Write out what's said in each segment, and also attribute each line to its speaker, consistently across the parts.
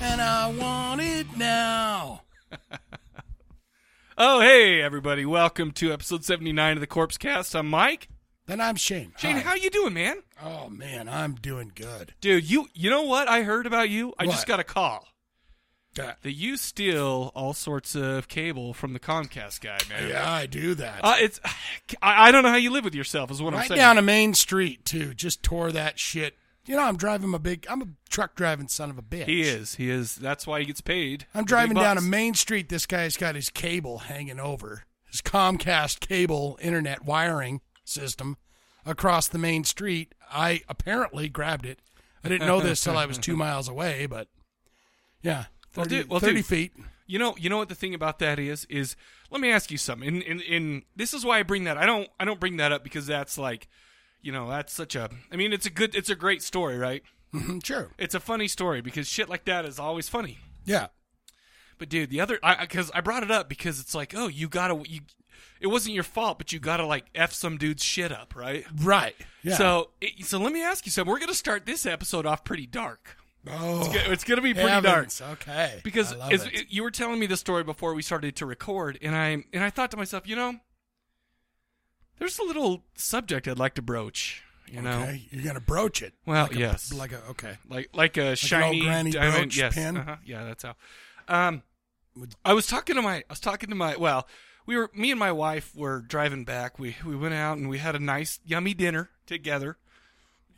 Speaker 1: and I want it now. oh, hey everybody! Welcome to episode seventy-nine of the Corpse Cast. I'm Mike.
Speaker 2: Then I'm Shane.
Speaker 1: Shane,
Speaker 2: Hi.
Speaker 1: how you doing, man?
Speaker 2: Oh man, I'm doing good.
Speaker 1: Dude, you you know what I heard about you? I just
Speaker 2: What?
Speaker 1: got a call
Speaker 2: That-
Speaker 1: that you steal all sorts of cable from the Comcast guy, man.
Speaker 2: yeah, I do that.
Speaker 1: Uh, it's I, I don't know how you live with yourself is what I'm
Speaker 2: right
Speaker 1: saying.
Speaker 2: down a main street too. Just tore that shit. You know, I'm driving my big. I'm a truck driving son of a bitch.
Speaker 1: he is. He is. That's why he gets paid.
Speaker 2: I'm
Speaker 1: the big
Speaker 2: driving down a
Speaker 1: bucks.
Speaker 2: main street. This guy's got his cable hanging over his Comcast cable internet wiring system across the main street. I apparently grabbed it. I didn't know this till I was two miles away, but yeah, 30,
Speaker 1: Well, dude- well,
Speaker 2: 30
Speaker 1: dude.
Speaker 2: feet.
Speaker 1: You know, you know what the thing about that is is let me ask you something. In, in in this is why I bring that. I don't I don't bring that up because that's like, you know, that's such a. I mean, it's a good, it's a great story, right?
Speaker 2: Mhm, sure.
Speaker 1: It's a funny story because shit like that is always funny.
Speaker 2: Yeah.
Speaker 1: But dude, the other I because I, brought it up because it's like, oh, you gotta you, it wasn't your fault, but you gotta like f some dude's shit up, right?
Speaker 2: Right. Yeah.
Speaker 1: So it, so let me ask you something. We're gonna start this episode off pretty dark.
Speaker 2: oh,
Speaker 1: It's gonna be pretty dark.
Speaker 2: Heavens, Okay.
Speaker 1: because
Speaker 2: I love
Speaker 1: as,
Speaker 2: it.
Speaker 1: it- you were telling me the story before we started to record, and I and I thought to myself, you know, there's a little subject I'd like to broach. You know,
Speaker 2: okay. you're gonna broach it.
Speaker 1: Well,
Speaker 2: like
Speaker 1: yes.
Speaker 2: A, like a okay
Speaker 1: like like a shiny
Speaker 2: granny
Speaker 1: diamond.
Speaker 2: brooch
Speaker 1: yes,
Speaker 2: pin?
Speaker 1: uh-huh, yeah, that's how. Um, I was talking to my, I was talking to my. Well, we were me and my wife were driving back. We we went out and we had a nice yummy dinner together.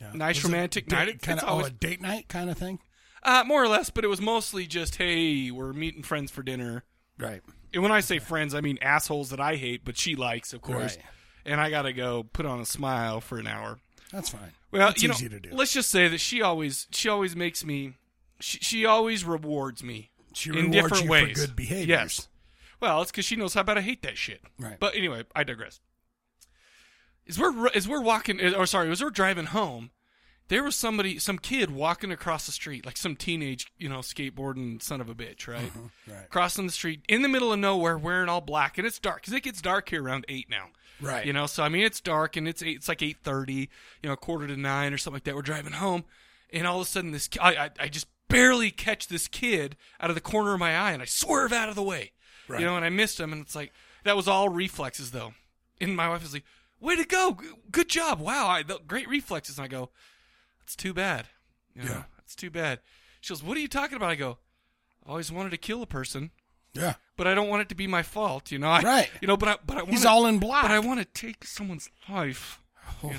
Speaker 2: yeah.
Speaker 1: Nice romantic night. It's
Speaker 2: kind of
Speaker 1: always-
Speaker 2: oh, a date night kind of thing.
Speaker 1: Uh, more or less, but it was mostly just, hey, we're meeting friends for dinner.
Speaker 2: Right.
Speaker 1: And when I say friends, I mean assholes that I hate, but she likes, of course.
Speaker 2: Right.
Speaker 1: And I gotta go put on a smile for an hour.
Speaker 2: That's fine.
Speaker 1: Well,
Speaker 2: That's
Speaker 1: you know,
Speaker 2: easy to do.
Speaker 1: let's just say that she always she always makes me she, she always rewards me
Speaker 2: She
Speaker 1: in
Speaker 2: rewards
Speaker 1: different
Speaker 2: you
Speaker 1: ways.
Speaker 2: for good behaviors.
Speaker 1: Yes. Well, it's because she knows how bad I hate that shit.
Speaker 2: Right.
Speaker 1: But anyway, I digress. As we're as we're walking, eh, or sorry, as we're driving home, there was somebody, some kid walking across the street, like some teenage, you know, skateboarding son of a bitch, right?
Speaker 2: Right.
Speaker 1: Crossing the street in the middle of nowhere, wearing all black, and it's dark because it gets dark here around eight now.
Speaker 2: Right.
Speaker 1: You know, so I mean, it's dark and it's eight, it's like eight thirty, you know, quarter to nine or something like that. We're driving home, and all of a sudden, this ki- I, I I just barely catch this kid out of the corner of my eye, and I swerve out of the way.
Speaker 2: Right.
Speaker 1: You know, and I missed him, and it's like that was all reflexes though. And my wife is like, "Way to go, G- good job, wow, I, th- great reflexes." And I go, "It's too bad." You know,
Speaker 2: Yeah.
Speaker 1: It's too bad. She goes, "What are you talking about?" I go, "I always wanted to kill a person."
Speaker 2: Yeah.
Speaker 1: But I don't want it to be my fault, you know. I,
Speaker 2: Right.
Speaker 1: You know, but I, but I want
Speaker 2: He's all in black.
Speaker 1: but I want to take someone's life, you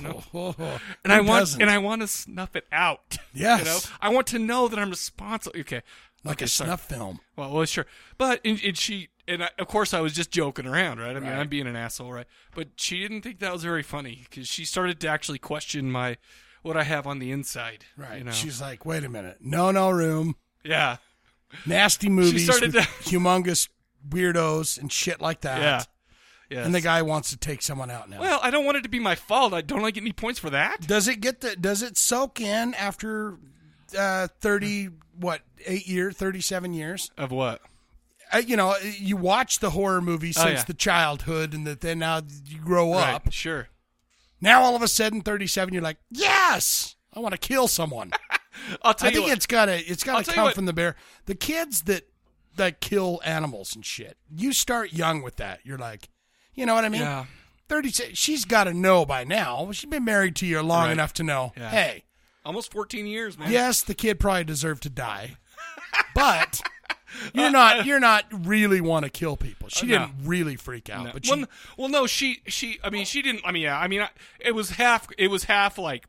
Speaker 1: know,
Speaker 2: and
Speaker 1: and I want and I want to snuff it out.
Speaker 2: Yes.
Speaker 1: you know, I want to know that I'm responsible. Okay,
Speaker 2: like
Speaker 1: okay,
Speaker 2: a
Speaker 1: sorry.
Speaker 2: snuff film.
Speaker 1: Well, well, sure, but and, and she and I, of course I was just joking around, right? I mean, I'm being an asshole, right? But she didn't think that was very funny because she started to actually question my what I have on the inside,
Speaker 2: Right.
Speaker 1: You know,
Speaker 2: She's like, wait a minute, no, no room,
Speaker 1: yeah,
Speaker 2: nasty movies,
Speaker 1: started
Speaker 2: with
Speaker 1: to-
Speaker 2: humongous weirdos and shit like that.
Speaker 1: yeah, yeah.
Speaker 2: And the guy wants to take someone out now.
Speaker 1: well, I don't want it to be my fault. I don't like get any points for that.
Speaker 2: Does it get the? Does it soak in after uh, thirty? What eight years? Thirty-seven years?
Speaker 1: Of what?
Speaker 2: Uh, you know, you watch the horror movie
Speaker 1: Oh,
Speaker 2: since
Speaker 1: yeah.
Speaker 2: the childhood, and that then now you grow up.
Speaker 1: Right, sure.
Speaker 2: Now all of a sudden, thirty-seven, you're like, yes, I want to kill someone.
Speaker 1: I'll tell
Speaker 2: I
Speaker 1: you
Speaker 2: think
Speaker 1: what.
Speaker 2: it's gotta, it's
Speaker 1: I'll
Speaker 2: gotta
Speaker 1: tell you
Speaker 2: come
Speaker 1: what-
Speaker 2: from the bear. The kids that that kill animals and shit. You start young with that. You're like, you know what I mean?
Speaker 1: Yeah.
Speaker 2: 36 she's got to know by now she's been married to you long
Speaker 1: Right.
Speaker 2: enough to know
Speaker 1: Yeah.
Speaker 2: hey
Speaker 1: Almost 14 years, man.
Speaker 2: yes, the kid probably deserved to die, but you're not you're not really want to kill people. She
Speaker 1: Uh, no.
Speaker 2: didn't really freak out,
Speaker 1: No.
Speaker 2: but she,
Speaker 1: well, n- well, no, she, she. I mean, she didn't. I mean, yeah. I mean, I, it was half. It was half like.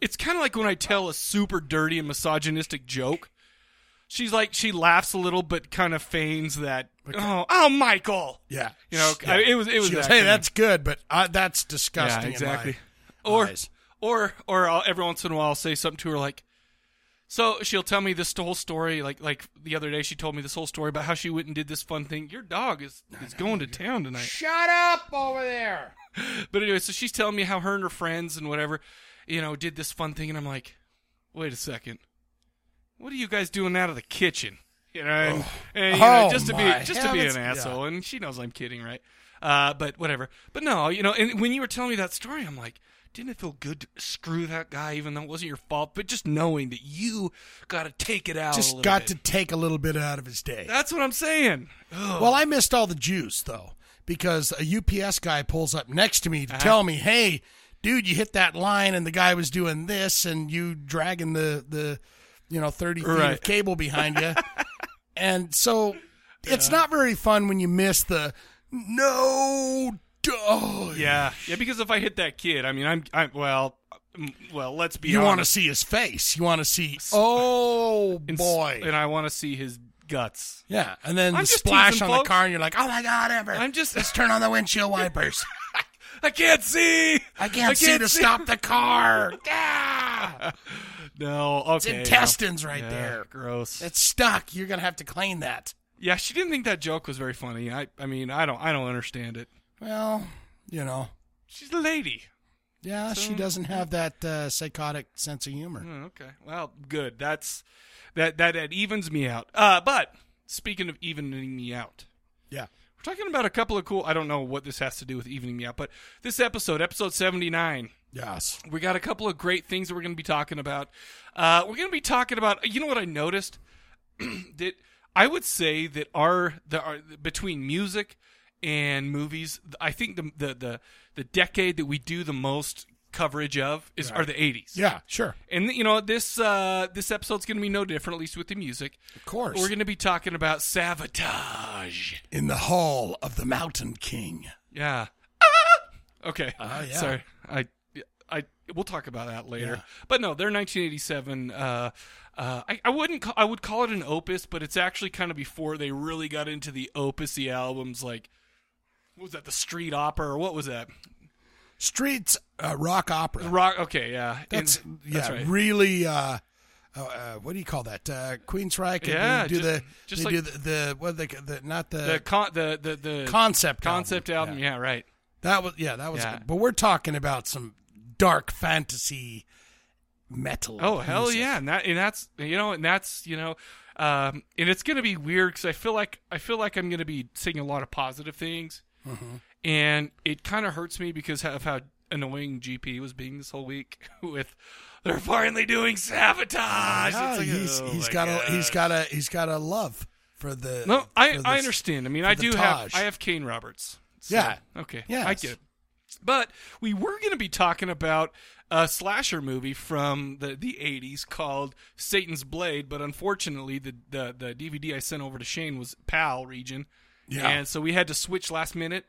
Speaker 1: It's kind of like when I tell a super dirty and misogynistic joke, she's like she laughs a little, but kind of feigns that. Oh, oh, Michael.
Speaker 2: Yeah.
Speaker 1: You know,
Speaker 2: Yeah.
Speaker 1: I- it was it was.
Speaker 2: She goes,
Speaker 1: that
Speaker 2: hey,
Speaker 1: thing.
Speaker 2: that's good, but uh, that's disgusting.
Speaker 1: yeah,
Speaker 2: in my
Speaker 1: exactly. Or
Speaker 2: eyes."
Speaker 1: or or I'll, every once in a while I'll say something to her like. So she'll tell me this whole story, like like the other day she told me this whole story about how she went and did this fun thing. Your dog is is going to town tonight.
Speaker 2: Shut up over there.
Speaker 1: But anyway, so she's telling me how her and her friends and whatever, you know, did this fun thing, and I'm like, wait a second, what are you guys doing out of the kitchen? You know, and, and, you know,
Speaker 2: Oh,
Speaker 1: just to be
Speaker 2: my
Speaker 1: just to be
Speaker 2: heavens.
Speaker 1: an asshole, and she knows I'm kidding, right? Uh, but whatever. But no, you know, and when you were telling me that story, I'm like, didn't it feel good to screw that guy, even though it wasn't your fault? But just knowing that you got to take it out, a
Speaker 2: Just
Speaker 1: little
Speaker 2: got
Speaker 1: bit.
Speaker 2: to take a little bit out of his day.
Speaker 1: That's what I'm saying.
Speaker 2: Well, I missed all the juice though because a UPS guy pulls up next to me
Speaker 1: Uh-huh.
Speaker 2: to tell me, "Hey, dude, you hit that line, and the guy was doing this, and you dragging the the you know thirty feet
Speaker 1: Right.
Speaker 2: of cable behind you." and so it's not very fun when you miss the no. duh.
Speaker 1: Yeah, yeah. Because if I hit that kid, I mean, I'm, I'm well, m- well. Let's be.
Speaker 2: You want to
Speaker 1: honest.
Speaker 2: see his face. You want to see, oh
Speaker 1: And s-
Speaker 2: boy,
Speaker 1: and I want to see his guts.
Speaker 2: yeah. And then
Speaker 1: I'm
Speaker 2: the
Speaker 1: just
Speaker 2: splash
Speaker 1: teasing,
Speaker 2: on
Speaker 1: folks.
Speaker 2: the car, and you're like, oh my god, Amber.
Speaker 1: I'm just-
Speaker 2: let's turn on the windshield wipers.
Speaker 1: I can't see.
Speaker 2: I can't, see to stop the car. Ah!
Speaker 1: No, okay. no.
Speaker 2: intestines right
Speaker 1: Yeah,
Speaker 2: there.
Speaker 1: Gross.
Speaker 2: It's stuck. You're gonna have to clean that.
Speaker 1: yeah, she didn't think that joke was very funny. I, I mean, I don't, I don't understand it.
Speaker 2: Well, you know,
Speaker 1: She's a lady.
Speaker 2: yeah, she doesn't have that uh, psychotic sense of humor.
Speaker 1: Hmm, okay. Well, good. That's that that that evens me out. Uh, but speaking of evening me out,
Speaker 2: Yeah,
Speaker 1: we're talking about a couple of cool. I don't know what this has to do with evening me out, but this episode, episode seventy nine.
Speaker 2: yes.
Speaker 1: We got a couple of great things that we're going to be talking about. Uh, we're going to be talking about. You know what I noticed? that I would say that our the our, between music and movies, I think the the the, the decade that we do the most coverage of is are the eighties.
Speaker 2: Yeah, sure,
Speaker 1: And you know this uh, this episode's going to be no different, at least with the music.
Speaker 2: of course.
Speaker 1: We're going to be talking about sabotage.
Speaker 2: in the hall of the Mountain King.
Speaker 1: Yeah. Ah! Okay.
Speaker 2: Ah, yeah.
Speaker 1: Sorry. I, I, we'll talk about that later. But no, they're 1987. Uh, uh, I, I wouldn't. Call, I would call it an opus, but it's actually kind of before they really got into the opusy albums. Like, what was that? The Street Opera, or what was that?
Speaker 2: Streets uh, rock opera.
Speaker 1: Rock. Okay, yeah.
Speaker 2: That's
Speaker 1: And-
Speaker 2: yeah,
Speaker 1: right.
Speaker 2: really. Uh, uh, uh, what do you call that? Uh, Queensryche. and
Speaker 1: Yeah,
Speaker 2: they do
Speaker 1: ju-
Speaker 2: the
Speaker 1: just
Speaker 2: they
Speaker 1: like-
Speaker 2: do the, the what they the not the,
Speaker 1: the con, the the the
Speaker 2: concept
Speaker 1: concept
Speaker 2: album.
Speaker 1: album. Yeah, right.
Speaker 2: That was yeah, that was
Speaker 1: Yeah.
Speaker 2: good. But we're talking about some dark fantasy metal.
Speaker 1: Oh hell
Speaker 2: music.
Speaker 1: yeah, and that and that's you know and that's you know, um, and it's gonna be weird because I feel like I feel like I'm gonna be seeing a lot of positive things,
Speaker 2: Mm-hmm.
Speaker 1: and it kind of hurts me because of how annoying GP was being this whole week with they're finally doing sabotage.
Speaker 2: Yeah,
Speaker 1: It's like,
Speaker 2: Ah, he's,
Speaker 1: oh
Speaker 2: he's
Speaker 1: my
Speaker 2: got a he's
Speaker 1: gosh.
Speaker 2: got a he's got a love for the
Speaker 1: no. I
Speaker 2: for the-
Speaker 1: I understand. I mean,
Speaker 2: for
Speaker 1: I
Speaker 2: the
Speaker 1: do have
Speaker 2: Taj.
Speaker 1: I have Kane Roberts. So,
Speaker 2: Yeah.
Speaker 1: Okay. Yeah.
Speaker 2: Yes.
Speaker 1: I get it. But we were going to be talking about a slasher movie from the, the 80s called Satan's Blade, but unfortunately, the, the, the DVD I sent over to Shane was PAL region.
Speaker 2: Yeah.
Speaker 1: And so we had to switch last minute.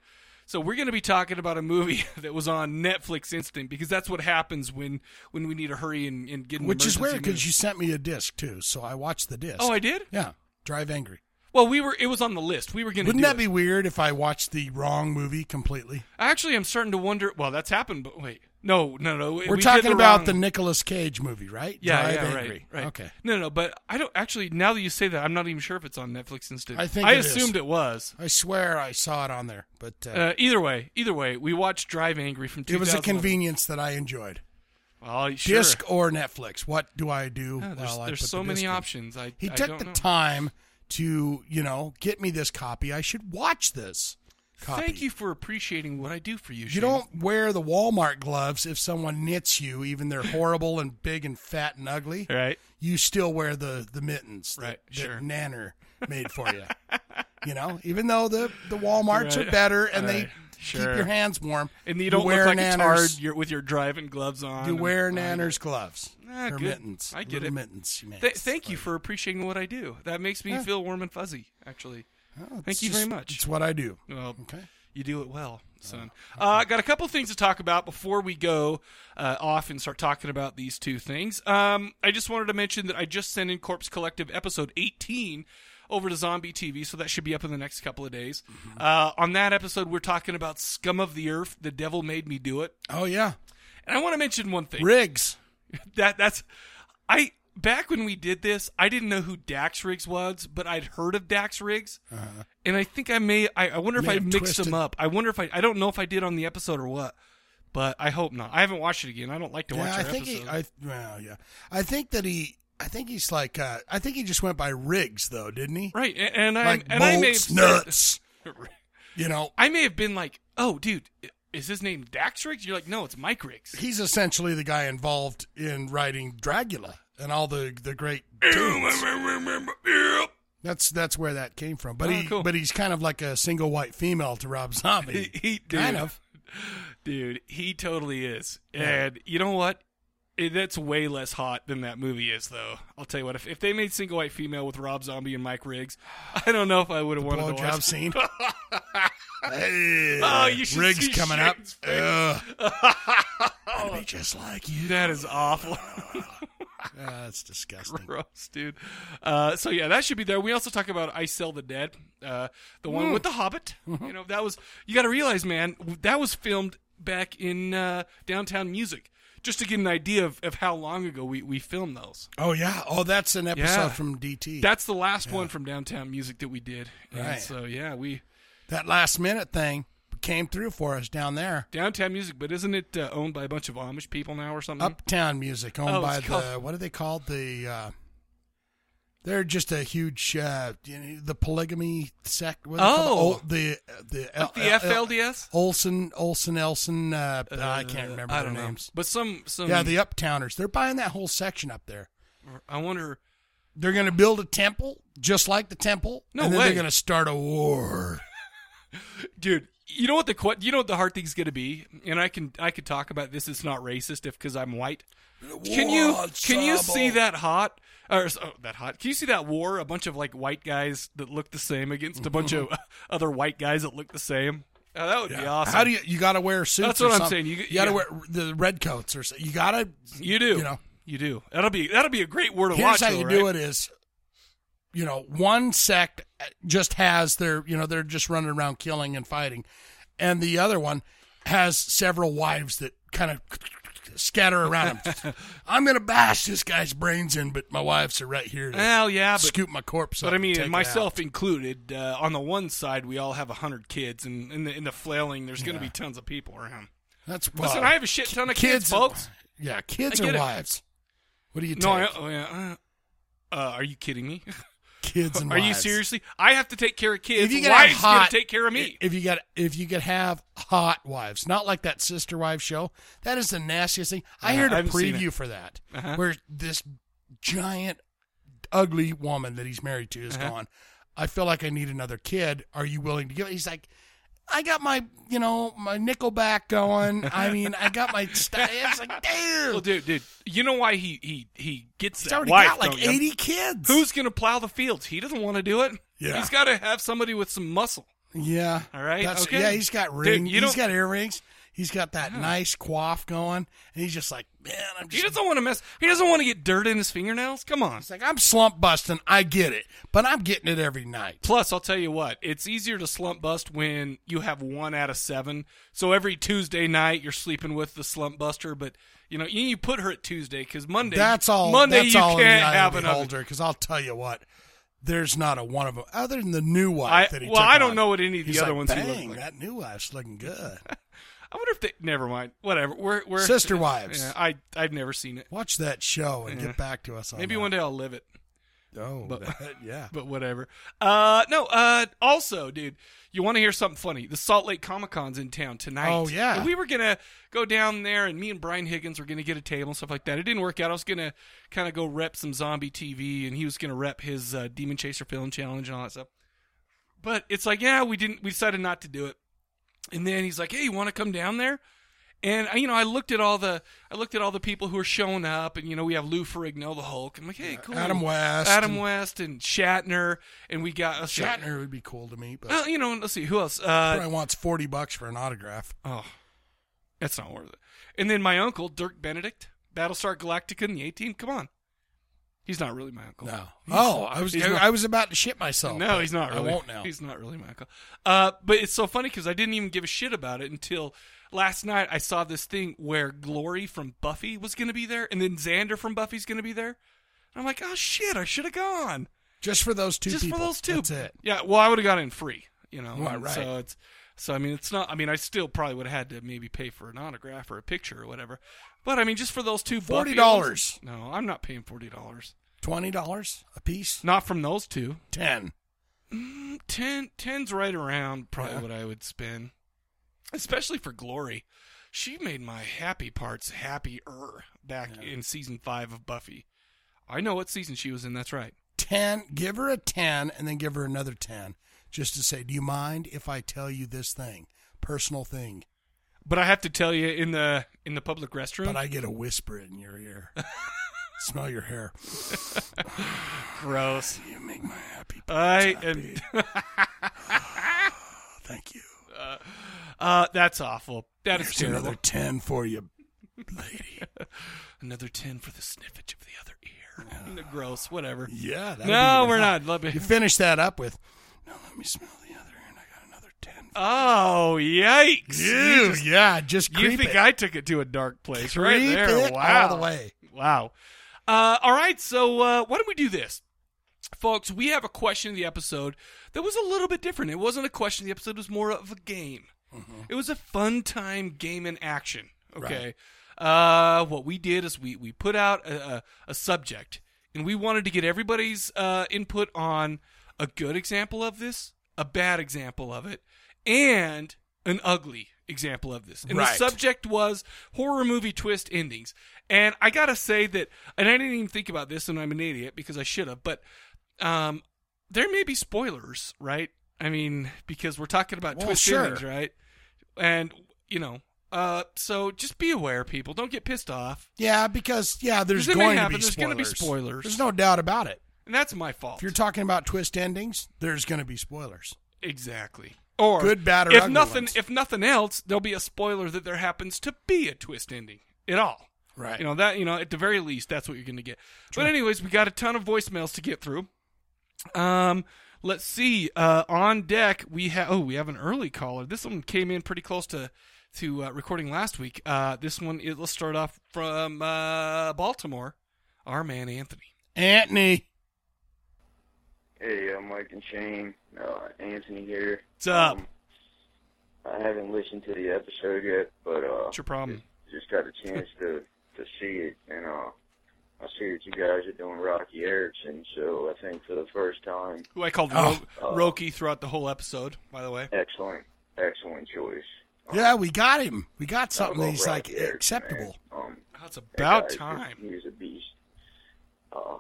Speaker 1: So we're going to be talking about a movie that was on Netflix Instant because that's what happens when, when we need to hurry and, and get an
Speaker 2: which is
Speaker 1: emergency
Speaker 2: weird because
Speaker 1: movie.
Speaker 2: you sent me a disc too, so I watched the disc.
Speaker 1: Oh, I did?
Speaker 2: yeah, Drive Angry.
Speaker 1: Well, we were. It was on the list. We were going to.
Speaker 2: Wouldn't that be weird if I watched the wrong movie completely?
Speaker 1: Actually, I'm starting to wonder. Well, that's happened, but wait, no, no, no.
Speaker 2: We're talking about the
Speaker 1: wrong-
Speaker 2: Nicolas Cage movie, right?
Speaker 1: yeah,
Speaker 2: Drive
Speaker 1: yeah,
Speaker 2: Angry.
Speaker 1: right, right.
Speaker 2: Okay.
Speaker 1: no, no, but I don't actually. Now that you say that, I'm not even sure if it's on Netflix Instant.
Speaker 2: I think
Speaker 1: I
Speaker 2: it is.
Speaker 1: assumed it was.
Speaker 2: I swear I saw it on there, but uh,
Speaker 1: Uh, either way, either way, we watched Drive Angry from.
Speaker 2: it was a
Speaker 1: 2011.
Speaker 2: convenience that I enjoyed.
Speaker 1: Well, sure.
Speaker 2: disc or Netflix. What do I do?
Speaker 1: Yeah, there's
Speaker 2: while I
Speaker 1: there's
Speaker 2: put
Speaker 1: so
Speaker 2: the
Speaker 1: many
Speaker 2: disc in?
Speaker 1: options. I
Speaker 2: He
Speaker 1: I
Speaker 2: took
Speaker 1: don't
Speaker 2: the
Speaker 1: know.
Speaker 2: time to, you know, get me this copy. I should watch this. Copy.
Speaker 1: Thank you for appreciating what I do for you.
Speaker 2: You don't wear the Walmart gloves if someone knits you, even they're horrible and big and fat and ugly.
Speaker 1: right?
Speaker 2: You still wear the the mittens, that-
Speaker 1: Right,
Speaker 2: That
Speaker 1: sure.
Speaker 2: Nanner made for you. you know, even though the the WalMarts
Speaker 1: Right.
Speaker 2: are better and
Speaker 1: All
Speaker 2: they
Speaker 1: right, sure.
Speaker 2: keep your hands warm,
Speaker 1: And you don't
Speaker 2: wear
Speaker 1: look like a
Speaker 2: Nanners.
Speaker 1: tard you're, with your driving gloves on.
Speaker 2: You
Speaker 1: and-
Speaker 2: wear
Speaker 1: Right.
Speaker 2: Nanner's gloves
Speaker 1: Ah,
Speaker 2: or
Speaker 1: good.
Speaker 2: mittens.
Speaker 1: I get
Speaker 2: little
Speaker 1: it.
Speaker 2: Mittens. you
Speaker 1: Th-
Speaker 2: makes.
Speaker 1: thank you for appreciating what I do. That makes me
Speaker 2: Yeah.
Speaker 1: feel warm and fuzzy. Actually,
Speaker 2: Oh,
Speaker 1: Thank
Speaker 2: it's
Speaker 1: you very
Speaker 2: just-
Speaker 1: much.
Speaker 2: It's what I do.
Speaker 1: well,
Speaker 2: Okay.
Speaker 1: you do it well. son. Uh, got a couple things to talk about before we go uh, off and start talking about these two things. Um, I just wanted to mention that I just sent in Corpse Collective episode 18 over to Zombie TV, so that should be up in the next couple of days.
Speaker 2: Mm-hmm.
Speaker 1: Uh, on that episode, we're talking about Scum of the Earth, The Devil Made Me Do It.
Speaker 2: Oh, yeah.
Speaker 1: And I want to mention one thing.
Speaker 2: Riggs.
Speaker 1: That that's I back when we did this, I didn't know who Dax Riggs was, but I'd heard of Dax Riggs,
Speaker 2: Uh-huh.
Speaker 1: and I think I may. I, I wonder if
Speaker 2: May
Speaker 1: I
Speaker 2: have
Speaker 1: mixed
Speaker 2: twisted.
Speaker 1: them up. I wonder if I. I don't know if I did on the episode or what, but I hope not. I haven't watched it again. I don't like to watch.
Speaker 2: Yeah, I
Speaker 1: our
Speaker 2: think he.
Speaker 1: episodes.
Speaker 2: I, well, yeah. I think that he. I think he's like. Uh, I think he just went by Riggs, though, didn't he?
Speaker 1: right, a- and, I
Speaker 2: like
Speaker 1: and I may have
Speaker 2: bolts,
Speaker 1: said-
Speaker 2: nuts. you know,
Speaker 1: I may have been like, "Oh, dude, is his name Dax Riggs?" You're like, "No, it's Mike Riggs."
Speaker 2: he's essentially the guy involved in writing Dracula and all the the great. That's that's where that came from. But
Speaker 1: Oh,
Speaker 2: he
Speaker 1: cool.
Speaker 2: but he's kind of like a single white female to Rob Zombie.
Speaker 1: He- he-
Speaker 2: kind
Speaker 1: dude.
Speaker 2: of.
Speaker 1: Dude, he totally is.
Speaker 2: Yeah.
Speaker 1: And you know what? It- That's way less hot than that movie is, though. I'll tell you what. If, if they made Single White Female with Rob Zombie and Mike Riggs, I don't know if I would have wanted to
Speaker 2: Blowjob
Speaker 1: watch.
Speaker 2: scene.
Speaker 1: Oh, you should
Speaker 2: Riggs
Speaker 1: see
Speaker 2: coming up.
Speaker 1: Shane's face.
Speaker 2: Ugh. I'd be just like you.
Speaker 1: That is awful.
Speaker 2: Ah, that's disgusting.
Speaker 1: Gross, dude. Uh, so yeah, that should be there. We also talk about I Sell the Dead, uh, the
Speaker 2: Mm.
Speaker 1: one with the Hobbit.
Speaker 2: Mm-hmm.
Speaker 1: You know, that was you got to realize, man, that was filmed back in uh, downtown music. Just to get an idea of, of how long ago we, we filmed those.
Speaker 2: Oh yeah. Oh, that's an episode
Speaker 1: Yeah.
Speaker 2: from DT.
Speaker 1: That's the last one from Downtown Music that we did. And
Speaker 2: Right.
Speaker 1: so yeah, we
Speaker 2: that last minute thing came through for us down there.
Speaker 1: Downtown Music, but isn't it uh, owned by a bunch of Amish people now or something?
Speaker 2: Uptown Music, owned
Speaker 1: Oh, it's
Speaker 2: by the
Speaker 1: called-
Speaker 2: what are they called? The uh, they're just a huge uh, you know, the polygamy sect. What are they called?
Speaker 1: Oh.
Speaker 2: the Ol- the the, L-
Speaker 1: the
Speaker 2: L-
Speaker 1: FLDS?
Speaker 2: Olson Olson Elson. Uh, I can't remember
Speaker 1: I
Speaker 2: their
Speaker 1: don't know.
Speaker 2: names.
Speaker 1: But some some
Speaker 2: Yeah, the Uptowners. They're buying that whole section up there.
Speaker 1: I wonder
Speaker 2: They're going to build a temple just like the temple,
Speaker 1: No
Speaker 2: and then
Speaker 1: way.
Speaker 2: they're going to start a war.
Speaker 1: dude you know what the que- you know what the hard thing's gonna be and i can i could talk about this it's not racist if because i'm white can you
Speaker 2: War
Speaker 1: can you
Speaker 2: trouble.
Speaker 1: see that hot or oh, that hot can you see that war a bunch of like white guys that look the same against a bunch of other white guys that look the same oh, that would be awesome
Speaker 2: How do you? You got to wear suits.
Speaker 1: That's
Speaker 2: or
Speaker 1: what I'm
Speaker 2: something.
Speaker 1: saying. You-
Speaker 2: You, got to
Speaker 1: yeah.
Speaker 2: wear the red coats or so. You got to.
Speaker 1: you do
Speaker 2: You know.
Speaker 1: you do that'll be that'll be a great war to watch
Speaker 2: Here's how
Speaker 1: though,
Speaker 2: you
Speaker 1: right?
Speaker 2: do it: is you know one sect just has their you know they're just running around killing and fighting, and the other one has several wives that kind of scatter around him. I'm gonna bash this guy's brains in, but my wives are right here. To
Speaker 1: well yeah but
Speaker 2: scoop my corpse up.
Speaker 1: But I
Speaker 2: and take it
Speaker 1: mean,
Speaker 2: out.
Speaker 1: myself included. Uh, on the one side, we all have a hundred kids, and in the in the flailing, there's going to be tons of people around.
Speaker 2: That's
Speaker 1: Listen,
Speaker 2: well,
Speaker 1: I have a shit ton of kids,
Speaker 2: kids,
Speaker 1: folks.
Speaker 2: Yeah, kids
Speaker 1: I
Speaker 2: or
Speaker 1: get it.
Speaker 2: wives. What do you take?
Speaker 1: No, I, oh, yeah. uh, uh, are you kidding me?
Speaker 2: kids and
Speaker 1: Are
Speaker 2: wives.
Speaker 1: you seriously? I have to take care of kids.
Speaker 2: If you
Speaker 1: Wife's
Speaker 2: could have
Speaker 1: gonna
Speaker 2: hot,
Speaker 1: take care of me.
Speaker 2: If you got, if you could have hot wives, not like that sister wife show. That is the nastiest thing. I
Speaker 1: Yeah,
Speaker 2: heard
Speaker 1: Uh-huh. I
Speaker 2: a
Speaker 1: haven't seen Uh-huh.
Speaker 2: preview for that, where this giant, ugly woman that he's married to is
Speaker 1: Uh-huh.
Speaker 2: gone. I feel like I need another kid. Are you willing to give? it? He's like, I got my, you know, my Nickelback going. I mean, I got my. St- it's like, damn,
Speaker 1: well, dude, dude, you know why he he he gets
Speaker 2: he's
Speaker 1: that
Speaker 2: already
Speaker 1: wife?
Speaker 2: got like
Speaker 1: don't you?
Speaker 2: eighty kids.
Speaker 1: Who's gonna plow the fields? He doesn't want to do it.
Speaker 2: Yeah.
Speaker 1: he's got to have somebody with some muscle.
Speaker 2: Yeah.
Speaker 1: All right,
Speaker 2: That's,
Speaker 1: okay.
Speaker 2: Yeah, he's got
Speaker 1: Dude,
Speaker 2: rings.
Speaker 1: you
Speaker 2: he's
Speaker 1: don't-
Speaker 2: got earrings. He's got that nice quaff going, and he's just like, man, I'm
Speaker 1: He
Speaker 2: just.
Speaker 1: doesn't want to mess. He doesn't want to get dirt in his fingernails. Come on.
Speaker 2: He's like, I'm slump busting. I get it, but I'm getting it every night.
Speaker 1: Plus, I'll tell you what, it's easier to slump bust when you have one out of seven. So every Tuesday night, you're sleeping with the slump buster, but you know you, you put her at Tuesday because Monday.
Speaker 2: That's all.
Speaker 1: Monday
Speaker 2: that's
Speaker 1: you
Speaker 2: all in
Speaker 1: can't
Speaker 2: the eye
Speaker 1: have
Speaker 2: of
Speaker 1: an
Speaker 2: the beholder. Because I'll tell you what, there's not a one of them other than the new
Speaker 1: I,
Speaker 2: wife that he.
Speaker 1: well,
Speaker 2: took
Speaker 1: I don't
Speaker 2: on.
Speaker 1: know what any of the
Speaker 2: He's
Speaker 1: other
Speaker 2: like,
Speaker 1: ones he looked
Speaker 2: Bang,
Speaker 1: like.
Speaker 2: that new wife's looking good.
Speaker 1: I wonder if they. Never mind. Whatever. We're we're
Speaker 2: Sister wives.
Speaker 1: Yeah, I I've never seen it.
Speaker 2: Watch that show and get back to us on
Speaker 1: Maybe
Speaker 2: that.
Speaker 1: one day I'll live it.
Speaker 2: Oh,
Speaker 1: but-
Speaker 2: that- yeah.
Speaker 1: But whatever. Uh, no. Uh, also, dude, you want to hear something funny? The Salt Lake Comic Con's in town tonight.
Speaker 2: Oh, yeah.
Speaker 1: And we were gonna go down there, and me and Brian Higgins were gonna get a table and stuff like that. It didn't work out. I was gonna kind of go rep some zombie TV, and he was gonna rep his uh, Demon Chaser Film Challenge and all that stuff. But it's like, yeah, we didn't. We decided not to do it. And then he's like, "Hey, you want to come down there?" And I- you know, I looked at all the I looked at all the people who are showing up, and you know, we have Lou Ferrigno, the Hulk. I'm like, hey, cool,
Speaker 2: Adam West
Speaker 1: Adam
Speaker 2: and-
Speaker 1: West, and Shatner, and we got uh, let's see.
Speaker 2: Shatner would be cool to me, but
Speaker 1: Well, you know, let's see who else.
Speaker 2: probably
Speaker 1: Uh,
Speaker 2: wants forty bucks for an autograph.
Speaker 1: oh, that's not worth it. And then my uncle Dirk Benedict, Battlestar Galactica in the 18. Come on, he's not really my uncle.
Speaker 2: No.
Speaker 1: He's-
Speaker 2: Oh, I was
Speaker 1: he's
Speaker 2: I,
Speaker 1: not-
Speaker 2: I was about to shit myself.
Speaker 1: No, he's not.
Speaker 2: I
Speaker 1: Really.
Speaker 2: won't now.
Speaker 1: He's not really my uncle. Uh, but it's so funny because I didn't even give a shit about it until last night. I saw this thing where Glory from Buffy was going to be there, and then Xander from Buffy's going to be there. And I'm like, oh shit, I should have gone
Speaker 2: Just for those two
Speaker 1: just
Speaker 2: people.
Speaker 1: for those two.
Speaker 2: That's it.
Speaker 1: Yeah. Well, I would have gotten in free. You know.
Speaker 2: Right,
Speaker 1: and
Speaker 2: right.
Speaker 1: So it's. So I mean, it's not. I mean, I still probably would have had to maybe pay for an autograph or a picture or whatever. But I mean, just for those two. Buffy
Speaker 2: $40.
Speaker 1: ones- No, I'm not paying forty dollars.
Speaker 2: Twenty dollars a piece?
Speaker 1: Not from those two.
Speaker 2: Ten.
Speaker 1: Mm, Ten, ten's right around probably
Speaker 2: Yeah.
Speaker 1: what I would spend, especially for Glory. She made my happy parts happier back in season five of Buffy. I know what season she was in. That's right.
Speaker 2: Ten. Give her a ten and then give her another ten. Just to say, do you mind if I tell you this thing? Personal thing.
Speaker 1: But I have to tell you, in the in the public restroom,
Speaker 2: But I get a whisper in your ear. Smell your hair.
Speaker 1: gross.
Speaker 2: You make my happy.
Speaker 1: I
Speaker 2: parts
Speaker 1: am.
Speaker 2: happy. Thank you.
Speaker 1: Uh, that's awful. That is
Speaker 2: Here's
Speaker 1: terrible.
Speaker 2: another ten for you, lady.
Speaker 1: Another ten for the sniffage of the other ear. gross. Whatever.
Speaker 2: Yeah. that would
Speaker 1: No,
Speaker 2: be-
Speaker 1: we're not. Let me-
Speaker 2: You finish that up with. Now let me smell the other, and I got another ten.
Speaker 1: Oh yikes! You
Speaker 2: Ew,
Speaker 1: just-
Speaker 2: yeah, just
Speaker 1: You
Speaker 2: creep
Speaker 1: think
Speaker 2: it.
Speaker 1: I took it to a dark place
Speaker 2: creep
Speaker 1: right there?
Speaker 2: it
Speaker 1: wow.
Speaker 2: all the way.
Speaker 1: Wow. Uh, all right, so uh, why don't we do this? Folks, we have a question of the episode that was a little bit different. It wasn't a question of the episode, it was more of a game.
Speaker 2: Mm-hmm.
Speaker 1: It was a fun time game in action. Okay. Uh, what we did is we, we put out a, a, a subject, and we wanted to get everybody's uh, input on a good example of this, a bad example of it, and an ugly example of this. And the
Speaker 2: Right.
Speaker 1: subject subject was horror movie twist endings. And I gotta say that, and I didn't even think about this, and I'm an idiot because I should have. But um, there may be spoilers, right? I mean, because we're talking about
Speaker 2: Well,
Speaker 1: twist
Speaker 2: sure.
Speaker 1: endings, right? And you know, uh, so just be aware, people. Don't get pissed off,
Speaker 2: Yeah, because yeah, there's
Speaker 1: Because it may
Speaker 2: going to
Speaker 1: happen.
Speaker 2: be
Speaker 1: There's
Speaker 2: spoilers.
Speaker 1: gonna be spoilers.
Speaker 2: There's no doubt about it.
Speaker 1: and that's my fault.
Speaker 2: If you're talking about twist endings, there's going to be spoilers.
Speaker 1: exactly. Or
Speaker 2: Good, bad, or
Speaker 1: if
Speaker 2: ugly
Speaker 1: nothing,
Speaker 2: ones.
Speaker 1: if nothing else, there'll be a spoiler that there happens to be a twist ending at all.
Speaker 2: Right.
Speaker 1: You know that you know at the very least that's what you're going to get. But anyways, we got a ton of voicemails to get through. Um, let's see. Uh, on deck we have oh we have an early caller. This one came in pretty close to to uh, recording last week. Uh, this one is let's start off from uh, Baltimore. Our man Anthony.
Speaker 2: Anthony,
Speaker 3: Hey, uh, Mike and Shane, uh, Anthony here. Um,
Speaker 1: What's up?
Speaker 3: I haven't listened to the episode yet, but uh,
Speaker 1: What's your problem?
Speaker 3: just got a chance to to see it, and uh, I see that you guys are doing Rocky Erickson, so I think for the first time,
Speaker 1: Who I called
Speaker 2: Oh.
Speaker 1: Ro-
Speaker 3: Oh.
Speaker 1: Roki throughout the whole episode. By the way,
Speaker 3: excellent, excellent choice.
Speaker 2: yeah, we got him. We got
Speaker 3: I
Speaker 2: something
Speaker 3: love
Speaker 2: that's like
Speaker 3: Rocky Erickson,
Speaker 2: acceptable.
Speaker 3: man. Um,
Speaker 1: Oh, it's
Speaker 3: that
Speaker 1: about
Speaker 3: guy is just-
Speaker 1: time.
Speaker 3: He's a beast. Uh,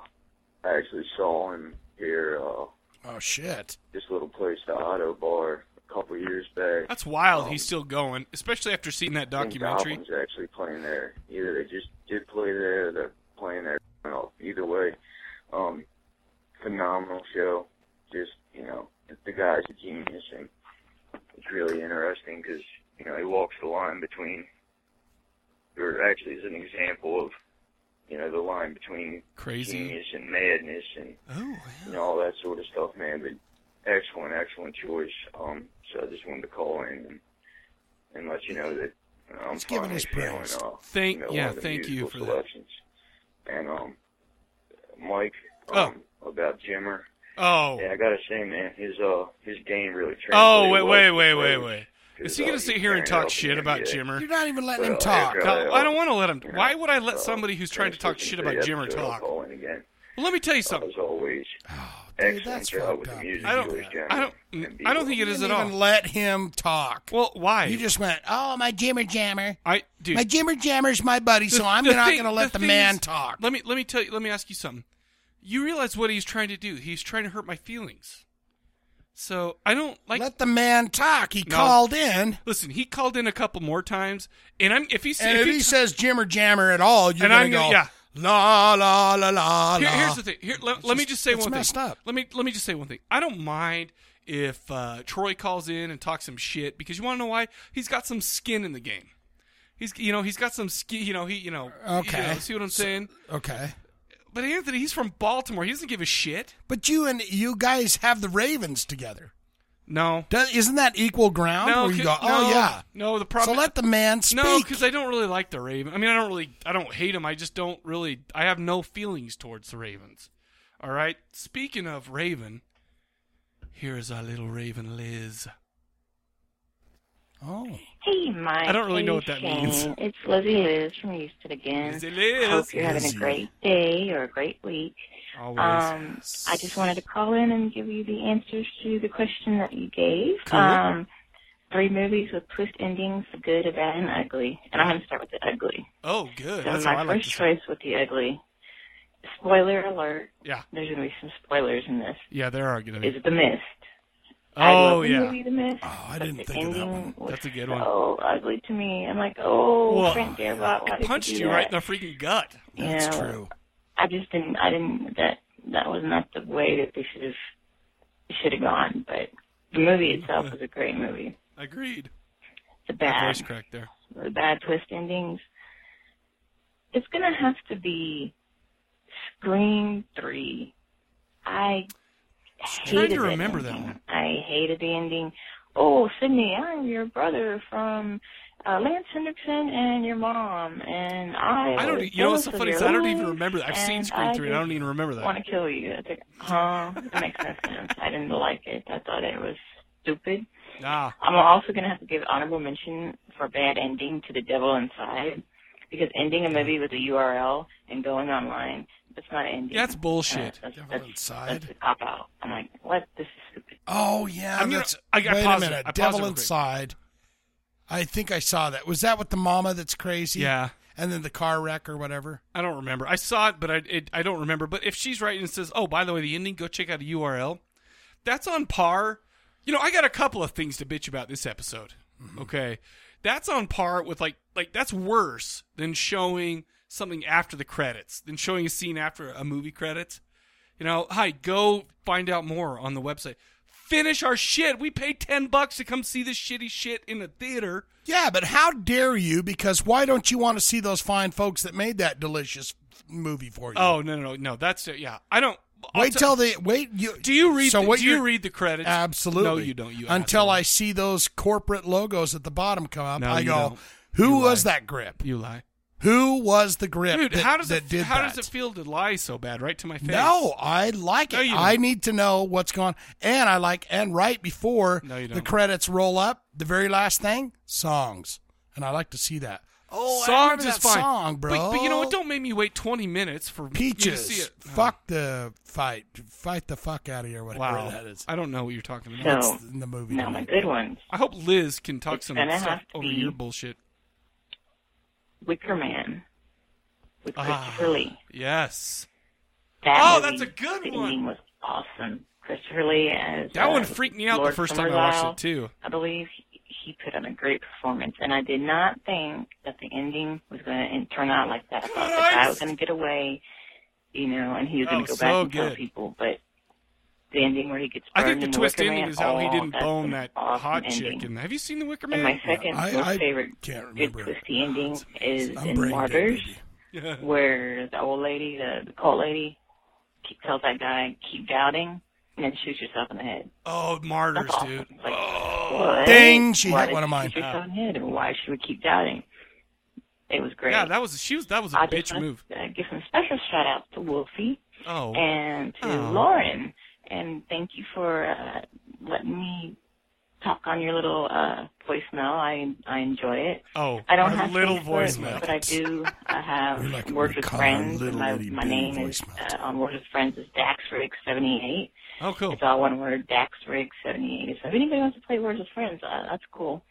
Speaker 3: I actually saw him here, uh,
Speaker 2: Oh shit!
Speaker 3: this little place, the Auto Bar, a couple years back.
Speaker 1: That's wild.
Speaker 3: Um,
Speaker 1: He's still going, especially after seeing that
Speaker 3: I think
Speaker 1: documentary.
Speaker 3: Goblin's actually playing there. Either they just did play there, or they're playing there. Well, either way, um, phenomenal show. Just you know, the guy's a genius, and it's really interesting because you know he walks the line between, or actually is an example of, you know, the line between
Speaker 1: Crazy.
Speaker 3: genius and madness, and
Speaker 1: Oh,
Speaker 3: you
Speaker 1: yeah.
Speaker 3: know, all that sort of stuff, man. But excellent, excellent choice. Um, so I just wanted to call in and, and let you know that you know, I'm
Speaker 2: He's giving
Speaker 3: finally
Speaker 2: us
Speaker 3: feeling,
Speaker 2: praise.
Speaker 3: uh,
Speaker 1: Thank-
Speaker 3: you know,
Speaker 1: yeah,
Speaker 3: one of the
Speaker 1: thank you
Speaker 3: musical
Speaker 1: for that.
Speaker 3: selections. And um, Mike,
Speaker 1: Oh.
Speaker 3: um, about Jimmer.
Speaker 1: Oh.
Speaker 3: Yeah, I gotta say, man, his uh, his game really.
Speaker 1: Oh
Speaker 3: translated
Speaker 1: wait,
Speaker 3: well
Speaker 1: wait,
Speaker 3: to
Speaker 1: wait,
Speaker 3: the
Speaker 1: wait,
Speaker 3: pros,
Speaker 1: wait.
Speaker 3: 'cause,
Speaker 1: Is he
Speaker 3: uh,
Speaker 1: gonna sit here and
Speaker 3: carried out
Speaker 1: talk
Speaker 3: the
Speaker 1: shit about
Speaker 3: NBA.
Speaker 1: Jimmer?
Speaker 2: You're not even letting him
Speaker 3: Well,
Speaker 2: talk.
Speaker 3: yeah,
Speaker 1: God, I don't want to let him.
Speaker 3: You know,
Speaker 1: Why would I let
Speaker 3: uh,
Speaker 1: somebody who's trying to
Speaker 3: finished
Speaker 1: talk
Speaker 3: listening
Speaker 1: shit
Speaker 3: to
Speaker 1: about
Speaker 3: the
Speaker 1: Jimmer
Speaker 3: episode, I'll
Speaker 1: talk?
Speaker 3: call in again.
Speaker 1: Well, let me tell you something.
Speaker 3: As always,
Speaker 2: Oh, dude,
Speaker 3: excellent
Speaker 2: that's
Speaker 3: job
Speaker 2: fucked
Speaker 3: with the
Speaker 2: up.
Speaker 3: music.
Speaker 1: I don't-
Speaker 3: choice, Jimmy,
Speaker 1: I don't-
Speaker 3: and
Speaker 1: I don't
Speaker 3: Beatles.
Speaker 1: think
Speaker 2: You
Speaker 1: it is at
Speaker 2: didn't
Speaker 1: all.
Speaker 2: even let him talk.
Speaker 1: Well, why?
Speaker 2: You just went, oh my jimmer jammer,
Speaker 1: I dude.
Speaker 2: my jimmer jammer's my buddy, so
Speaker 1: the-
Speaker 2: I'm
Speaker 1: the
Speaker 2: not
Speaker 1: thing-
Speaker 2: going to let the,
Speaker 1: thing
Speaker 2: man
Speaker 1: is-
Speaker 2: talk.
Speaker 1: Let me let me tell you. Let me ask you something. You realize what he's trying to do? He's trying to hurt my feelings. So I don't like.
Speaker 2: Let the man talk. He
Speaker 1: No.
Speaker 2: called in.
Speaker 1: Listen, he called in a couple more times, and I'm if he
Speaker 2: And
Speaker 1: if
Speaker 2: if he says Jim or Jammer at all, you're going
Speaker 1: And I'm
Speaker 2: to
Speaker 1: gonna-
Speaker 2: go,
Speaker 1: yeah.
Speaker 2: la, la, la, la,
Speaker 1: Here-
Speaker 2: la.
Speaker 1: here's the thing. Here, let, let me
Speaker 2: just-
Speaker 1: just say
Speaker 2: it's
Speaker 1: one
Speaker 2: messed
Speaker 1: thing.
Speaker 2: up.
Speaker 1: Let me let me just say one thing. I don't mind if uh, Troy calls in and talks some shit because you want to know why? He's got some skin in the game. He's you know he's got some skin. You know he you know you
Speaker 2: Okay.
Speaker 1: know, see what I'm saying?
Speaker 2: Okay.
Speaker 1: But Anthony, he's from Baltimore. He doesn't give a shit.
Speaker 2: But you and you guys have the Ravens together.
Speaker 1: No.
Speaker 2: Does, isn't that equal ground?
Speaker 1: No,
Speaker 2: where you
Speaker 1: c-
Speaker 2: go, oh,
Speaker 1: no,
Speaker 2: yeah.
Speaker 1: No, the problem.
Speaker 2: so let the man speak.
Speaker 1: No, because I don't really like the Ravens. I mean, I don't really, I don't hate them. I just don't really, I have no feelings towards the Ravens. All right. Speaking of Raven, here is our little Raven Liz.
Speaker 2: oh.
Speaker 4: Hey, Mike.
Speaker 1: I don't really know what
Speaker 4: Hey,
Speaker 1: that means.
Speaker 4: Shane. It's Lizzie Liz from Houston again.
Speaker 1: Lizzie Liz.
Speaker 4: Hope you're having
Speaker 2: Lizzie.
Speaker 4: a great day or a great week.
Speaker 1: Always.
Speaker 4: Um, I just wanted to call in and give you the answers to the question that you gave.
Speaker 1: Cool.
Speaker 4: Um, three movies with twist endings: the good, the bad, and the ugly. And I'm going to start with the ugly.
Speaker 1: oh, good.
Speaker 4: So
Speaker 1: That's how I
Speaker 4: my
Speaker 1: like
Speaker 4: first
Speaker 1: to say.
Speaker 4: choice with the ugly. Spoiler alert:
Speaker 1: Yeah.
Speaker 4: There's going to be some spoilers in this.
Speaker 1: Yeah, there are going to
Speaker 4: Is
Speaker 1: be.
Speaker 4: The Mist? I
Speaker 1: Oh,
Speaker 4: love the
Speaker 1: yeah.
Speaker 4: movie The Mist.
Speaker 2: Oh, I
Speaker 4: but
Speaker 2: didn't
Speaker 4: the
Speaker 2: think of that
Speaker 4: ending
Speaker 2: one.
Speaker 4: was
Speaker 1: That's a good
Speaker 4: so
Speaker 1: one.
Speaker 4: ugly to me. I'm like, oh,
Speaker 1: Well,
Speaker 4: Frank Darabont, why
Speaker 1: It
Speaker 4: did
Speaker 1: punched
Speaker 4: you, do
Speaker 1: you
Speaker 4: that?
Speaker 1: right in the freaking gut.
Speaker 2: That's
Speaker 4: Yeah.
Speaker 2: true.
Speaker 4: I just didn't. I didn't. That that was not the way that they should have should have gone. But the movie itself was a great movie.
Speaker 1: Mm-hmm. Agreed.
Speaker 4: The
Speaker 1: That
Speaker 4: bad,
Speaker 1: voice crack there.
Speaker 4: the bad twist endings. It's gonna have to be Scream Three. I
Speaker 1: trying
Speaker 4: hated
Speaker 1: to remember that
Speaker 4: ending.
Speaker 1: one.
Speaker 4: I hated the ending. Oh, Sydney, I'm your brother from uh, Lance Hendrickson and your mom, and I.
Speaker 1: I don't. e-,
Speaker 4: was
Speaker 1: You know what's so
Speaker 4: jealous of
Speaker 1: funny is
Speaker 4: your
Speaker 1: I don't even
Speaker 4: life,
Speaker 1: remember that. I've seen
Speaker 4: and
Speaker 1: Screen
Speaker 4: I
Speaker 1: Three, and I
Speaker 4: just
Speaker 1: don't even remember that.
Speaker 4: want to kill you. It's like, huh? That makes no sense. I didn't like it. I thought it was stupid.
Speaker 1: Ah,
Speaker 4: I'm also gonna have to give honorable mention for bad ending to The Devil Inside, because ending a movie with a URL and going online that's not ending. Uh,
Speaker 1: yeah, that's bullshit.
Speaker 4: That's,
Speaker 2: Devil
Speaker 4: that's,
Speaker 2: Inside.
Speaker 4: That's a cop out. I'm like, what? This is stupid.
Speaker 2: Oh yeah,
Speaker 1: I'm gonna-
Speaker 2: that's.
Speaker 1: I got
Speaker 2: wait
Speaker 1: paused it.
Speaker 2: a minute,
Speaker 1: I paused it
Speaker 2: Devil
Speaker 1: real quick.
Speaker 2: Inside. I think I saw that. Was that with the mama that's crazy?
Speaker 1: Yeah.
Speaker 2: And then the car wreck or whatever.
Speaker 1: I don't remember. I saw it, but I it, I don't remember. But if she's right and says, "Oh, by the way, the ending, go check out the URL," that's on par. You know, I got a couple of things to bitch about this episode. Okay, that's on par with like like that's worse than showing something after the credits, than showing a scene after a movie credits. You know, hi, go find out more on the website. Finish our shit. We paid ten bucks to come see this shitty shit in a theater.
Speaker 2: Yeah, but how dare you? Because why don't you want to see those fine folks that made that delicious movie for you?
Speaker 1: Oh no no no no! That's yeah. I don't. I'll
Speaker 2: wait
Speaker 1: tell-
Speaker 2: till they wait. You
Speaker 1: Do you read?
Speaker 2: So
Speaker 1: the,
Speaker 2: what
Speaker 1: do you
Speaker 2: you're-
Speaker 1: read the credits?
Speaker 2: Absolutely.
Speaker 1: No, you don't. You
Speaker 2: until
Speaker 1: asshole.
Speaker 2: I see those corporate logos at the bottom come up,
Speaker 1: No,
Speaker 2: I
Speaker 1: you
Speaker 2: go,
Speaker 1: don't.
Speaker 2: "Who
Speaker 1: You
Speaker 2: was
Speaker 1: lie.
Speaker 2: that grip?
Speaker 1: You lie,
Speaker 2: Who was the grip
Speaker 1: dude.
Speaker 2: that,
Speaker 1: how does
Speaker 2: that
Speaker 1: it?
Speaker 2: did
Speaker 1: how
Speaker 2: that?"
Speaker 1: does it feel to lie so bad? Right to my face.
Speaker 2: No, I like it.
Speaker 1: No, you don't.
Speaker 2: I need to know what's going on. And I like, and right before
Speaker 1: No, you
Speaker 2: the
Speaker 1: don't.
Speaker 2: credits roll up, the very last thing, songs. And I like to see that. Oh, I
Speaker 1: songs
Speaker 2: remember
Speaker 1: is
Speaker 2: that
Speaker 1: fine.
Speaker 2: song,
Speaker 1: But-
Speaker 2: bro.
Speaker 1: But, you know what? Don't make me wait twenty minutes for You to
Speaker 2: Peaches.
Speaker 1: see it. Oh,
Speaker 2: Fuck the fight. Fight the fuck out of here, whatever
Speaker 1: wow.
Speaker 2: that is.
Speaker 1: I don't know what you're talking about.
Speaker 4: No.
Speaker 2: That's in the movie.
Speaker 4: Now my good ones.
Speaker 1: I hope Liz can talk
Speaker 4: It's
Speaker 1: some
Speaker 4: gonna
Speaker 1: stuff
Speaker 4: have to
Speaker 1: over
Speaker 4: be-
Speaker 1: your bullshit.
Speaker 4: Wicker Man with
Speaker 1: Ah.
Speaker 4: Christopher Lee.
Speaker 1: Yes.
Speaker 4: That
Speaker 1: Oh,
Speaker 4: movie,
Speaker 1: that's a good
Speaker 4: the
Speaker 1: one.
Speaker 4: ending was awesome. Christopher Lee as
Speaker 1: That
Speaker 4: uh,
Speaker 1: one freaked me out
Speaker 4: Lord
Speaker 1: the first time I watched
Speaker 4: Summerisle.
Speaker 1: it too.
Speaker 4: I believe he- he put on a great performance, and I did not think that the ending was going to turn out like that. I thought the guy was going to get away, you know, and he was
Speaker 1: That
Speaker 4: going to
Speaker 1: was
Speaker 4: go
Speaker 1: Oh, so
Speaker 4: back and
Speaker 1: good.
Speaker 4: tell people. But the ending where he gets
Speaker 1: I
Speaker 4: burned
Speaker 1: think the
Speaker 4: in
Speaker 1: twist
Speaker 4: Wicker
Speaker 1: ending
Speaker 4: Man,
Speaker 1: is how he
Speaker 4: oh,
Speaker 1: didn't
Speaker 4: that's
Speaker 1: bone
Speaker 4: an
Speaker 1: that
Speaker 4: awesome
Speaker 1: hot
Speaker 4: ending.
Speaker 1: chick. And have you seen the Wicker
Speaker 4: And my
Speaker 1: Man?
Speaker 4: second
Speaker 2: I-
Speaker 4: most
Speaker 2: I
Speaker 4: favorite
Speaker 2: can't
Speaker 4: good
Speaker 2: remember.
Speaker 4: twisty ending is
Speaker 2: I'm
Speaker 4: in
Speaker 2: brain
Speaker 4: Martyrs,
Speaker 2: dead,
Speaker 4: where the old lady, the, the cult lady, ke- tells that guy, keep doubting, and then shoot yourself in the head.
Speaker 1: Oh, martyrs,
Speaker 4: That's
Speaker 1: dude. Oh.
Speaker 4: awesome. Like, what?
Speaker 2: Ding! She
Speaker 4: Why
Speaker 2: hit
Speaker 4: did
Speaker 2: one of
Speaker 4: you
Speaker 2: mine.
Speaker 4: shoot
Speaker 1: Uh.
Speaker 4: yourself in the head? And Why should we keep doubting? It was great.
Speaker 1: Yeah, that was she was that was a
Speaker 4: I just
Speaker 1: bitch
Speaker 4: wanna,
Speaker 1: move.
Speaker 4: Uh, give some special shout outs to Wolfie
Speaker 1: Oh,
Speaker 4: and to
Speaker 1: Oh.
Speaker 4: Lauren, and thank you for uh, letting me talk on your little uh, voicemail. I I enjoy it.
Speaker 1: oh,
Speaker 4: I don't
Speaker 1: our
Speaker 4: have
Speaker 1: little
Speaker 4: things for it,
Speaker 1: voicemail.
Speaker 4: but I do. I have
Speaker 2: We like it when
Speaker 4: worked
Speaker 2: we
Speaker 4: with
Speaker 2: call
Speaker 4: friends.
Speaker 2: our
Speaker 4: and
Speaker 2: little
Speaker 4: My,
Speaker 2: itty
Speaker 4: my
Speaker 2: bitty
Speaker 4: name is
Speaker 2: voicemail.
Speaker 4: uh, on Words with Friends is Daxrig seventy eight.
Speaker 1: Oh, cool.
Speaker 4: It's all one word, Daxrig seventy eight. So if anybody wants to play Words with Friends, uh, that's cool.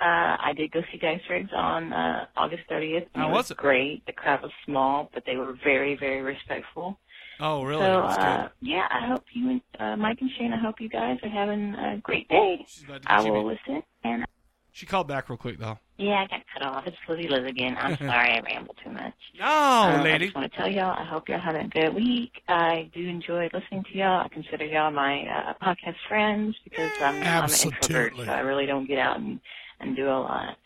Speaker 4: Uh, I did go see Dice Rigs on uh, August 30th. and
Speaker 1: How
Speaker 4: it
Speaker 1: was it?
Speaker 4: Great. The crowd was small, but they were very, very respectful.
Speaker 1: Oh, really?
Speaker 4: So,
Speaker 1: That's good.
Speaker 4: uh, yeah, I hope you and uh, Mike and Shane, I hope you guys are having a great day.
Speaker 1: She's about to
Speaker 4: I
Speaker 1: give
Speaker 4: will
Speaker 1: you-
Speaker 4: listen. And
Speaker 1: She called back real quick though.
Speaker 4: yeah, I got cut off. It's Lizzie Liz again. I'm sorry I ramble too much.
Speaker 1: No,
Speaker 4: Um, I
Speaker 1: lady.
Speaker 4: just want to tell y'all, I hope y'all having a good week. I do enjoy listening to y'all. I consider y'all my uh, podcast friends because I'm, I'm an introvert,
Speaker 2: Absolutely.
Speaker 4: so I really don't get out and, and do a lot.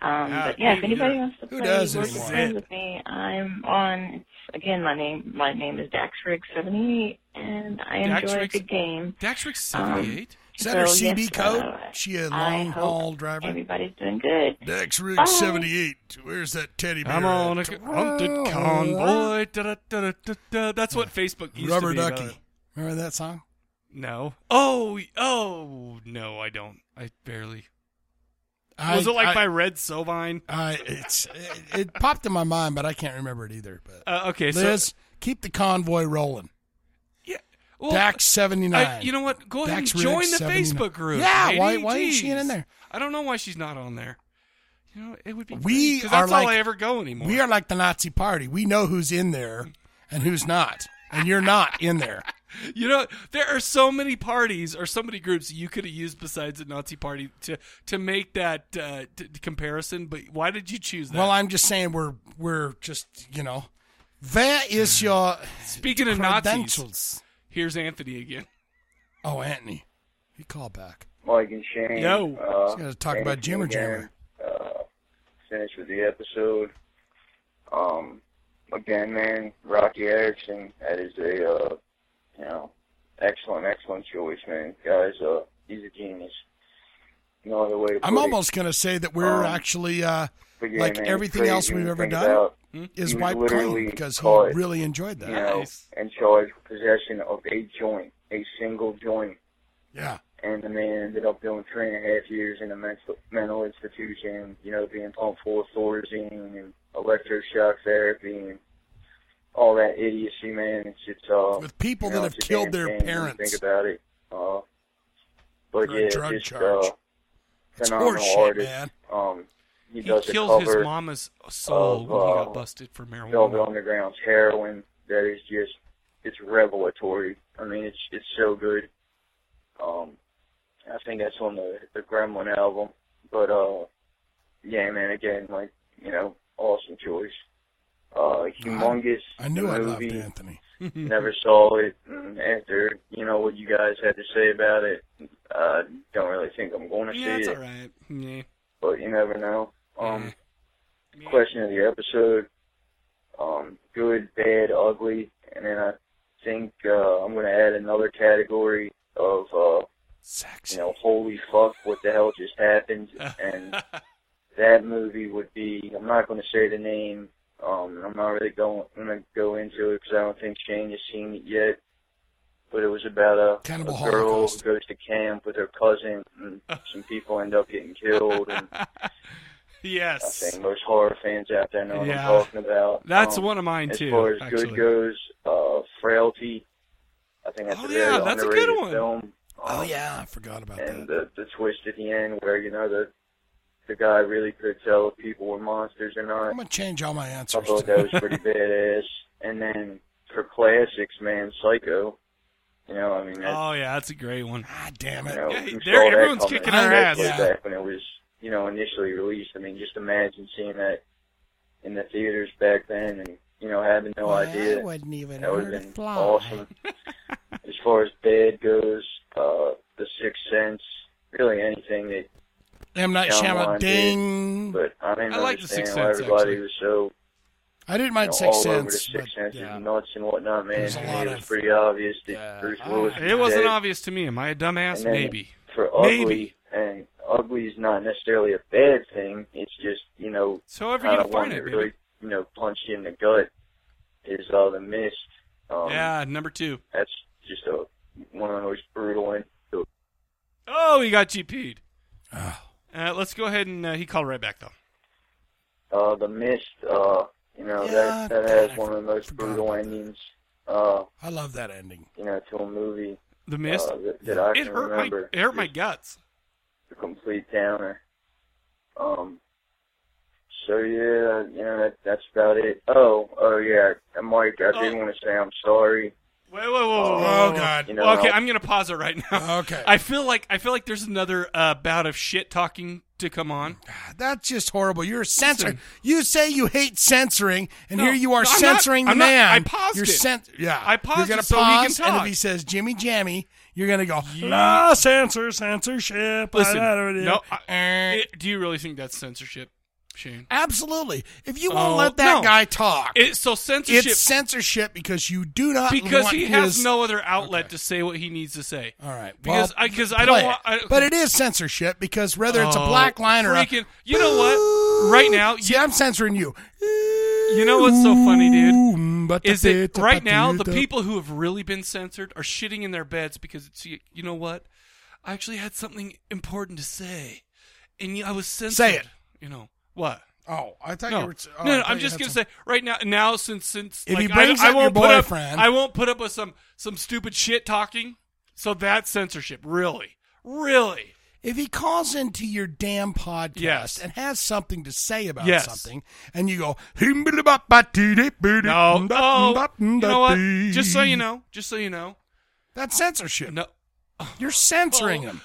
Speaker 4: Um,
Speaker 1: Yeah,
Speaker 4: but yeah,
Speaker 1: me
Speaker 4: if anybody
Speaker 1: neither.
Speaker 4: wants to
Speaker 2: Who
Speaker 4: play
Speaker 2: does
Speaker 4: Words
Speaker 2: anymore?
Speaker 4: with Friends with me, I'm on. It's, again, my name my name is Daxrig78, and I enjoy
Speaker 1: Daxrix?
Speaker 4: the game. Um,
Speaker 1: Daxrick seventy eight.
Speaker 2: Is that her
Speaker 4: So, yes,
Speaker 2: CB code?
Speaker 4: uh,
Speaker 2: she a
Speaker 4: I
Speaker 2: long
Speaker 4: hope
Speaker 2: haul driver?
Speaker 4: Everybody's doing good.
Speaker 2: Dex
Speaker 4: Bye.
Speaker 2: Rig 78. Where's that teddy bear?
Speaker 1: I'm on a
Speaker 2: at?
Speaker 1: haunted convoy. Da-da-da-da-da-da. That's what Facebook used
Speaker 2: Rubber
Speaker 1: to be. about
Speaker 2: Ducky.
Speaker 1: it.
Speaker 2: Remember that song?
Speaker 1: No. Oh, oh no, I don't. I barely.
Speaker 2: I-
Speaker 1: Was it like
Speaker 2: I,
Speaker 1: by Red Sovine?
Speaker 2: I, Uh, it's, it, it popped in my mind, but I can't remember it either. But
Speaker 1: Uh, okay,
Speaker 2: Liz,
Speaker 1: so
Speaker 2: keep the convoy rolling.
Speaker 1: yeah. Well,
Speaker 2: Dax seventy
Speaker 1: I,
Speaker 2: nine.
Speaker 1: you know what? Go ahead
Speaker 2: Dax
Speaker 1: and join
Speaker 2: Riggs,
Speaker 1: the
Speaker 2: 79.
Speaker 1: Facebook group.
Speaker 2: Yeah,
Speaker 1: lady.
Speaker 2: why- why ain't she
Speaker 1: Jeez.
Speaker 2: in there?
Speaker 1: I don't know why she's not on there. You know, it would be
Speaker 2: We
Speaker 1: because
Speaker 2: are
Speaker 1: that's all
Speaker 2: like-
Speaker 1: I ever go anymore.
Speaker 2: we are like the Nazi Party. We know who's in there and who's not, and you're not in there.
Speaker 1: You know, there are so many parties or so many groups you could have used besides the Nazi party to to make that uh, t- comparison. But why did you choose that?
Speaker 2: Well, I'm just saying we're we're just you know, where is your
Speaker 1: Speaking of Nazis,
Speaker 2: credentials?
Speaker 1: here's Anthony again.
Speaker 2: Oh, Anthony, he called back.
Speaker 3: Mike and Shane.
Speaker 1: Yo.
Speaker 3: uh,
Speaker 2: He's gotta talk about
Speaker 3: thank you
Speaker 2: Jimmer
Speaker 3: again. Uh, finished with the episode. Um, again, man, Rocky Erickson. That is a uh, you know excellent, excellent choice, man. Guys, uh, he's a genius. No other way. To
Speaker 2: I'm
Speaker 3: put it.
Speaker 2: almost gonna say that we're
Speaker 3: Um,
Speaker 2: actually uh,
Speaker 3: But yeah,
Speaker 2: like
Speaker 3: man, it's
Speaker 2: everything
Speaker 3: crazy
Speaker 2: else
Speaker 3: when
Speaker 2: we've
Speaker 3: you
Speaker 2: ever
Speaker 3: think
Speaker 2: done.
Speaker 3: about,
Speaker 2: is
Speaker 3: You
Speaker 2: wiped
Speaker 3: literally
Speaker 2: clean because he
Speaker 3: caught-
Speaker 2: really enjoyed
Speaker 3: you
Speaker 2: that.
Speaker 3: know,
Speaker 1: Hmm? Nice.
Speaker 3: and charged with possession of a joint, a single joint.
Speaker 2: Yeah,
Speaker 3: and the man ended up doing three and a half years in a mental mental institution, you know, being pumped full of Thorazine and electroshock therapy and all that idiocy, man. It's just uh,
Speaker 2: with people
Speaker 3: you
Speaker 2: that
Speaker 3: know,
Speaker 2: have
Speaker 3: it's a
Speaker 2: killed
Speaker 3: damn
Speaker 2: their
Speaker 3: shame when you
Speaker 2: parents.
Speaker 3: Think about it. Uh, but
Speaker 2: For a
Speaker 3: yeah,
Speaker 2: drug
Speaker 3: just
Speaker 2: charge.
Speaker 3: uh,
Speaker 2: That's
Speaker 3: phenomenal
Speaker 2: horseshit,
Speaker 3: artist.
Speaker 2: man.
Speaker 3: Um, he,
Speaker 1: He,
Speaker 3: does the
Speaker 1: killed his
Speaker 3: cover
Speaker 1: mama's soul
Speaker 3: of,
Speaker 1: when he
Speaker 3: uh,
Speaker 1: got busted for
Speaker 3: Velvet
Speaker 1: marijuana.
Speaker 3: Underground's heroin that is just it's revelatory. I mean it's it's so good. Um I think that's on the the Gremlin album. But uh yeah man again like you know, awesome choice. Uh humongous
Speaker 2: I knew I loved
Speaker 3: movie.
Speaker 2: Anthony.
Speaker 3: Never saw it and after, you know, what you guys had to say about it. Uh don't really think I'm gonna
Speaker 1: Yeah,
Speaker 3: see
Speaker 1: it's
Speaker 3: it
Speaker 1: all right. Yeah.
Speaker 3: but you never know. Um,
Speaker 2: Mm-hmm.
Speaker 1: Yeah.
Speaker 3: Question of the episode: um, good, bad, ugly, and then I think uh, I'm gonna add another category of uh, you
Speaker 2: Sexy.
Speaker 3: know, holy fuck, what the hell just happened? And that movie would be. I'm not gonna say the name. Um, I'm not really going. I'm gonna go into it because I don't think Shane has seen it yet. But it was about a, a
Speaker 2: Cannibal
Speaker 3: girl who
Speaker 2: Holocaust.
Speaker 3: goes to camp with her cousin, and some people end up getting killed, and I
Speaker 1: yes.
Speaker 3: think most horror fans out there know
Speaker 1: Yeah.
Speaker 3: what I'm talking about.
Speaker 1: That's
Speaker 3: Um,
Speaker 1: one of mine
Speaker 3: As
Speaker 1: too.
Speaker 3: far as
Speaker 1: actually.
Speaker 3: good goes, uh, Frailty. I think that's
Speaker 1: Oh,
Speaker 3: a very
Speaker 1: yeah, that's a good
Speaker 3: underrated
Speaker 1: one.
Speaker 3: film. Um,
Speaker 2: Oh yeah, I forgot about
Speaker 3: And
Speaker 2: that.
Speaker 3: the, the twist at the end where you know the the guy really could tell if people were monsters or not.
Speaker 2: I'm gonna change all my
Speaker 3: I
Speaker 2: answers.
Speaker 3: thought
Speaker 2: today.
Speaker 3: that was pretty badass. And then for classics, man, Psycho. You know, I mean, that,
Speaker 1: Oh yeah, that's a great one.
Speaker 2: Ah, damn
Speaker 3: you
Speaker 2: it.
Speaker 3: know,
Speaker 1: Yeah,
Speaker 3: who
Speaker 1: there-
Speaker 3: saw that
Speaker 1: everyone's
Speaker 3: coming?
Speaker 1: kicking
Speaker 2: our ass.
Speaker 3: Especially
Speaker 2: Yeah.
Speaker 3: Back when it was, you know, initially released. I mean, just imagine seeing that in the theaters back then, and you know, having no idea.
Speaker 2: wouldn't even
Speaker 3: That would have been awesome. as far as bad goes, uh, The Sixth Sense, really anything that.
Speaker 2: M Night
Speaker 3: Down the
Speaker 2: Shyamalan.
Speaker 3: line,
Speaker 2: Ding.
Speaker 3: But I didn't
Speaker 1: I like The
Speaker 3: understand
Speaker 1: Sixth
Speaker 3: why
Speaker 1: Sense,
Speaker 3: everybody
Speaker 1: actually.
Speaker 3: was so
Speaker 2: I didn't
Speaker 3: you know,
Speaker 2: mind Sixth
Speaker 3: all over The
Speaker 2: Sense.
Speaker 3: Sixth
Speaker 2: but,
Speaker 3: Sense
Speaker 2: yeah.
Speaker 3: and nuts and whatnot, man.
Speaker 2: There's a
Speaker 3: To me,
Speaker 2: lot
Speaker 3: it was
Speaker 2: of-
Speaker 3: pretty obvious that
Speaker 2: Yeah.
Speaker 3: Bruce Willis.
Speaker 2: Ah.
Speaker 3: was
Speaker 1: It wasn't
Speaker 3: dead.
Speaker 1: obvious to me. Am I a dumbass?
Speaker 3: And then
Speaker 1: Maybe.
Speaker 3: For ugly,
Speaker 1: Maybe.
Speaker 3: and ugly is not necessarily a bad thing. It's just you know
Speaker 1: So however you
Speaker 3: kind of
Speaker 1: define
Speaker 3: one
Speaker 1: it,
Speaker 3: that
Speaker 1: baby.
Speaker 3: really you know punched you in the gut is uh, the mist. Um,
Speaker 1: Yeah, number two.
Speaker 3: that's just a one of the most brutal ones. So,
Speaker 1: Oh, he got GP'd.
Speaker 2: Oh.
Speaker 1: Uh, let's go ahead and uh, he called right back though.
Speaker 3: Uh, the mist, uh, you know
Speaker 2: Yeah,
Speaker 3: that that
Speaker 2: God,
Speaker 3: has
Speaker 2: I
Speaker 3: one of the most
Speaker 2: forgot
Speaker 3: brutal
Speaker 2: about that.
Speaker 3: endings. Uh,
Speaker 2: I love that ending.
Speaker 3: you know, to a movie
Speaker 1: The mist.
Speaker 3: uh, that, that I
Speaker 1: it
Speaker 3: can
Speaker 1: hurt
Speaker 3: remember.
Speaker 1: my it hurt my
Speaker 3: Just
Speaker 1: guts.
Speaker 3: a complete downer. Um, So yeah, yeah, that, that's about it. Oh, oh yeah, and Mike, I did want to say I'm sorry.
Speaker 1: Oh. Wait, wait, wait, wait, wait,
Speaker 3: Oh,
Speaker 1: wait.
Speaker 3: God. You know,
Speaker 1: Well, okay,
Speaker 3: I'll-
Speaker 1: I'm gonna pause it right now.
Speaker 2: Okay.
Speaker 1: I feel like I feel like there's another uh, bout of shit talking to come on.
Speaker 2: That's just horrible. You're a censor. You say you hate censoring, and
Speaker 1: No,
Speaker 2: here you are
Speaker 1: no, I'm not-
Speaker 2: censoring
Speaker 1: I'm
Speaker 2: the
Speaker 1: not-
Speaker 2: man.
Speaker 1: I paused
Speaker 2: you're
Speaker 1: it.
Speaker 2: cen- yeah,
Speaker 1: I paused
Speaker 2: You're gonna
Speaker 1: it so he can
Speaker 2: pause, and
Speaker 1: talk.
Speaker 2: if he says Jimmy Jammy, you're gonna go la censor censorship. I
Speaker 1: Listen,
Speaker 2: don't know." Eh.
Speaker 1: no, I- it- do you really think that's censorship, Shane?
Speaker 2: absolutely. If you won't
Speaker 1: Oh,
Speaker 2: let that
Speaker 1: no.
Speaker 2: guy talk,
Speaker 1: It, so censorship
Speaker 2: it's censorship because you do not
Speaker 1: because
Speaker 2: want
Speaker 1: he has
Speaker 2: his-
Speaker 1: no other outlet to say what he needs to say.
Speaker 2: All right,
Speaker 1: because
Speaker 2: well,
Speaker 1: I because I don't
Speaker 2: play
Speaker 1: want. I,
Speaker 2: it. but it is censorship because whether it's a
Speaker 1: Oh,
Speaker 2: black line or a-
Speaker 1: freaking- you know what? Right now,
Speaker 2: See, I'm censoring you.
Speaker 1: You know what's so funny, dude?
Speaker 2: but
Speaker 1: Is
Speaker 2: the
Speaker 1: it
Speaker 2: bit-
Speaker 1: right now the
Speaker 2: but-
Speaker 1: people who have really been censored are shitting in their beds because it's you you know what? I actually had something important to say, and I was censored.
Speaker 2: Say it.
Speaker 1: You know what?
Speaker 2: Oh, I thought
Speaker 1: No,
Speaker 2: you were. oh, I
Speaker 1: no, no,
Speaker 2: thought
Speaker 1: I'm
Speaker 2: you
Speaker 1: just
Speaker 2: had
Speaker 1: gonna
Speaker 2: some-
Speaker 1: say right now. Now, since since
Speaker 2: If
Speaker 1: like,
Speaker 2: he brings
Speaker 1: I,
Speaker 2: up
Speaker 1: I won't
Speaker 2: your
Speaker 1: put up,
Speaker 2: boyfriend-
Speaker 1: I won't put up with some some stupid shit talking. So that's censorship, really, really.
Speaker 2: If he calls into your damn podcast
Speaker 1: Yes.
Speaker 2: and has something to say about
Speaker 1: Yes.
Speaker 2: something, and you go, no,
Speaker 1: No, oh, you know what? Just so you know, just so you know,
Speaker 2: that's censorship.
Speaker 1: No. Oh.
Speaker 2: You're censoring him.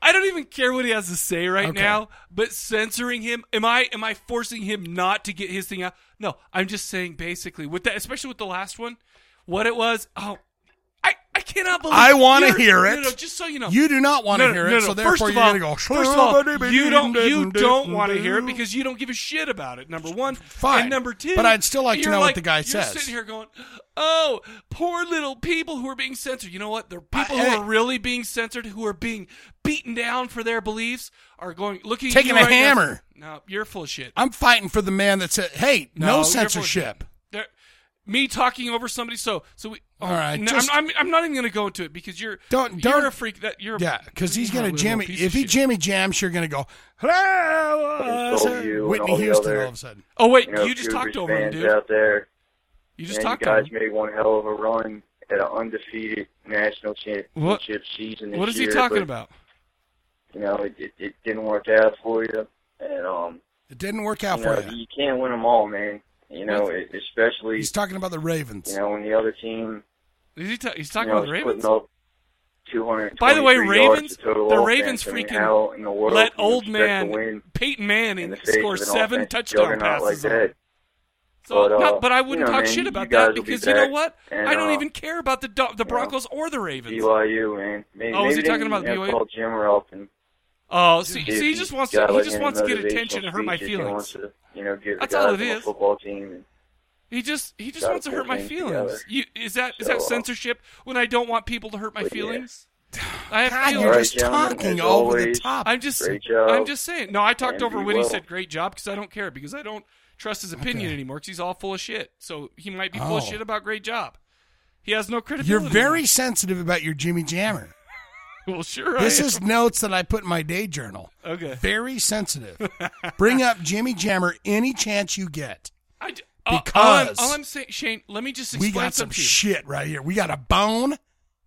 Speaker 1: I don't even care what he has to say right
Speaker 2: Okay.
Speaker 1: now, but censoring him, am I am I forcing him not to get his thing out? No, I'm just saying basically with that, especially with the last one, what it was. Oh, I I cannot believe
Speaker 2: I want to
Speaker 1: you're-
Speaker 2: hear
Speaker 1: no,
Speaker 2: it.
Speaker 1: No, just so you know,
Speaker 2: you do not want to
Speaker 1: No, no,
Speaker 2: hear
Speaker 1: no,
Speaker 2: it.
Speaker 1: no.
Speaker 2: So
Speaker 1: first
Speaker 2: therefore,
Speaker 1: of
Speaker 2: you're
Speaker 1: all,
Speaker 2: gonna go.
Speaker 1: first of all, you don't you don't want to hear it because you don't give a shit about it. Number one,
Speaker 2: Fine.
Speaker 1: And number two,
Speaker 2: But I'd still like to
Speaker 1: you're
Speaker 2: know what the guy
Speaker 1: you're
Speaker 2: says.
Speaker 1: Sitting here going, oh, poor little people who are being censored. You know what? They're people
Speaker 2: hey.
Speaker 1: who are really being censored, who are being beaten down for their beliefs, are going looking
Speaker 2: Taking
Speaker 1: at you
Speaker 2: a
Speaker 1: right now-
Speaker 2: hammer.
Speaker 1: no, you're full of shit.
Speaker 2: I'm fighting for the man that said, "Hey, no,
Speaker 1: No, you're full of
Speaker 2: censorship."
Speaker 1: shit. There- me talking over somebody. So so we. oh,
Speaker 2: All right,
Speaker 1: no,
Speaker 2: just-
Speaker 1: I'm, I'm, I'm not even going to go into it because you're
Speaker 2: Don't-
Speaker 1: you're
Speaker 2: don't-
Speaker 1: a freak. That you're
Speaker 2: Yeah, because he's
Speaker 1: you're a
Speaker 2: gonna
Speaker 1: little
Speaker 2: jimmy.
Speaker 1: piece
Speaker 2: If
Speaker 1: of
Speaker 2: he
Speaker 1: shit.
Speaker 2: jimmy jams, you're gonna go. Hello,
Speaker 3: It's all you and
Speaker 2: Whitney
Speaker 3: all the
Speaker 2: Houston.
Speaker 3: other-
Speaker 2: All of a sudden,
Speaker 1: Oh wait,
Speaker 3: You know,
Speaker 1: you just
Speaker 3: Cougars
Speaker 1: talked over him,
Speaker 3: fans
Speaker 1: dude.
Speaker 3: out there,
Speaker 1: You just
Speaker 3: man,
Speaker 1: talked
Speaker 3: you
Speaker 1: over
Speaker 3: guys
Speaker 1: him.
Speaker 3: made one hell of a run at an undefeated national championship
Speaker 1: What-
Speaker 3: season. This
Speaker 1: What is he
Speaker 3: year,
Speaker 1: talking
Speaker 3: but,
Speaker 1: about?
Speaker 3: You know, it, it, it didn't work out for you, and um,
Speaker 2: it didn't work out
Speaker 3: you know,
Speaker 2: for you.
Speaker 3: you can't win them all, man. You know, it, especially
Speaker 2: He's talking about the Ravens.
Speaker 3: you know when the other team
Speaker 1: Is he ta- he's talking
Speaker 3: you know,
Speaker 1: about the
Speaker 3: is
Speaker 1: Ravens?
Speaker 3: Putting up 223
Speaker 1: By the way,
Speaker 3: yards
Speaker 1: Ravens-
Speaker 3: to total
Speaker 1: the
Speaker 3: offense.
Speaker 1: Ravens
Speaker 3: I mean,
Speaker 1: freaking
Speaker 3: how in the world
Speaker 1: Let
Speaker 3: can you
Speaker 1: old
Speaker 3: expect to
Speaker 1: man
Speaker 3: win
Speaker 1: Peyton
Speaker 3: in
Speaker 1: Manning
Speaker 3: the face
Speaker 1: score
Speaker 3: of an
Speaker 1: seven
Speaker 3: offense
Speaker 1: touchdown
Speaker 3: juggernaut
Speaker 1: passes.
Speaker 3: like
Speaker 1: on
Speaker 3: that.
Speaker 1: him. so
Speaker 3: But, uh,
Speaker 1: no, but I wouldn't
Speaker 3: you know,
Speaker 1: talk
Speaker 3: man,
Speaker 1: shit
Speaker 3: you
Speaker 1: about
Speaker 3: guys
Speaker 1: that
Speaker 3: will be
Speaker 1: because you know
Speaker 3: back,
Speaker 1: what?
Speaker 3: and,
Speaker 1: I don't
Speaker 3: uh,
Speaker 1: even care about the Do- the
Speaker 3: know,
Speaker 1: Broncos or the Ravens.
Speaker 3: BYU, man. Maybe,
Speaker 1: Oh, is he
Speaker 3: maybe they
Speaker 1: talking about
Speaker 3: need to
Speaker 1: BYU?
Speaker 3: Call Jim Ralph and
Speaker 1: Oh, see,
Speaker 3: see if
Speaker 1: see, he just wants
Speaker 3: got,
Speaker 1: to he
Speaker 3: like,
Speaker 1: just
Speaker 3: any
Speaker 1: wants to get
Speaker 3: motivational
Speaker 1: attention and hurt my
Speaker 3: speech if he wants
Speaker 1: feelings.
Speaker 3: to, you know, give the
Speaker 1: That's all
Speaker 3: guys
Speaker 1: it
Speaker 3: on the
Speaker 1: is.
Speaker 3: Football team. And,
Speaker 1: He just he just
Speaker 3: Gotta
Speaker 1: wants to
Speaker 3: pull
Speaker 1: hurt my
Speaker 3: things
Speaker 1: feelings.
Speaker 3: together.
Speaker 1: You, is that is
Speaker 3: So,
Speaker 1: that
Speaker 3: uh,
Speaker 1: censorship when I don't want people to hurt my
Speaker 3: but, yeah.
Speaker 1: feelings? I
Speaker 2: God,
Speaker 1: have feelings.
Speaker 2: you're
Speaker 3: All right,
Speaker 2: just
Speaker 3: gentlemen,
Speaker 2: talking
Speaker 3: as
Speaker 2: over
Speaker 3: always,
Speaker 2: the top.
Speaker 1: I'm just
Speaker 3: Great job.
Speaker 1: I'm just saying. No, I talked
Speaker 3: And
Speaker 1: over
Speaker 3: be
Speaker 1: when he
Speaker 3: well.
Speaker 1: said great job because I don't care because I don't trust his opinion anymore because he's all full of shit. So he might be full of
Speaker 2: Oh.
Speaker 1: shit about great job. He has no credibility.
Speaker 2: You're very sensitive about your Jimmy Jammer.
Speaker 1: well. Sure,
Speaker 2: This
Speaker 1: I am.
Speaker 2: is notes that I put in my day journal.
Speaker 1: okay.
Speaker 2: Very sensitive. Bring up Jimmy Jammer any chance you get.
Speaker 1: I, d- all- all I'm-
Speaker 2: Because-
Speaker 1: all, I'm saying, Shane. Let me just
Speaker 2: We
Speaker 1: explain
Speaker 2: got some
Speaker 1: something to you.
Speaker 2: shit right here. We got a bone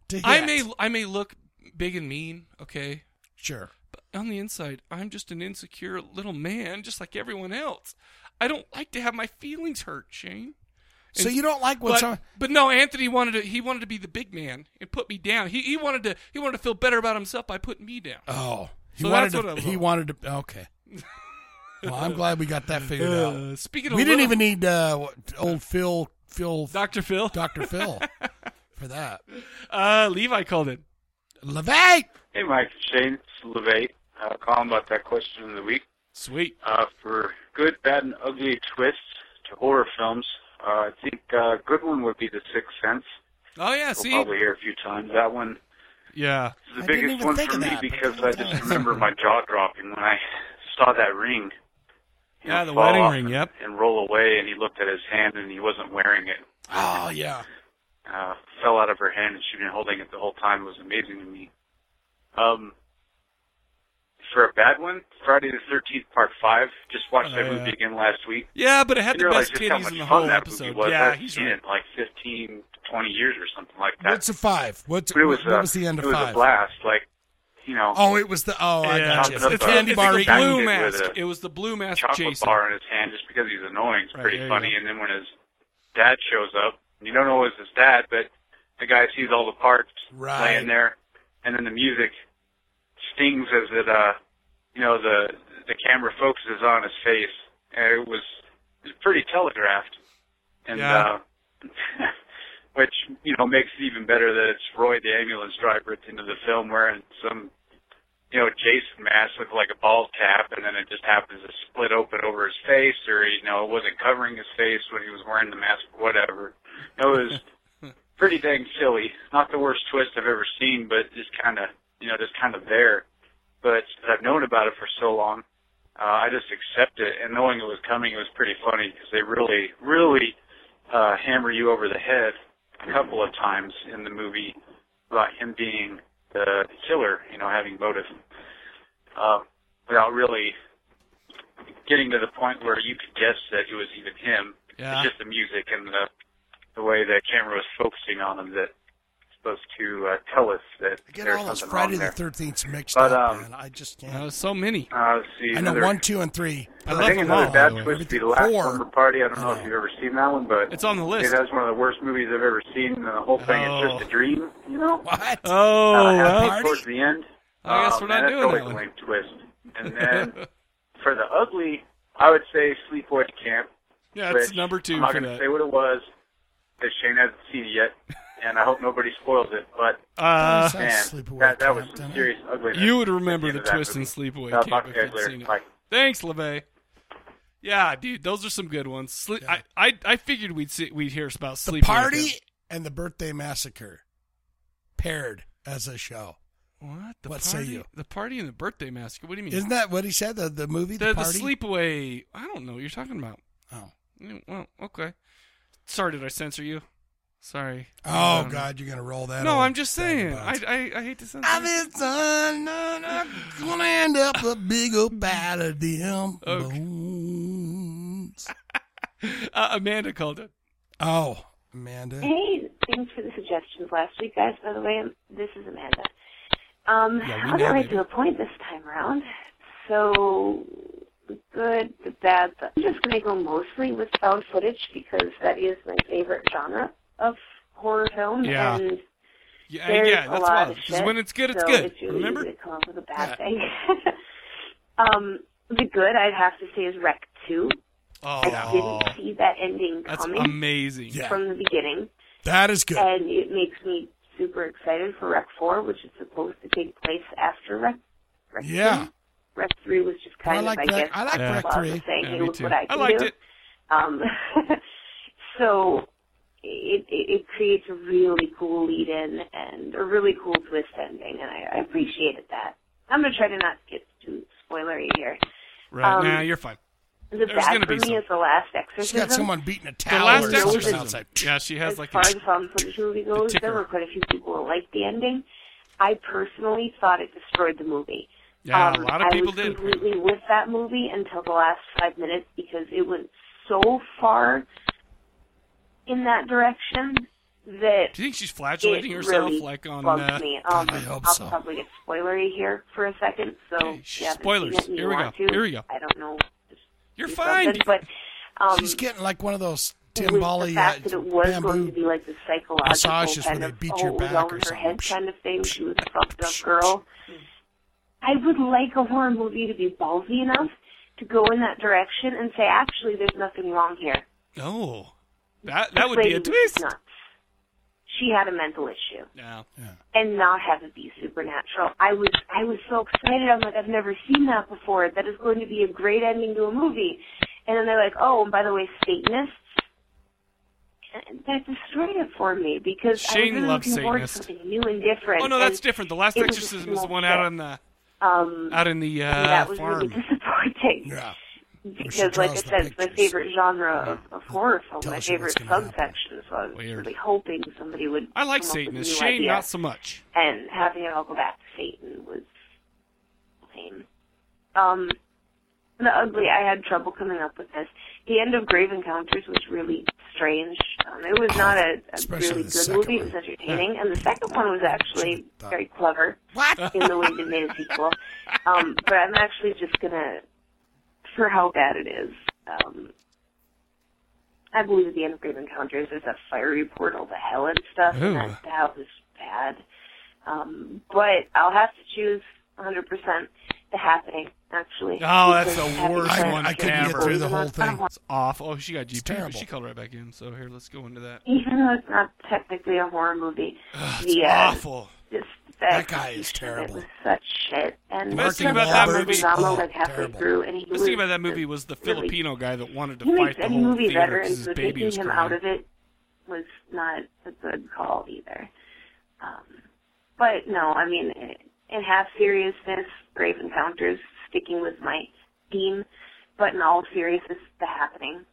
Speaker 2: to hit.
Speaker 1: I may I may look big and mean, okay,
Speaker 2: sure.
Speaker 1: on the inside, I'm just an insecure little man, just like everyone else. I don't like to have my feelings hurt, Shane.
Speaker 2: So you don't like what's on?
Speaker 1: but, but no, Anthony wanted to. He wanted to be the big man and put me down. He he wanted to. He wanted to feel better about himself by putting me down.
Speaker 2: Oh, he
Speaker 1: So
Speaker 2: wanted
Speaker 1: that's
Speaker 2: to.
Speaker 1: what I was
Speaker 2: He
Speaker 1: on.
Speaker 2: wanted to. Okay. Well, I'm glad we got that figured out.
Speaker 1: Uh, speaking of,
Speaker 2: We didn't
Speaker 1: little-
Speaker 2: even need uh, what- old Phil, Phil,
Speaker 1: Dr. Phil.
Speaker 2: Doctor Phil, for that.
Speaker 1: Uh, Levi called it.
Speaker 2: Levite.
Speaker 5: Hey, Mike and Shane, it's LeVay. Uh, calling about that question of the week.
Speaker 1: Sweet.
Speaker 5: Uh, for good, bad, and ugly twists to horror films, uh, I think uh, a good one would be The Sixth Sense.
Speaker 1: Oh yeah.
Speaker 5: We'll
Speaker 1: See.
Speaker 5: probably hear a few times. That one
Speaker 1: Yeah.
Speaker 5: is the
Speaker 2: I didn't
Speaker 5: biggest
Speaker 2: even
Speaker 5: one
Speaker 2: think
Speaker 5: for
Speaker 2: of
Speaker 5: me
Speaker 2: that, but
Speaker 5: because
Speaker 2: that
Speaker 5: I
Speaker 2: was
Speaker 5: just
Speaker 2: nice.
Speaker 5: remember my jaw dropping when I saw that ring. you
Speaker 1: Yeah,
Speaker 5: know,
Speaker 1: the
Speaker 5: fall
Speaker 1: wedding
Speaker 5: off
Speaker 1: ring,
Speaker 5: and-
Speaker 1: yep.
Speaker 5: And roll away, and he looked at his hand, and he wasn't wearing it.
Speaker 2: Oh yeah.
Speaker 5: uh, fell out of her hand and she'd been holding it the whole time. It was amazing to me. Um, for a bad one, Friday the 13th, part 5. Just watched
Speaker 1: Oh, yeah.
Speaker 5: that movie again last week.
Speaker 1: Yeah, but it had
Speaker 5: and
Speaker 1: the
Speaker 5: realized
Speaker 1: best
Speaker 5: just how
Speaker 1: titties
Speaker 5: much
Speaker 1: in the
Speaker 5: fun
Speaker 1: whole
Speaker 5: that
Speaker 1: episode.
Speaker 5: movie was.
Speaker 1: Yeah,
Speaker 5: I've
Speaker 1: he's
Speaker 5: seen
Speaker 1: right.
Speaker 5: it like 15, 20 years or something like that.
Speaker 2: What's a five? What's
Speaker 5: But it was,
Speaker 2: what
Speaker 5: uh,
Speaker 2: was the end of
Speaker 5: it was
Speaker 2: five?
Speaker 5: a blast. Like, you know,
Speaker 2: Oh, it was the oh, I got
Speaker 1: Yeah.
Speaker 5: Chopping
Speaker 2: you. It's
Speaker 5: up
Speaker 2: the
Speaker 5: the-
Speaker 2: candy
Speaker 1: It's
Speaker 2: bar.
Speaker 1: the
Speaker 5: eating.
Speaker 1: blue
Speaker 5: With
Speaker 1: mask.
Speaker 5: a
Speaker 1: It was the blue mask
Speaker 5: chocolate
Speaker 1: Jason.
Speaker 5: bar in his hand just because he's annoying is
Speaker 2: Right,
Speaker 5: pretty
Speaker 2: there you
Speaker 5: funny.
Speaker 2: go.
Speaker 5: And then when his dad shows up, you don't know it's his dad, but the guy sees all the parts
Speaker 2: Right.
Speaker 5: playing there, and then the music stings as it, uh, you know, the the camera focuses on his face, and it was it was pretty telegraphed, and
Speaker 1: Yeah.
Speaker 5: uh, which you know makes it even better that it's Roy the ambulance driver at the end of the film wearing some you know, Jason mask looked like a ball cap, and then it just happens to split open over his face, or you know, it wasn't covering his face when he was wearing the mask, or whatever. It was pretty dang silly. Not the worst twist I've ever seen, but just kind of, you know, just kind of there. But since I've known about it for so long, uh, I just accept it, and knowing it was coming, it was pretty funny because they really, really uh, hammer you over the head a couple of times in the movie about him being the killer, you know, having motive, um, without really getting to the point where you could guess that it was even him.
Speaker 1: Yeah.
Speaker 5: It's just the music and the the way the camera was focusing on him that was supposed to uh, tell us that
Speaker 2: I get
Speaker 5: there's
Speaker 2: all those
Speaker 5: something
Speaker 2: Friday
Speaker 5: wrong
Speaker 2: the
Speaker 5: there.
Speaker 2: Thirteenth mixed
Speaker 5: But,
Speaker 2: up,
Speaker 5: um,
Speaker 2: man. I just
Speaker 1: Uh,
Speaker 2: can't.
Speaker 1: so many.
Speaker 5: Uh, let's see,
Speaker 2: I know
Speaker 5: another-
Speaker 2: one, two, and three.
Speaker 1: I
Speaker 5: I
Speaker 1: love
Speaker 5: think
Speaker 1: them
Speaker 5: another
Speaker 1: all.
Speaker 5: bad
Speaker 2: by the way.
Speaker 5: twist would be the last
Speaker 2: Four.
Speaker 5: Slumber Party. I don't know if
Speaker 2: Oh.
Speaker 5: you've ever seen that one, but
Speaker 1: It's on the list.
Speaker 5: It was one of the worst movies I've ever seen. And the whole thing
Speaker 1: Oh.
Speaker 5: is just a dream, you know.
Speaker 2: What?
Speaker 1: Oh,
Speaker 5: uh, happens
Speaker 1: well, Oh,
Speaker 5: towards the end.
Speaker 1: I guess
Speaker 5: Um,
Speaker 1: we're not
Speaker 5: and
Speaker 1: doing
Speaker 5: that's always
Speaker 1: that
Speaker 5: a
Speaker 1: one.
Speaker 5: lame twist. And then for the ugly, I would say Sleepaway Camp.
Speaker 1: yeah, it's
Speaker 5: which
Speaker 1: number 2
Speaker 5: I'm not
Speaker 1: for
Speaker 5: gonna
Speaker 1: that.
Speaker 5: say what it was because Shane hasn't seen it yet, and I hope nobody spoils it. But
Speaker 1: Uh,
Speaker 2: Sounds
Speaker 5: man,
Speaker 2: Sleepaway
Speaker 5: that, that
Speaker 2: Camp,
Speaker 5: was
Speaker 2: doesn't
Speaker 5: some
Speaker 2: it?
Speaker 5: serious ugliness.
Speaker 1: you would
Speaker 5: at
Speaker 1: remember
Speaker 5: the
Speaker 1: the
Speaker 5: end of that
Speaker 1: twist in
Speaker 5: movie.
Speaker 1: Sleepaway
Speaker 5: Uh,
Speaker 1: Camp
Speaker 5: talk to
Speaker 1: if
Speaker 5: you guys
Speaker 1: you'd
Speaker 5: later.
Speaker 1: seen it.
Speaker 5: Bye.
Speaker 1: Thanks, LeVay. Yeah, dude, those are some good ones. Sle-
Speaker 2: Yeah.
Speaker 1: I, I I figured we'd see, we'd hear about
Speaker 2: the
Speaker 1: Sleepaway
Speaker 2: party
Speaker 1: Camp.
Speaker 2: and the birthday massacre paired as a show.
Speaker 1: What? The
Speaker 2: What say
Speaker 1: party?
Speaker 2: you?
Speaker 1: The party and the birthday mask. What do you mean?
Speaker 2: Isn't that what he said? The the movie, the,
Speaker 1: the, the
Speaker 2: party.
Speaker 1: Sleepaway? I don't know what you're talking about.
Speaker 2: oh,
Speaker 1: Mm, Well, okay. Sorry, did I censor you? Sorry. I
Speaker 2: oh
Speaker 1: don't know.
Speaker 2: God, you're gonna roll that.
Speaker 1: No,
Speaker 2: old
Speaker 1: I'm just saying. I,
Speaker 2: vagabond.
Speaker 1: I I hate to censor.
Speaker 2: I'm
Speaker 1: you.
Speaker 2: just done, done, I'm gonna end up a big old bat of them
Speaker 1: Okay.
Speaker 2: bones.
Speaker 1: Uh, Amanda called it.
Speaker 2: Oh, Amanda.
Speaker 6: Hey, thanks for the suggestions last week, guys. By the way, this is Amanda. Um,
Speaker 1: Yeah, we
Speaker 6: I'll
Speaker 1: know,
Speaker 6: get right
Speaker 1: baby.
Speaker 6: to the point this time around. So, the good, the bad. The, I'm just going to go mostly with found footage because that is my favorite genre of horror film.
Speaker 1: Yeah.
Speaker 6: And
Speaker 1: Yeah, uh,
Speaker 6: there's
Speaker 1: yeah,
Speaker 6: a
Speaker 1: that's
Speaker 6: lot
Speaker 1: why.
Speaker 6: of
Speaker 1: Because
Speaker 6: shit,
Speaker 1: when it's good, it's
Speaker 6: so
Speaker 1: good.
Speaker 6: It's really
Speaker 1: Remember?
Speaker 6: easy to come up with a bad
Speaker 1: Yeah.
Speaker 6: thing. um, the good I'd have to say is Wreck 2.
Speaker 1: Oh,
Speaker 6: I didn't see that ending
Speaker 1: that's
Speaker 6: coming
Speaker 1: amazing.
Speaker 2: Yeah.
Speaker 6: from the beginning
Speaker 2: That is good.
Speaker 6: and it makes me super excited for Rec 4, which is supposed to take place after Rec. Rec
Speaker 2: Yeah.
Speaker 6: 3. Rec 3 was just
Speaker 2: I
Speaker 6: kind
Speaker 2: like
Speaker 6: of, I
Speaker 2: Rec-
Speaker 6: guess,
Speaker 2: I like
Speaker 6: a
Speaker 1: Rec
Speaker 6: lot of
Speaker 2: 3.
Speaker 6: saying,
Speaker 1: Yeah,
Speaker 6: hey,
Speaker 1: me
Speaker 6: look
Speaker 1: too.
Speaker 6: what I can
Speaker 1: liked
Speaker 6: do.
Speaker 1: it.
Speaker 6: Um, so it, it it creates a really cool lead-in and a really cool twist ending, and I, I appreciated that. I'm gonna try to not get too spoilery here.
Speaker 1: Right.
Speaker 6: Um,
Speaker 1: nah, you're fine.
Speaker 6: The
Speaker 1: There's
Speaker 6: bad
Speaker 1: gonna be
Speaker 6: for me
Speaker 1: some.
Speaker 6: is the last
Speaker 2: She's
Speaker 6: exorcism.
Speaker 2: got someone beating a
Speaker 1: The
Speaker 2: towel
Speaker 1: last
Speaker 2: or something
Speaker 1: exorcism.
Speaker 2: outside.
Speaker 1: Yeah, she has
Speaker 6: as
Speaker 1: like
Speaker 6: far
Speaker 1: a.
Speaker 6: as found footage movie goes,
Speaker 1: ticker.
Speaker 6: there were quite a few people who liked the ending. I personally thought it destroyed the movie.
Speaker 1: Yeah,
Speaker 6: um,
Speaker 1: a lot
Speaker 6: I
Speaker 1: of people
Speaker 6: was
Speaker 1: did.
Speaker 6: completely with that movie until the last five minutes because it went so far in that direction that
Speaker 1: Do you think she's
Speaker 6: it
Speaker 1: flatulating herself
Speaker 6: really
Speaker 1: like on?
Speaker 6: bugged
Speaker 1: Uh,
Speaker 6: me. Um,
Speaker 2: I hope
Speaker 6: will
Speaker 2: so.
Speaker 6: probably get spoilery here for a second. So
Speaker 1: Okay,
Speaker 6: if you haven't
Speaker 1: spoilers.
Speaker 6: seen it and you
Speaker 1: Here we
Speaker 6: want
Speaker 1: go.
Speaker 6: to,
Speaker 1: Here we go.
Speaker 6: I don't know. just
Speaker 1: you're
Speaker 6: do
Speaker 1: fine.
Speaker 6: something, But um,
Speaker 2: She's getting like one of those
Speaker 6: with
Speaker 2: Tim Bali
Speaker 6: the
Speaker 2: uh,
Speaker 6: fact that it was going to
Speaker 2: bamboo.
Speaker 6: be like the psychological
Speaker 2: massages where
Speaker 6: kind
Speaker 2: they
Speaker 6: of
Speaker 2: beat
Speaker 6: oh,
Speaker 2: your
Speaker 6: it was
Speaker 2: back
Speaker 6: all
Speaker 2: or
Speaker 6: in her head
Speaker 2: something.
Speaker 6: kind of thing. She was a fucked up girl. I would like a horror movie to be ballsy enough to go in that direction and say, actually, there's nothing wrong here.
Speaker 1: No, that
Speaker 6: This
Speaker 1: that would be
Speaker 6: lady
Speaker 1: a
Speaker 6: was
Speaker 1: twist.
Speaker 6: Nuts. She had a mental issue,
Speaker 1: No. Oh,
Speaker 6: and not have it be supernatural. I was I was so excited. I'm like, I've never seen that before. That is going to be a great ending to a movie. And then they're like, oh, and by the way, Satanists. And that destroyed it for me because
Speaker 1: Shane
Speaker 6: I was really
Speaker 1: loves
Speaker 6: looking forward to
Speaker 1: Satanists.
Speaker 6: something new and different.
Speaker 1: Oh no, that's
Speaker 6: and,
Speaker 1: different. The Last
Speaker 6: it was just
Speaker 1: Exorcism was the
Speaker 6: small
Speaker 1: one out
Speaker 6: step.
Speaker 1: on the
Speaker 6: Um,
Speaker 1: out in the
Speaker 6: and
Speaker 1: uh,
Speaker 6: that was really
Speaker 1: farm.
Speaker 6: disappointing
Speaker 2: Yeah. she
Speaker 6: because, like I
Speaker 2: draws the
Speaker 6: said, it's my
Speaker 2: pictures.
Speaker 6: favorite genre of, of horror film,
Speaker 2: Tells
Speaker 6: my
Speaker 2: you what's
Speaker 6: favorite
Speaker 2: gonna happen.
Speaker 6: subsection. So I was
Speaker 1: Weird.
Speaker 6: really hoping somebody would.
Speaker 1: I like
Speaker 6: come up with a
Speaker 1: Satanists.
Speaker 6: new
Speaker 1: Shane,
Speaker 6: idea.
Speaker 1: not so much.
Speaker 6: and having it all go back to Satan was lame. Um, the ugly, I had trouble coming up with this. the end of Grave Encounters was really strange. Um, it was not a, a
Speaker 2: Especially
Speaker 6: really
Speaker 2: the
Speaker 6: good
Speaker 2: second
Speaker 6: movie. It was
Speaker 2: one.
Speaker 6: entertaining, and the second one was actually
Speaker 2: thought-
Speaker 6: very clever in the way they made a sequel. Um, but I'm actually just gonna, for how bad it is, um, I believe at the end of Grave Encounters there's that fiery portal to hell and stuff,
Speaker 1: Ooh.
Speaker 6: and that, that was bad. Um, but I'll have to choose 100% The Happening, actually.
Speaker 1: Oh, that's
Speaker 6: because
Speaker 1: the
Speaker 6: Happy
Speaker 1: worst
Speaker 6: Friends
Speaker 1: one ever.
Speaker 6: is
Speaker 1: I couldn't get
Speaker 2: through the whole
Speaker 6: even though it's
Speaker 2: thing.
Speaker 6: not-
Speaker 1: It's off. Oh, she got GP, but
Speaker 2: terrible.
Speaker 1: she called right back in. So here, let's go into that.
Speaker 6: Even though it's not technically a horror movie, the, uh,
Speaker 1: Awful.
Speaker 6: Just
Speaker 2: That guy is
Speaker 6: It
Speaker 2: terrible.
Speaker 6: was such shit. And
Speaker 1: The
Speaker 6: Mark
Speaker 1: best thing
Speaker 6: and
Speaker 1: about that
Speaker 6: Wahlberg
Speaker 1: movie-
Speaker 6: was almost,
Speaker 2: oh,
Speaker 6: like halfway
Speaker 2: terrible.
Speaker 6: through, and he
Speaker 1: The
Speaker 6: was
Speaker 1: thing about that movie was the
Speaker 6: really-
Speaker 1: Filipino guy that wanted to
Speaker 6: He
Speaker 1: fight
Speaker 6: makes
Speaker 1: the
Speaker 6: any
Speaker 1: whole
Speaker 6: movie
Speaker 1: theater
Speaker 6: better,
Speaker 1: because
Speaker 6: and
Speaker 1: his
Speaker 6: so
Speaker 1: baby
Speaker 6: taking
Speaker 1: was
Speaker 6: him out
Speaker 1: crying.
Speaker 6: of it was not a good call either. Um, but no, I mean, in half seriousness, Grave Encounters sticking with my theme, but in all seriousness, The Happening.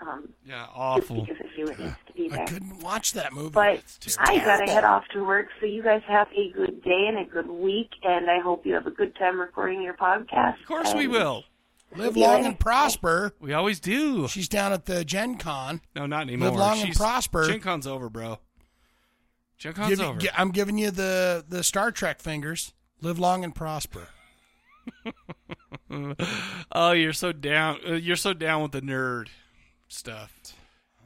Speaker 6: Um,
Speaker 1: Yeah,
Speaker 6: just
Speaker 1: awful.
Speaker 6: because I feel it needs to be
Speaker 2: I
Speaker 6: there.
Speaker 2: couldn't watch that movie.
Speaker 6: But
Speaker 2: It's
Speaker 6: I gotta
Speaker 2: terrible.
Speaker 6: head off to work, so you guys have a good day and a good week, and I hope you have a good time recording your podcast.
Speaker 1: Of course we will.
Speaker 2: Live long and prosper.
Speaker 1: We always do.
Speaker 2: She's down at the Gen Con.
Speaker 1: No, not anymore.
Speaker 2: long and
Speaker 1: She's,
Speaker 2: prosper.
Speaker 1: Gen Con's over, bro. Gen Con's
Speaker 2: Give-
Speaker 1: over.
Speaker 2: gi- I'm giving you the, the Star Trek fingers. Live long and prosper.
Speaker 1: oh, you're so down. Uh, you're so down with the nerd stuff.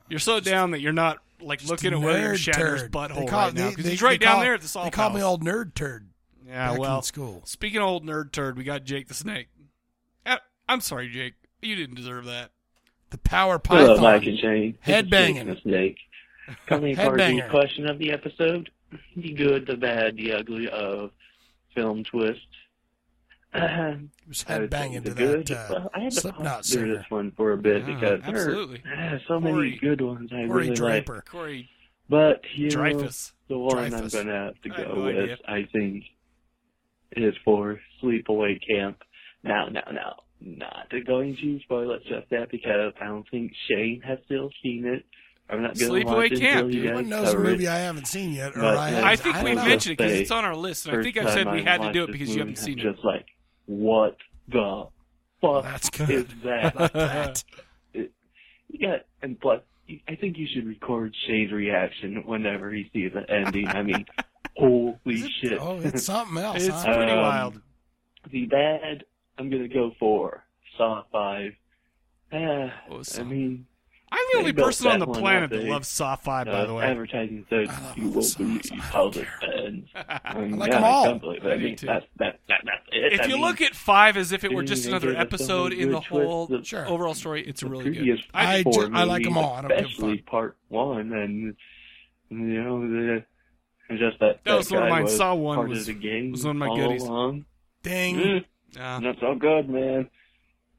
Speaker 1: You're so down that you're not like looking at William
Speaker 2: Nerd
Speaker 1: Shatner's
Speaker 2: turd.
Speaker 1: butthole
Speaker 2: They call-
Speaker 1: right now
Speaker 2: they-
Speaker 1: because
Speaker 2: they-
Speaker 1: he's right
Speaker 2: they
Speaker 1: down
Speaker 2: call-
Speaker 1: there at the salt
Speaker 2: They call me
Speaker 1: house.
Speaker 2: old nerd turd.
Speaker 1: Yeah,
Speaker 2: back in
Speaker 1: well,
Speaker 2: school.
Speaker 1: Speaking of old nerd turd, we got Jake the Snake. Uh, I'm sorry, Jake. You didn't deserve that.
Speaker 2: The power python.
Speaker 7: Hello, Mike and Jane.
Speaker 2: Headbanging.
Speaker 7: This is Jake the Snake. Coming for the
Speaker 2: Headbanger.
Speaker 7: question of the episode: the good, the bad, the ugly of film twist. Ahem.
Speaker 2: He was
Speaker 7: I would say
Speaker 2: headbanging to
Speaker 7: the good.
Speaker 2: that uh,
Speaker 7: well, Uh-huh. I had to
Speaker 2: Slipknot
Speaker 7: pause through
Speaker 2: singer,
Speaker 7: this one for a bit
Speaker 1: Yeah,
Speaker 7: because
Speaker 1: absolutely.
Speaker 7: there are ah, so many
Speaker 1: Corey-
Speaker 7: good ones I
Speaker 2: Corey
Speaker 7: really like.
Speaker 2: Draper.
Speaker 1: Corey
Speaker 7: But you know,
Speaker 1: Dreyfus.
Speaker 7: the one I'm
Speaker 2: Dreyfus.
Speaker 7: going to have to
Speaker 1: I have
Speaker 7: go
Speaker 1: no
Speaker 7: with,
Speaker 1: idea.
Speaker 7: I think, is for Sleepaway Camp. Now, now, now, not going to spoil it just that because I don't think Shane has still seen it. I'm not going to watch
Speaker 1: Sleepaway
Speaker 7: it
Speaker 1: Camp,
Speaker 7: until
Speaker 1: dude.
Speaker 7: you
Speaker 2: No
Speaker 7: guys
Speaker 2: one knows a
Speaker 7: cover it.
Speaker 2: movie I haven't seen yet, or
Speaker 7: But,
Speaker 2: I,
Speaker 7: uh,
Speaker 2: have-
Speaker 1: I think
Speaker 2: I
Speaker 1: we've
Speaker 2: don't know.
Speaker 1: mentioned it because
Speaker 7: say,
Speaker 1: it's on our list, and I
Speaker 7: First
Speaker 1: think I've said
Speaker 7: time
Speaker 1: we
Speaker 7: I
Speaker 1: had to
Speaker 7: watched
Speaker 1: do it
Speaker 7: this
Speaker 1: because you
Speaker 7: movie,
Speaker 1: haven't
Speaker 7: I'm
Speaker 1: seen it.
Speaker 7: Just like, what the fuck
Speaker 2: That's good.
Speaker 7: is that?
Speaker 2: Like that.
Speaker 7: Yeah, and plus, I think you should record Shane's reaction whenever he sees the ending. I mean, holy shit!
Speaker 2: Oh, it's something else.
Speaker 1: It's
Speaker 2: huh?
Speaker 1: pretty
Speaker 7: Um,
Speaker 1: wild.
Speaker 7: the bad, I'm gonna go for Saw Five. Ah,
Speaker 1: Oh, Saw.
Speaker 7: I mean,
Speaker 1: I'm the
Speaker 7: they
Speaker 1: only
Speaker 7: built
Speaker 1: person on
Speaker 7: that
Speaker 1: the
Speaker 7: one
Speaker 1: planet
Speaker 7: up,
Speaker 1: that
Speaker 7: eh?
Speaker 1: loves Saw 5, by
Speaker 7: uh,
Speaker 1: the way.
Speaker 7: advertising said
Speaker 2: I love
Speaker 7: you
Speaker 2: the
Speaker 7: won't
Speaker 2: Saws.
Speaker 7: believe
Speaker 2: I don't
Speaker 7: how this
Speaker 2: care.
Speaker 7: ends. I mean,
Speaker 2: like
Speaker 7: yeah,
Speaker 2: 'em
Speaker 7: I
Speaker 2: all.
Speaker 7: can't believe it.
Speaker 1: I
Speaker 7: I
Speaker 1: do
Speaker 7: mean,
Speaker 1: too.
Speaker 7: that's, that, that, that's it.
Speaker 1: if
Speaker 7: I
Speaker 1: you
Speaker 7: mean,
Speaker 1: look at 5 as if it were
Speaker 7: didn't
Speaker 1: just
Speaker 7: even
Speaker 1: another
Speaker 7: give us so
Speaker 1: episode
Speaker 7: many
Speaker 1: in
Speaker 7: good
Speaker 1: the
Speaker 7: twists.
Speaker 1: whole
Speaker 7: The-
Speaker 2: Sure.
Speaker 1: overall story, it's
Speaker 7: the
Speaker 1: really
Speaker 7: previous
Speaker 1: good. I,
Speaker 2: I
Speaker 7: four
Speaker 2: ju- I like 'em
Speaker 7: movies,
Speaker 2: all. I don't give a
Speaker 7: especially
Speaker 2: fuck.
Speaker 7: part one and you know the. Just that,
Speaker 1: That was one of
Speaker 7: guy
Speaker 1: mine.
Speaker 7: Was
Speaker 1: Saw one
Speaker 7: part
Speaker 1: was-
Speaker 7: of the game
Speaker 1: was one of my
Speaker 7: all
Speaker 1: goodies.
Speaker 7: Along.
Speaker 2: Ding.
Speaker 7: Mm.
Speaker 1: uh,
Speaker 7: Not so good, man.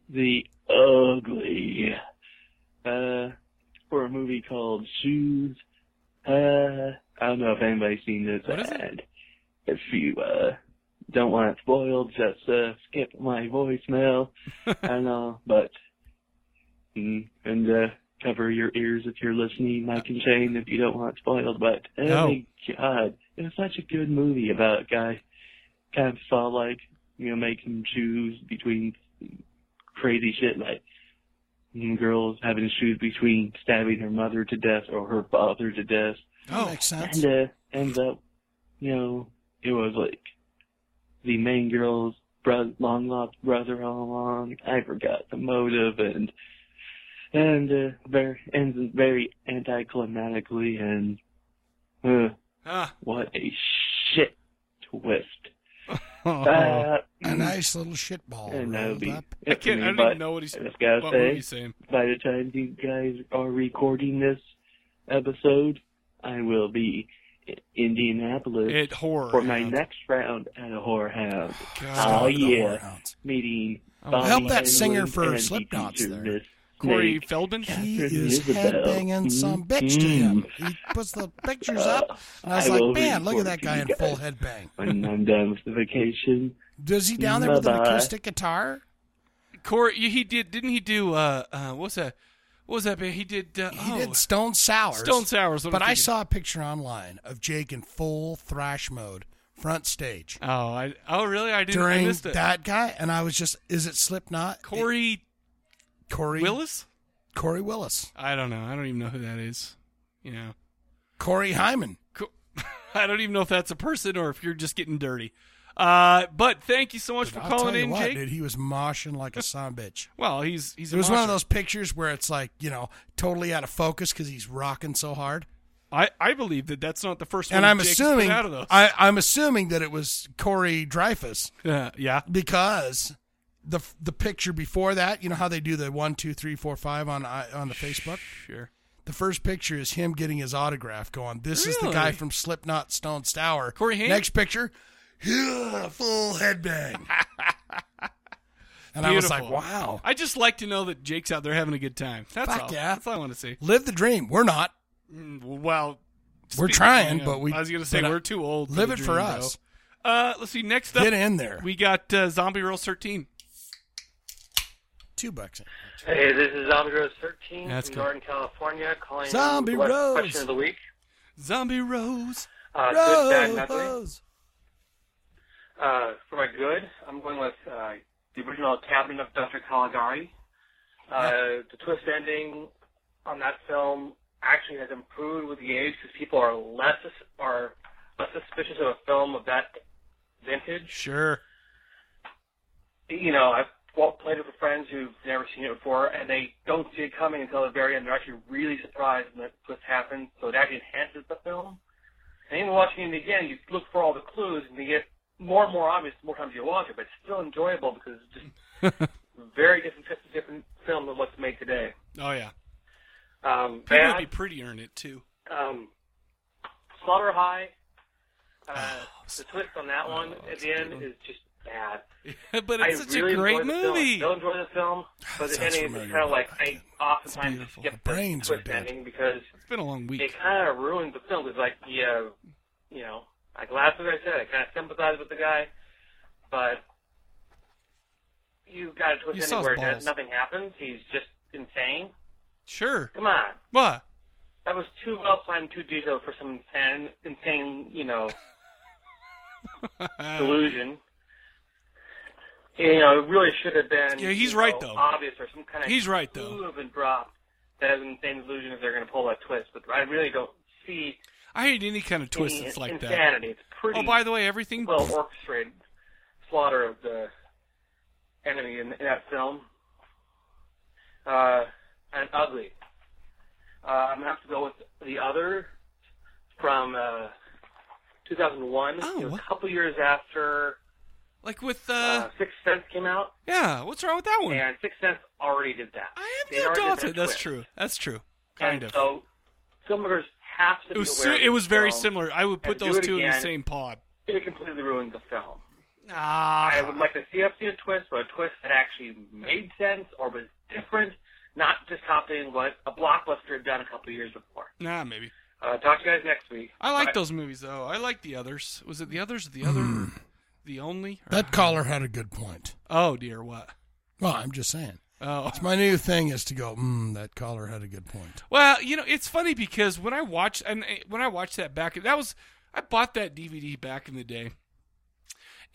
Speaker 7: The ugly. Uh, for a movie called Shoes. Uh, I don't know if anybody's seen this
Speaker 1: What is it?
Speaker 7: ad. If you, uh, don't want it spoiled, just, uh, skip my voicemail. I know, but,
Speaker 8: Mm-hmm.
Speaker 7: mm, and, uh, cover your ears if you're listening, Mike and Shane, if you don't want it spoiled, but, oh
Speaker 1: No.
Speaker 7: my god, it was such a good movie about a guy kind of saw like you know make him choose between crazy shit like mm, girls having to choose between stabbing her mother to death or her father to death
Speaker 2: That makes sense.
Speaker 7: and uh, ends up you know it was like the main girl's bro- long lost brother all along i forgot the motive and and uh, very ends very anticlimactically and uh,
Speaker 1: huh.
Speaker 7: what a shit twist
Speaker 1: I
Speaker 7: uh,
Speaker 2: Oh, A nice little shitball
Speaker 7: and that'll
Speaker 2: rolled
Speaker 7: be.
Speaker 2: up.
Speaker 7: it for
Speaker 1: can't.
Speaker 7: me,
Speaker 1: I don't
Speaker 7: but
Speaker 1: even know what he's.
Speaker 7: I just gotta
Speaker 1: What
Speaker 7: say,
Speaker 1: were you saying?
Speaker 7: by the time you guys are recording this episode, I will be in Indianapolis
Speaker 1: It horror.
Speaker 7: for my
Speaker 1: hound.
Speaker 7: next round at a horror house,
Speaker 1: God.
Speaker 7: Oh,
Speaker 2: Stop the
Speaker 7: yeah.
Speaker 2: whorehounds.
Speaker 7: meeting.
Speaker 1: Oh,
Speaker 7: Bobby
Speaker 1: help that
Speaker 7: England
Speaker 2: singer for
Speaker 7: and the
Speaker 2: Slipknot's
Speaker 7: teacher,
Speaker 2: there.
Speaker 7: Miss
Speaker 1: Corey
Speaker 7: Snake.
Speaker 1: Feldman.
Speaker 2: He
Speaker 7: Catherine
Speaker 2: is
Speaker 7: Isabel.
Speaker 2: headbanging some
Speaker 7: Mm,
Speaker 2: bitch to him.
Speaker 7: mm.
Speaker 2: He puts the pictures
Speaker 7: Uh,
Speaker 2: up, and I was
Speaker 7: I will
Speaker 2: like, man, look at
Speaker 7: report
Speaker 2: that
Speaker 7: to
Speaker 2: guy
Speaker 7: you
Speaker 2: in full
Speaker 7: guys."
Speaker 2: headbang.
Speaker 7: When I'm done with the vacation,
Speaker 2: Does he down there with an
Speaker 7: Bye-bye.
Speaker 2: acoustic guitar?
Speaker 1: Corey. He did. Didn't he do? Uh. uh what's that? What was that? band? He did. Uh,
Speaker 2: He
Speaker 1: oh,
Speaker 2: did Stone Sour.
Speaker 1: Stone Sour. is what
Speaker 2: But
Speaker 1: I'm
Speaker 2: I
Speaker 1: thinking.
Speaker 2: saw a picture online of Jake in full thrash mode, front stage,
Speaker 1: Oh. I. Oh really? I didn't. I
Speaker 2: during
Speaker 1: missed it.
Speaker 2: that guy, and I was just, is it Slipknot?
Speaker 1: Corey
Speaker 2: Corey
Speaker 1: Willis.
Speaker 2: Corey Willis.
Speaker 1: I don't know. I don't even know who that is. You know,
Speaker 2: Corey Hyman.
Speaker 1: Co- I don't even know if that's a person or if you're just getting dirty. Uh, but thank you so much for
Speaker 2: I'll
Speaker 1: calling
Speaker 2: tell you
Speaker 1: in,
Speaker 2: what,
Speaker 1: Jake.
Speaker 2: dude. He was moshing like a son bitch.
Speaker 1: Well, he's he's.
Speaker 2: it was one of those pictures where it's like you know totally out of focus because he's rocking so hard.
Speaker 1: I I believe that that's not the first one.
Speaker 2: and I'm
Speaker 1: Jake has
Speaker 2: assuming
Speaker 1: put out of those.
Speaker 2: I, I'm assuming that it was Corey Dreyfus.
Speaker 1: Yeah, Uh, yeah.
Speaker 2: Because the the picture before that, you know how they do the one, two, three, four, five on I- on the Facebook.
Speaker 1: Sure.
Speaker 2: The first picture is him getting his autograph. Going, this is the guy
Speaker 1: Really?
Speaker 2: from Slipknot, Stone Sour.
Speaker 1: Corey Haim?
Speaker 2: Next picture, yeah, full headbang. and I was like,
Speaker 1: Beautiful.
Speaker 2: wow,
Speaker 1: I just like to know that Jake's out there having a good time. That's
Speaker 2: Fuck
Speaker 1: all.
Speaker 2: yeah.
Speaker 1: That's all I want to see.
Speaker 2: live the dream. We're not.
Speaker 1: Mm, Well,
Speaker 2: We're
Speaker 1: speak-
Speaker 2: trying,
Speaker 1: yeah,
Speaker 2: but we.
Speaker 1: I was gonna say
Speaker 2: but, uh,
Speaker 1: we're too old.
Speaker 2: Live
Speaker 1: the
Speaker 2: it for
Speaker 1: dream,
Speaker 2: us.
Speaker 1: though. Uh, let's see. Next up,
Speaker 2: Get in there.
Speaker 1: We got uh, Zombie Rolls thirteen.
Speaker 2: Two bucks.
Speaker 9: Hey, this is Zombie Rose 13
Speaker 1: That's
Speaker 9: from
Speaker 1: good.
Speaker 9: Northern California calling
Speaker 2: Zombie
Speaker 9: with the
Speaker 2: Rose.
Speaker 9: question of the week.
Speaker 1: Zombie Rose.
Speaker 9: Uh, good, bad, nothing.
Speaker 2: Rose.
Speaker 9: Uh, for my good, I'm going with uh, the original Cabinet of Dr. Caligari. Uh, the twist ending on that film actually has improved with the age because people are less sus- are less suspicious of a film of that vintage.
Speaker 1: Sure.
Speaker 9: you know, I've wa- played it with friends who've never seen it before, and they don't see it coming until the very end. They're actually really surprised when the twist happens, so it actually enhances the film. And even watching it again, you look for all the clues, and they get more and more obvious the more times you watch it, but it's still enjoyable because it's just very different, different film than what's made today.
Speaker 1: Oh yeah.
Speaker 9: Um,
Speaker 1: People
Speaker 9: bad,
Speaker 1: would be pretty earn it too.
Speaker 9: um, Slaughter High.
Speaker 1: Oh,
Speaker 9: Uh, the twist on that one at the end is just bad
Speaker 1: but it's such a great
Speaker 9: enjoyed the film. I
Speaker 1: movie.
Speaker 9: still enjoy the film, but the
Speaker 2: Sounds
Speaker 9: ending is
Speaker 2: familiar.
Speaker 9: kind of like I oftentimes
Speaker 1: beautiful.
Speaker 9: skip
Speaker 2: The brains are
Speaker 9: twist
Speaker 2: dead.
Speaker 9: ending because
Speaker 1: It's been a long week.
Speaker 9: it kind of ruins the film. It's like the, uh, you know, like last week I said, I kind of sympathize with the guy, but you got a twist
Speaker 1: You saw
Speaker 9: ending
Speaker 1: his
Speaker 9: where it-
Speaker 1: balls.
Speaker 9: nothing happens. He's just insane.
Speaker 1: Sure.
Speaker 9: Come on,
Speaker 1: What?
Speaker 9: that was too well planned, too detailed for some insane, insane, you know,
Speaker 1: Uh,
Speaker 9: delusion. You know, it really should have been.
Speaker 1: Yeah, he's
Speaker 9: you
Speaker 1: right,
Speaker 9: know,
Speaker 1: though.
Speaker 9: Obvious or some kind of.
Speaker 1: He's right,
Speaker 9: clue
Speaker 1: though.
Speaker 9: have been dropped that has an insane delusion if they're going to pull that twist, but I really don't see
Speaker 1: I hate any kind of twist
Speaker 9: any
Speaker 1: that's like that.
Speaker 9: insanity. It's pretty
Speaker 1: Oh, by the way, everything.
Speaker 9: well orchestrated slaughter of the enemy in, in that film. Uh, and ugly. Uh, I'm gonna have to go with the other from uh, 2001.
Speaker 1: Oh,
Speaker 9: it was
Speaker 1: what-
Speaker 9: a couple years after
Speaker 1: like with uh,
Speaker 9: uh, Sixth Sense came out,
Speaker 1: yeah. What's wrong with that one?
Speaker 9: and Sixth Sense already did that.
Speaker 1: I
Speaker 9: They
Speaker 1: have no
Speaker 9: already did
Speaker 1: doubt
Speaker 9: that
Speaker 1: that that's
Speaker 9: twist.
Speaker 1: true. That's true.
Speaker 9: And
Speaker 1: Kind of.
Speaker 9: So filmmakers have to
Speaker 1: It was
Speaker 9: be
Speaker 1: si-
Speaker 9: aware. of
Speaker 1: it was
Speaker 9: the
Speaker 1: very
Speaker 9: film.
Speaker 1: similar. I would put
Speaker 9: and do
Speaker 1: those
Speaker 9: it
Speaker 1: two in the
Speaker 9: again.
Speaker 1: same pod.
Speaker 9: It completely ruined the film. I would
Speaker 1: Ah.
Speaker 9: like to see I've seen a twist, but a twist that actually made sense or was different, not just copying what a blockbuster had done a couple of years before.
Speaker 1: Nah, maybe.
Speaker 9: Uh, talk to you guys next week.
Speaker 1: I like
Speaker 9: Bye.
Speaker 1: those movies though. I like the others. Was it the others? or The other? The only? Or-
Speaker 2: That caller had a good point.
Speaker 1: Oh dear, what?
Speaker 2: Well, I'm just saying.
Speaker 1: Oh.
Speaker 2: It's my new thing is to go. Mm, that caller had a good point.
Speaker 1: Well, you know, it's funny because when I watched and uh, when I watched that back, that was I bought that DVD back in the day,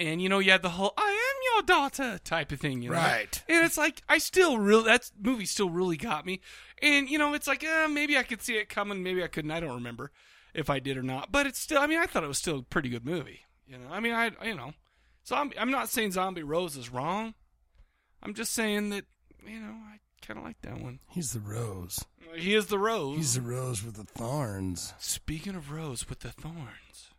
Speaker 1: and you know, you had the whole "I am your daughter" type of thing, you know?
Speaker 2: Right.
Speaker 1: And it's like I still really that movie still really got me, and you know, it's like eh, maybe I could see it coming, maybe I couldn't. I don't remember if I did or not, but it's still. I mean, I thought it was still a pretty good movie. You know, I mean, I you know, so I'm I'm not saying Zombie Rose is wrong. I'm just saying that you know I kind of like that one.
Speaker 2: He's the rose.
Speaker 1: He is the rose.
Speaker 2: He's the rose with the thorns.
Speaker 1: Speaking of Rose with the thorns,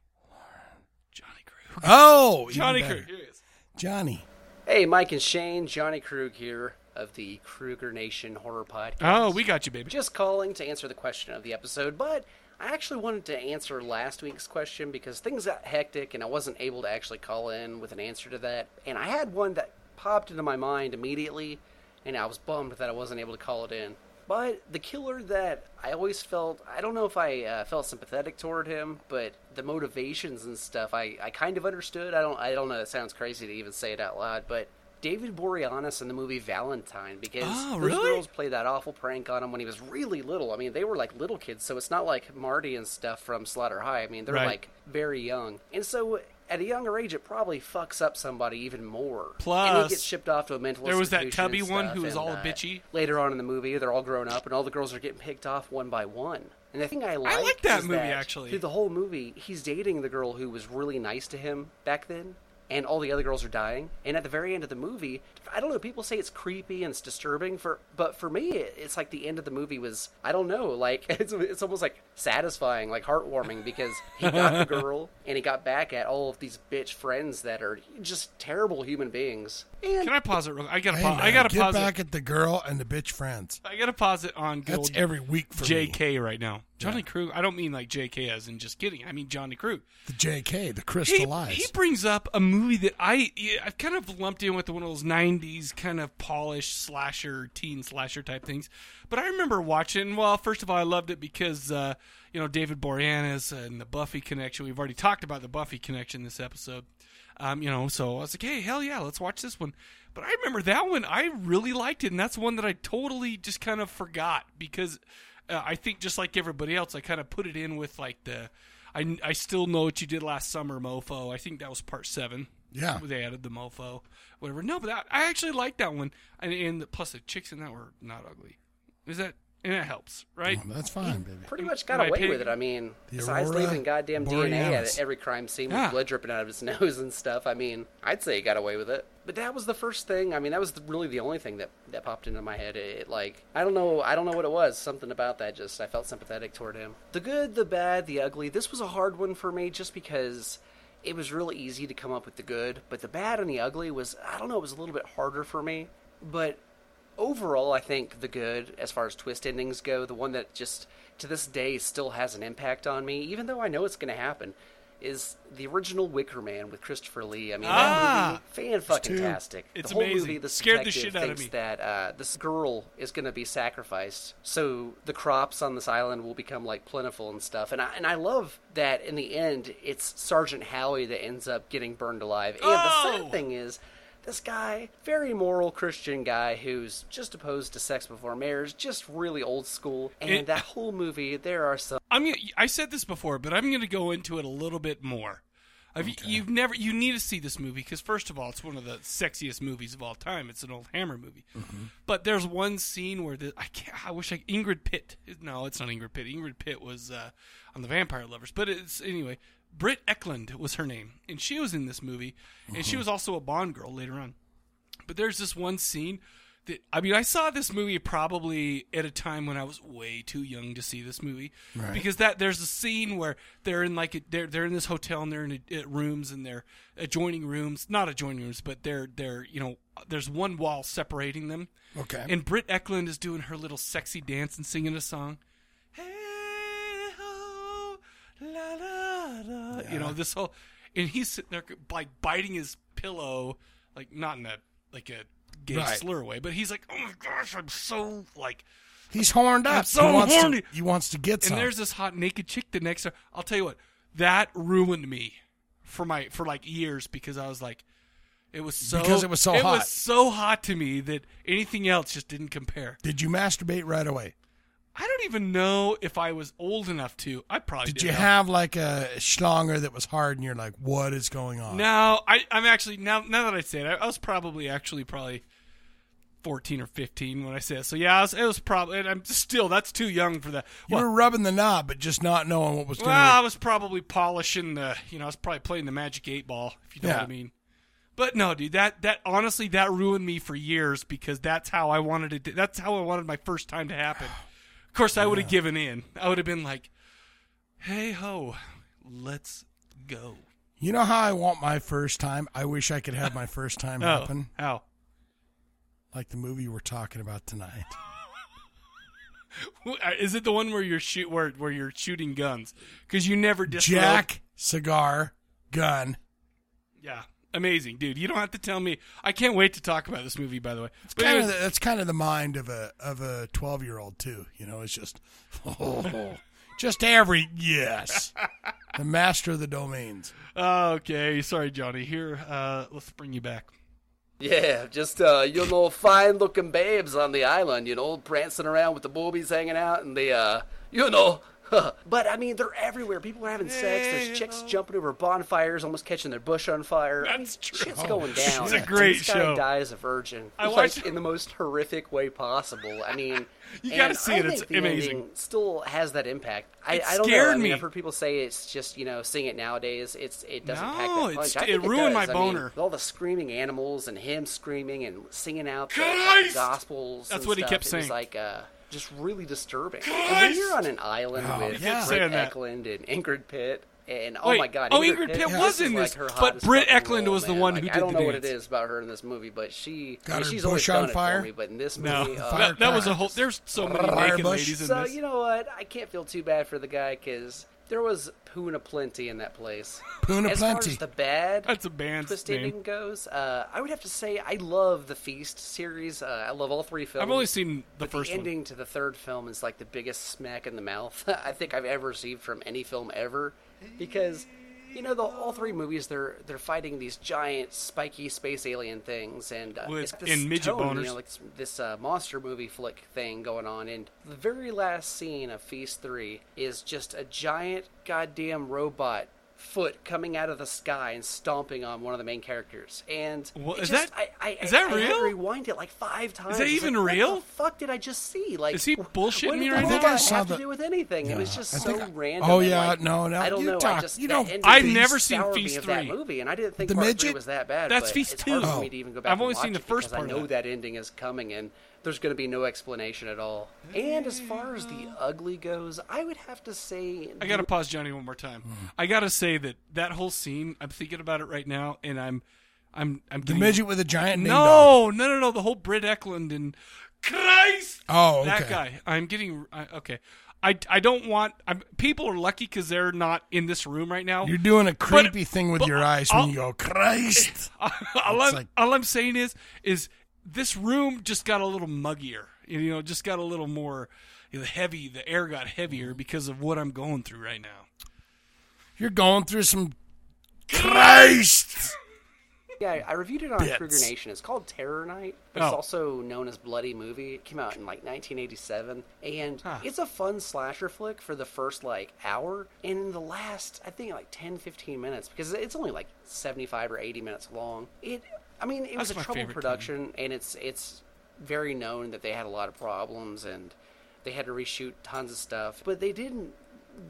Speaker 1: Johnny Crew.
Speaker 2: Oh, even
Speaker 1: Johnny
Speaker 2: better.
Speaker 1: Crew. Here he is.
Speaker 2: Johnny.
Speaker 10: Hey, Mike and Shane, Johnny Krug here of the Kruger Nation Horror Podcast.
Speaker 1: Oh, we got you, baby.
Speaker 10: Just calling to answer the question of the episode, but I actually wanted to answer last week's question because things got hectic and I wasn't able to actually call in with an answer to that. And I had one that popped into my mind immediately, and I was bummed that I wasn't able to call it in. But the killer that I always felt, I don't know if I uh, felt sympathetic toward him, but the motivations and stuff, I, I kind of understood. I don't, I don't know, that sounds crazy to even say it out loud, but David Boreanaz in the movie Valentine, because those
Speaker 1: Oh, really?
Speaker 10: girls played that awful prank on him when he was really little. I mean, they were like little kids, so it's not like Marty and stuff from Slaughter High. I mean, they're
Speaker 1: Right.
Speaker 10: like very young. And so at a younger age, it probably fucks up somebody even more. and
Speaker 1: Plus,
Speaker 10: he gets shipped off to a mental.
Speaker 1: there was that
Speaker 10: institution and
Speaker 1: tubby one
Speaker 10: stuff,
Speaker 1: who was
Speaker 10: and,
Speaker 1: all
Speaker 10: uh,
Speaker 1: bitchy.
Speaker 10: Later on in the movie, they're all grown up, and all the girls are getting picked off one by one. And the thing I like,
Speaker 1: like that
Speaker 10: is
Speaker 1: movie, actually.
Speaker 10: Through the whole movie, he's dating the girl who was really nice to him back then, and all the other girls are dying. And at the very end of the movie, I don't know. People say it's creepy and it's disturbing for, but for me, it- it's like the end of the movie was I don't know. Like it's it's almost like satisfying, like heartwarming because he got the girl and he got back at all of these bitch friends that are just terrible human beings.
Speaker 1: Can I pause it? Real, I gotta,
Speaker 2: Hey,
Speaker 1: pa-
Speaker 2: man,
Speaker 1: I gotta
Speaker 2: get
Speaker 1: pause it.
Speaker 2: back at the girl and the bitch friends.
Speaker 1: I gotta pause it on good
Speaker 2: That's
Speaker 1: old
Speaker 2: every week for me.
Speaker 1: JK right now. Johnny Crew. I don't mean like JK as in just kidding. I mean Johnny Crew.
Speaker 2: The JK, the
Speaker 1: He,
Speaker 2: crystal eyes.
Speaker 1: he brings up a movie that I yeah, I've kind of lumped in with one of those '90s kind of polished slasher, teen slasher type things. But I remember watching. Well, first of all, I loved it because uh, you know David Boreanaz and the Buffy connection. We've already talked about the Buffy connection this episode. Um, you know, so I was like, hey, hell yeah, let's watch this one. But I remember that one. I really liked it, and that's one that I totally just kind of forgot because uh, I think just like everybody else, I kind of put it in with like the I, I still know what you did last summer, mofo. I think that was part seven.
Speaker 2: Yeah.
Speaker 1: where they added the mofo, whatever. No, but that, I actually like that one, and, and plus the chicks in that were not ugly. Is that and that helps, right?
Speaker 2: Well, Oh, that's fine, baby.
Speaker 10: Pretty much got
Speaker 1: My
Speaker 10: away
Speaker 1: pig.
Speaker 10: with it. I mean,
Speaker 2: The
Speaker 10: besides
Speaker 2: Aurora
Speaker 10: leaving goddamn DNA
Speaker 2: Borealis.
Speaker 10: at every crime scene
Speaker 1: Yeah.
Speaker 10: with blood dripping out of his nose and stuff, I mean, I'd say he got away with it. But that was the first thing. I mean, that was the, really the only thing that, that popped into my head. It, it, like I don't know, I don't know what it was. Something about that just I felt sympathetic toward him. The good, the bad, the ugly. This was a hard one for me just because it was really easy to come up with the good, but the bad and the ugly was I don't know, it was a little bit harder for me. But overall, I think the good, as far as twist endings go, the one that just to this day still has an impact on me, even though I know it's going to happen, is the original Wicker Man with Christopher Lee. I mean,
Speaker 1: Ah!
Speaker 10: that movie, fan fucking tastic.
Speaker 1: It's
Speaker 10: the whole
Speaker 1: amazing.
Speaker 10: movie, the
Speaker 1: Scared the
Speaker 10: detective
Speaker 1: shit out of
Speaker 10: thinks
Speaker 1: me.
Speaker 10: That uh, this girl is going to be sacrificed, so the crops on this island will become like plentiful and stuff. And I and I love that in the end, it's Sergeant Howie that ends up getting burned alive. And the
Speaker 1: Oh!
Speaker 10: sad thing is, this guy, very moral Christian guy who's just opposed to sex before marriage, just really old school. And
Speaker 1: It-
Speaker 10: that whole movie, there are some
Speaker 1: I'm gonna, I said this before, but I'm going to go into it a little bit more. I've, You've never you need to see this movie because first of all, it's one of the sexiest movies of all time. It's an old Hammer movie, but there's one scene where the I can't. I wish I Ingrid Pitt. No, it's not Ingrid Pitt. Ingrid Pitt was uh, on the Vampire Lovers, but it's anyway. Britt Eklund was her name, and she was in this movie, and she was also a Bond girl later on. But there's this one scene that I mean, I saw this movie probably at a time when I was way too young to see this movie
Speaker 2: Right.
Speaker 1: because that there's a scene where they're in like a, they're they're in this hotel and they're in a, uh, rooms and they're adjoining rooms, not adjoining rooms, but they're they're you know there's one wall separating them,
Speaker 2: Okay.
Speaker 1: and Britt Eklund is doing her little sexy dance and singing a song. Hey-ho, la, la, la. Uh, You know this whole, and he's sitting there like biting his pillow, like not in a like a gay
Speaker 2: Right.
Speaker 1: slur way, but he's like, oh my gosh, I'm so like.
Speaker 2: He's horned up.
Speaker 1: so
Speaker 2: he wants to-
Speaker 1: horny.
Speaker 2: he wants to get some.
Speaker 1: And there's this hot naked chick the next. I'll tell you what, that ruined me for my for like years because I was like, it was so
Speaker 2: Because it was so
Speaker 1: it
Speaker 2: hot.
Speaker 1: was so hot to me that anything else just didn't compare.
Speaker 2: Did you masturbate right away?
Speaker 1: I don't even know if I was old enough to. I probably
Speaker 2: Did,
Speaker 1: did
Speaker 2: you have like a schlonger that was hard and you're like, what is going on?
Speaker 1: No, I I'm actually now now that I say it, I, I was probably actually probably. 14 or 15 when I said it. so yeah I was, it was probably and I'm still that's too young for that
Speaker 2: You
Speaker 1: Well,
Speaker 2: were rubbing the knob, but just not knowing what was going
Speaker 1: Well, I
Speaker 2: on.
Speaker 1: was probably polishing the, you know, I was probably playing the Magic Eight Ball, if you know what
Speaker 2: Yeah.
Speaker 1: I mean. But no, dude, that that honestly that ruined me for years because that's how I wanted it. To, that's how I wanted my first time to happen. Of course, I would have given in. I would have been like, "Hey ho, let's go."
Speaker 2: You know how I want my first time? I wish I could have my first time
Speaker 1: Oh,
Speaker 2: happen
Speaker 1: how?
Speaker 2: like the movie we're talking about tonight.
Speaker 1: uh, Is it the one where you're shoot where where you're shooting guns? Because you never disload-
Speaker 2: Jack, cigar, gun.
Speaker 1: Yeah, amazing, dude. You don't have to tell me. I can't wait to talk about this movie. By the way,
Speaker 2: It's kind of the, that's kind of the mind of a of a twelve year old too. You know, it's just just every yes, the master of the domains.
Speaker 1: Okay, sorry, Johnny. Here, uh, let's bring you back.
Speaker 10: Yeah, just uh, you know, fine looking babes on the island, you know, prancing around with the boobies hanging out and the uh, you know, but I mean, they're everywhere. People are having sex. There's chicks jumping over bonfires, almost catching their bush on fire. That's true.
Speaker 1: Oh,
Speaker 10: Shit's going down.
Speaker 1: It's a great
Speaker 10: this guy
Speaker 1: show.
Speaker 10: dies a virgin.
Speaker 1: I
Speaker 10: like,
Speaker 1: watched-
Speaker 10: in the most horrific way possible. I mean,
Speaker 1: You gotta
Speaker 10: and
Speaker 1: see
Speaker 10: I
Speaker 1: it.
Speaker 10: think
Speaker 1: It's
Speaker 10: the
Speaker 1: amazing.
Speaker 10: ending Still has that impact. I,
Speaker 1: It
Speaker 10: I don't know.
Speaker 1: scared
Speaker 10: I mean,
Speaker 1: me.
Speaker 10: I've heard people say it's just you know seeing it nowadays. It's it doesn't
Speaker 1: No,
Speaker 10: pack that
Speaker 1: it's-
Speaker 10: punch. I think
Speaker 1: it
Speaker 10: does.
Speaker 1: ruined my
Speaker 10: I mean,
Speaker 1: boner.
Speaker 10: with all the screaming animals and him screaming and singing out the
Speaker 1: Christ!
Speaker 10: gospels.
Speaker 1: That's
Speaker 10: and
Speaker 1: what he
Speaker 10: stuff,
Speaker 1: kept
Speaker 10: it
Speaker 1: saying.
Speaker 10: Was like uh, just really disturbing. And when you're on an island
Speaker 1: Oh,
Speaker 10: with
Speaker 1: yeah.
Speaker 10: Britt
Speaker 1: Saying that.
Speaker 10: Eklund and Ingrid Pitt. And oh
Speaker 1: Wait,
Speaker 10: my God!
Speaker 1: oh,
Speaker 10: Ingrid,
Speaker 1: Ingrid
Speaker 10: Pitt,
Speaker 1: Pitt
Speaker 10: this is
Speaker 1: was in
Speaker 10: like
Speaker 1: this,
Speaker 10: her
Speaker 1: but
Speaker 10: hottest
Speaker 1: Britt
Speaker 10: fucking
Speaker 1: Eklund
Speaker 10: role,
Speaker 1: was the
Speaker 10: man.
Speaker 1: one
Speaker 10: Like,
Speaker 1: who
Speaker 10: I don't
Speaker 1: did
Speaker 10: know
Speaker 1: the
Speaker 10: what it
Speaker 1: dance.
Speaker 10: is about her in this movie, but she
Speaker 2: Got
Speaker 10: I mean,
Speaker 2: her
Speaker 10: she's always
Speaker 2: bush on
Speaker 10: done it
Speaker 2: fire.
Speaker 10: for me. But in this
Speaker 1: No,
Speaker 10: movie, uh,
Speaker 1: that, that was a whole. There's so many naked
Speaker 2: Firebush.
Speaker 1: ladies in
Speaker 10: so
Speaker 1: this.
Speaker 10: you know what? I can't feel too bad for the guy because there was puna plenty in that place.
Speaker 2: Puna
Speaker 10: as far
Speaker 2: plenty.
Speaker 10: as the bad
Speaker 1: That's a band's
Speaker 10: twist
Speaker 1: name.
Speaker 10: ending goes, uh, I would have to say I love the Feast series. Uh, I love all three films.
Speaker 1: I've only seen the
Speaker 10: but
Speaker 1: first
Speaker 10: the ending to the third film is like the biggest smack in the mouth I think I've ever received from any film ever, because you know the all three movies they're they're fighting these giant spiky space alien things and uh,
Speaker 1: With-
Speaker 10: it's this
Speaker 1: and midget
Speaker 10: tone,
Speaker 1: boners.
Speaker 10: you know, like this, this uh, monster movie flick thing going on and the very last scene of Feast Three is just a giant goddamn robot foot coming out of the sky and stomping on one of the main characters and
Speaker 1: Wha-
Speaker 10: it
Speaker 1: is
Speaker 10: just,
Speaker 1: that-
Speaker 10: I, I,
Speaker 1: is that
Speaker 10: I, I had to
Speaker 1: real?
Speaker 10: rewind it like five times.
Speaker 1: that
Speaker 10: It's
Speaker 1: even
Speaker 10: like, what
Speaker 1: real?
Speaker 10: the fuck did I just see? Like,
Speaker 1: Is he
Speaker 10: wh-
Speaker 1: bullshitting
Speaker 10: what
Speaker 1: me
Speaker 10: did
Speaker 1: right
Speaker 10: the fuck
Speaker 1: now? I think I
Speaker 10: Have
Speaker 2: saw
Speaker 10: to
Speaker 2: the-
Speaker 10: do with anything? it was just
Speaker 2: I
Speaker 10: so
Speaker 2: think I-
Speaker 10: random.
Speaker 2: Oh,
Speaker 10: and,
Speaker 2: yeah,
Speaker 10: like,
Speaker 2: no, no,
Speaker 10: I don't
Speaker 2: you
Speaker 10: know. I
Speaker 2: talk-
Speaker 10: just
Speaker 2: you
Speaker 10: that
Speaker 2: don't-
Speaker 10: ended
Speaker 1: I've
Speaker 10: just
Speaker 1: never seen
Speaker 10: soured me
Speaker 1: Feast
Speaker 10: of that
Speaker 1: 3.
Speaker 10: movie, and I didn't think
Speaker 2: The
Speaker 10: part three
Speaker 2: midget?
Speaker 10: was that bad.
Speaker 1: That's
Speaker 10: but
Speaker 1: Feast
Speaker 10: it's hard
Speaker 1: 2.
Speaker 10: For me to even go back
Speaker 1: I've
Speaker 10: and
Speaker 1: only
Speaker 10: watch
Speaker 1: seen the
Speaker 10: it
Speaker 1: first
Speaker 10: because
Speaker 1: part
Speaker 10: I
Speaker 1: of
Speaker 10: know
Speaker 1: that.
Speaker 10: that ending is coming, and there's going to be no explanation at all. And as far as the ugly goes, I would have to say
Speaker 1: I gotta pause Johnny one more time. I gotta say that that whole scene. I'm thinking about it right now, and I'm, I'm, I'm
Speaker 2: The
Speaker 1: getting
Speaker 2: midget with a giant name dog.
Speaker 1: No, no, no, no. The whole Britt Eklund and Christ.
Speaker 2: Oh, okay.
Speaker 1: that guy. I'm getting I, okay. I, I don't want. I'm, people are lucky because they're not in this room right now.
Speaker 2: You're doing a creepy thing with
Speaker 1: Oh. but
Speaker 2: your eyes
Speaker 1: I'll-
Speaker 2: when you go, Christ.
Speaker 1: all, I'm,
Speaker 2: like-
Speaker 1: all I'm saying is, is this room just got a little muggier. You know, just got a little more you know, heavy. The air got heavier because of what I'm going through right now.
Speaker 2: You're going through some Christ.
Speaker 10: Yeah, I- I reviewed it on
Speaker 2: Bits.
Speaker 10: Kruger Nation. It's called Terror Night, but it's
Speaker 1: Oh.
Speaker 10: also known as Bloody Movie. It came out in like 1987, and
Speaker 1: Huh.
Speaker 10: it's a fun slasher flick for the first like hour, and in the last, I think like 10, 15 minutes, because it's only like 75 or 80 minutes long. It, I mean, it was
Speaker 1: That's
Speaker 10: a
Speaker 1: my
Speaker 10: troubled
Speaker 1: favorite
Speaker 10: production, and it's it's very known that they had a lot of problems and they had to reshoot tons of stuff, but they didn't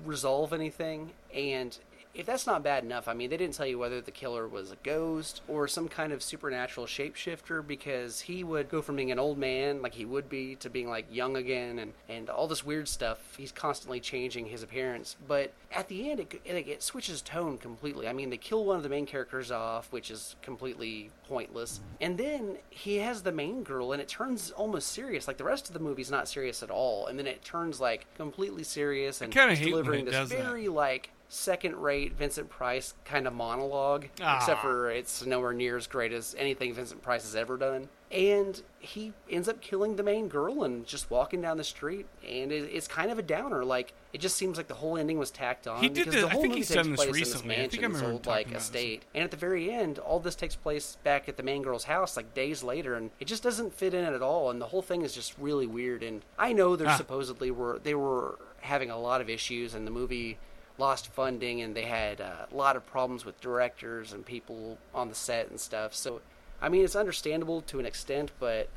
Speaker 10: resolve anything and if that's not bad enough i mean they didn't tell you whether the killer was a ghost or some kind of supernatural shapeshifter because he would go from being an old man like he would be to being like young again and and all this weird stuff he's constantly changing his appearance but at the end it, it, it switches tone completely i mean they kill one of the main characters off which is completely pointless and then he has the main girl and it turns almost serious like the rest of the movie's not serious at all and then it turns like completely serious and
Speaker 1: kinda
Speaker 10: he's
Speaker 1: hate when
Speaker 10: delivering
Speaker 1: it
Speaker 10: this
Speaker 1: does that.
Speaker 10: very like second rate Vincent Price kind of monologue,
Speaker 1: Ah.
Speaker 10: except for it's nowhere near as great as anything Vincent Price has ever done. And he ends up killing the main girl and just walking down the street, and it, it's kind of a downer. Like it just seems like the whole ending was tacked on.
Speaker 1: He did
Speaker 10: because
Speaker 1: this-
Speaker 10: the
Speaker 1: I
Speaker 10: whole
Speaker 1: think
Speaker 10: movie
Speaker 1: he's
Speaker 10: takes
Speaker 1: done this
Speaker 10: place in
Speaker 1: recently. I
Speaker 10: Mansion,
Speaker 1: think I
Speaker 10: this
Speaker 1: remember him
Speaker 10: old, like
Speaker 1: talking about this.
Speaker 10: estate, and at the very end, all this takes place back at the main girl's house, like days later, and it just doesn't fit in at all. And the whole thing is just really weird. And I know they're
Speaker 1: Ah.
Speaker 10: supposedly were they were having a lot of issues, and the movie lost funding, and they had uh, a lot of problems with directors and people on the set and stuff. So, I mean, it's understandable to an extent, but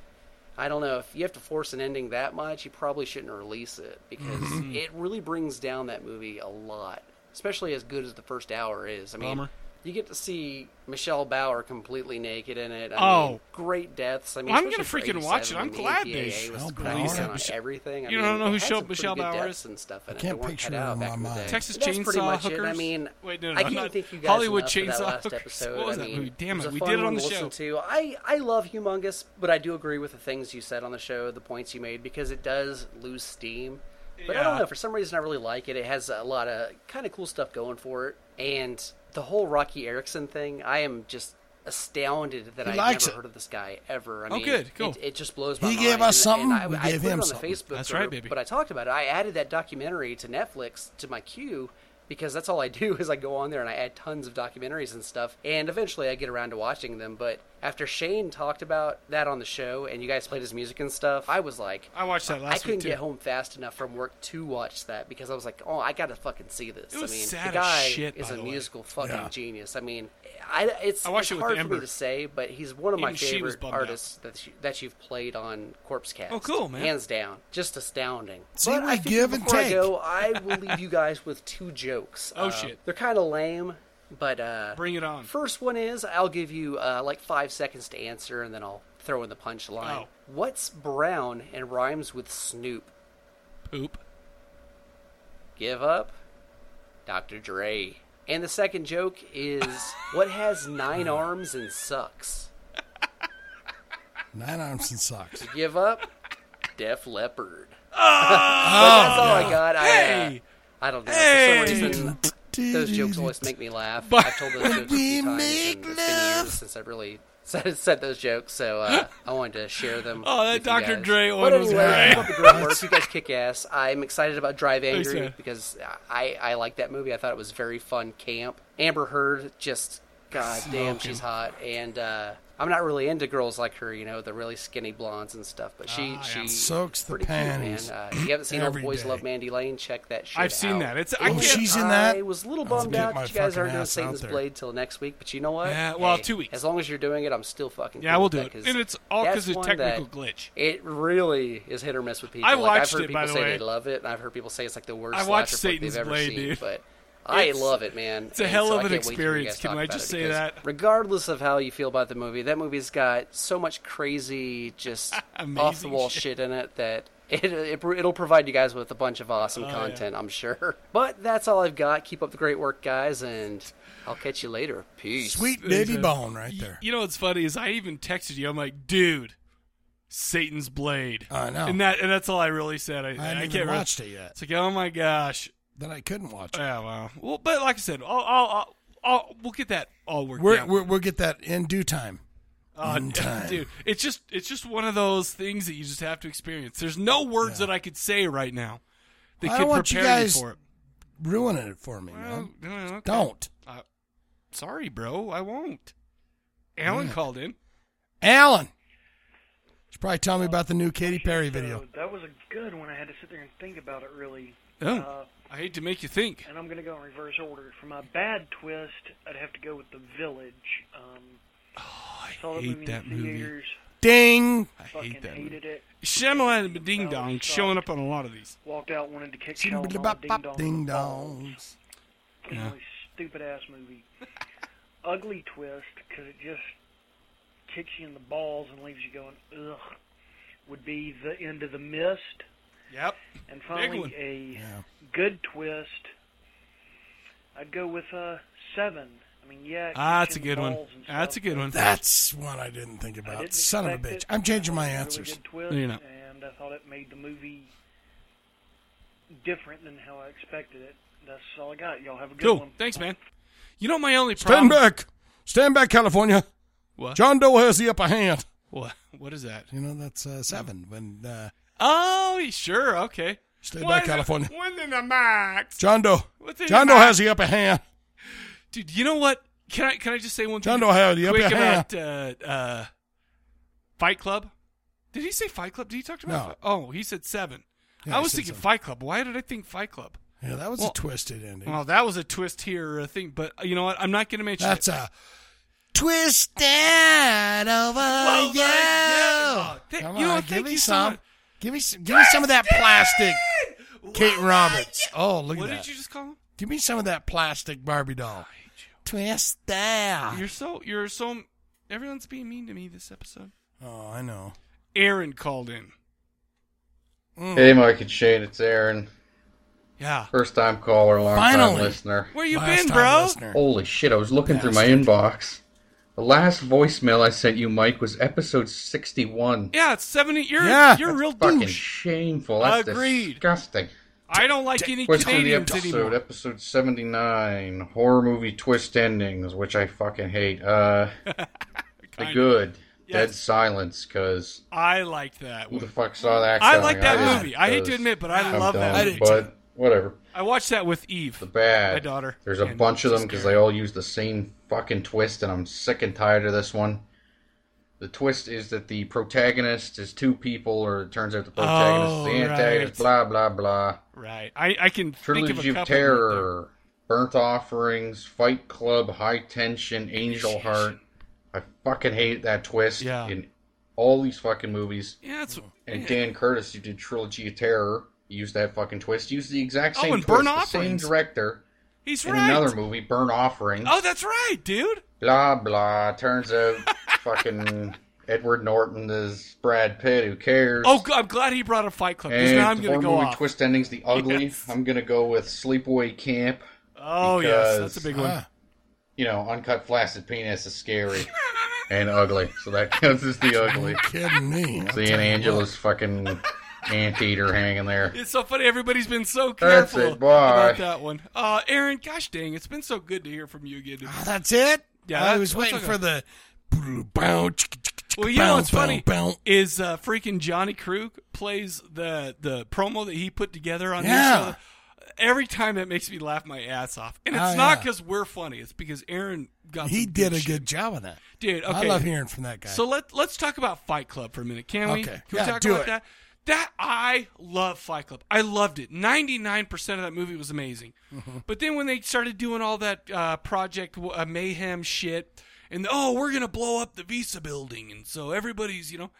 Speaker 10: I don't know if you have to force an ending that much, you probably shouldn't release it because
Speaker 1: Mm-hmm.
Speaker 10: it really brings down that movie a lot, especially as good as the first hour is. I mean,
Speaker 1: Bummer.
Speaker 10: you get to see Michelle Bauer completely naked in it. I
Speaker 1: Oh.
Speaker 10: mean, great deaths. I mean,
Speaker 1: Well, I'm gonna
Speaker 10: especially for
Speaker 1: freaking watch
Speaker 10: 87,
Speaker 1: it. I'm
Speaker 10: I mean,
Speaker 1: glad
Speaker 10: the
Speaker 1: they
Speaker 10: AAA was
Speaker 2: shall
Speaker 10: cracking
Speaker 2: release
Speaker 10: down
Speaker 2: it.
Speaker 10: on everything. I
Speaker 1: You
Speaker 10: mean,
Speaker 1: don't know
Speaker 10: it
Speaker 1: who
Speaker 10: had
Speaker 1: Shell-
Speaker 10: some pretty
Speaker 1: Michelle
Speaker 10: good
Speaker 1: Bauer
Speaker 10: deaths
Speaker 1: is?
Speaker 10: and stuff. in it
Speaker 2: I
Speaker 10: that
Speaker 2: can't
Speaker 10: weren't
Speaker 2: picture
Speaker 10: cut
Speaker 2: her
Speaker 10: out
Speaker 2: in
Speaker 10: back
Speaker 2: my
Speaker 10: in the
Speaker 2: mind.
Speaker 10: day.
Speaker 1: Texas
Speaker 10: But that's pretty
Speaker 1: Chainsaw
Speaker 10: much It. I
Speaker 1: Hookers?
Speaker 10: mean,
Speaker 1: Wait, no, no,
Speaker 10: I
Speaker 1: no,
Speaker 10: can't
Speaker 1: not-
Speaker 10: thank you guys
Speaker 1: Hollywood
Speaker 10: enough for
Speaker 1: Chainsaw
Speaker 10: that last
Speaker 1: Hookers.
Speaker 10: episode.
Speaker 1: What was
Speaker 10: I
Speaker 1: that
Speaker 10: mean,
Speaker 1: movie? Damn
Speaker 10: was
Speaker 1: it,
Speaker 10: a
Speaker 1: we
Speaker 10: fun
Speaker 1: did it
Speaker 10: one
Speaker 1: on
Speaker 10: to
Speaker 1: the
Speaker 10: listen to.
Speaker 1: show.
Speaker 10: I I love Humongous, but I do agree with the things you said on the show, the points you made, because it does lose steam. But I
Speaker 1: Yeah.
Speaker 10: don't know. For some reason, I really like it. It has a lot of kind of cool stuff going for it, and the whole Rocky Erickson thing. I am just astounded that
Speaker 2: He
Speaker 10: I
Speaker 2: likes
Speaker 10: never
Speaker 2: it.
Speaker 10: heard of this guy ever. I
Speaker 1: Oh,
Speaker 10: mean,
Speaker 1: good, cool.
Speaker 10: It, it just blows
Speaker 2: He
Speaker 10: my
Speaker 2: gave
Speaker 10: mind.
Speaker 2: us
Speaker 10: And- and
Speaker 2: something,
Speaker 10: I,
Speaker 2: we
Speaker 10: I
Speaker 2: gave
Speaker 10: put
Speaker 2: him
Speaker 10: it on the
Speaker 2: something.
Speaker 10: Facebook
Speaker 1: That's
Speaker 10: group,
Speaker 1: right, baby.
Speaker 10: But I talked about it. I added that documentary to Netflix to my queue because that's all I do is I go on there and I add tons of documentaries and stuff, and eventually I get around to watching them. But after Shane talked about that on the show and you guys played his music and stuff, I was like,
Speaker 1: I watched that last
Speaker 10: I couldn't
Speaker 1: week, too.
Speaker 10: get home fast enough from work to watch that because I was like, oh, I gotta fucking see this.
Speaker 1: It was
Speaker 10: I mean,
Speaker 1: sad
Speaker 10: the
Speaker 1: as
Speaker 10: guy
Speaker 1: shit,
Speaker 10: is
Speaker 1: by
Speaker 10: a
Speaker 1: the way.
Speaker 10: musical fucking
Speaker 1: Yeah.
Speaker 10: genius. I mean, I it's,
Speaker 1: I
Speaker 10: it's
Speaker 1: watched it with
Speaker 10: hard for
Speaker 1: Amber.
Speaker 10: me to say, but he's one of my
Speaker 1: Even she was
Speaker 10: favorite
Speaker 1: bummed out.
Speaker 10: artists that you, that you've played on Corpse Cast.
Speaker 1: Oh, cool, man.
Speaker 10: Hands down, just astounding.
Speaker 2: See,
Speaker 10: but
Speaker 2: we
Speaker 10: I think
Speaker 2: give and
Speaker 10: before I
Speaker 2: take.
Speaker 10: go, I will leave you guys with two jokes.
Speaker 1: Oh,
Speaker 10: Uh,
Speaker 1: shit.
Speaker 10: They're kind of lame, but uh,
Speaker 1: Bring it on.
Speaker 10: First one is I'll give you uh, like five seconds to answer, and then I'll throw in the punchline.
Speaker 1: Oh.
Speaker 10: What's brown and rhymes with Snoop?
Speaker 1: Poop.
Speaker 10: Give up, Dr. Dre. And the second joke is what has nine arms and sucks?
Speaker 2: Nine arms and socks.
Speaker 10: Give up, Def Leopard.
Speaker 1: Ah,
Speaker 10: but that's all I got. I, uh,
Speaker 1: Hey!
Speaker 10: I don't know.
Speaker 1: Hey!
Speaker 10: For some reason, those jokes always make me laugh. I've told those jokes a few times, and it's been years since I've really said, said those jokes, so uh, I wanted to share them.
Speaker 1: Oh, that
Speaker 10: with you
Speaker 1: Dr.
Speaker 10: guys.
Speaker 1: Dre
Speaker 10: But
Speaker 1: one was
Speaker 10: anyway,
Speaker 1: great.
Speaker 10: keep up the great work. You guys kick ass. I'm excited about Drive
Speaker 1: Thanks,
Speaker 10: Angry
Speaker 1: man.
Speaker 10: because I, I like that movie. I thought it was very fun camp. Amber Heard just. God damn, she's hot, and uh, I'm not really into girls like her, you know, the really skinny blondes and stuff. But she,
Speaker 1: Ah,
Speaker 10: she
Speaker 2: Soaks the
Speaker 10: pretty cute, man.
Speaker 2: panties.
Speaker 10: Uh, if you haven't seen Old
Speaker 2: Every
Speaker 10: Boys
Speaker 2: day.
Speaker 10: Love Mandy Lane, check that shit
Speaker 1: I've seen
Speaker 10: out.
Speaker 1: that. It's I
Speaker 2: Oh,
Speaker 1: can't.
Speaker 2: she's in that.
Speaker 10: I was a little
Speaker 2: I'll
Speaker 10: bummed
Speaker 2: get
Speaker 10: out
Speaker 2: my
Speaker 10: that you guys
Speaker 2: fucking
Speaker 10: aren't doing
Speaker 2: ass out
Speaker 10: Satan's
Speaker 2: there.
Speaker 10: Blade till next week, but you know what?
Speaker 1: Yeah, well, two weeks.
Speaker 10: As long as you're doing it, I'm still fucking.
Speaker 1: Yeah,
Speaker 10: cool
Speaker 1: we'll
Speaker 10: with
Speaker 1: do
Speaker 10: that
Speaker 1: it.
Speaker 10: 'cause
Speaker 1: And it's all
Speaker 10: that's
Speaker 1: 'cause of
Speaker 10: one
Speaker 1: technical
Speaker 10: that-
Speaker 1: glitch.
Speaker 10: It really is hit or miss with people.
Speaker 1: I
Speaker 10: like, I've
Speaker 1: watched
Speaker 10: heard
Speaker 1: it,
Speaker 10: people
Speaker 1: by the
Speaker 10: say
Speaker 1: way.
Speaker 10: they love it, and I've heard people say it's like the worst
Speaker 1: I watched
Speaker 10: slasher flick
Speaker 1: Satan's
Speaker 10: they've ever
Speaker 1: Blade,
Speaker 10: seen.
Speaker 1: dude.
Speaker 10: But I
Speaker 1: It's-
Speaker 10: love it, man.
Speaker 1: it's a
Speaker 10: And
Speaker 1: hell
Speaker 10: so I
Speaker 1: of an
Speaker 10: can't wait to hear you
Speaker 1: experience.
Speaker 10: guys
Speaker 1: Can
Speaker 10: talk
Speaker 1: I
Speaker 10: about
Speaker 1: just
Speaker 10: it
Speaker 1: say
Speaker 10: because
Speaker 1: that?
Speaker 10: Regardless of how you feel about the movie, that movie's got so much crazy, just off the
Speaker 1: Amazing
Speaker 10: wall
Speaker 1: shit.
Speaker 10: shit in it that it, it, it'll provide you guys with a bunch of
Speaker 1: Oh,
Speaker 10: awesome content, I'm sure. But that's all I've got. Keep up the great work, guys, and I'll catch you later. Peace.
Speaker 2: Sweet baby bone right there.
Speaker 1: You know what's funny is I even texted you. I'm like, dude, Satan's blade.
Speaker 2: I know.
Speaker 1: And that and that's all I really said. I,
Speaker 2: I hadn't
Speaker 1: can't
Speaker 2: even
Speaker 1: really-
Speaker 2: watched it yet.
Speaker 1: It's like, oh my gosh.
Speaker 2: That I couldn't watch.
Speaker 1: Yeah, wow. Well, but like I said, I'll, I'll, I'll, I'll we'll get that all worked
Speaker 2: We're,
Speaker 1: out.
Speaker 2: we're, we'll get that in due time.
Speaker 1: Uh,
Speaker 2: in time.
Speaker 1: dude, it's just it's just one of those things that you just have to experience. There's no words that I could say right now that
Speaker 2: I
Speaker 1: could
Speaker 2: want you
Speaker 1: prepare
Speaker 2: guys-
Speaker 1: for it.
Speaker 2: Ruining it for me, man.
Speaker 1: Oh, no, okay.
Speaker 2: Don't.
Speaker 1: Uh, Sorry, bro. I won't. Alan called in.
Speaker 2: Alan. Should probably tell me about the new Katy Perry video.
Speaker 11: So that was a good one. I had to sit there and think about it really.
Speaker 1: Oh,
Speaker 11: Uh,
Speaker 1: I hate to make you think.
Speaker 11: and I'm going to go in reverse order. For my bad twist, I'd have to go with The Village. Um, I saw that
Speaker 1: hate
Speaker 11: movie
Speaker 1: that
Speaker 11: in the
Speaker 1: movie.
Speaker 11: theaters.
Speaker 2: Ding.
Speaker 1: I
Speaker 11: Fucking
Speaker 1: hate that.
Speaker 11: hated it.
Speaker 1: Shyamalan and Ding
Speaker 11: That
Speaker 1: Dong
Speaker 11: sucked.
Speaker 1: showing up on a lot of these.
Speaker 11: Walked out, wanted to kick Shell and all the
Speaker 2: Ding-dong.
Speaker 11: ding-dongs.
Speaker 2: Ding
Speaker 11: dong.
Speaker 2: dongs.
Speaker 1: Yeah.
Speaker 11: Stupid ass movie. Ugly twist because it just kicks you in the balls and leaves you going ugh. Would be the end of the mist.
Speaker 1: Yep.
Speaker 11: And
Speaker 1: one.
Speaker 11: finally, a
Speaker 2: Yeah.
Speaker 11: good twist. I'd go with uh, seven. I mean, yeah. it
Speaker 1: Ah, that's
Speaker 11: kicks
Speaker 1: a
Speaker 11: you in
Speaker 1: good
Speaker 11: the
Speaker 1: one.
Speaker 11: balls and
Speaker 1: That's a
Speaker 11: stuff,
Speaker 1: good one.
Speaker 2: That's one I didn't think
Speaker 11: but I
Speaker 2: about.
Speaker 11: didn't
Speaker 2: Son of a
Speaker 11: expect
Speaker 2: bitch.
Speaker 11: it.
Speaker 2: I'm changing my
Speaker 11: It was a
Speaker 2: answers.
Speaker 11: Really good twist,
Speaker 1: No, you're not.
Speaker 11: And I thought it made the movie different than how I expected it. That's all I got. Y'all have a good
Speaker 1: Cool.
Speaker 11: one.
Speaker 1: Thanks, man. You know my only
Speaker 2: Stand
Speaker 1: problem.
Speaker 2: back. Stand back, California.
Speaker 1: What?
Speaker 2: John Doe has the upper hand.
Speaker 1: What? What is that?
Speaker 2: You know, that's uh, seven. When uh,
Speaker 1: Oh, sure. Okay.
Speaker 2: Stay
Speaker 1: Why
Speaker 2: back,
Speaker 1: is it-
Speaker 2: California.
Speaker 1: When in the max,
Speaker 2: John Doe.
Speaker 1: What's in
Speaker 2: John
Speaker 1: your
Speaker 2: Doe has the upper hand.
Speaker 1: dude. You know what? Can I can I just say one
Speaker 2: John
Speaker 1: thing?
Speaker 2: Doe has the upper
Speaker 1: quick
Speaker 2: hand.
Speaker 1: about uh, uh, Fight Club. Did he say Fight Club? Did he talk about?
Speaker 2: No.
Speaker 1: Fi- Oh, he said seven.
Speaker 2: Yeah,
Speaker 1: I
Speaker 2: he
Speaker 1: was
Speaker 2: said
Speaker 1: thinking
Speaker 2: seven.
Speaker 1: Fight Club. Why did I think Fight Club?
Speaker 2: Yeah, that was
Speaker 1: Well-
Speaker 2: a twisted ending.
Speaker 1: Well, that was a twist here uh, thing, but uh, you know what? I'm not going to mention
Speaker 2: that's
Speaker 1: it.
Speaker 2: a twisted over
Speaker 1: Well,
Speaker 2: you.
Speaker 1: yeah. Oh, th-
Speaker 2: Come
Speaker 1: you know
Speaker 2: on,
Speaker 1: what?
Speaker 2: give
Speaker 1: Thank
Speaker 2: me
Speaker 1: you so
Speaker 2: some.
Speaker 1: much.
Speaker 2: give me some. Give me some of that plastic. Kate Roberts. Oh, look
Speaker 1: What
Speaker 2: at
Speaker 1: did
Speaker 2: that.
Speaker 1: you just call him?
Speaker 2: Give me some of that plastic Barbie doll. Twist that.
Speaker 1: You're so you're so everyone's being mean to me this episode.
Speaker 2: Oh, I know.
Speaker 1: Aaron called in.
Speaker 2: Mm.
Speaker 12: Hey, Mike and Shane, it's Aaron.
Speaker 1: Yeah.
Speaker 12: First time caller, long time
Speaker 2: Finally.
Speaker 12: listener.
Speaker 1: Where you
Speaker 2: Last
Speaker 1: been,
Speaker 2: time
Speaker 1: bro?
Speaker 2: listener.
Speaker 12: Holy shit, I was looking through my
Speaker 2: Bastard.
Speaker 12: inbox. The last voicemail I sent you, Mike, was episode 61.
Speaker 1: Yeah, it's 70. You're
Speaker 2: Yeah.
Speaker 1: you're a real
Speaker 12: Fucking
Speaker 1: douche.
Speaker 12: shameful. That's
Speaker 1: Agreed.
Speaker 12: disgusting.
Speaker 1: I don't like any
Speaker 12: Went through the
Speaker 1: Canadians
Speaker 12: episode,
Speaker 1: anymore.
Speaker 12: episode 79, horror movie twist endings, which I fucking hate. Uh, the
Speaker 1: Kinda.
Speaker 12: good, dead
Speaker 1: Yes.
Speaker 12: silence, because
Speaker 1: I liked that
Speaker 12: who the
Speaker 1: one.
Speaker 12: fuck saw that
Speaker 1: I
Speaker 12: coming?
Speaker 1: like that
Speaker 12: didn't,
Speaker 1: movie. I hate to
Speaker 12: 'cause
Speaker 1: admit, but I
Speaker 12: I'm
Speaker 1: love
Speaker 12: dumb,
Speaker 1: that.
Speaker 2: I did
Speaker 1: movie.
Speaker 12: But Whatever.
Speaker 1: I watched that with Eve, the
Speaker 12: bad.
Speaker 1: my daughter.
Speaker 12: There's a
Speaker 1: and
Speaker 12: bunch of
Speaker 1: she's
Speaker 12: them because
Speaker 1: scared.
Speaker 12: they all use the same fucking twist, and I'm sick and tired of this one. The twist is that the protagonist is two people, or it turns out the protagonist
Speaker 1: Oh,
Speaker 12: is the antagonist, blah, blah, blah.
Speaker 1: Right. I, I can
Speaker 12: Trilogy
Speaker 1: think of a couple.
Speaker 12: Terror, Burnt Offerings, Fight Club, High Tension, Angel Heart. I fucking hate that twist in all these fucking movies.
Speaker 1: Yeah, that's
Speaker 12: And
Speaker 1: yeah.
Speaker 12: Dan Curtis, who did Trilogy of Terror, used that fucking twist. Used the exact
Speaker 1: Oh,
Speaker 12: same
Speaker 1: and
Speaker 12: twist,
Speaker 1: Burnt
Speaker 12: the
Speaker 1: Offerings.
Speaker 12: same director.
Speaker 1: He's
Speaker 12: in
Speaker 1: right.
Speaker 12: another movie, Burnt Offerings.
Speaker 1: Oh, that's right, dude.
Speaker 12: Blah blah. Turns out, fucking Edward Norton is Brad Pitt. Who cares?
Speaker 1: Oh, g- I'm glad he brought a Fight Club. 'cause
Speaker 12: And
Speaker 1: now I'm
Speaker 12: the
Speaker 1: going to
Speaker 12: horror
Speaker 1: go
Speaker 12: movie
Speaker 1: off.
Speaker 12: twist endings, the ugly. I'm gonna go with Sleepaway Camp.
Speaker 1: Oh, yes, that's a big one. Ah.
Speaker 12: You know, uncut flaccid penis is scary and ugly, so that counts as the ugly.
Speaker 2: kidding me? I'll
Speaker 12: Seeing
Speaker 2: tell you
Speaker 12: Angela's fucking anteater hanging there.
Speaker 1: It's so funny. Everybody's been so
Speaker 12: That's
Speaker 1: careful
Speaker 12: it, bye.
Speaker 1: about that one. Uh, Aaron, gosh dang, it's been so good to hear from you again.
Speaker 2: Oh, that's it.
Speaker 1: Yeah,
Speaker 2: I
Speaker 1: that's-
Speaker 2: was
Speaker 1: that's
Speaker 2: waiting
Speaker 1: okay.
Speaker 2: for the.
Speaker 1: Well, you know what's
Speaker 2: Bow, bow,
Speaker 1: funny
Speaker 2: bow.
Speaker 1: is uh, freaking Johnny Krug plays the the promo that he put together on
Speaker 2: Yeah.
Speaker 1: his show. Every time that makes me laugh my ass off, and it's
Speaker 2: Oh,
Speaker 1: not
Speaker 2: yeah.
Speaker 1: because we're funny. It's because Aaron got
Speaker 2: He
Speaker 1: some
Speaker 2: did a
Speaker 1: shit.
Speaker 2: good job on that,
Speaker 1: dude. Okay,
Speaker 2: I love hearing from that guy.
Speaker 1: So let let's talk about Fight Club for a minute, can we?
Speaker 2: Okay.
Speaker 1: Can
Speaker 2: Yeah,
Speaker 1: we talk
Speaker 2: do
Speaker 1: about
Speaker 2: it.
Speaker 1: that? That I love Fight Club. I loved it. Ninety nine percent of that movie was amazing. But then when they started doing all that uh, Project uh, Mayhem shit, and oh, we're gonna blow up the Visa building, and so everybody's, you know,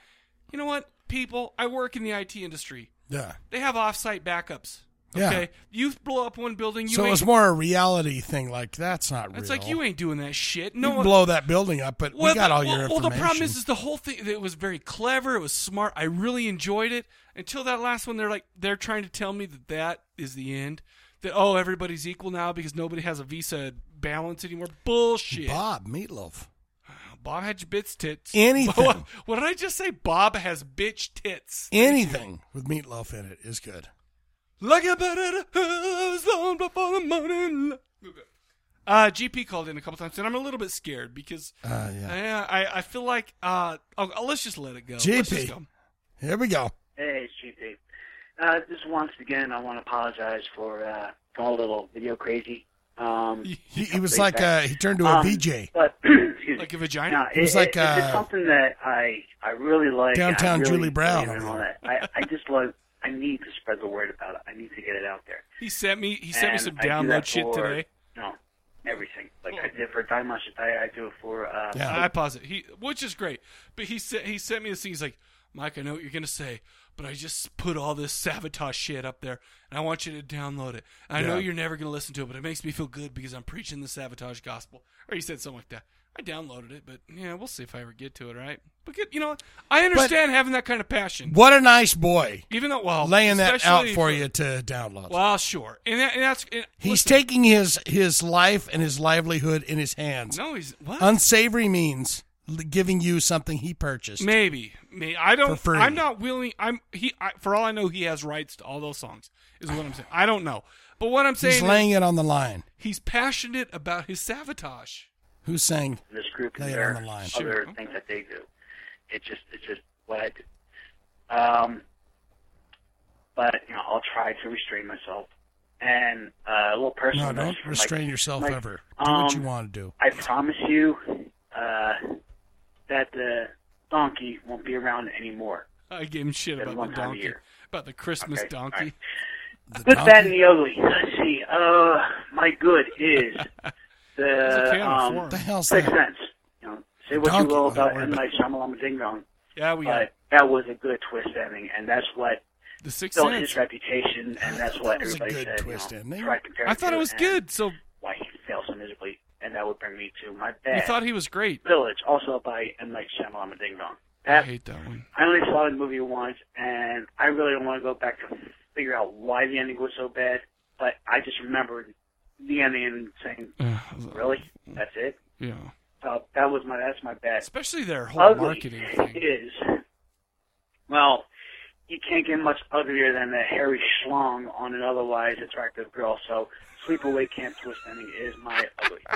Speaker 1: you know what, people, I work in the IT industry.
Speaker 2: Yeah.
Speaker 1: They have offsite backups.
Speaker 2: Yeah.
Speaker 1: Okay, you blow up one building, you
Speaker 2: so it
Speaker 1: ain't,
Speaker 2: was more a reality thing. Like that's not real.
Speaker 1: It's like you ain't doing that shit.
Speaker 2: No,
Speaker 1: No one,
Speaker 2: blow that building up, but we got
Speaker 1: the-
Speaker 2: all your
Speaker 1: well,
Speaker 2: information.
Speaker 1: Well, the problem is, is the whole thing. It was very clever. It was smart. I really enjoyed it until that last one. They're like, they're trying to tell me that that is the end. That oh, everybody's equal now because nobody has a visa balance anymore. Bullshit.
Speaker 2: Bob Meatloaf.
Speaker 1: Bob had your bitch tits.
Speaker 2: Anything.
Speaker 1: What, what did I just say? Bob has bitch tits.
Speaker 2: Anything with meatloaf in it is good.
Speaker 1: Like a better house on before the morning. Uh, GP called in a couple times, and I'm a little bit scared because
Speaker 2: Uh, yeah.
Speaker 1: yeah, I, I feel like uh, oh, oh, let's just let it go. Let's just go.
Speaker 2: GP. Here we go.
Speaker 13: Hey, it's GP. Uh, just once again, I want to apologize for uh, going a little video crazy. Um,
Speaker 2: He, he was like uh he turned to a
Speaker 13: Um,
Speaker 2: VJ.
Speaker 13: But excuse
Speaker 1: like a vagina.
Speaker 13: No,
Speaker 2: It was like, uh,
Speaker 13: it's something that I I really like. and I
Speaker 2: Downtown
Speaker 13: really
Speaker 2: Julie Brown.
Speaker 13: believe in and all that. I I just love. I need to spread the word about it. I need to get it out there.
Speaker 1: He sent me. He sent me
Speaker 13: And
Speaker 1: some
Speaker 13: I do
Speaker 1: download
Speaker 13: that
Speaker 1: shit
Speaker 13: for-
Speaker 1: today.
Speaker 13: No, everything. Like I did for Dime Mashitai, I do it for. Uh,
Speaker 1: I pause it. He, which is great. But he sent he sent me this thing. He's like, Mike, I know what you're gonna say, but I just put all this sabotage shit up there, and I want you to download it. I know
Speaker 8: Yeah.
Speaker 1: you're never gonna listen to it, but it makes me feel good because I'm preaching the sabotage gospel. Or he said something like that. I downloaded it, but yeah, we'll see if I ever get to it. Right? But good, you know, what? I understand having that kind of passion.
Speaker 2: What a nice boy.
Speaker 1: Even though, well,
Speaker 2: laying that out
Speaker 1: especially
Speaker 2: for you to download.
Speaker 1: Well, sure, and, that, and that's and
Speaker 2: He's taking his his life and his livelihood in his hands.
Speaker 1: No, he's- what?
Speaker 2: Unsavory means l- giving you something he purchased.
Speaker 1: Maybe, May- I don't.
Speaker 2: For free.
Speaker 1: I'm not willing. I'm he. I, for all I know, he has rights to all those songs. Is what I'm saying. I don't know, but what I'm saying
Speaker 2: He's laying
Speaker 1: is
Speaker 2: it on the line.
Speaker 1: he's passionate about his sabotage.
Speaker 2: Who sang?
Speaker 13: this group
Speaker 2: Lay
Speaker 13: and
Speaker 2: it
Speaker 13: their
Speaker 2: on the line.
Speaker 13: other things that they do. It's just it's just what I do. Um, but you know, I'll try to restrain myself. And uh, a little personal.
Speaker 2: No, don't
Speaker 13: message from Mike.
Speaker 2: restrain yourself
Speaker 13: Mike,
Speaker 2: ever. Do what you
Speaker 13: um,
Speaker 2: want to do.
Speaker 13: I promise you uh, that the donkey won't be around anymore.
Speaker 1: I gave him shit
Speaker 13: Been
Speaker 1: about
Speaker 13: one
Speaker 1: the
Speaker 13: time a
Speaker 1: donkey,
Speaker 13: year.
Speaker 1: about the Christmas
Speaker 13: Okay,
Speaker 1: donkey.
Speaker 13: Put that in the ugly. Let's see. Uh, my good is
Speaker 1: It's
Speaker 13: the
Speaker 1: okay on
Speaker 13: um,
Speaker 1: the forum. The hell's
Speaker 13: Sixth
Speaker 1: that?
Speaker 13: Sense. You know, say what you
Speaker 1: Donkey.
Speaker 13: will
Speaker 1: Oh, don't
Speaker 13: about
Speaker 1: worry
Speaker 13: M
Speaker 1: about
Speaker 13: Night Shyamalan Ding Dong.
Speaker 1: Yeah, we got
Speaker 13: but that was a good twist ending, and that's what
Speaker 1: the Sixth
Speaker 13: built
Speaker 1: Sense.
Speaker 13: his reputation, and that's what
Speaker 1: was a
Speaker 13: everybody
Speaker 1: good
Speaker 13: said.
Speaker 1: twist
Speaker 13: you know,
Speaker 1: ending.
Speaker 13: tried to compare
Speaker 1: I thought
Speaker 13: to
Speaker 1: it was
Speaker 13: and
Speaker 1: good. So
Speaker 13: Why he failed so miserably, and that would bring me to my
Speaker 1: you
Speaker 13: bad.
Speaker 1: thought he was great.
Speaker 13: Village, also by M Night Shyamalan Ding Dong.
Speaker 1: I hate that one.
Speaker 13: I only saw the movie once, and I really don't want to go back to figure out why the ending was so bad. But I just remembered the ending and saying, "Really? That's it?"
Speaker 1: Uh, Yeah.
Speaker 13: So that was my that's my bad.
Speaker 1: Especially their whole
Speaker 13: Ugly
Speaker 1: marketing thing.
Speaker 13: Is well, you can't get much uglier than a hairy schlong on an otherwise attractive girl. So sleepaway camp twist ending is my ugly.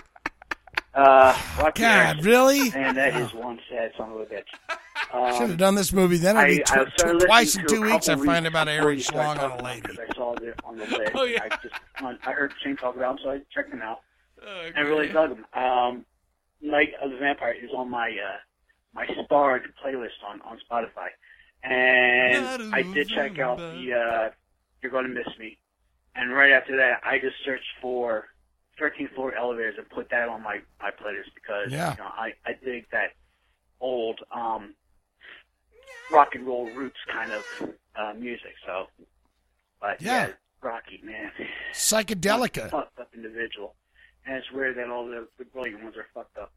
Speaker 13: Uh, Rocky
Speaker 2: God, really?
Speaker 13: And that
Speaker 1: Oh.
Speaker 13: is one sad son of a bitch. Um,
Speaker 2: Should have done this movie then. I'd be
Speaker 13: I- I
Speaker 2: tw-
Speaker 13: started
Speaker 2: tw- twice in
Speaker 13: listening to
Speaker 2: two
Speaker 13: a
Speaker 2: weeks. I
Speaker 13: couple
Speaker 2: find
Speaker 13: weeks
Speaker 2: about
Speaker 13: before
Speaker 2: Eric
Speaker 13: you started
Speaker 2: Schlong on a
Speaker 13: talking
Speaker 2: lady.
Speaker 13: because I saw on the on the list.
Speaker 1: Oh, yeah.
Speaker 13: I just on, I heard Shane talk about them, so I checked them out.
Speaker 1: Uh,
Speaker 13: I really dug them. Um, Night of the Vampire is on my uh, my starred playlist on on Spotify, and I did check out the uh, You're Gonna Miss Me, and right after that, I just searched for 13th floor elevators and put that on my my playlist because
Speaker 2: Yeah.
Speaker 13: you know I I dig that old um rock and roll roots kind of uh, music. So, but yeah,
Speaker 2: Yeah.
Speaker 13: Rocky man,
Speaker 2: Psychedelica.
Speaker 13: fucked up individual, and it's weird that all the the brilliant ones are fucked up.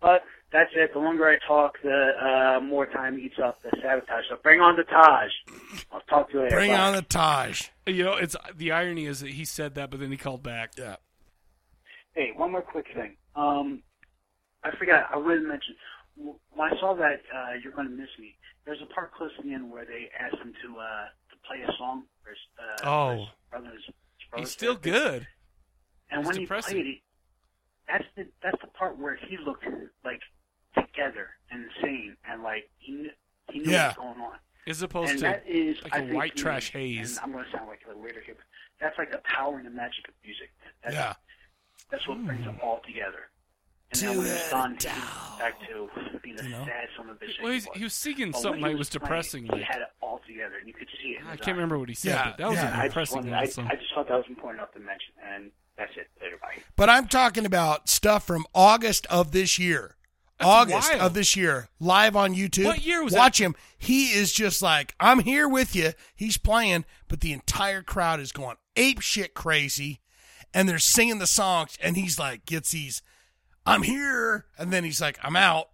Speaker 13: But that's it. The longer I talk, the uh, more time eats up the sabotage. So bring on the Taj. I'll talk to you later. Bye.
Speaker 2: the Taj.
Speaker 1: You know, it's the irony is that he said that, but then he called back.
Speaker 2: Yeah.
Speaker 13: Hey, one more quick thing. Um, I forgot. I wanted to mention w- when I saw that uh, you're going to miss me. There's a part close to the end where they asked him to uh, to play a song for his, uh, for his
Speaker 1: Oh,
Speaker 13: brother. His, his brother
Speaker 1: he's still good.
Speaker 13: And
Speaker 1: he's
Speaker 13: when
Speaker 1: depressing.
Speaker 13: he played it, that's the that's the part where he looked like together and sane and like he knew, he knew
Speaker 1: Yeah.
Speaker 13: what was going on.
Speaker 1: As opposed
Speaker 13: and
Speaker 1: to
Speaker 13: that is,
Speaker 1: like
Speaker 13: I
Speaker 1: a
Speaker 13: think,
Speaker 1: white
Speaker 13: music,
Speaker 1: trash haze.
Speaker 13: And I'm going to sound like a weirdo here, but that's like the power and the magic of music. That's,
Speaker 2: Yeah.
Speaker 13: That's what brings them all together. And
Speaker 1: Hmm. To
Speaker 13: then when
Speaker 1: the
Speaker 13: he's done, he goes back to being a
Speaker 1: You know?
Speaker 13: sad son of a bitch. that
Speaker 1: Well,
Speaker 13: he
Speaker 1: he's,
Speaker 13: was.
Speaker 1: he was singing
Speaker 13: But when
Speaker 1: something
Speaker 13: he
Speaker 1: that was
Speaker 13: playing,
Speaker 1: depressing.
Speaker 13: He
Speaker 1: Like,
Speaker 13: had it all together, and you could see it. in
Speaker 1: I
Speaker 13: his
Speaker 1: can't
Speaker 13: eyes.
Speaker 1: remember what he said, Yeah, but that was a yeah.
Speaker 13: I just
Speaker 1: depressing
Speaker 13: wanted-
Speaker 1: little
Speaker 13: I,
Speaker 1: song.
Speaker 13: I just thought that was important enough to mention, and that's it. Later, bye.
Speaker 2: But I'm talking about stuff from August of this year.
Speaker 13: That's
Speaker 2: August
Speaker 13: wild.
Speaker 2: of this year, live on YouTube.
Speaker 1: What year was
Speaker 2: Watch him. He is just like, I'm here with you. He's playing, but the entire crowd is going ape shit crazy. And they're singing the songs, and he's like, gets these, I'm here. And then he's like, I'm out.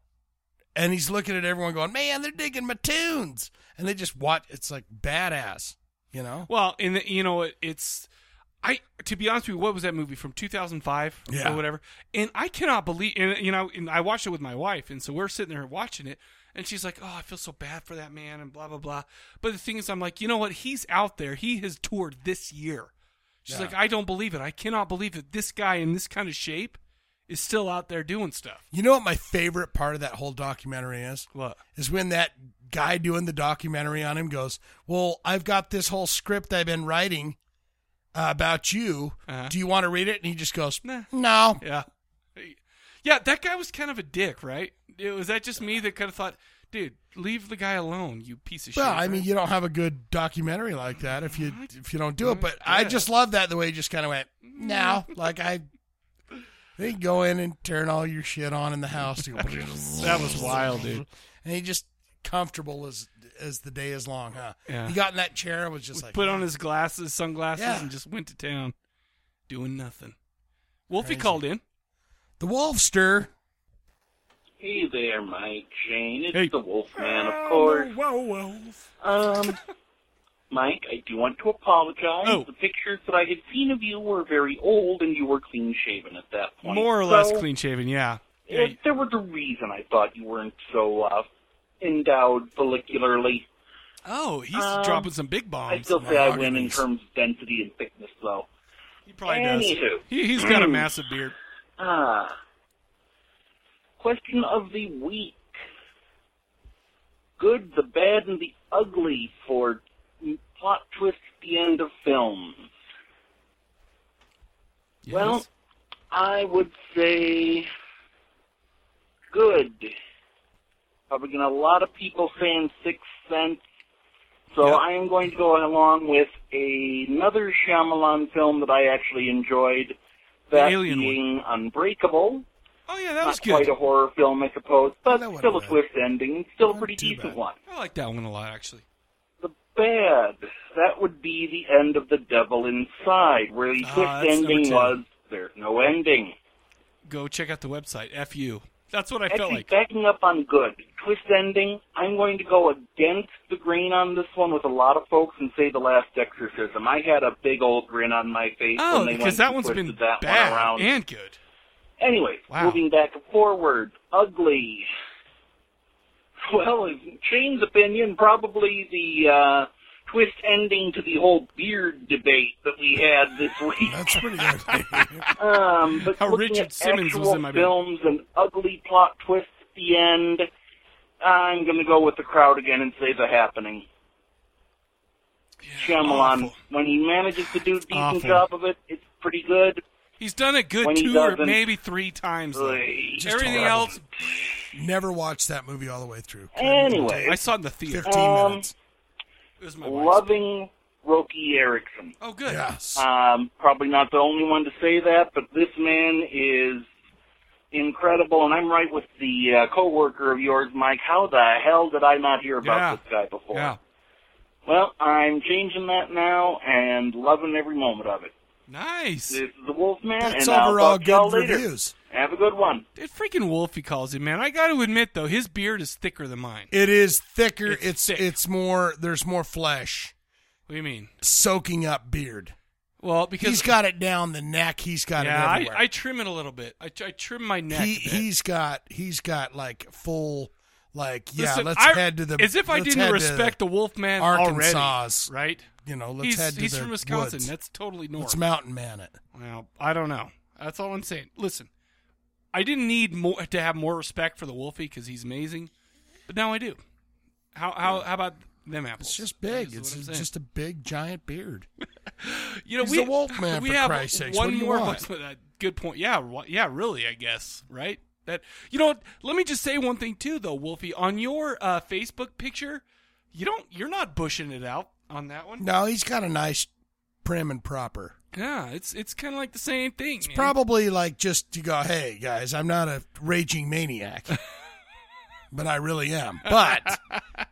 Speaker 2: And he's looking at everyone going, man, they're digging my tunes. And they just watch. It's like badass, you know?
Speaker 1: well, and the, you know, it, it's I to be honest with you, what was that movie from 2005
Speaker 2: Yeah.
Speaker 1: or whatever? And I cannot believe, and you know, and I watched it with my wife, and so we're sitting there watching it, and she's like, "Oh, I feel so bad for that man," and blah blah blah. But the thing is, I'm like, you know what? He's out there. He has toured this year. She's
Speaker 2: Yeah.
Speaker 1: like, I don't believe it. I cannot believe that this guy in this kind of shape is still out there doing stuff.
Speaker 2: You know what my favorite part of that whole documentary is?
Speaker 1: What?
Speaker 2: Is when that guy doing the documentary on him goes, Well, I've got this whole script I've been writing uh, about you. Do you want to read it? And he just goes, No.
Speaker 1: Uh-huh. Yeah. Yeah, that guy was kind of a dick, right? It- was that just me that kind of thought, dude, leave the guy alone, you piece of
Speaker 2: Well,
Speaker 1: shit.
Speaker 2: I mean, you don't have a good documentary like that if you if you don't do it. But I
Speaker 1: Yeah.
Speaker 2: just love that the way he just kind of went now. Like I, they go in and turn all your shit on in the house. that
Speaker 1: That was wild, dude.
Speaker 2: And he just comfortable as as the day is long, huh?
Speaker 1: Yeah.
Speaker 2: He got in that chair and was just like
Speaker 1: put on his glasses, sunglasses,
Speaker 2: Yeah.
Speaker 1: and just went to town, doing nothing. Wolfie
Speaker 2: Crazy.
Speaker 1: called in.
Speaker 2: the Wolfster.
Speaker 8: Hey there, Mike Shane. It's
Speaker 2: Hey.
Speaker 8: the Wolfman, of course.
Speaker 2: Wow, wolf.
Speaker 8: Um, Mike, I do want to apologize.
Speaker 1: Oh.
Speaker 8: The pictures that I had seen of you were very old, and you were clean shaven at that point.
Speaker 1: More or less
Speaker 8: So,
Speaker 1: clean shaven, yeah.
Speaker 8: eh, there was a reason I thought you weren't so uh, endowed follicularly.
Speaker 1: Oh, he's
Speaker 8: Um,
Speaker 1: dropping some big bombs.
Speaker 8: I still say I win in terms of density and thickness, though.
Speaker 1: He probably
Speaker 8: Anywho.
Speaker 1: does. He, he's got a massive beard.
Speaker 8: Ah. Question of the week. Good, the bad, and the ugly for m- plot twists at the end of films. Well, I would say good. Probably going to a lot of people saying Sixth Sense. So I am going to go along with another Shyamalan film that I actually enjoyed. That
Speaker 1: Alien one.
Speaker 8: being Unbreakable.
Speaker 1: Oh yeah, that was
Speaker 8: Not
Speaker 1: good. Oh,
Speaker 8: quite a horror film, I suppose, but
Speaker 1: wasn't
Speaker 8: still a
Speaker 1: bad.
Speaker 8: twist ending, still a pretty decent one.
Speaker 1: I like that one a lot, actually.
Speaker 8: Bad. That would be the end of The Devil Inside, where the
Speaker 1: Ah,
Speaker 8: twist
Speaker 1: that's number
Speaker 8: ending
Speaker 1: 10.
Speaker 8: was there's no ending.
Speaker 1: Go check out the website. Fu. That's what I felt
Speaker 8: Actually,
Speaker 1: like.
Speaker 8: backing up on good twist ending, I'm going to go against the grain on this one with a lot of folks and say The Last Exorcism. I had a big old grin on my face
Speaker 1: Oh,
Speaker 8: when they
Speaker 1: because
Speaker 8: went
Speaker 1: that
Speaker 8: and
Speaker 1: one's
Speaker 8: twisted
Speaker 1: been
Speaker 8: that
Speaker 1: bad
Speaker 8: one around.
Speaker 1: and good.
Speaker 8: Anyway,
Speaker 1: Wow.
Speaker 8: moving back and forward, ugly. Well, in Shane's opinion, probably the uh, twist ending to the whole beard debate that we had this week.
Speaker 2: That's pretty good.
Speaker 8: um, but
Speaker 1: How
Speaker 8: looking
Speaker 1: Richard
Speaker 8: at
Speaker 1: Simmons was
Speaker 8: actual
Speaker 1: in my beard.
Speaker 8: films and ugly plot twists at the end, I'm going to go with the crowd again and say The Happening. Shyamalan. When he manages to do a decent
Speaker 1: Awful.
Speaker 8: job of it, it's pretty good.
Speaker 1: He's done a good
Speaker 8: When he
Speaker 1: two or
Speaker 8: doesn't-
Speaker 1: maybe three times. though.
Speaker 8: Just
Speaker 1: Everything
Speaker 2: horrible.
Speaker 1: else,
Speaker 2: Never watched that movie all the way through.
Speaker 8: Anyway,
Speaker 1: I saw it in the theater.
Speaker 2: Fifteen
Speaker 8: um,
Speaker 2: minutes.
Speaker 8: loving Roki Erickson.
Speaker 1: Oh, good. Yes.
Speaker 8: Um, probably not the only one to say that, but this man is incredible, and I'm right with the uh, coworker of yours, Mike. How the hell did I not hear about
Speaker 1: Yeah.
Speaker 8: this guy before?
Speaker 1: Yeah.
Speaker 8: Well, I'm changing that now and loving every moment of it.
Speaker 1: Nice.
Speaker 8: This is the Wolfman,
Speaker 1: That's
Speaker 8: and I'll
Speaker 1: overall
Speaker 8: talk to y'all
Speaker 1: good
Speaker 8: later.
Speaker 1: reviews.
Speaker 8: Have a good one.
Speaker 1: That freaking Wolfie calls him, man. I got to admit though, his beard is thicker than mine.
Speaker 2: It is thicker. It's it's, more. There's more flesh.
Speaker 1: What do you mean?
Speaker 2: Soaking up beard.
Speaker 1: Well, because
Speaker 2: he's got it down the neck. He's got
Speaker 1: yeah,
Speaker 2: it
Speaker 1: I,
Speaker 2: everywhere.
Speaker 1: I trim it a little bit. I, tr- I trim my neck.
Speaker 2: he
Speaker 1: a bit.
Speaker 2: he's got he's got like full like yeah.
Speaker 1: Listen,
Speaker 2: let's
Speaker 1: I-
Speaker 2: head to the
Speaker 1: As if I
Speaker 2: let's
Speaker 1: didn't
Speaker 2: head to
Speaker 1: respect the Wolfman
Speaker 2: Arkansas,
Speaker 1: already, right?
Speaker 2: You know, let's
Speaker 1: he's,
Speaker 2: head to
Speaker 1: he's
Speaker 2: the
Speaker 1: from Wisconsin.
Speaker 2: woods.
Speaker 1: That's totally normal.
Speaker 2: Let's mountain man it.
Speaker 1: Well, I don't know. That's all I'm saying. Listen, I didn't need more to have more respect for the Wolfie because he's amazing, but now I do. How how how about them apples?
Speaker 2: It's just
Speaker 1: That
Speaker 2: big.
Speaker 1: is what
Speaker 2: It's
Speaker 1: I'm saying.
Speaker 2: just a big giant beard.
Speaker 1: you know
Speaker 2: he's
Speaker 1: we
Speaker 2: a wolf man,
Speaker 1: We
Speaker 2: for
Speaker 1: have
Speaker 2: Christ's sakes.
Speaker 1: one
Speaker 2: What do you
Speaker 1: more
Speaker 2: want?
Speaker 1: voice- uh, good point. Yeah, wha- yeah, really. I guess right. That you know. what? Let me just say one thing too, though, Wolfie. On your uh, Facebook picture, you don't. You're not bushing it out on that one.
Speaker 2: No, he's got a nice prim and proper.
Speaker 1: Yeah, it's it's kind of like the same thing. man.
Speaker 2: Probably like just to go, hey guys, I'm not a raging maniac, but I really am. But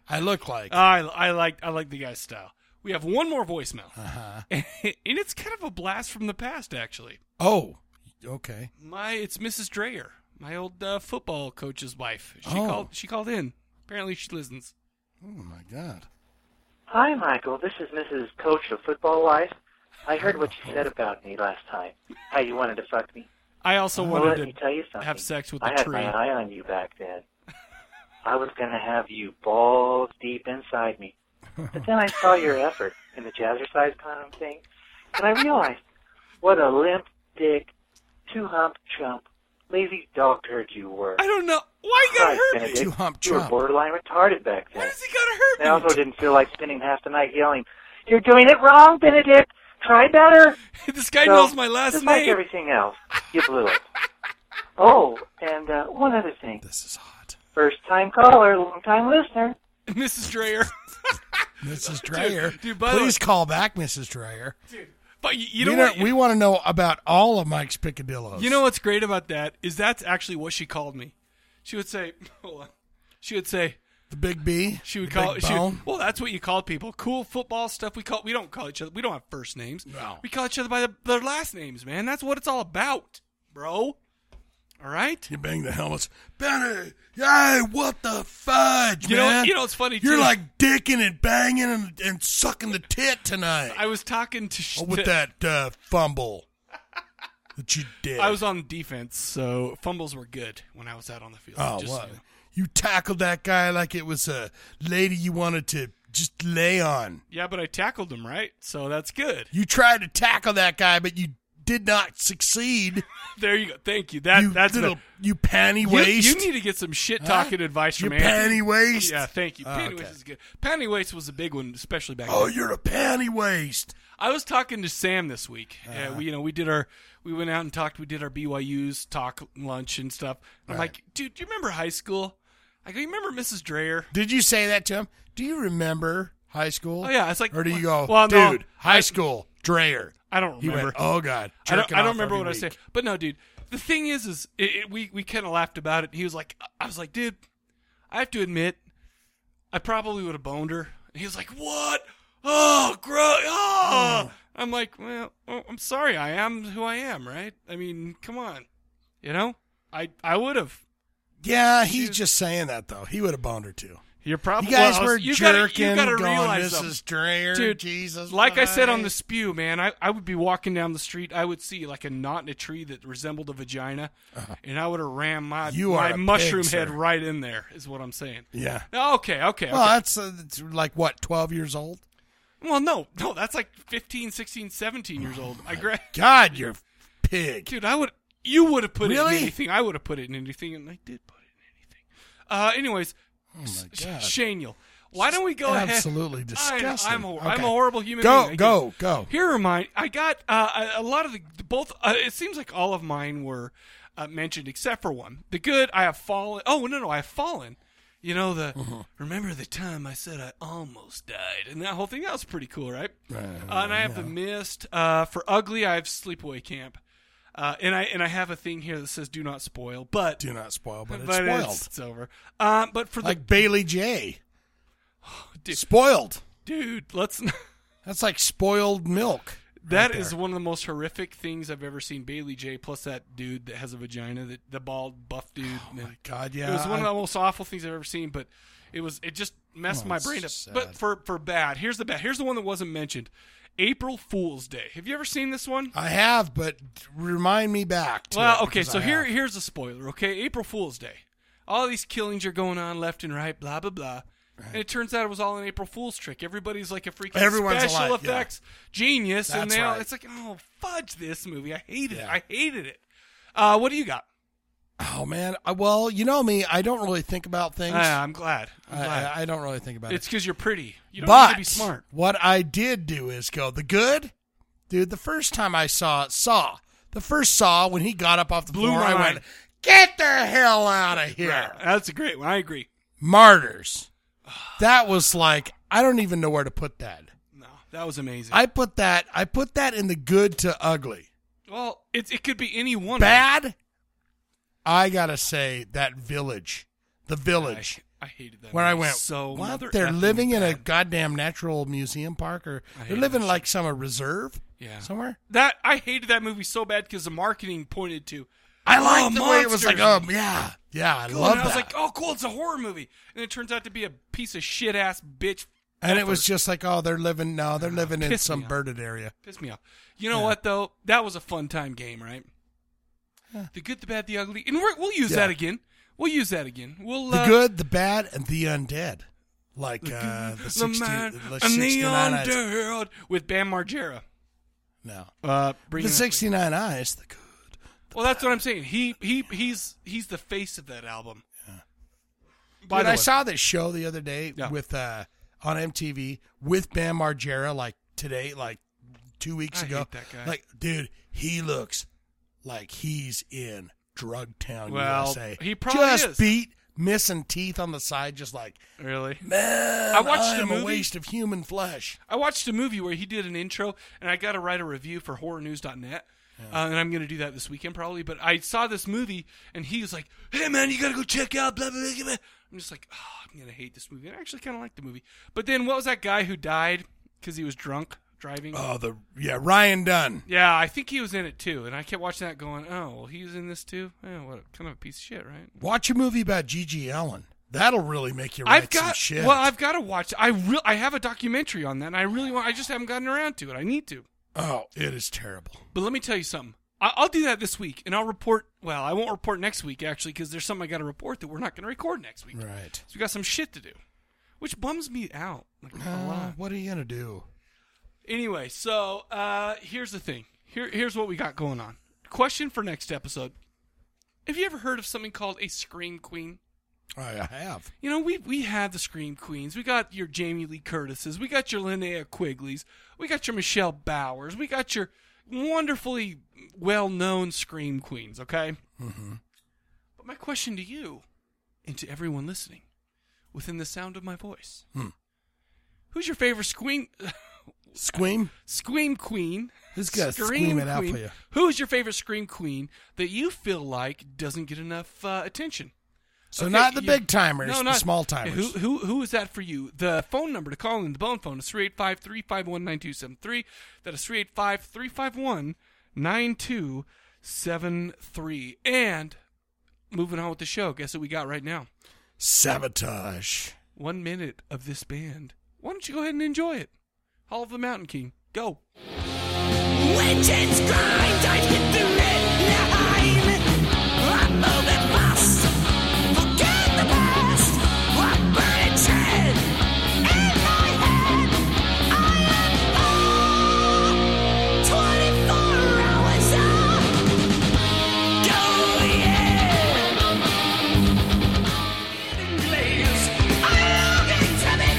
Speaker 2: I look like
Speaker 1: I I like I like the guy's style. We have one more voicemail, uh-huh. and it's kind of a blast from the past, actually.
Speaker 2: oh, okay.
Speaker 1: My it's Mrs. Dreyer, my old uh, football coach's wife. She
Speaker 2: Oh.
Speaker 1: called. She called in. Apparently, she listens.
Speaker 2: Oh my god.
Speaker 14: Hi, Michael. This is Mrs. Coach of Football Life. I heard what you said about me last time. How you wanted to fuck me.
Speaker 1: I also
Speaker 14: well,
Speaker 1: wanted
Speaker 14: let
Speaker 1: to
Speaker 14: me tell you something.
Speaker 1: have sex with
Speaker 14: I
Speaker 1: the
Speaker 14: had
Speaker 1: tree.
Speaker 14: my eye on you back then. I was going to have you balls deep inside me. But then I saw your effort in the jazzercise condom thing, and I realized what a limp dick, two hump chump, lazy dog turd you were.
Speaker 1: I don't know why you
Speaker 14: got hurt. Benedict,
Speaker 2: Two-hump
Speaker 14: you were
Speaker 2: chump.
Speaker 14: borderline retarded back then. Why
Speaker 1: does he gotta hurt
Speaker 14: I also didn't feel like spending half the night yelling, "You're doing it wrong, Benedict. Try better."
Speaker 1: this guy
Speaker 14: So,
Speaker 1: knows my last
Speaker 14: just Like
Speaker 1: name.
Speaker 14: everything else, you blew it. oh, and uh, one other thing.
Speaker 2: This is hot.
Speaker 14: First time caller, long time listener.
Speaker 1: Mrs. Dreyer.
Speaker 2: Mrs. Dreyer,
Speaker 1: dude, by the
Speaker 2: please call back, Mrs. Dreyer.
Speaker 1: But you, you
Speaker 2: We
Speaker 1: know
Speaker 2: don't-
Speaker 1: what?
Speaker 2: we want to know about all of Mike's picadillos.
Speaker 1: You know what's great about that is that's actually what she called me. She would say, hold on. She would say,
Speaker 2: the big B.
Speaker 1: She would
Speaker 2: The
Speaker 1: call.
Speaker 2: big
Speaker 1: She would,
Speaker 2: bone?
Speaker 1: well, that's what you call people. Cool football stuff. We call. We don't call each other. We don't have first names. No. We call each other by the, their last names, man. That's what it's all about, bro. All right.
Speaker 2: You bang the helmets. Benny, yay, what the fudge,
Speaker 1: You know-
Speaker 2: man?
Speaker 1: you know, it's funny,
Speaker 2: You're
Speaker 1: too.
Speaker 2: like dicking and banging and, and sucking the tit tonight.
Speaker 1: I was talking to sh-
Speaker 2: Oh, with
Speaker 1: to-
Speaker 2: that uh, fumble that you did.
Speaker 1: I was on defense, so fumbles were good when I was out on the field.
Speaker 2: Oh,
Speaker 1: Just so
Speaker 2: what?
Speaker 1: you know.
Speaker 2: You tackled that guy like it was a lady you wanted to just lay on.
Speaker 1: Yeah, but I tackled him right, so that's good.
Speaker 2: You tried to tackle that guy, but you did not succeed.
Speaker 1: There you go. Thank you. That
Speaker 2: you
Speaker 1: that's the-
Speaker 2: little, you panty
Speaker 1: You-
Speaker 2: waste.
Speaker 1: You, need to get some shit talking
Speaker 2: Huh?
Speaker 1: advice
Speaker 2: You
Speaker 1: from Anthony.
Speaker 2: panty waist?
Speaker 1: Yeah, thank you.
Speaker 2: Oh,
Speaker 1: Panty
Speaker 2: okay.
Speaker 1: waist is good. Panty waist was a big one, especially back.
Speaker 2: Oh,
Speaker 1: then.
Speaker 2: you're a panty Uh-huh. waist.
Speaker 1: I was talking to Sam this week. Yeah, we you know we did our we went out and talked. We did our BYU's talk lunch and stuff. I'm
Speaker 2: Right.
Speaker 1: like, dude, do you remember high school? I go, you remember Mrs. Dreyer?
Speaker 2: Did you say that to him? Do you remember high school?
Speaker 1: Oh, yeah, it's like-
Speaker 2: or do you go,
Speaker 1: well, no,
Speaker 2: dude, high school, Dreyer?
Speaker 1: I don't
Speaker 2: He went,
Speaker 1: remember.
Speaker 2: oh god,
Speaker 1: I don't,
Speaker 2: jerking
Speaker 1: I don't
Speaker 2: off
Speaker 1: remember
Speaker 2: every
Speaker 1: what I
Speaker 2: week.
Speaker 1: said. But no, dude, the thing is, is it, it, we we kind of laughed about it. He was like, I was like, dude, I have to admit, I probably would have boned her. And he was like, what? Oh, gross.
Speaker 2: Mm.
Speaker 1: Oh. I'm like, well, oh, I'm sorry. I am who I am, right? I mean, come on, you know, I I would have.
Speaker 2: Yeah, he's just saying that though. He would have boned her too.
Speaker 1: You're probably
Speaker 2: You guys
Speaker 1: well,
Speaker 2: were
Speaker 1: you
Speaker 2: jerking,
Speaker 1: Gotta, you gotta
Speaker 2: going,
Speaker 1: realize
Speaker 2: "This
Speaker 1: something."
Speaker 2: is Dreyer,
Speaker 1: dude.
Speaker 2: Jesus,
Speaker 1: like I said on
Speaker 2: bye.
Speaker 1: the spew, man, I, I would be walking down the street, I would see like a knot in a tree that resembled a vagina, and I would have rammed my
Speaker 2: Uh-huh. You are
Speaker 1: my
Speaker 2: a
Speaker 1: mushroom
Speaker 2: pig,
Speaker 1: head
Speaker 2: sir.
Speaker 1: right in there. Is what I'm saying.
Speaker 2: Yeah.
Speaker 1: Okay. Okay.
Speaker 2: Well,
Speaker 1: okay.
Speaker 2: that's uh, it's like what twelve years old.
Speaker 1: Well, no, no, that's like 15, 16, 17 years old. I gra-
Speaker 2: God, you're a pig,
Speaker 1: dude. I would. You would have put it
Speaker 2: Really?
Speaker 1: in anything. I would have put it in anything, and I did put it in anything. Uh, anyways,
Speaker 2: Oh my God.
Speaker 1: Shaniel, Why don't we go
Speaker 2: Absolutely
Speaker 1: ahead?
Speaker 2: disgusting.
Speaker 1: I, I'm, a, am
Speaker 2: Okay.
Speaker 1: a horrible human
Speaker 2: Go,
Speaker 1: being. I
Speaker 2: go,
Speaker 1: guess.
Speaker 2: go.
Speaker 1: Here are mine. I got uh, a a lot of the both. Uh, it seems like all of mine were uh, mentioned except for one. The good, I have fallen. Oh no, no, I have fallen. You know the.
Speaker 2: Mm-hmm.
Speaker 1: Remember the time I said I almost died, and that whole thing. That was pretty cool, right?
Speaker 2: Uh,
Speaker 1: Uh, and I have the mist. Uh, for ugly, I have sleepaway camp. Uh, and I and I have a thing here that says "Do not spoil," but
Speaker 2: do not spoil, but it's
Speaker 1: It's,
Speaker 2: spoiled.
Speaker 1: it's over. Um, but for the
Speaker 2: like Bailey J.
Speaker 1: Dude.
Speaker 2: Spoiled.
Speaker 1: dude, let's. n-
Speaker 2: That's like spoiled milk.
Speaker 1: That is
Speaker 2: right there.
Speaker 1: one of the most horrific things I've ever seen. Bailey J. Plus that dude that has a vagina, that the bald buff dude. Oh my
Speaker 2: god,
Speaker 1: It
Speaker 2: yeah,
Speaker 1: was one
Speaker 2: I-
Speaker 1: of the most awful things I've ever seen. But it was it just messed
Speaker 2: Oh,
Speaker 1: my
Speaker 2: it's
Speaker 1: brain up.
Speaker 2: just
Speaker 1: But for for bad, here's the bad. Here's the one that wasn't mentioned. April Fool's Day. Have you ever seen this one?
Speaker 2: I have, but remind me back. To
Speaker 1: Well,
Speaker 2: it,
Speaker 1: okay,
Speaker 2: because
Speaker 1: so
Speaker 2: I
Speaker 1: here here's a spoiler, okay? April Fool's Day. All these killings are going on left and right, blah blah blah. And it turns out it was all an April Fool's trick. Everybody's like a freaking
Speaker 2: Everyone's
Speaker 1: special
Speaker 2: alike, yeah.
Speaker 1: effects genius, and
Speaker 2: That's
Speaker 1: now
Speaker 2: right.
Speaker 1: it's like, oh fudge this movie! I hated it. I hated it. Uh, what do you got?
Speaker 2: Oh man, I, well, you know me. I don't really think about things.
Speaker 1: Ah, I'm glad. I'm
Speaker 2: I-
Speaker 1: glad.
Speaker 2: I, I don't really think about
Speaker 1: It's
Speaker 2: it.
Speaker 1: because you're pretty. You don't
Speaker 2: but
Speaker 1: need to be smart.
Speaker 2: What I did do is go the good, dude. The first time I saw it, saw the first saw when he got up off the
Speaker 1: Blew
Speaker 2: floor,
Speaker 1: my
Speaker 2: I
Speaker 1: mind.
Speaker 2: went, "Get the hell out of here!"
Speaker 1: Right. That's a great one. I agree.
Speaker 2: Martyrs. That was like I don't even know where to put that.
Speaker 1: That was amazing.
Speaker 2: I put that. I put that in the good to ugly.
Speaker 1: Well, it it could be any one. of them.
Speaker 2: Bad. I gotta say that village, the village.
Speaker 1: I hated that.
Speaker 2: where I
Speaker 1: movie
Speaker 2: went,
Speaker 1: so
Speaker 2: what?
Speaker 1: mother
Speaker 2: They're
Speaker 1: effing
Speaker 2: living in a goddamn natural museum park, or
Speaker 1: I
Speaker 2: they're
Speaker 1: hate
Speaker 2: living like some a reserve,
Speaker 1: Yeah.
Speaker 2: somewhere.
Speaker 1: That I hated that movie so bad because the marketing pointed to.
Speaker 2: I
Speaker 1: "Oh,
Speaker 2: liked the way it was like,
Speaker 1: monsters."
Speaker 2: oh, yeah, yeah, I
Speaker 1: Cool.
Speaker 2: love
Speaker 1: and I was
Speaker 2: that.
Speaker 1: like, oh, cool, it's a horror movie, and it turns out to be a piece of shit ass bitch.
Speaker 2: and it was just like, oh, they're living no, they're living in
Speaker 1: pissed me
Speaker 2: some
Speaker 1: off.
Speaker 2: birded area.
Speaker 1: Pissed me off. You know what though? That was a fun time game, right? The good, the bad, the ugly, and we're, we'll use
Speaker 2: Yeah.
Speaker 1: that again. We'll use that again. We'll
Speaker 2: The
Speaker 1: uh,
Speaker 2: good, the bad, and the undead, like uh, the, 60,
Speaker 1: man
Speaker 2: the
Speaker 1: and the
Speaker 2: 69 eyes.
Speaker 1: underworld with Bam Margera.
Speaker 2: No,
Speaker 1: uh, bring
Speaker 2: the
Speaker 1: it up.
Speaker 2: sixty nine eyes. The good.
Speaker 1: Well, that's what I'm saying. He he he's he's the face of that album. By
Speaker 2: Dude,
Speaker 1: the
Speaker 2: I
Speaker 1: way-
Speaker 2: saw this show the other day with uh, on MTV with Bam Margera, like today, like two weeks
Speaker 1: I
Speaker 2: ago.
Speaker 1: hate that guy.
Speaker 2: Like, dude, he looks like he's in Drug Town,
Speaker 1: Well,
Speaker 2: USA.
Speaker 1: he probably
Speaker 2: just
Speaker 1: is.
Speaker 2: beat, missing teeth on the side, just like
Speaker 1: Really?
Speaker 2: man.
Speaker 1: I watched
Speaker 2: I
Speaker 1: the
Speaker 2: am
Speaker 1: movie.
Speaker 2: a waste of human flesh.
Speaker 1: I watched a movie where he did an intro, and I got to write a review for HorrorNews.net. Uh, and I'm going to do that this weekend probably. But I saw this movie, and he was like, "Hey man, you got to go check out." Blah, blah, blah, blah. I'm just like, oh, "I'm going to hate this movie." And I actually kind of like the movie. But then, what was that guy who died because he was drunk driving?
Speaker 2: Oh, the yeah, Ryan Dunn.
Speaker 1: Yeah, I think he was in it too, and I kept watching that, going, "Oh, well, he was in this too. Yeah, what a, kind of a piece of shit, right?"
Speaker 2: Watch a movie about Gigi Allen. That'll really make you write
Speaker 1: I've got
Speaker 2: some shit.
Speaker 1: well, I've got to watch. I re- I have a documentary on that, and I really want. I just haven't gotten around to it. I need to.
Speaker 2: oh, it is terrible.
Speaker 1: But let me tell you something. I- I'll do that this week, and I'll report. Well, I won't report next week actually, because there's something I got to report that we're not going to record next week.
Speaker 2: Right.
Speaker 1: So we got some shit to do, which bums me out like a
Speaker 2: Uh,
Speaker 1: lot.
Speaker 2: what are you gonna do?
Speaker 1: Anyway, so uh, here's the thing. Here, here's what we got going on. Question for next episode: Have you ever heard of something called a scream queen?
Speaker 2: I have.
Speaker 1: You know, we we had the Scream Queens. We got your Jamie Lee Curtises. We got your Linnea Quigleys. We got your Michelle Bowers. We got your wonderfully well known Scream Queens, okay?
Speaker 2: Mm-hmm.
Speaker 1: But my question to you and to everyone listening within the sound of my voice
Speaker 2: Hmm.
Speaker 1: who's your favorite Scream.
Speaker 2: Squeam?
Speaker 1: Scream Queen.
Speaker 2: Who's gonna scream it out for you?
Speaker 1: Who is your favorite Scream Queen that you feel like doesn't get enough uh, attention?
Speaker 2: So not the big timers, the small timers.
Speaker 1: Who, who, who is that for you? The phone number to call in the bone phone is 385 351 9273. That is 385 351 9273. And moving on with the show, guess what we got right now?
Speaker 2: Sabotage.
Speaker 1: One minute of this band. Why don't you go ahead and enjoy it? Hall of the Mountain King. Go.
Speaker 15: Witches grind, I've hit the red line. I'm moving fast, forget the past. I'm burning shit in my head. I am all 24 hours up. Go, yeah. Glaze, I love it, damn it.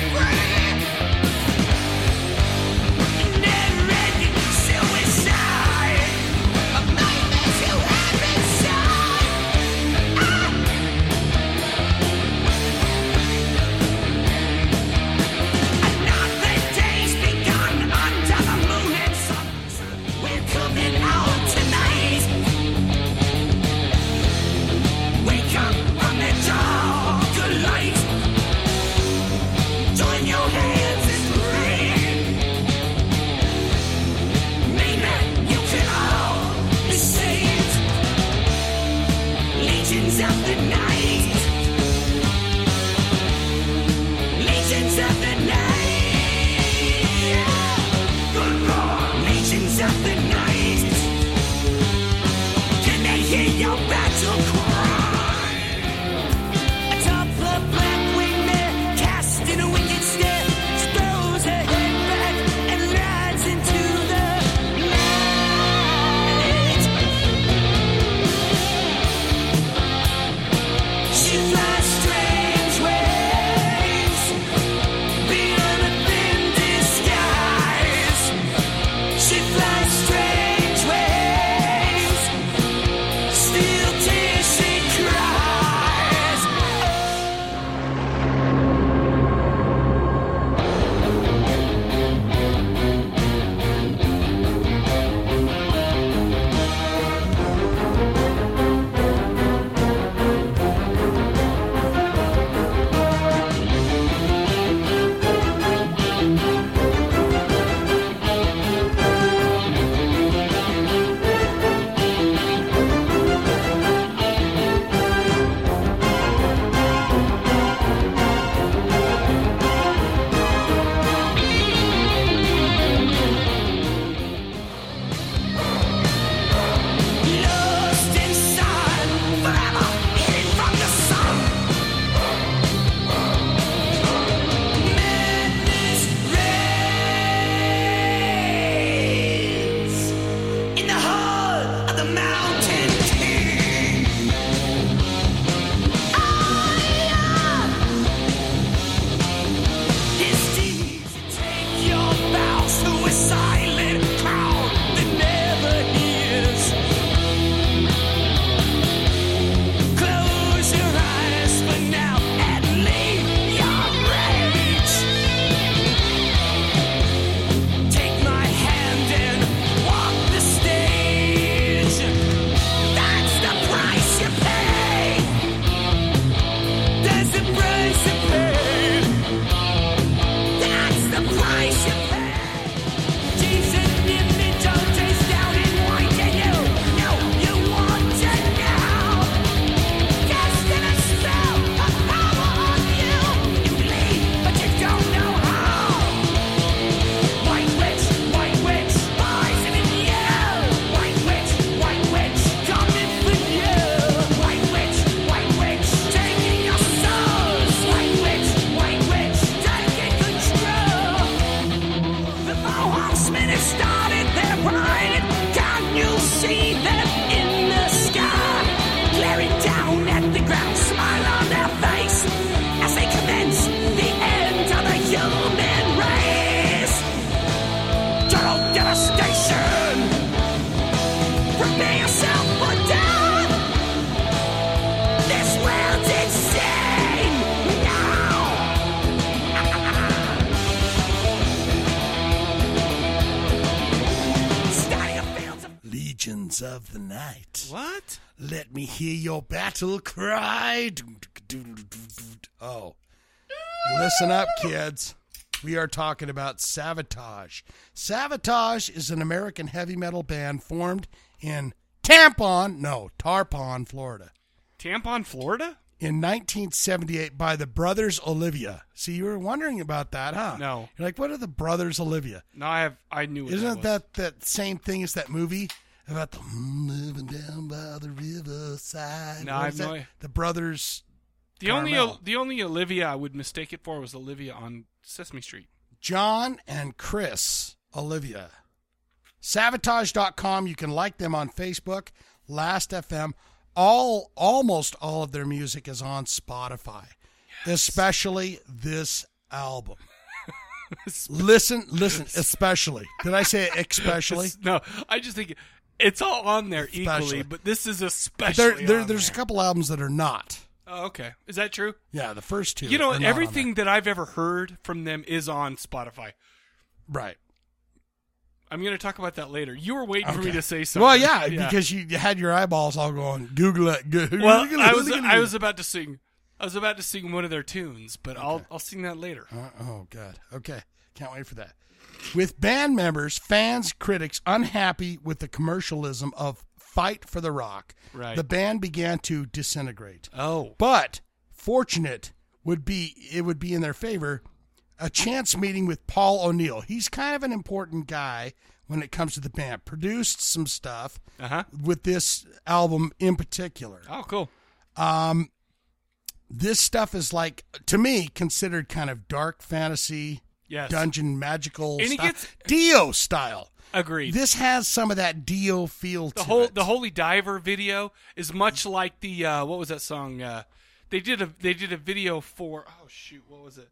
Speaker 2: of the night.
Speaker 1: What?
Speaker 2: Let me hear your battle cry. Oh. Listen up, kids. We are talking about Sabotage. Sabotage is an American heavy metal band formed in Tampon, no, Tarpon, Florida.
Speaker 1: Tampon, Florida?
Speaker 2: In 1978 by the Brothers Olivia. See, you were wondering about that, huh?
Speaker 1: No.
Speaker 2: You're like, what are the Brothers Olivia?
Speaker 1: No, I have. I knew what
Speaker 2: Isn't
Speaker 1: that,
Speaker 2: that that same thing as that movie about the moving down by the riverside?
Speaker 1: No,
Speaker 2: What
Speaker 1: I
Speaker 2: is
Speaker 1: have
Speaker 2: that?
Speaker 1: no idea.
Speaker 2: The brothers.
Speaker 1: was. the only
Speaker 2: Carmel.
Speaker 1: the only Olivia I would mistake it for was Olivia on Sesame Street.
Speaker 2: John and Chris Olivia. Sabotage.com. You can like them on Facebook, Last FM. All almost all of their music is on Spotify. Especially this album. listen, listen, especially. Did I say especially?
Speaker 1: No, I just think it's all on there equally,
Speaker 2: Especially.
Speaker 1: but this is
Speaker 2: But there,
Speaker 1: especially
Speaker 2: there,
Speaker 1: on
Speaker 2: there's a couple albums that are not.
Speaker 1: Oh, okay. Is that true?
Speaker 2: Yeah, the first two.
Speaker 1: You know,
Speaker 2: are not on
Speaker 1: everything that I've ever heard from them is on Spotify.
Speaker 2: Right.
Speaker 1: I'm going to talk about that later. You were waiting for me
Speaker 2: Okay.
Speaker 1: to say something.
Speaker 2: Well, yeah, because you you had your eyeballs all going Google it. Go-
Speaker 1: Well,
Speaker 2: Google it,
Speaker 1: I was
Speaker 2: Google it.
Speaker 1: I was about to sing I was about to sing one of their tunes, but I'll I'll sing that later.
Speaker 2: Uh, oh God. Okay. Can't wait for that. With band members, fans, critics unhappy with the commercialism of Fight for the Rock,
Speaker 1: Right.
Speaker 2: the band began to disintegrate.
Speaker 1: Oh.
Speaker 2: But fortunate would be it would be in their favor a chance meeting with Paul O'Neill. He's kind of an important guy when it comes to the band. Produced some stuff with this album in particular.
Speaker 1: Uh-huh. Oh, cool.
Speaker 2: Um, this stuff is like to me considered kind of dark fantasy,
Speaker 1: Yes.
Speaker 2: dungeon magical,
Speaker 1: And he
Speaker 2: style.
Speaker 1: gets-
Speaker 2: Dio style.
Speaker 1: Agreed.
Speaker 2: This has some of that Dio feel to
Speaker 1: the whole
Speaker 2: it.
Speaker 1: the Holy Diver video is much like the uh, what was that song? Uh, they did a they did a video for oh shoot what was it?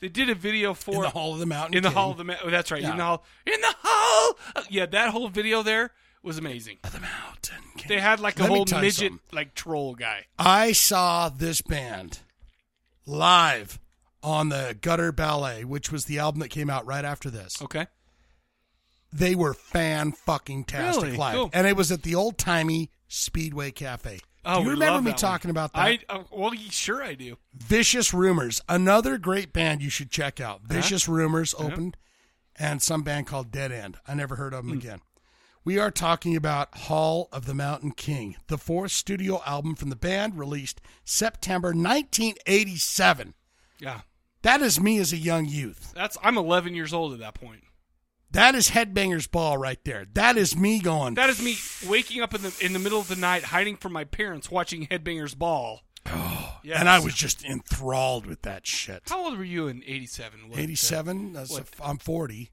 Speaker 1: They did a video for
Speaker 2: In the Hall of the Mountain
Speaker 1: In the
Speaker 2: King.
Speaker 1: Hall of the Mountain. Oh, that's right.
Speaker 2: Yeah.
Speaker 1: In the Hall. In the Hall. Uh, yeah, that whole video there was amazing.
Speaker 2: The Mountain. King.
Speaker 1: They had like a
Speaker 2: Let me
Speaker 1: whole
Speaker 2: tell you
Speaker 1: midget
Speaker 2: something.
Speaker 1: like troll guy.
Speaker 2: I saw this band live on the Gutter Ballet, which was the album that came out right after this.
Speaker 1: Okay.
Speaker 2: They were fan fucking tastic
Speaker 1: Really?
Speaker 2: live.
Speaker 1: Cool.
Speaker 2: And it was at the old timey Speedway Cafe.
Speaker 1: Oh,
Speaker 2: Do you
Speaker 1: we
Speaker 2: remember
Speaker 1: love
Speaker 2: me
Speaker 1: that one.
Speaker 2: talking about that?
Speaker 1: I uh, well, y- sure I do.
Speaker 2: Vicious Rumors, another great band you should check out. Vicious Rumors
Speaker 1: Yeah.
Speaker 2: opened, and some band called Dead End. I never heard of them again. We are talking about Hall of the Mountain King, the fourth studio album from the band, released September 1987.
Speaker 1: Yeah,
Speaker 2: That is me as a young youth.
Speaker 1: that's I'm 11 years old at that point.
Speaker 2: That is Headbangers Ball right there. That is me going.
Speaker 1: That is me waking up in the in the middle of the night, hiding from my parents, watching Headbangers Ball. Oh,
Speaker 2: And I was just enthralled with that shit.
Speaker 1: How old were you in '87?
Speaker 2: 87. That's a, I'm 40.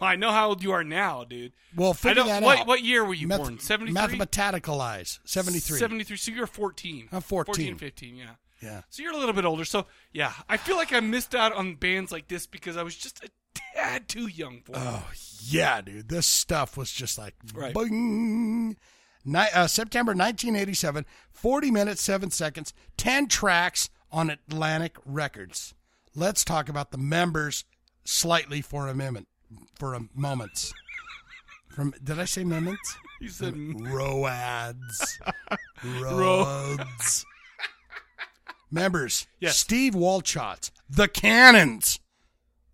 Speaker 1: I know how old you are now, dude.
Speaker 2: Well,
Speaker 1: I
Speaker 2: figure
Speaker 1: don't,
Speaker 2: that
Speaker 1: what,
Speaker 2: out.
Speaker 1: What year were you
Speaker 2: Math-
Speaker 1: born? 73?
Speaker 2: Mathematical eyes. 73.
Speaker 1: 73. So you're 14.
Speaker 2: I'm 14.
Speaker 1: 15, yeah.
Speaker 2: Yeah.
Speaker 1: So you're a little bit older. So, yeah, I feel like I missed out on bands like this because I was just a tad too young for it.
Speaker 2: Oh, yeah, dude. This stuff was just like
Speaker 1: Right.
Speaker 2: boing. Ni- uh, September 1987, 40 minutes, 7 seconds, 10 tracks on Atlantic Records. Let's talk about the members slightly for a moment. For a moment. From did I say moments?
Speaker 1: You said-
Speaker 2: Roads.
Speaker 1: Ro-
Speaker 2: Roads. Members.
Speaker 1: Yes.
Speaker 2: Steve Walchot, The Cannons.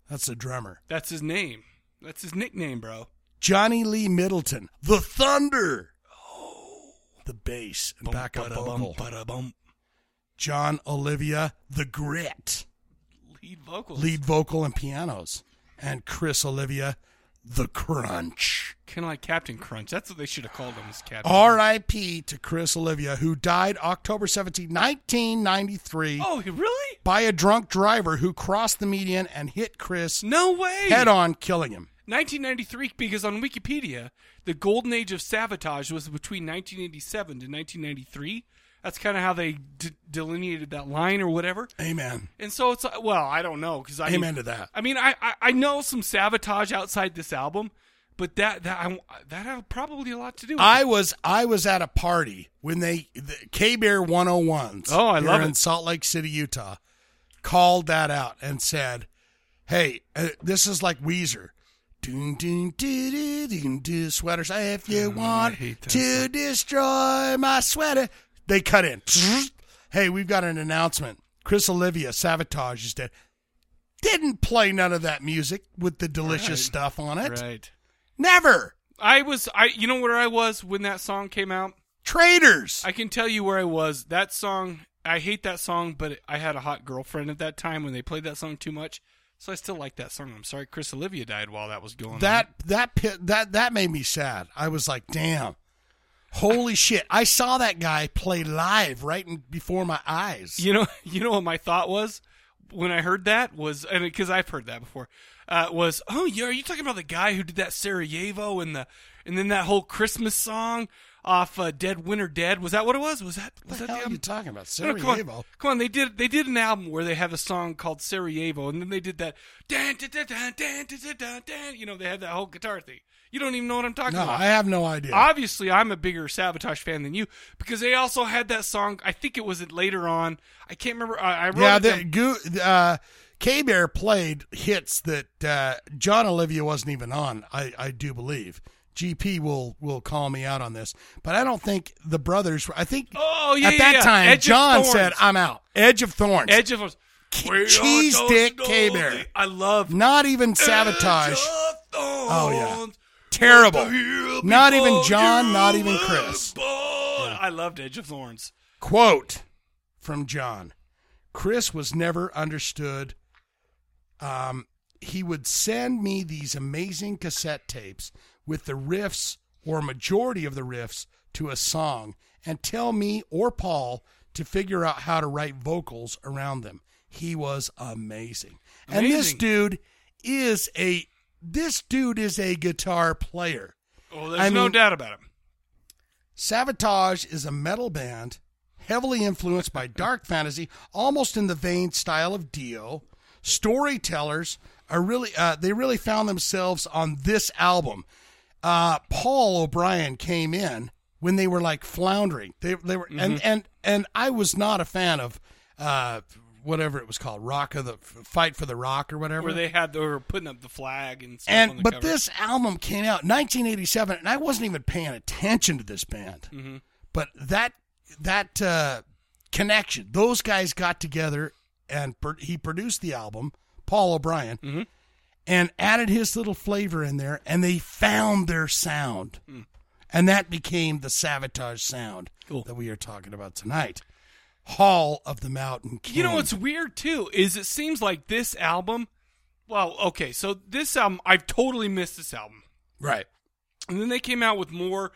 Speaker 2: That's the drummer.
Speaker 1: That's his name. That's his nickname, bro.
Speaker 2: Johnny Lee Middleton, The Thunder. Oh, the bass and backup vocal. John Olivia, The Grit,
Speaker 1: Lead vocals.
Speaker 2: lead vocal and pianos, and Chris Olivia, The Crunch.
Speaker 1: Kind of like Captain Crunch. That's what they should have called him, was Captain
Speaker 2: R.I.P. to Chris Olivia, who died October 17, 1993.
Speaker 1: Oh, really?
Speaker 2: By a drunk driver who crossed the median and hit Chris.
Speaker 1: No way.
Speaker 2: Head on, killing him.
Speaker 1: 1993 because on Wikipedia, the golden age of sabotage was between 1987 to 1993. That's kind of how they d- delineated that line or whatever.
Speaker 2: Amen.
Speaker 1: And so it's like, well, I don't know because I
Speaker 2: Amen
Speaker 1: mean,
Speaker 2: to that.
Speaker 1: I mean, I, I I know some sabotage outside this album, but that that I, that had probably a lot to do. with
Speaker 2: I
Speaker 1: it.
Speaker 2: was I was at a party when they the K Bear 101s.
Speaker 1: Oh, I
Speaker 2: here
Speaker 1: love
Speaker 2: in
Speaker 1: it.
Speaker 2: Salt Lake City, Utah, called that out and said, "Hey, uh, this is like Weezer. Dun, dun, dun, dun, dun, dun, sweaters. If you want
Speaker 1: Oh, hate that
Speaker 2: to destroy my sweater, they cut in. Hey, we've got an announcement. Chris Olivia Savatage is dead. Didn't play none of that music with the delicious
Speaker 1: Right.
Speaker 2: stuff on it.
Speaker 1: Right.
Speaker 2: Never.
Speaker 1: I was I you know where I was when that song came out?
Speaker 2: Traitors.
Speaker 1: I can tell you where I was. That song I hate that song, but I had a hot girlfriend at that time when they played that song too much. So I still like that song. I'm sorry Chris Olivia died while that was going on.
Speaker 2: That that pit, that that made me sad. I was like, damn. Holy shit. I saw that guy play live right in, before my eyes.
Speaker 1: You know, you know what my thought was when I heard that was, and because I've heard that before, uh, was oh yeah, are you talking about the guy who did that Sarajevo and the and then that whole Christmas song off uh, Dead Winter Dead? Was that what it was? Was that was that the album?
Speaker 2: you talking about?
Speaker 1: No, no, come on,
Speaker 2: Sarajevo.
Speaker 1: come on, they did they did an album where they have a song called Sarajevo, and then they did that dan dan dan dan dan dan, dan dan. You know, they had that whole guitar thing. You don't even know what I'm talking
Speaker 2: No,
Speaker 1: about.
Speaker 2: I have no idea.
Speaker 1: Obviously, I'm a bigger Sabotage fan than you because they also had that song. I think it was later on. I can't remember. I, I wrote
Speaker 2: yeah,
Speaker 1: it
Speaker 2: the,
Speaker 1: down.
Speaker 2: Goo, uh, K Bear played hits that uh, John Olivia wasn't even on. I, I do believe GP will will call me out on this, but I don't think the brothers. were- I think
Speaker 1: Oh, yeah,
Speaker 2: at
Speaker 1: yeah,
Speaker 2: that
Speaker 1: yeah.
Speaker 2: time
Speaker 1: Edge of
Speaker 2: John
Speaker 1: Thorns.
Speaker 2: said, "I'm out." Edge of Thorns.
Speaker 1: Edge of Thorns. We are
Speaker 2: cheese
Speaker 1: those
Speaker 2: dick
Speaker 1: dogs.
Speaker 2: K Bear.
Speaker 1: I love
Speaker 2: not even sabotage. oh yeah, terrible. Not even John. Not even Chris.
Speaker 1: I loved Edge of Thorns.
Speaker 2: Quote from John Chris was never understood. Um, he would send me these amazing cassette tapes with the riffs or majority of the riffs to a song and tell me or Paul to figure out how to write vocals around them. He was amazing. And this
Speaker 1: Amazing.
Speaker 2: dude is a this dude is a guitar player.
Speaker 1: Oh, there's
Speaker 2: I
Speaker 1: no
Speaker 2: mean-
Speaker 1: doubt about it.
Speaker 2: Savatage is a metal band heavily influenced by dark fantasy, almost in the vein style of Dio. Storytellers are really uh, they really found themselves on this album. Uh, Paul O'Brien came in when they were like floundering. They they were and
Speaker 1: Mhm.
Speaker 2: and and I was not a fan of uh, whatever it was called, Rock of the Fight for the Rock or whatever.
Speaker 1: Where they had they were putting up the flag and stuff on
Speaker 2: and
Speaker 1: the
Speaker 2: but
Speaker 1: cover.
Speaker 2: this album came out in 1987, and I wasn't even paying attention to this band
Speaker 1: Mhm.
Speaker 2: but that that uh, connection those guys got together and pro- he produced the album paul o'brien
Speaker 1: Mm-hmm.
Speaker 2: and added his little flavor in there and they found their sound
Speaker 1: Mm.
Speaker 2: and that became the sabotage sound that we are talking about tonight hall of the mountain King.
Speaker 1: You know what's weird too is it seems like this album. Well, okay, so this album I've totally missed this album.
Speaker 2: right
Speaker 1: And then they came out with more,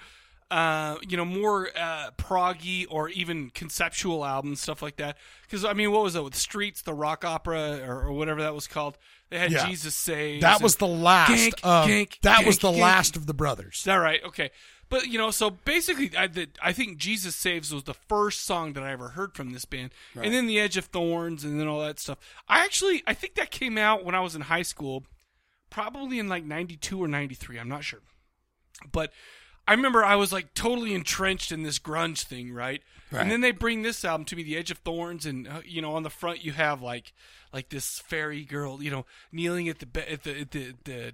Speaker 1: uh, you know, more uh, proggy or even conceptual albums, stuff like that. Because I mean, what was that with Streets, the rock opera, or, or whatever that was called? They had
Speaker 2: Yeah.
Speaker 1: Jesus Saves.
Speaker 2: that
Speaker 1: and
Speaker 2: was the last
Speaker 1: Gank,
Speaker 2: of,
Speaker 1: Gank,
Speaker 2: that was
Speaker 1: Gank,
Speaker 2: the
Speaker 1: Gank.
Speaker 2: last of the brothers
Speaker 1: Is that right? Okay. But you know, so basically, I the, I think Jesus Saves was the first song that I ever heard from this band,
Speaker 2: Right.
Speaker 1: and then The Edge of Thorns, and then all that stuff. I actually I think that came out when I was in high school, probably in like '92 or '93. I'm not sure, but I remember I was like totally entrenched in this grunge thing, right?
Speaker 2: Right.
Speaker 1: And then they bring this album to me, The Edge of Thorns, and uh, you know, on the front you have like like this fairy girl, you know, kneeling at the be- at the at the, the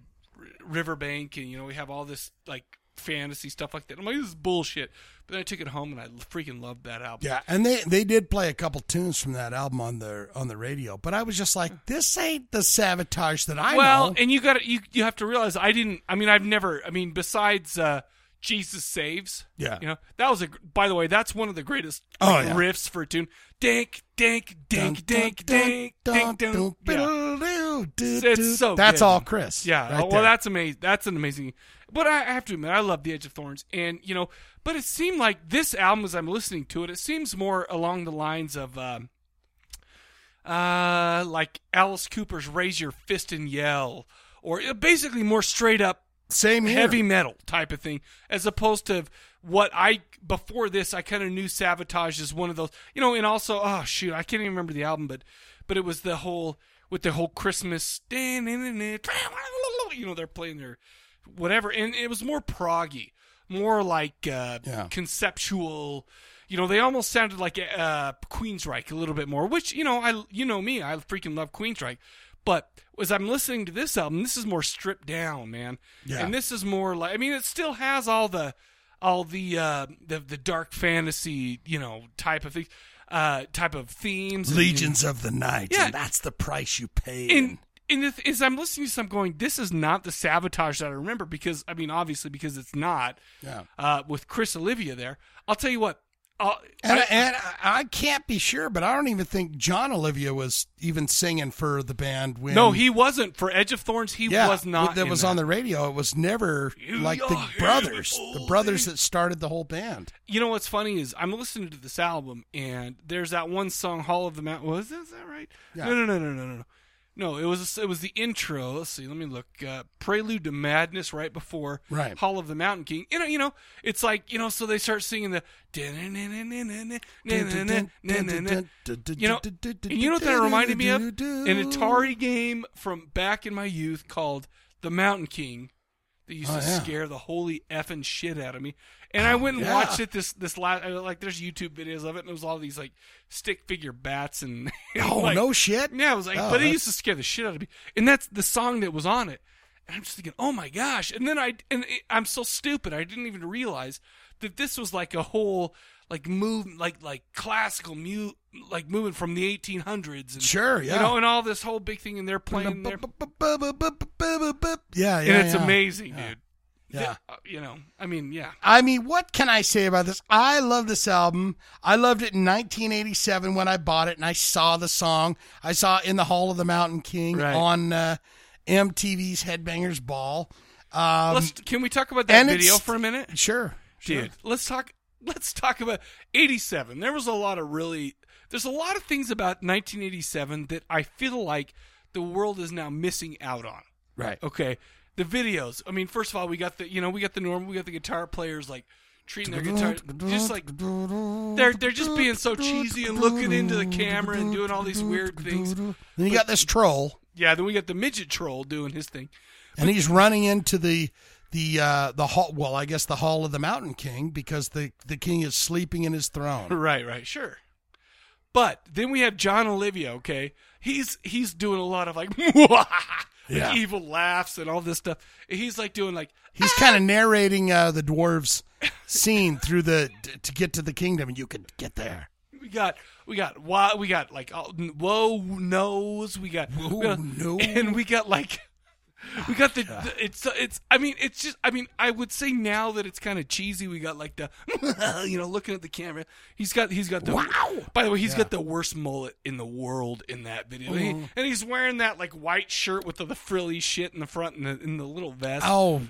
Speaker 1: riverbank, and you know, we have all this like fantasy stuff like that. I'm like, this is bullshit. But then I took it home and I freaking loved that album.
Speaker 2: Yeah, and they they did play a couple tunes from that album on the on the radio, but I was just like, this ain't the sabotage that I
Speaker 1: Hmm. well,
Speaker 2: know.
Speaker 1: and you got to you you have to realize I didn't. I mean, I've never. I mean, besides uh, Jesus saves.
Speaker 2: Yeah.
Speaker 1: You know that was a. gr- By the way, that's one of the greatest
Speaker 2: Oh,
Speaker 1: like,
Speaker 2: yeah.
Speaker 1: riffs for a tune. Dank, dank, dank, dank, dank, dank, dank. Yeah. It's so
Speaker 2: That's
Speaker 1: good.
Speaker 2: all Chris.
Speaker 1: Yeah.
Speaker 2: right
Speaker 1: well,
Speaker 2: there.
Speaker 1: that's amazing. That's an amazing. But I I have to admit, I love The Edge of Thorns, and you know, but it seemed like this album, as I'm listening to it, it seems more along the lines of. Um, uh, like Alice Cooper's "Raise Your Fist and Yell," or uh, basically more straight up
Speaker 2: same here.
Speaker 1: heavy metal type of thing, as opposed to what I before this I kind of knew Sabotage is one of those, you know, and also oh shoot, I can't even remember the album, but but it was the whole with the whole Christmas, you know, they're playing their whatever, and it was more proggy, more like uh,
Speaker 2: Yeah.
Speaker 1: conceptual. You know, they almost sounded like uh, Queensryche a little bit more, which you know, I you know me, I freaking love Queensryche, But as I'm listening to this album, this is more stripped down, man.
Speaker 2: Yeah.
Speaker 1: And this is more like I mean, it still has all the all the uh, the the dark fantasy, you know, type of things, uh, type of themes. and-
Speaker 2: Legions of the night.
Speaker 1: Yeah.
Speaker 2: And that's the price you pay.
Speaker 1: and and the th- as I'm listening to this, I'm going, this is not the sabotage that I remember because I mean, obviously, because it's not.
Speaker 2: Yeah.
Speaker 1: Uh, with Chris Olivia there, I'll tell you what. uh, I'll,
Speaker 2: And, I, and I- I can't be sure, but I don't even think John Olivia was even singing for the band when.
Speaker 1: no, he wasn't for Edge of Thorns. He
Speaker 2: yeah,
Speaker 1: was not.
Speaker 2: That
Speaker 1: in
Speaker 2: was
Speaker 1: that.
Speaker 2: on the radio. It was never like the brothers, the brothers that started the whole band.
Speaker 1: You know what's funny is I'm listening to this album and there's that one song Hall of the Mountain. Was that, is that right?
Speaker 2: Yeah.
Speaker 1: No, no, no, no, no, no, no. No, it was it was the intro. Let's see. Let me look. Uh, Prelude to Madness right before
Speaker 2: Right.
Speaker 1: Hall of the Mountain King. You know, you know, it's like you know. So they start singing the. You know, and you know what that reminded me of? An Atari game from back in my youth called The Mountain King that used
Speaker 2: Oh,
Speaker 1: to
Speaker 2: yeah. Oh,
Speaker 1: scare the holy effing shit out of me. And I went and
Speaker 2: Yeah.
Speaker 1: watched it this this last I- like there's YouTube videos of it and it was all these like stick figure bats and
Speaker 2: Oh,
Speaker 1: like-
Speaker 2: no shit?
Speaker 1: Yeah, it was like
Speaker 2: Oh,
Speaker 1: but it
Speaker 2: that's-
Speaker 1: used to scare the shit out of me. And that's the song that was on it. And I'm just thinking, "Oh my gosh." And then I and it, I'm so stupid. I didn't even realize that this was like a whole like move like like classical mu like movement from the 1800s and
Speaker 2: Sure,
Speaker 1: you
Speaker 2: yeah.
Speaker 1: know and all this whole big thing and they're playing their
Speaker 2: Yeah, yeah,
Speaker 1: and it's
Speaker 2: yeah.
Speaker 1: amazing, dude.
Speaker 2: Yeah.
Speaker 1: Uh, you know, I mean, yeah.
Speaker 2: I mean, what can I say about this? I love this album. I loved it in 1987 when I bought it and I saw the song. I saw it in the Hall of the Mountain King
Speaker 1: Right.
Speaker 2: on uh, MTV's Headbangers Ball. Um,
Speaker 1: let's can we talk about that
Speaker 2: and
Speaker 1: video
Speaker 2: it's-
Speaker 1: for a minute?
Speaker 2: Sure, sure.
Speaker 1: Dude, let's talk let's talk about 87. There was a lot of really there's a lot of things about 1987 that I feel like the world is now missing out on.
Speaker 2: Right.
Speaker 1: Okay. The videos. I mean, first of all, we got the you know, we got the normal, we got the guitar players like treating their guitar just like they're they're just being so cheesy and looking into the camera and doing all these weird things.
Speaker 2: Then you got this troll,
Speaker 1: Yeah, then we got the midget troll doing his thing.
Speaker 2: and he's running into the the uh, the hall. Well, I guess the Hall of the Mountain King because the the king is sleeping in his throne.
Speaker 1: Right, right, sure. But then we have John Olivia. Okay, he's he's doing a lot of like, like
Speaker 2: Yeah.
Speaker 1: evil laughs and all this stuff. And He's like doing like
Speaker 2: He's kind of narrating uh, the dwarves' scene through the t- to get to the kingdom, and you can get there.
Speaker 1: we got we got why we got like all, whoa knows we got whoa
Speaker 2: no
Speaker 1: and we got like we got the, the it's it's I mean it's just I mean I would say now that it's kind of cheesy. We got like the you know looking at the camera. He's got he's got the wow. By the way, he's
Speaker 2: Yeah.
Speaker 1: got the worst mullet in the world in that video, And he-
Speaker 2: Mhm.
Speaker 1: and he's wearing that like white shirt with the, the frilly shit in the front and the, and the little vest.
Speaker 2: Oh,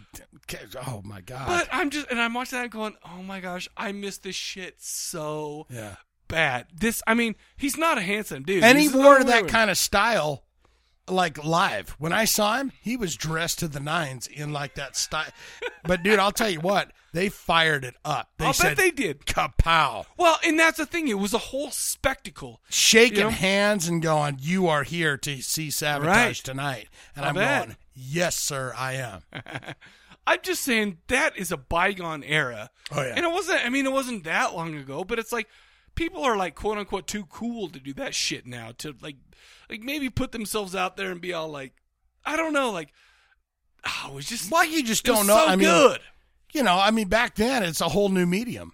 Speaker 2: okay. oh my God!
Speaker 1: But I'm just and I'm watching that and going, oh my gosh, I miss this shit so
Speaker 2: Yeah.
Speaker 1: bad. This I mean, he's not a handsome dude.
Speaker 2: and he
Speaker 1: He's
Speaker 2: wore
Speaker 1: not
Speaker 2: that
Speaker 1: weird.
Speaker 2: kind of style like live when i saw him he was dressed to the nines in like that style but dude i'll tell you what they fired it up they
Speaker 1: I'll bet
Speaker 2: said
Speaker 1: they did
Speaker 2: kapow
Speaker 1: Well, and that's the thing. It was a whole spectacle.
Speaker 2: shaking
Speaker 1: You know?
Speaker 2: hands and going you are here to see sabotage
Speaker 1: Right.
Speaker 2: tonight and
Speaker 1: I'll
Speaker 2: i'm
Speaker 1: bet.
Speaker 2: going yes sir i am
Speaker 1: I'm just saying that is a bygone era.
Speaker 2: Oh, yeah.
Speaker 1: And it wasn't I mean it wasn't that long ago, but it's like people are like quote unquote too cool to do that shit now to like like maybe put themselves out there and be all like I don't know like oh, it was just
Speaker 2: why you just
Speaker 1: it was
Speaker 2: don't know
Speaker 1: so
Speaker 2: i mean
Speaker 1: good.
Speaker 2: you know i mean back then it's a whole new medium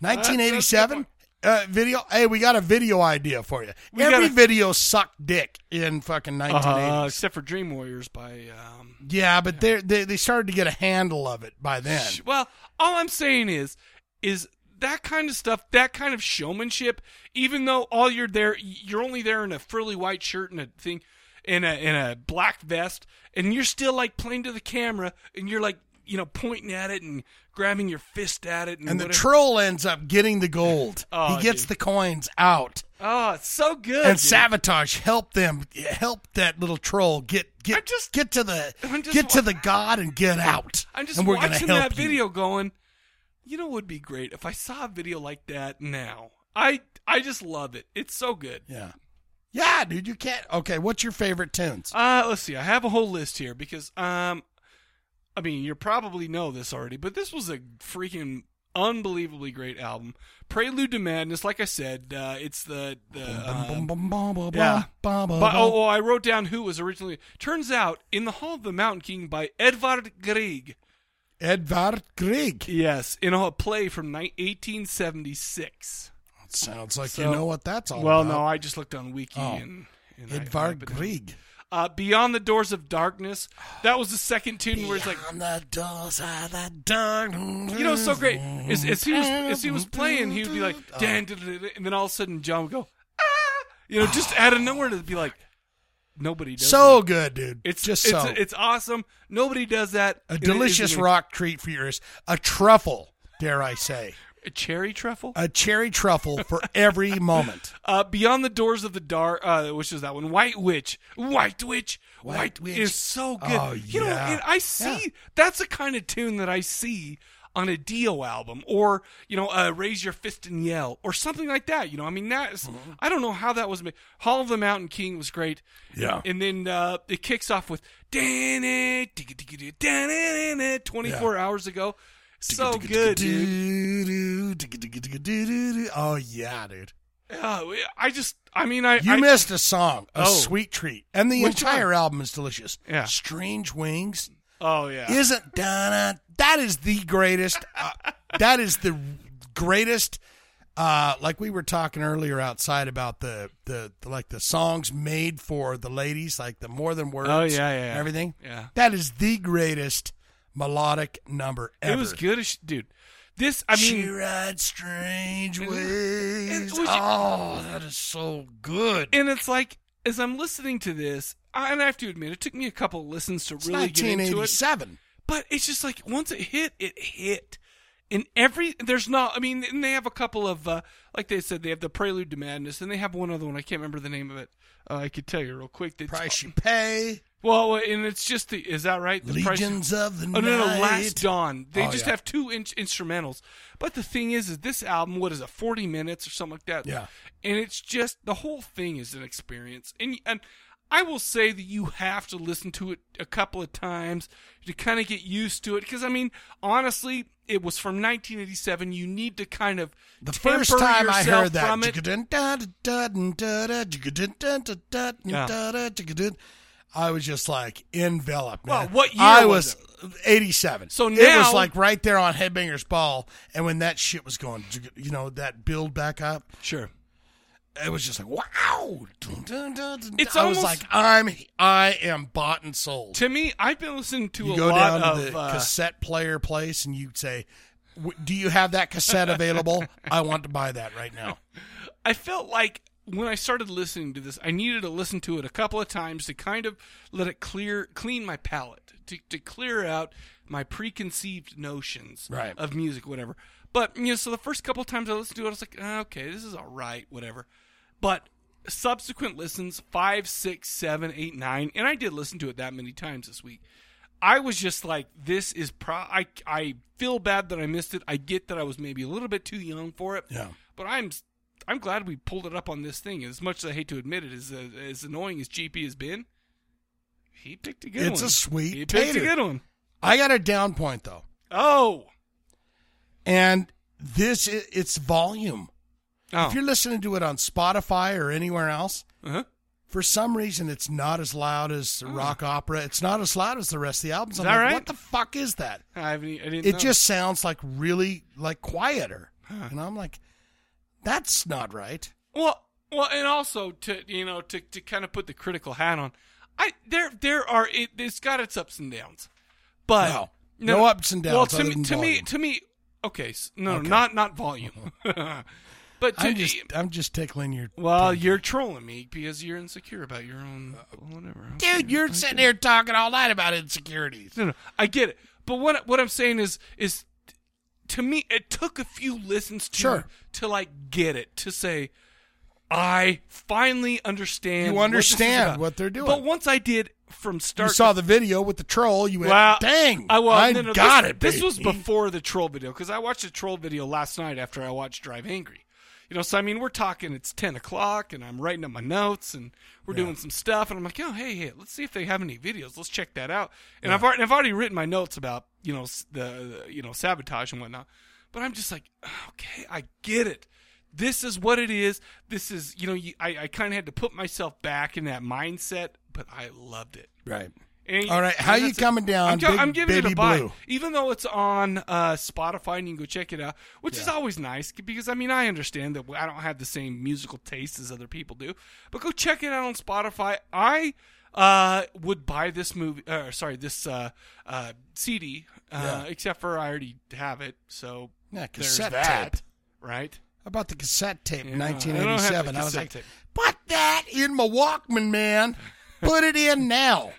Speaker 2: 1987 uh, video hey we got a video idea for you
Speaker 1: We got
Speaker 2: every
Speaker 1: a-
Speaker 2: video sucked dick in fucking 1980
Speaker 1: Uh, except for Dream Warriors by um
Speaker 2: Yeah, but they're, they they started to get a handle of it by then.
Speaker 1: Sh- Well, all I'm saying is, is that kind of stuff, that kind of showmanship. Even though all you're there, you're only there in a frilly white shirt and a thing, in a in a black vest, and you're still like playing to the camera, and you're like you know pointing at it and grabbing your fist at it, and,
Speaker 2: And the
Speaker 1: whatever.
Speaker 2: troll ends up getting the gold.
Speaker 1: Oh,
Speaker 2: he gets
Speaker 1: dude.
Speaker 2: the coins out,
Speaker 1: Oh, it's so good.
Speaker 2: and
Speaker 1: dude.
Speaker 2: sabotage help them help that little troll get get get to the
Speaker 1: just
Speaker 2: get to the god and get out.
Speaker 1: I'm just
Speaker 2: and we're gonna
Speaker 1: watching
Speaker 2: help
Speaker 1: that
Speaker 2: you.
Speaker 1: video going, you know, what would be great if I saw a video like that now. I I just love it. It's so good.
Speaker 2: Yeah. Yeah, dude, you can't. Okay, what's your favorite tunes?
Speaker 1: Uh, let's see. I have a whole list here because, um, I mean, you probably know this already, but this was a freaking unbelievably great album. Prelude to Madness, like I said, uh, it's the the uh, yeah. But oh, oh, I wrote down who was originally. Turns out, in the Hall of the Mountain King by Edvard Grieg.
Speaker 2: Edvard Grieg.
Speaker 1: Yes, in a play from ni- 1876.
Speaker 2: sounds like you know what that's all
Speaker 1: well,
Speaker 2: about.
Speaker 1: no, I just looked on Wiki
Speaker 2: Oh.
Speaker 1: and, and I-
Speaker 2: Edvard
Speaker 1: but-
Speaker 2: Grieg.
Speaker 1: Uh, Beyond the Doors of Darkness. That was the second tune where it's like the doors of the darkness. You know, it's so great. As, as he was as he was playing, he would be like,
Speaker 2: Oh.
Speaker 1: "Dan," and then all of a sudden, John would go, "Ah!" You know, just out of nowhere, and it'd be like, nobody does.
Speaker 2: So
Speaker 1: that.
Speaker 2: good, dude.
Speaker 1: It's
Speaker 2: Just
Speaker 1: it's,
Speaker 2: so.
Speaker 1: it's awesome. Nobody does that.
Speaker 2: A
Speaker 1: and it
Speaker 2: delicious
Speaker 1: isn't-
Speaker 2: rock treat for yours. A truffle, dare I say.
Speaker 1: A cherry truffle.
Speaker 2: A cherry truffle for every moment.
Speaker 1: Uh, Beyond the Doors of the Dark, uh, which is that one? White Witch, White Witch, White, Witch is so good.
Speaker 2: Oh,
Speaker 1: you know,
Speaker 2: yeah.
Speaker 1: and I see that's the kind of tune that I see on a Dio album, or you know, uh, Raise Your Fist and Yell, or something like that. You know, I mean, that's
Speaker 2: Mm-hmm.
Speaker 1: I don't know how that was made. Hall of the Mountain King was great.
Speaker 2: Yeah.
Speaker 1: and then uh, it kicks off with twenty four hours ago. So good, dude.
Speaker 2: Oh, yeah, dude.
Speaker 1: Oh, I just, I mean, I
Speaker 2: You
Speaker 1: I-
Speaker 2: missed a song, a
Speaker 1: Oh.
Speaker 2: sweet treat. And the
Speaker 1: Which
Speaker 2: entire
Speaker 1: one?
Speaker 2: album is delicious.
Speaker 1: Yeah.
Speaker 2: Strange Wings.
Speaker 1: Oh yeah.
Speaker 2: Isn't Donna? That is the greatest. Uh, that is the greatest. Uh, like we were talking earlier outside about the, the like the songs made for the ladies, like the more than words.
Speaker 1: Oh, yeah, yeah, yeah.
Speaker 2: everything.
Speaker 1: Yeah.
Speaker 2: that is the greatest melodic number ever.
Speaker 1: It was good as sh- dude. This I mean,
Speaker 2: she rides strange ways.
Speaker 1: was-
Speaker 2: oh, that is so good.
Speaker 1: And it's like as I'm listening to this, I, and I have to admit, it took me a couple of listens to really get into it.
Speaker 2: 1987.
Speaker 1: But it's just like once it hit, it hit. And every there's not. I mean, and they have a couple of uh, like they said they have the Prelude to Madness, and they have one other one. I can't remember the name of it. Uh, I could tell you real quick. That's,
Speaker 2: Price you pay.
Speaker 1: Well, uh, and it's just the is that right? The
Speaker 2: Legions of the
Speaker 1: oh, no, no,
Speaker 2: night.
Speaker 1: Last Dawn. They
Speaker 2: Oh,
Speaker 1: just
Speaker 2: yeah.
Speaker 1: have two in- instrumentals. But the thing is, is this album what is it, forty minutes or something like that?
Speaker 2: Yeah.
Speaker 1: And it's just the whole thing is an experience, and and I will say that you have to listen to it a couple of times to kind of get used to it. Because I mean, honestly, it was from 1987. You need to kind of
Speaker 2: The first
Speaker 1: temper
Speaker 2: time I
Speaker 1: yourself
Speaker 2: heard that,
Speaker 1: from it.
Speaker 2: I was just like enveloped.
Speaker 1: Well,
Speaker 2: man.
Speaker 1: what year
Speaker 2: I
Speaker 1: was
Speaker 2: was, eighty-seven.
Speaker 1: So
Speaker 2: it
Speaker 1: now-
Speaker 2: was like right there on Headbangers Ball, and when that shit was going, you know, that build back up.
Speaker 1: Sure.
Speaker 2: It was just like wow.
Speaker 1: It's
Speaker 2: I was
Speaker 1: almost
Speaker 2: like I'm I am bought and sold.
Speaker 1: To me, I've been listening to
Speaker 2: you
Speaker 1: a
Speaker 2: go
Speaker 1: lot
Speaker 2: down
Speaker 1: of
Speaker 2: to the
Speaker 1: uh,
Speaker 2: cassette player place and you say, "W- "Do you have that cassette available? I want to buy that right now."
Speaker 1: I felt like when I started listening to this, I needed to listen to it a couple of times to kind of let it clear, clean my palate, to, to clear out my preconceived notions
Speaker 2: Right.
Speaker 1: of music, whatever. But, you know, so the first couple of times I listened to it, I was like, "Ah, okay, this is all right, whatever. But subsequent listens, five, six, seven, eight, nine, and I did listen to it that many times this week. I was just like, this is pro. I, I feel bad that I missed it. I get that I was maybe a little bit too young for it.
Speaker 2: Yeah.
Speaker 1: But I'm I'm glad we pulled it up on this thing. As much as I hate to admit it, as uh, as annoying as GP has been, he picked a good one.
Speaker 2: it's a sweet
Speaker 1: He picked
Speaker 2: tater.
Speaker 1: a good one.
Speaker 2: I got a down point though.
Speaker 1: Oh.
Speaker 2: And this i- it's volume.
Speaker 1: Oh.
Speaker 2: If you're listening to it on Spotify or anywhere else,
Speaker 1: Uh-huh. Oh.
Speaker 2: for some reason it's not as loud as the rock opera. It's not as loud as the rest of the albums.
Speaker 1: Is
Speaker 2: I'm
Speaker 1: that
Speaker 2: like,
Speaker 1: right?
Speaker 2: What the fuck is that?
Speaker 1: I haven't. I didn't.
Speaker 2: It
Speaker 1: know.
Speaker 2: just sounds like really like quieter. And I'm like, that's not right.
Speaker 1: e- Well, well, and also to you know to, to kind of put the critical hat on, I there there are it, it's got its ups and downs, but
Speaker 2: No. No ups and downs
Speaker 1: Well, to
Speaker 2: other
Speaker 1: me,
Speaker 2: than
Speaker 1: to me,
Speaker 2: volume.
Speaker 1: to me, okay, s- no,
Speaker 2: Okay.
Speaker 1: not not volume, but to,
Speaker 2: I'm just I'm just tickling your
Speaker 1: well, you're trolling me because you're insecure about your own Uh, whatever.
Speaker 2: Dude, you're sitting here talking all night about insecurities.
Speaker 1: No, no, I get it. But what what I'm saying is is to me it took a few listens to
Speaker 2: Sure.
Speaker 1: to like get it to say I finally understand.
Speaker 2: You
Speaker 1: what this is
Speaker 2: understand
Speaker 1: about."
Speaker 2: what they're doing.
Speaker 1: But once I did from start,
Speaker 2: you saw the
Speaker 1: to,
Speaker 2: video with the troll. You went,
Speaker 1: Wow.
Speaker 2: dang,
Speaker 1: I,
Speaker 2: I,
Speaker 1: well, no, no,
Speaker 2: got
Speaker 1: this,
Speaker 2: it.
Speaker 1: This was
Speaker 2: baby."
Speaker 1: before the troll video because I watched the troll video last night after I watched Drive Angry. You know, so I mean, we're talking. It's ten o'clock, and I'm writing up my notes, and we're
Speaker 2: Yeah.
Speaker 1: doing some stuff, and I'm like, oh, hey, hey, let's see if they have any videos. Let's check that out. And I've already, I've already written my notes about you know s- the, the you know sabotage and whatnot. But I'm just like, "Oh, okay, I get it. This is what it is. This is, you know, you, I, I kind of had to put myself back in that mindset, but I loved it.
Speaker 2: Right.
Speaker 1: And-
Speaker 2: All right, how
Speaker 1: and
Speaker 2: you
Speaker 1: that's it.
Speaker 2: coming down,
Speaker 1: I'm, gi-
Speaker 2: Big
Speaker 1: I'm giving it
Speaker 2: Baby
Speaker 1: a buy,
Speaker 2: Blue?
Speaker 1: even though it's on uh, Spotify and you can go check it out, which is always nice because I mean I understand that I don't have the same musical taste as other people do, but go check it out on Spotify. I uh, would buy this movie, uh, sorry, this uh, uh, CD, uh,
Speaker 2: Yeah.
Speaker 1: except for I already have it, so
Speaker 2: Yeah,
Speaker 1: there's
Speaker 2: cassette
Speaker 1: that,
Speaker 2: tape.
Speaker 1: right?
Speaker 2: How about the cassette tape in
Speaker 1: Yeah, I don't have the
Speaker 2: 1987? I, was
Speaker 1: cassette
Speaker 2: like,
Speaker 1: tape.
Speaker 2: put that in my Walkman, man. Put it in now.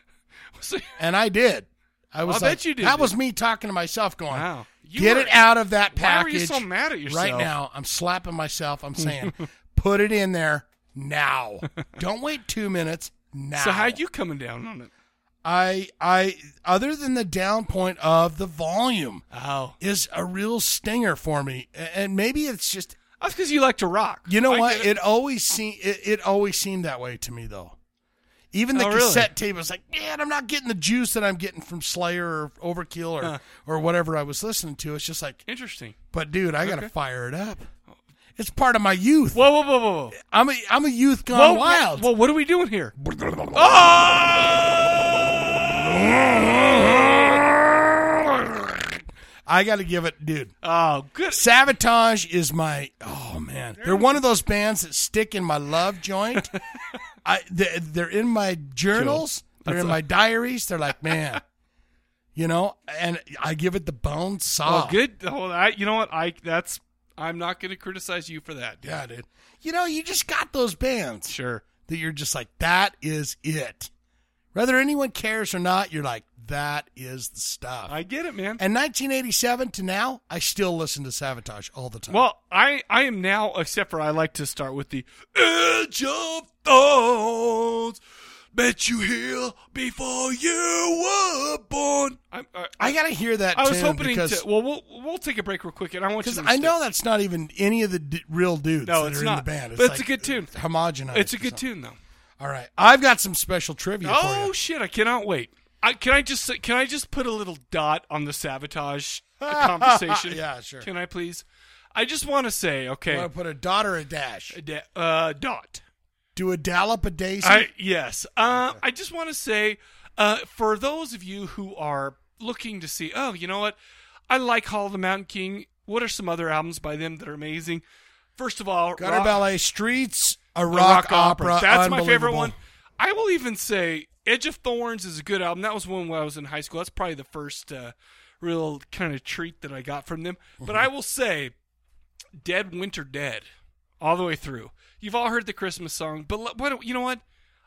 Speaker 2: and I did. I was
Speaker 1: I'll
Speaker 2: like,
Speaker 1: bet you did,
Speaker 2: That
Speaker 1: dude.
Speaker 2: was me talking to myself, going,
Speaker 1: Wow. You
Speaker 2: "Get
Speaker 1: were-
Speaker 2: it out of that
Speaker 1: Why were
Speaker 2: package."
Speaker 1: you so mad at yourself?
Speaker 2: right now? I'm slapping myself. I'm saying, "Put it in there now. Don't wait two minutes now."
Speaker 1: So how you coming down on it?
Speaker 2: I I other than the down point of the volume
Speaker 1: oh.
Speaker 2: is a real stinger for me, A- and maybe it's just
Speaker 1: that's because you like to rock.
Speaker 2: You know
Speaker 1: I
Speaker 2: what?
Speaker 1: get
Speaker 2: It.
Speaker 1: it.
Speaker 2: always seemed it, it always seemed that way to me though. Even the
Speaker 1: Oh, really?
Speaker 2: cassette tape was like, man, I'm not getting the juice that I'm getting from Slayer or Overkill or
Speaker 1: Huh.
Speaker 2: or whatever I was listening to. It's just like,
Speaker 1: Interesting.
Speaker 2: but dude, I gotta
Speaker 1: Okay.
Speaker 2: fire it up. It's part of my youth.
Speaker 1: Whoa, whoa, whoa, whoa!
Speaker 2: I'm a I'm a youth gone
Speaker 1: Whoa, whoa,
Speaker 2: wild. Ah!
Speaker 1: Well, what are we doing here? Oh!
Speaker 2: I got to give it, dude.
Speaker 1: Oh, good.
Speaker 2: Sabotage is my. Oh man, they're one of those bands that stick in my love joint. I they're, they're in my journals. They're
Speaker 1: That's
Speaker 2: in
Speaker 1: a-
Speaker 2: my diaries. They're like, man, you know. And I give it the bone saw.
Speaker 1: Oh, good. Oh, I, you know what? I that's. I'm not going to criticize you for that. Dude.
Speaker 2: Yeah, dude. You know, you just got those bands.
Speaker 1: Sure.
Speaker 2: That you're just like, that is it. Whether anyone cares or not, you're like, that is the stuff. I
Speaker 1: get it, man.
Speaker 2: And 1987 to now, I still listen to Sabotage all the time.
Speaker 1: Well, I I am now. Except for I like to start with the edge of thoughts. Bet you here
Speaker 2: Oh,
Speaker 1: before you were born. I, I,
Speaker 2: I gotta hear that
Speaker 1: uh, I was
Speaker 2: tune
Speaker 1: hoping
Speaker 2: because-
Speaker 1: to. Well, we'll we'll take a break real quick, and I want you.
Speaker 2: Because
Speaker 1: to
Speaker 2: I know that's not even any of the d- real dudes
Speaker 1: No,
Speaker 2: that
Speaker 1: it's
Speaker 2: are
Speaker 1: not.
Speaker 2: in the band.
Speaker 1: But it's a good
Speaker 2: tune. Homogenized.
Speaker 1: It's a good tune though.
Speaker 2: All right. I've got some special trivia for you.
Speaker 1: Oh shit! I cannot wait. I, can I just say- can I just put a little dot on the sabotage uh, conversation?
Speaker 2: Yeah, sure.
Speaker 1: Can I please? I just want to say, okay,
Speaker 2: You want to put a dot or a dash? A
Speaker 1: da- uh, dot.
Speaker 2: Do a dollop a daisy?
Speaker 1: I, yes. Uh, I just want to say, uh, for those of you who are looking to see, oh, you know what? I like Hall of the Mountain King. What are some other albums by them that are amazing? First of all,
Speaker 2: Gutter
Speaker 1: Rock-
Speaker 2: Ballet Streets, a
Speaker 1: The
Speaker 2: rock, opera.
Speaker 1: That's my favorite
Speaker 2: Unbelievable.
Speaker 1: one. I will even say Edge of Thorns is a good album. That was one when I was in high school. That's probably the first uh, real kind of treat that I got from them. But
Speaker 2: Mm-hmm.
Speaker 1: I will say Dead Winter Dead all the way through. You've all heard the Christmas song, but le- why don't, you know what?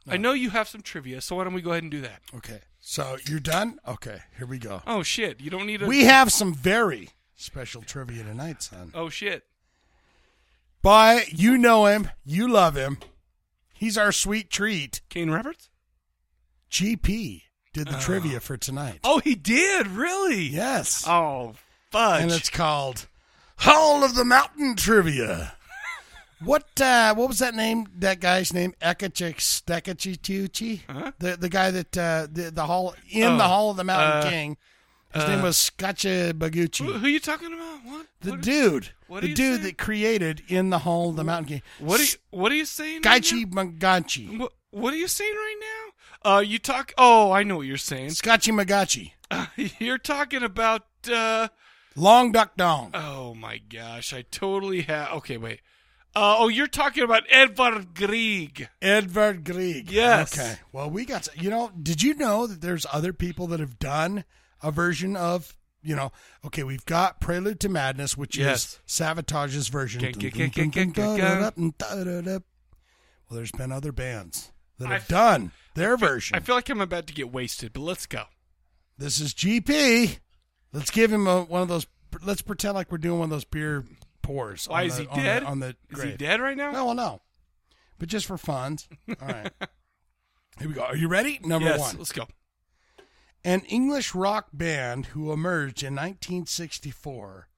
Speaker 1: I know you have some trivia, so why don't we go ahead and do that?
Speaker 2: Okay. So you're done? Okay. Here we go.
Speaker 1: Oh shit! You don't need a.
Speaker 2: We have some very special trivia tonight, son.
Speaker 1: Oh shit!
Speaker 2: By you know him, you love him. He's our sweet treat.
Speaker 1: Kane Roberts?
Speaker 2: GP did the
Speaker 1: Oh.
Speaker 2: trivia for tonight.
Speaker 1: Oh, he did really?
Speaker 2: Yes.
Speaker 1: Oh, fudge!
Speaker 2: And it's called Hall of the Mountain Trivia. What uh, what was that name? That guy's name Ekachik Stekachituchi, the the guy that uh, the the hall in
Speaker 1: Uh-huh. Oh,
Speaker 2: the Hall of the Mountain
Speaker 1: uh,
Speaker 2: King. His
Speaker 1: uh,
Speaker 2: name was Skacha Baguchi.
Speaker 1: Who, who are you talking about? What?
Speaker 2: The
Speaker 1: what-
Speaker 2: dude,
Speaker 1: what are
Speaker 2: the
Speaker 1: you
Speaker 2: dude
Speaker 1: saying?
Speaker 2: that created in the Hall of the Mountain King.
Speaker 1: What are you, what are you saying? right
Speaker 2: Gaichi Magachi.
Speaker 1: What, what are you saying right now? Uh, you talk. Oh, I know what you're saying.
Speaker 2: Scotchy Magachi.
Speaker 1: You're talking about. Uh,
Speaker 2: Long Duck Dong.
Speaker 1: oh my gosh! I totally have. Okay, wait. Uh, oh, you're talking about Edvard Grieg.
Speaker 2: Edvard Grieg.
Speaker 1: Yes.
Speaker 2: Okay. Well, we got you know. Did you know that there's other people that have done a version of you know? Okay, we've got Prelude to Madness, which
Speaker 1: Yes.
Speaker 2: is Sabotage's version.
Speaker 1: Gun, gun, gun, gun, gun, gun.
Speaker 2: Well, there's been other bands that
Speaker 1: I
Speaker 2: have
Speaker 1: f-
Speaker 2: done their version.
Speaker 1: I feel like I'm about to get wasted, but let's go.
Speaker 2: This is GP. Let's give him a, one of those. Let's pretend like we're doing one of those beer pours.
Speaker 1: Why
Speaker 2: on
Speaker 1: is
Speaker 2: the-
Speaker 1: he
Speaker 2: on the-
Speaker 1: dead?
Speaker 2: On the,
Speaker 1: is he
Speaker 2: grave.
Speaker 1: dead right now?
Speaker 2: No, well, no. But just for fun. All right. Here we go. Are you ready? Number
Speaker 1: Yes,
Speaker 2: one.
Speaker 1: Let's go.
Speaker 2: An English rock band who emerged in 1964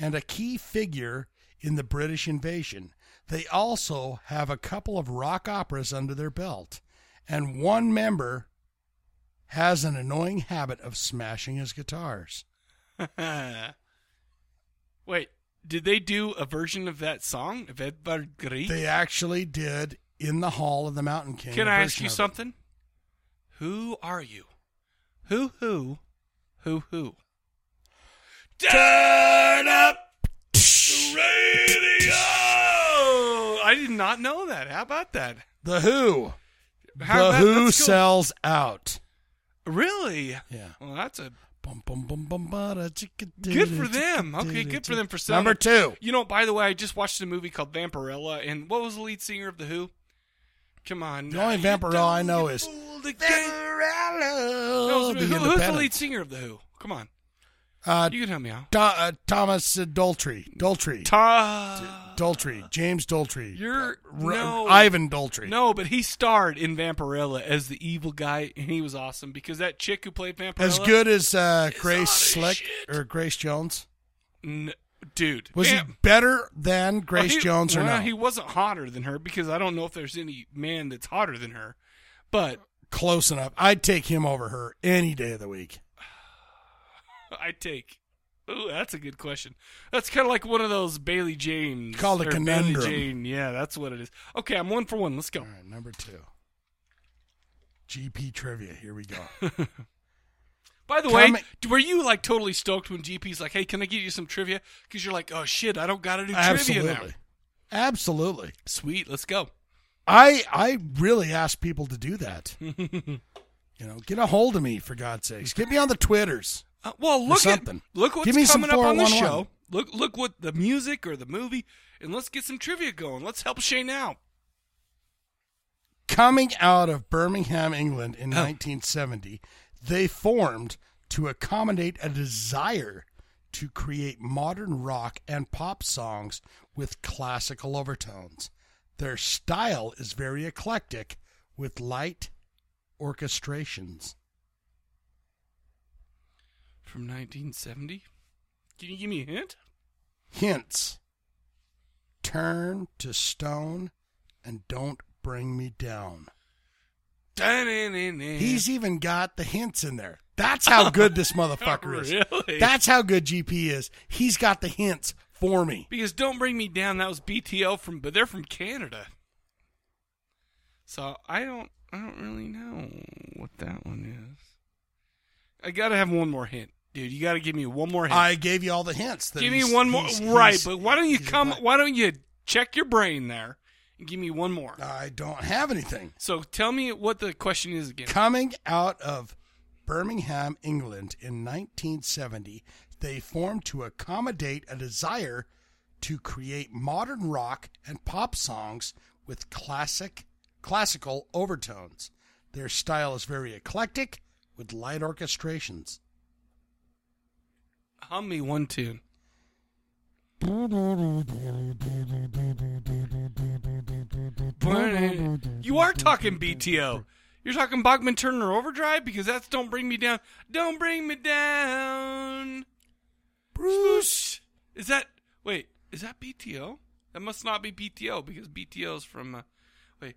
Speaker 2: and a key figure in the British invasion. They also have a couple of rock operas under their belt, and one member has an annoying habit of smashing his guitars.
Speaker 1: what Wait, did they do a version of that song of Evergreen?
Speaker 2: They actually did in the Hall of the Mountain King.
Speaker 1: Can
Speaker 2: a
Speaker 1: I ask
Speaker 2: version
Speaker 1: you
Speaker 2: of it.
Speaker 1: something? Who are you? Who who? Who who? Turn up the radio. I did not know that. How about that?
Speaker 2: The Who.
Speaker 1: How
Speaker 2: the
Speaker 1: about-
Speaker 2: Who
Speaker 1: let's go-
Speaker 2: sells out.
Speaker 1: Really?
Speaker 2: Yeah.
Speaker 1: Well, that's a
Speaker 2: Good
Speaker 1: good for them. Okay, good for them for selling.
Speaker 2: Number
Speaker 1: it.
Speaker 2: two.
Speaker 1: You know, by the way, I just watched a movie called Vampirella, and what was the lead singer of the Who? Come on,
Speaker 2: The only Vampirella I know is
Speaker 1: No,
Speaker 2: the
Speaker 1: who- who's the
Speaker 2: Independent.
Speaker 1: lead singer of the Who? Come on,
Speaker 2: Uh,
Speaker 1: you can help me out.
Speaker 2: Do, uh, Thomas uh, Daltrey. Daltrey. D- Daltrey. James Daltrey.
Speaker 1: you're
Speaker 2: R-
Speaker 1: no
Speaker 2: Uh, Ivan Daltrey.
Speaker 1: No, but he starred in Vampirella as the evil guy, and he was awesome because that chick who played Vampirella
Speaker 2: As good as uh, Grace Slick or Grace Jones.
Speaker 1: N- dude
Speaker 2: Was
Speaker 1: Vamp-
Speaker 2: he better than Grace
Speaker 1: Well, he-
Speaker 2: Jones or
Speaker 1: well,
Speaker 2: no?
Speaker 1: He wasn't hotter than her because I don't know if there's any man that's hotter than her. But
Speaker 2: Close enough. I'd take him over her any day of the week.
Speaker 1: I take. Ooh, that's a good question. That's kind of like one of those Bailey James
Speaker 2: Called a
Speaker 1: or Bailey
Speaker 2: conundrum.
Speaker 1: Jane. Yeah, that's what it is. Okay, I'm one for one. Let's go.
Speaker 2: number two. GP trivia. Here we go.
Speaker 1: By the
Speaker 2: Comment-
Speaker 1: way, d- were you like totally stoked when GP's like, "Hey, can I get you some trivia?" Because you're like, "Oh shit, I don't got to do trivia now."
Speaker 2: Absolutely. Absolutely.
Speaker 1: Sweet, let's go.
Speaker 2: I I really ask people to do that. you know, get a hold of me for God's sakes. Get me on the Twitters.
Speaker 1: Uh, well,
Speaker 2: or
Speaker 1: look at
Speaker 2: something.
Speaker 1: look what's
Speaker 2: Give me some
Speaker 1: coming up on the
Speaker 2: 411.
Speaker 1: show. Look look what the music or the movie, and let's get some trivia going. Let's help Shane out.
Speaker 2: Coming out of Birmingham, England in 1970, they formed to accommodate a desire to create modern rock and pop songs with classical overtones. Their style is very eclectic with light orchestrations.
Speaker 1: From 1970. Can you give me a hint?
Speaker 2: Hints Turn to stone and don't bring me down. He's even got the hints in there. That's how good this motherfucker is.
Speaker 1: Oh. Really?
Speaker 2: That's how good GP is. He's got the hints for me.
Speaker 1: Because Don't Bring Me Down, that was BTO from but they're from Canada. So I don't I don't really know what that one is. I gotta have one more hint. Dude, you gotta give me one more hint.
Speaker 2: I gave you all the hints. that
Speaker 1: give me
Speaker 2: he's-
Speaker 1: one more
Speaker 2: he's-
Speaker 1: right,
Speaker 2: he's-
Speaker 1: but why don't you
Speaker 2: he's
Speaker 1: come
Speaker 2: black.
Speaker 1: why don't you check your brain there and give me one more?
Speaker 2: I don't have anything.
Speaker 1: So tell me what the question is again.
Speaker 2: Coming out of Birmingham, England in 1970, they formed to accommodate a desire to create modern rock and pop songs with classic classical overtones. Their style is very eclectic with light orchestrations.
Speaker 1: Hum me one tune. You are talking BTO. You're talking Bachman Turner Overdrive because that's Don't Bring Me Down. Don't Bring Me Down. Bruce. Is that. Wait, is that BTO? That must not be BTO because BTO is from. Uh, wait.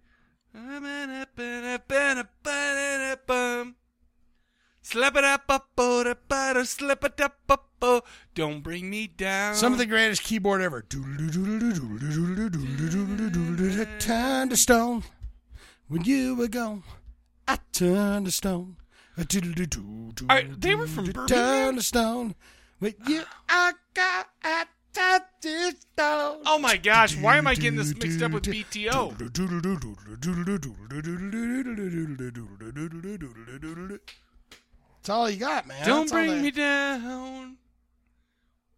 Speaker 1: Slap it up, up, oh, da, ba, da, slap it up, up, oh. Don't bring me down.
Speaker 2: Some of the greatest keyboard ever. Turn to stone when you were gone. I turned to stone.
Speaker 1: Are- they were from
Speaker 2: Turn
Speaker 1: Birmingham.
Speaker 2: to stone when you are gone. I turned to stone.
Speaker 1: Oh my gosh, why am I getting this mixed up with BTO?
Speaker 2: That's all you got, man.
Speaker 1: Don't
Speaker 2: That's all
Speaker 1: bring
Speaker 2: they-
Speaker 1: me down.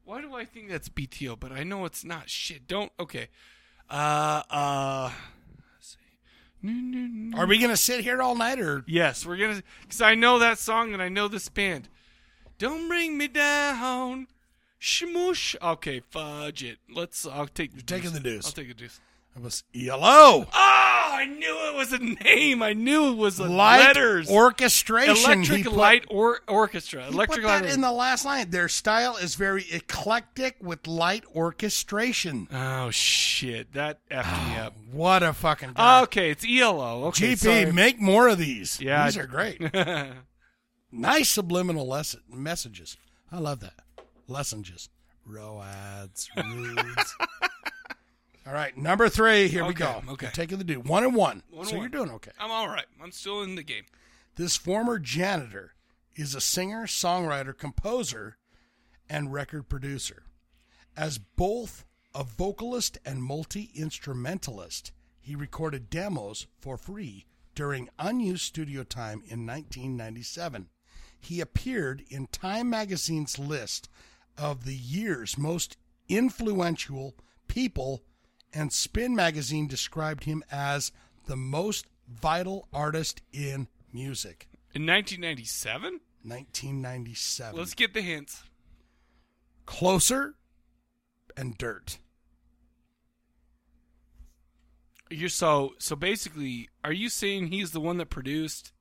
Speaker 1: Why do I think that's BTO, but I know it's not? Shit, don't. Okay. Uh, uh.
Speaker 2: Are we gonna sit here all night or?
Speaker 1: Yes, we're gonna. Cause I know that song and I know this band. Don't bring me down. Shmoosh. Okay, fudge it. Let's. I'll take the You're
Speaker 2: taking the deuce.
Speaker 1: I'll take the deuce.
Speaker 2: It was E ELO.
Speaker 1: Oh, I knew it was a name. I knew it was a
Speaker 2: Light
Speaker 1: letters.
Speaker 2: orchestration. He
Speaker 1: Electric
Speaker 2: put-
Speaker 1: Light or- Orchestra.
Speaker 2: He
Speaker 1: Electric
Speaker 2: put that
Speaker 1: Light
Speaker 2: in the last line. Their style is very eclectic with light orchestration. Ah,
Speaker 1: Oh shit, that effed me up.
Speaker 2: What a fucking
Speaker 1: Ah, okay, it's ELO. Okay,
Speaker 2: GP,
Speaker 1: sorry.
Speaker 2: make more of these.
Speaker 1: Yeah,
Speaker 2: these are great. nice subliminal lesson messages. I love that. Lessons. Roads. Roads. All right, number three. Here we go.
Speaker 1: Okay, okay.
Speaker 2: You're taking the dude. One and one.
Speaker 1: One
Speaker 2: so
Speaker 1: one.
Speaker 2: you're doing okay.
Speaker 1: I'm all right. I'm still in the game.
Speaker 2: This former janitor is a singer, songwriter, composer, and record producer. As both a vocalist and multi instrumentalist, he recorded demos for free during unused studio time in 1997. He appeared in Time magazine's list of the year's most influential people, and Spin magazine described him as the most vital artist in music.
Speaker 1: In 1997?
Speaker 2: 1997.
Speaker 1: Let's get the hints.
Speaker 2: Closer and Dirt.
Speaker 1: You're so so basically, are you saying he's the one that produced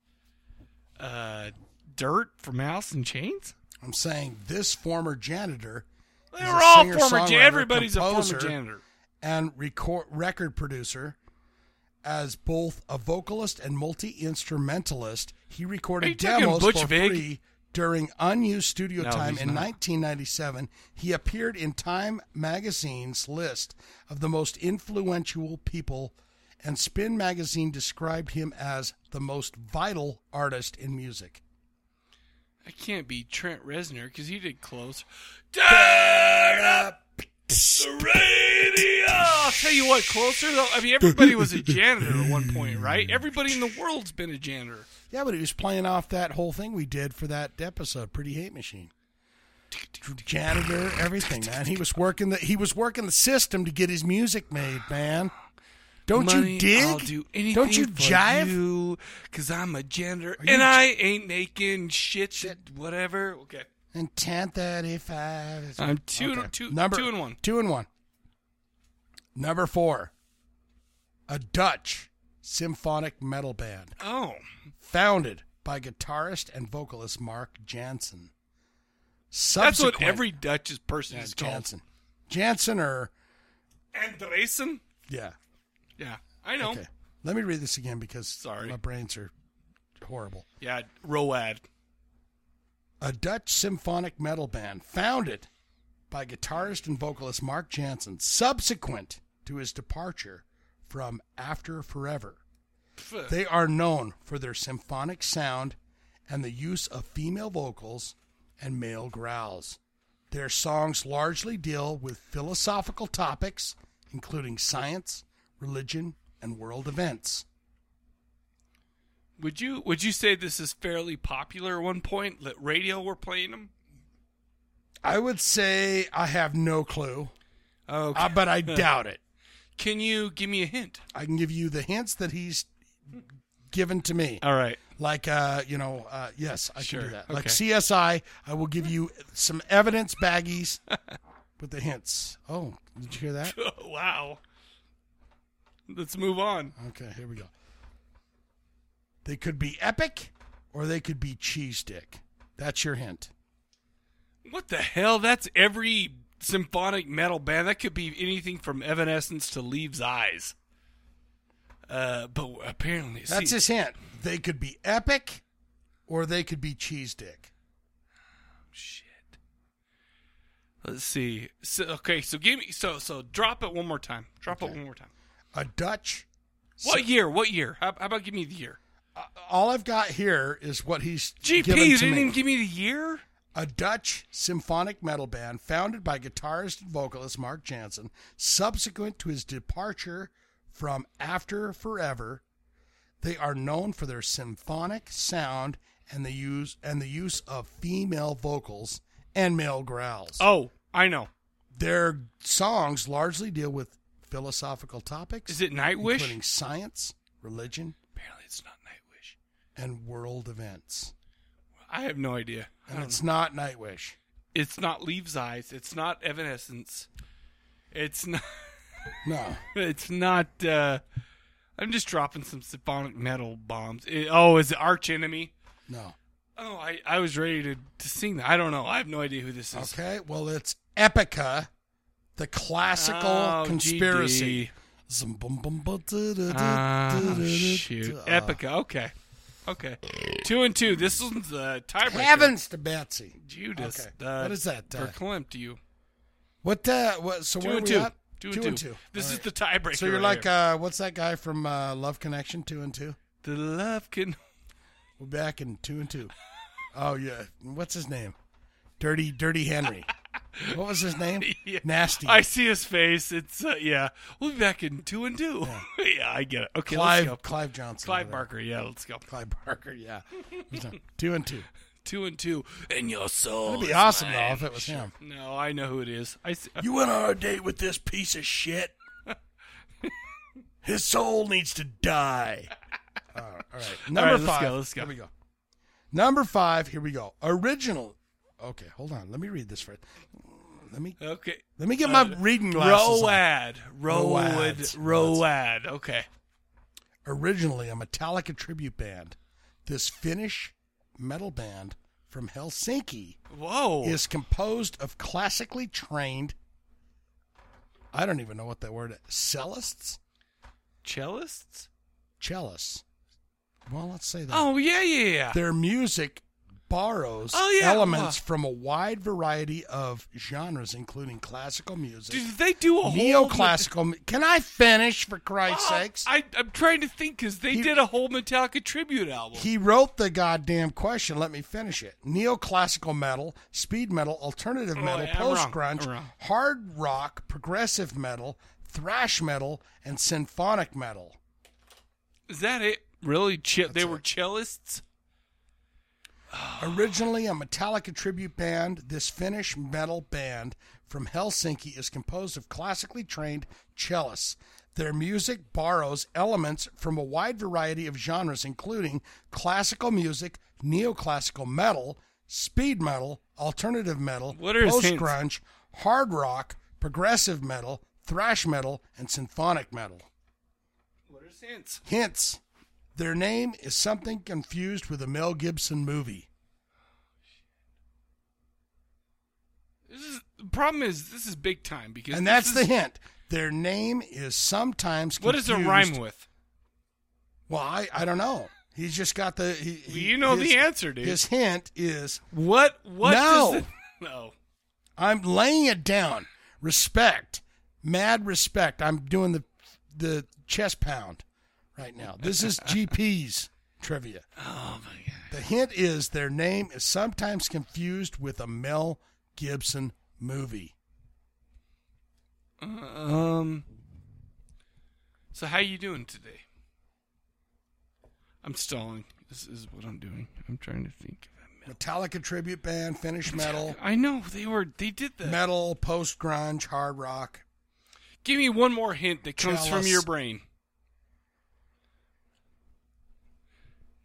Speaker 1: uh Dirt from Alice in Chains?
Speaker 2: I'm saying this former janitor. is
Speaker 1: They
Speaker 2: a
Speaker 1: were all
Speaker 2: singer,
Speaker 1: former
Speaker 2: songwriter,
Speaker 1: jan- everybody's a former
Speaker 2: composer,
Speaker 1: janitor.
Speaker 2: And record, record producer. As both a vocalist and multi instrumentalist, he
Speaker 1: Are
Speaker 2: recorded
Speaker 1: you talking
Speaker 2: demos
Speaker 1: Butch
Speaker 2: for
Speaker 1: Vig?
Speaker 2: free during unused studio
Speaker 1: No,
Speaker 2: time
Speaker 1: he's
Speaker 2: in
Speaker 1: not.
Speaker 2: 1997. He appeared in Time magazine's list of the most influential people, and Spin magazine described him as the most vital artist in music.
Speaker 1: I can't be Trent Reznor because he did close.
Speaker 15: Turn
Speaker 2: up
Speaker 15: the radio.
Speaker 1: I'll tell you what, closer though. I mean, everybody was a janitor at one point, right? Everybody in the world's been a janitor.
Speaker 2: Yeah, but he was playing off that whole thing we did for that episode, Pretty Hate Machine. Janitor, everything, man. He was working the he was working the system to get his music made, man. Don't
Speaker 1: Money,
Speaker 2: you dig?
Speaker 1: I'll do anything
Speaker 2: Don't you
Speaker 1: for
Speaker 2: jive?
Speaker 1: you, Cause I'm a janitor,
Speaker 2: Are you
Speaker 1: and
Speaker 2: j-
Speaker 1: I ain't making shit, whatever. Okay,
Speaker 2: And ten thirty five.
Speaker 1: I'm two- two- two and one.
Speaker 2: Two and one. Number four. A Dutch symphonic metal band.
Speaker 1: Oh.
Speaker 2: Founded by guitarist and vocalist Mark Jansen.
Speaker 1: that's what
Speaker 2: Subsequent-
Speaker 1: every Dutch person
Speaker 2: Yeah,
Speaker 1: is called.
Speaker 2: Jansen. Jansen or
Speaker 1: Andresen.
Speaker 2: yeah.
Speaker 1: Yeah, I know.
Speaker 2: Okay. Let me read this again because Sorry. my brains are horrible.
Speaker 1: Yeah, Road.
Speaker 2: A Dutch symphonic metal band founded by guitarist and vocalist Mark Jansen subsequent to his departure from After Forever. They are known for their symphonic sound and the use of female vocals and male growls. Their songs largely deal with philosophical topics, including science, religion, and world events.
Speaker 1: Would you would you say this is fairly popular at one point? Let radio were playing them.
Speaker 2: I would say I have no clue. Uh, but I doubt it.
Speaker 1: Can you give me a hint?
Speaker 2: I can give you the hints that he's given to me.
Speaker 1: All right.
Speaker 2: Like, uh, you know, uh, yes, I
Speaker 1: Sure.
Speaker 2: can do that. Like
Speaker 1: Okay.
Speaker 2: CSI, I will give you some evidence baggies with the hints. Oh, did you hear that?
Speaker 1: wow. Let's move on.
Speaker 2: Okay, here we go. They could be epic or they could be cheese dick. That's your hint.
Speaker 1: What the hell? That's every symphonic metal band. That could be anything from Evanescence to Leaves Eyes. Uh, but apparently,
Speaker 2: That's
Speaker 1: see-
Speaker 2: his hint. They could be epic or they could be cheese dick.
Speaker 1: Let's see. So, okay, so give me so so drop it one more time. Drop it one more time.
Speaker 2: A Dutch.
Speaker 1: What year? What year? How, how about give me the year?
Speaker 2: All I've got here is what he's
Speaker 1: GP,
Speaker 2: given
Speaker 1: you
Speaker 2: to
Speaker 1: didn't
Speaker 2: me.
Speaker 1: even give me the year.
Speaker 2: A Dutch symphonic metal band founded by guitarist and vocalist Mark Jansen, subsequent to his departure from After Forever, they are known for their symphonic sound and the use and the use of female vocals and male growls.
Speaker 1: Oh, I know.
Speaker 2: Their songs largely deal with philosophical topics.
Speaker 1: Is it Nightwish?
Speaker 2: Including science, religion.
Speaker 1: Apparently, it's not Nightwish.
Speaker 2: And world events.
Speaker 1: I have no idea. I
Speaker 2: And
Speaker 1: don't
Speaker 2: it's
Speaker 1: know.
Speaker 2: not Nightwish.
Speaker 1: It's not Leaves Eyes. It's not Evanescence. It's not.
Speaker 2: No.
Speaker 1: It's not. uh I'm just dropping some symphonic metal bombs. It- oh, is it Arch Enemy?
Speaker 2: No.
Speaker 1: Oh, I, I was ready to, to sing that. I don't know. I have no idea who this is.
Speaker 2: Okay, well, it's Epica, the classical
Speaker 1: Oh,
Speaker 2: conspiracy.
Speaker 1: GD.
Speaker 2: Zum bum bum bu- du- du- du- du-
Speaker 1: Oh,
Speaker 2: du- du-
Speaker 1: shoot.
Speaker 2: du- uh,
Speaker 1: Epica. Okay. Okay. Two and two. This one's the tiebreaker.
Speaker 2: Heavens to Betsy.
Speaker 1: Judas.
Speaker 2: Okay, what is that? uh,
Speaker 1: Uh, verklempt you.
Speaker 2: What? Uh, what? So
Speaker 1: Two
Speaker 2: where
Speaker 1: and
Speaker 2: we
Speaker 1: two.
Speaker 2: at?
Speaker 1: Two and two. This is the tiebreaker
Speaker 2: So you're
Speaker 1: right
Speaker 2: like,
Speaker 1: here.
Speaker 2: uh, what's that guy from uh, Love Connection? Two and two.
Speaker 1: The Love Con.
Speaker 2: We're back in two and two. Oh yeah, what's his name? Dirty, Dirty Henry. what was his name? Nasty.
Speaker 1: I see his face. It's uh, yeah. We'll be back in two and two. Yeah, I get it. Okay,
Speaker 2: Clive,
Speaker 1: let's go.
Speaker 2: Clive Johnson.
Speaker 1: Clive Barker. Yeah, let's go.
Speaker 2: Clive Barker. Yeah. two and two.
Speaker 1: Two and two. And your soul.
Speaker 2: That'd be
Speaker 1: is
Speaker 2: awesome,
Speaker 1: mine.
Speaker 2: though, if it was him.
Speaker 1: No, I know who it is. I see.
Speaker 2: You went on a date with this piece of shit. His soul needs to die. all right. all right. Number
Speaker 1: All right, let's
Speaker 2: five.
Speaker 1: go, let's go.
Speaker 2: Here we go. Number five. Here we go. Original. Okay, hold on. Let me read this first. Let me.
Speaker 1: Okay.
Speaker 2: Let me get my
Speaker 1: Uh,
Speaker 2: reading glasses.
Speaker 1: Road.
Speaker 2: on.
Speaker 1: Road. Road. Okay.
Speaker 2: Originally a Metallica tribute band, this Finnish metal band from Helsinki
Speaker 1: Whoa.
Speaker 2: is composed of classically trained. I don't even know what that word. is. Cellists.
Speaker 1: Cellists.
Speaker 2: Cellists. Well, let's say that.
Speaker 1: Oh yeah, yeah, yeah.
Speaker 2: Their music borrows
Speaker 1: Oh, yeah.
Speaker 2: elements
Speaker 1: Wha-
Speaker 2: from a wide variety of genres, including classical music.
Speaker 1: Did they do a whole
Speaker 2: neoclassical? mu- Can I finish, for Christ's
Speaker 1: Oh,
Speaker 2: sakes?
Speaker 1: I, I'm trying to think because they did a whole Metallica tribute album.
Speaker 2: He wrote the goddamn question. Let me finish it. Neoclassical metal, speed metal, alternative
Speaker 1: Oh,
Speaker 2: metal,
Speaker 1: yeah, I'm wrong.
Speaker 2: post grunge,
Speaker 1: I'm wrong.
Speaker 2: hard rock, progressive metal, thrash metal, and symphonic metal.
Speaker 1: Is that it? Really? Che- they were cellists.
Speaker 2: Originally a Metallica tribute band, this Finnish metal band from Helsinki is composed of classically trained cellists. Their music borrows elements from a wide variety of genres, including classical music, neoclassical metal, speed metal, alternative metal,
Speaker 1: What are his
Speaker 2: post
Speaker 1: hints?
Speaker 2: grunge, hard rock, progressive metal, thrash metal, and symphonic metal.
Speaker 1: What are his hints?
Speaker 2: Hence, their name is something confused with a Mel Gibson movie.
Speaker 1: This is, the problem is this is big time because
Speaker 2: And
Speaker 1: this
Speaker 2: that's the
Speaker 1: is-
Speaker 2: hint. Their name is sometimes
Speaker 1: What does
Speaker 2: confused.
Speaker 1: it rhyme with?
Speaker 2: Well, I, I don't know. He's just got the. He, he-
Speaker 1: You know the
Speaker 2: his-
Speaker 1: answer, dude.
Speaker 2: His hint is
Speaker 1: what? What?
Speaker 2: No,
Speaker 1: Does it, no.
Speaker 2: I'm laying it down. Respect, mad respect. I'm doing the the chest pound right now. This is GP's trivia.
Speaker 1: Oh my god.
Speaker 2: The hint is their name is sometimes confused with a Mel Gibson movie.
Speaker 1: Um. So how you doing today? I'm stalling. This is what I'm doing. I'm trying to think.
Speaker 2: Metallica tribute band, Finnish metal.
Speaker 1: I know they were. They did that.
Speaker 2: Metal, post grunge, hard rock.
Speaker 1: Give me one more hint that comes from
Speaker 2: Chalice.
Speaker 1: your brain.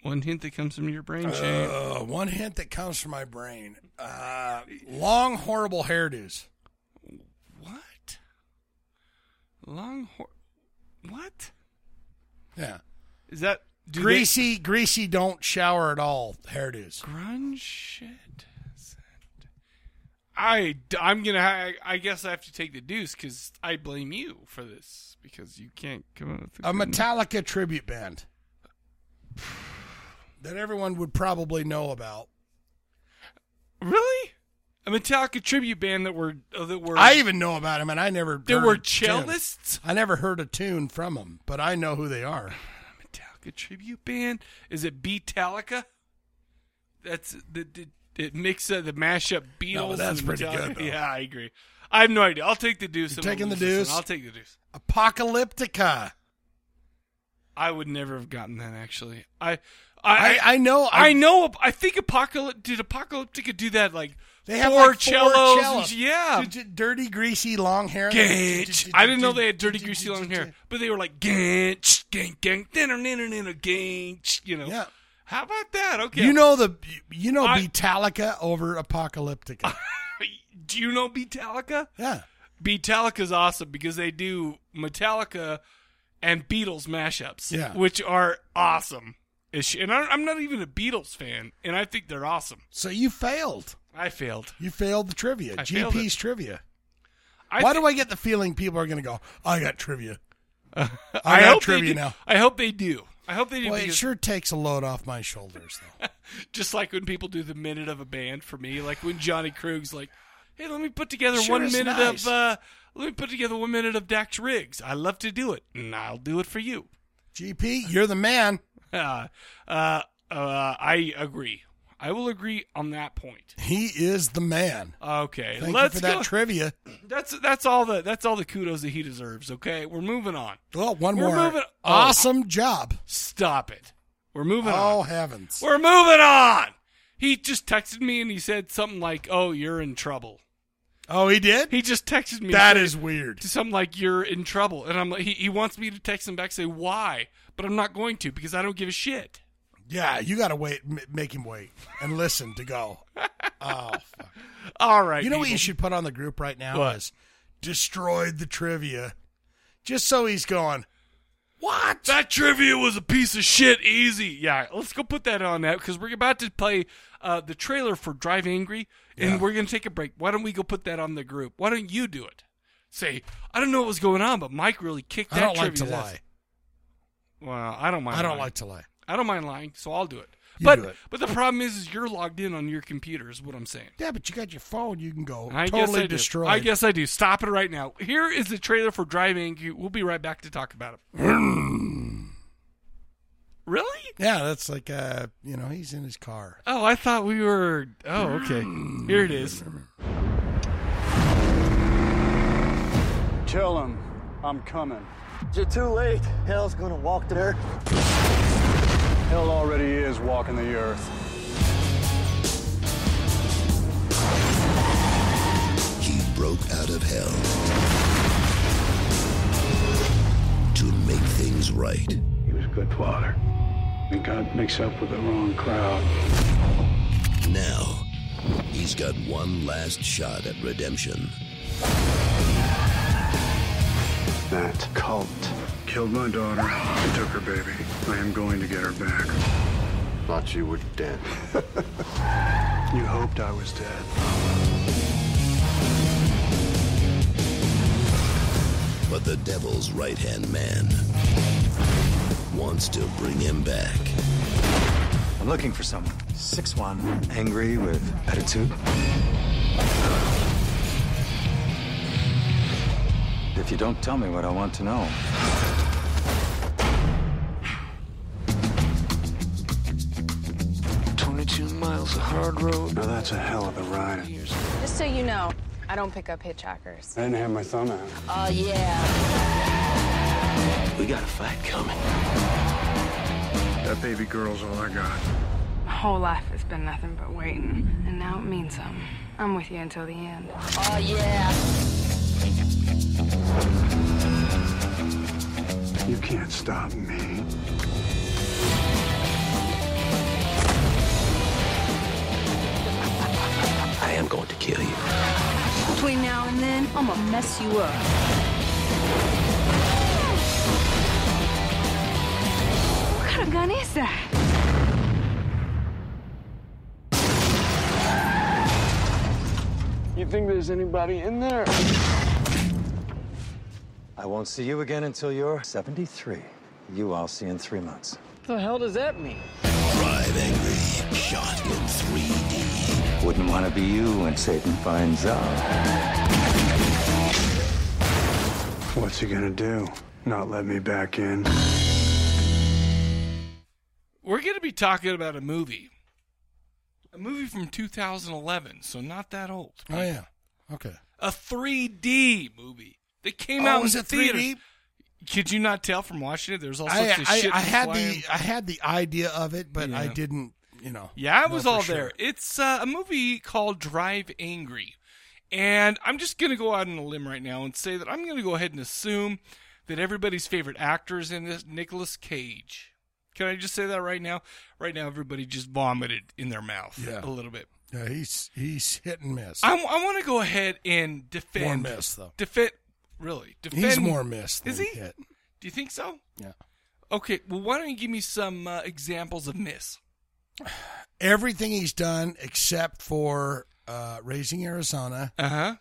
Speaker 1: One hint that comes from your brain, Shane.
Speaker 2: Uh, one hint that comes from my brain: uh, long, horrible hairdos.
Speaker 1: What? Long hor- What?
Speaker 2: Yeah.
Speaker 1: Is that do they-
Speaker 2: greasy? greasy, don't shower at all. Hairdos.
Speaker 1: Grunge shit. I I'm gonna. I, I guess I have to take the deuce because I blame you for this because you can't come up with
Speaker 2: A
Speaker 1: good-
Speaker 2: Metallica tribute band that everyone would probably know about.
Speaker 1: Really? A Metallica tribute band that were uh, that were.
Speaker 2: I even know about them, and I never.
Speaker 1: There
Speaker 2: heard
Speaker 1: were
Speaker 2: a tune.
Speaker 1: cellists?
Speaker 2: I never heard a tune from them, but I know who they are.
Speaker 1: Metallica tribute band. Is it Beatallica? That's the the it mix uh, the mashup Beatles.
Speaker 2: No, but that's
Speaker 1: and
Speaker 2: pretty
Speaker 1: Metallica.
Speaker 2: good, though.
Speaker 1: Yeah, I agree. I have no idea. I'll take the deuce.
Speaker 2: You're
Speaker 1: and I'll
Speaker 2: taking the
Speaker 1: lose this one.
Speaker 2: deuce?
Speaker 1: I'll take the deuce.
Speaker 2: Apocalyptica.
Speaker 1: I would never have gotten that actually. I I
Speaker 2: I- I know-
Speaker 1: I,
Speaker 2: I-
Speaker 1: know I think Apocalypse did Apocalyptica do that like
Speaker 2: They
Speaker 1: four
Speaker 2: have like four
Speaker 1: cellos
Speaker 2: cellos.
Speaker 1: and- yeah.
Speaker 2: D- d- dirty, greasy, long hair.
Speaker 1: Ganch. I didn't know they had dirty greasy long hair, but they were like ganch, gank, gank, dinner, dinner, dinner, ganch. You know.
Speaker 2: Yeah.
Speaker 1: How about that? Okay.
Speaker 2: You know the you know
Speaker 1: I-
Speaker 2: Metallica over Apocalyptica.
Speaker 1: Do you know Beatallica?
Speaker 2: Yeah.
Speaker 1: Beatallica's awesome because they do Metallica and Beatles mashups,
Speaker 2: Yeah.
Speaker 1: which are awesome. as sh- And I- I'm not even a Beatles fan, and I think they're awesome.
Speaker 2: So you failed.
Speaker 1: I failed.
Speaker 2: You failed the trivia.
Speaker 1: I failed
Speaker 2: GP's trivia.
Speaker 1: I
Speaker 2: Why
Speaker 1: thi-
Speaker 2: do I get the feeling people are going to go? I got trivia. I got
Speaker 1: I hope they
Speaker 2: trivia
Speaker 1: do-
Speaker 2: now.
Speaker 1: I hope they do. I hope they do.
Speaker 2: Well, it
Speaker 1: because-
Speaker 2: sure takes a load off my shoulders, though.
Speaker 1: Just like when people do the minute of a band for me, like when Johnny Krug's like, hey, let me put together
Speaker 2: Sure
Speaker 1: one
Speaker 2: is
Speaker 1: minute
Speaker 2: nice.
Speaker 1: of uh, let me put together one minute of Dax Riggs. I love to do it, and I'll do it for you.
Speaker 2: GP, you're the man.
Speaker 1: Uh, uh, uh, I agree. I will agree on that point.
Speaker 2: He is the man.
Speaker 1: Okay,
Speaker 2: Thank
Speaker 1: let's
Speaker 2: you for that
Speaker 1: go-
Speaker 2: trivia.
Speaker 1: That's that's all the that's all the kudos that he deserves. Okay, we're moving on.
Speaker 2: Oh, one
Speaker 1: We're
Speaker 2: more.
Speaker 1: moving- oh.
Speaker 2: awesome job.
Speaker 1: Stop it. We're moving
Speaker 2: Oh
Speaker 1: on.
Speaker 2: heavens.
Speaker 1: We're moving on. He just texted me and he said something like, "Oh, you're in trouble."
Speaker 2: Oh, he did.
Speaker 1: He just texted me.
Speaker 2: That
Speaker 1: and
Speaker 2: is
Speaker 1: said-
Speaker 2: weird.
Speaker 1: Something like, "You're in trouble," and I'm like, he, he wants me to text him back, say why, but I'm not going to because I don't give a shit.
Speaker 2: Yeah, you got to wait. M- make him wait and listen to go. Oh, fuck.
Speaker 1: all right.
Speaker 2: You know what
Speaker 1: people.
Speaker 2: you should put on the group right now
Speaker 1: What?
Speaker 2: is destroyed the trivia, just so he's going. What?
Speaker 1: That trivia was a piece of shit. Easy. Yeah, let's go put that on that because we're about to play uh, the trailer for Drive Angry, and
Speaker 2: Yeah.
Speaker 1: we're gonna take a break. Why don't we go put that on the group? Why don't you do it? Say, I don't know what was going on, but Mike really kicked
Speaker 2: I
Speaker 1: that.
Speaker 2: don't like to
Speaker 1: trivia's ass."
Speaker 2: lie.
Speaker 1: Well, I don't mind.
Speaker 2: I don't
Speaker 1: lying.
Speaker 2: like to lie.
Speaker 1: I don't mind lying, so I'll do it.
Speaker 2: You
Speaker 1: but
Speaker 2: do it.
Speaker 1: but the problem is, is you're logged in on your computer. Is what I'm saying.
Speaker 2: Yeah, but you got your phone. You can go
Speaker 1: I guess I
Speaker 2: totally
Speaker 1: do.
Speaker 2: destroyed.
Speaker 1: I guess I do. Stop it right now. Here is the trailer for Drive Angry. We'll be right back to talk about it. really?
Speaker 2: Yeah, that's like uh, you know, he's in his car.
Speaker 1: Oh, I thought we were. Oh, okay. Here it is.
Speaker 16: Tell him I'm coming. You're too late. Hell's gonna walk the earth. Hell already is walking the earth.
Speaker 17: He broke out of hell to make things right.
Speaker 18: He was good father. And God mixed up with the wrong crowd.
Speaker 17: Now, he's got one last shot at redemption.
Speaker 18: That cult killed my daughter and took her baby. I am going to get her back. Thought you were dead. you hoped I was dead.
Speaker 17: But the devil's right hand man wants to bring him back.
Speaker 16: I'm looking for someone. Six one, angry with attitude. If you don't tell me what I want to know,
Speaker 18: Twenty-two miles of hard road. Now that's a hell of a ride. I
Speaker 19: Just so you know, I don't pick up hitchhikers.
Speaker 18: didn't have my thumb out.
Speaker 19: Oh, yeah.
Speaker 18: We got a fight coming. That baby girl's all I got.
Speaker 19: My whole life has been nothing but waiting, and now it means something. I'm with you until the end. Oh, yeah.
Speaker 18: You can't stop me.
Speaker 16: I am going to kill you.
Speaker 19: Between now and then, I'm gonna mess you up. What kind of gun is that?
Speaker 16: You think there's anybody in there?
Speaker 20: I won't see you again until you're 73. You I'll see in three months.
Speaker 16: The hell does that mean?
Speaker 20: Drive angry, shot in 3D. Wouldn't want to be you when Satan finds out.
Speaker 18: What's he gonna do? Not let me back in?
Speaker 1: We're going to be talking about a movie. A movie from 2011, so not that old.
Speaker 2: Oh yeah. Okay.
Speaker 1: A 3D movie that came
Speaker 2: Oh,
Speaker 1: out
Speaker 2: was
Speaker 1: in
Speaker 2: it 3D?
Speaker 1: theaters. Could you not tell from watching it? There's all sorts
Speaker 2: I,
Speaker 1: of
Speaker 2: I,
Speaker 1: shit.
Speaker 2: I had
Speaker 1: flying.
Speaker 2: the I had the idea of it, but I
Speaker 1: Yeah.
Speaker 2: didn't. You know.
Speaker 1: Yeah, it
Speaker 2: know
Speaker 1: was
Speaker 2: for
Speaker 1: all
Speaker 2: sure.
Speaker 1: there. It's uh, a movie called Drive Angry. And I'm just going to go out on a limb right now and say that I'm going to go ahead and assume that everybody's favorite actor is in this Nicolas Cage. Can I just say that right now? Right now, everybody just vomited in their mouth
Speaker 2: Yeah.
Speaker 1: a little bit.
Speaker 2: Yeah, he's he's hit and miss.
Speaker 1: I, want to go ahead and defend.
Speaker 2: More miss, though.
Speaker 1: Defend. Really? Defend.
Speaker 2: He's more miss than
Speaker 1: is he?
Speaker 2: hit.
Speaker 1: Do you think so?
Speaker 2: Yeah.
Speaker 1: Okay. Well, why don't you give me some uh, examples of miss?
Speaker 2: Everything he's done except for uh, raising Arizona.
Speaker 1: Uh huh.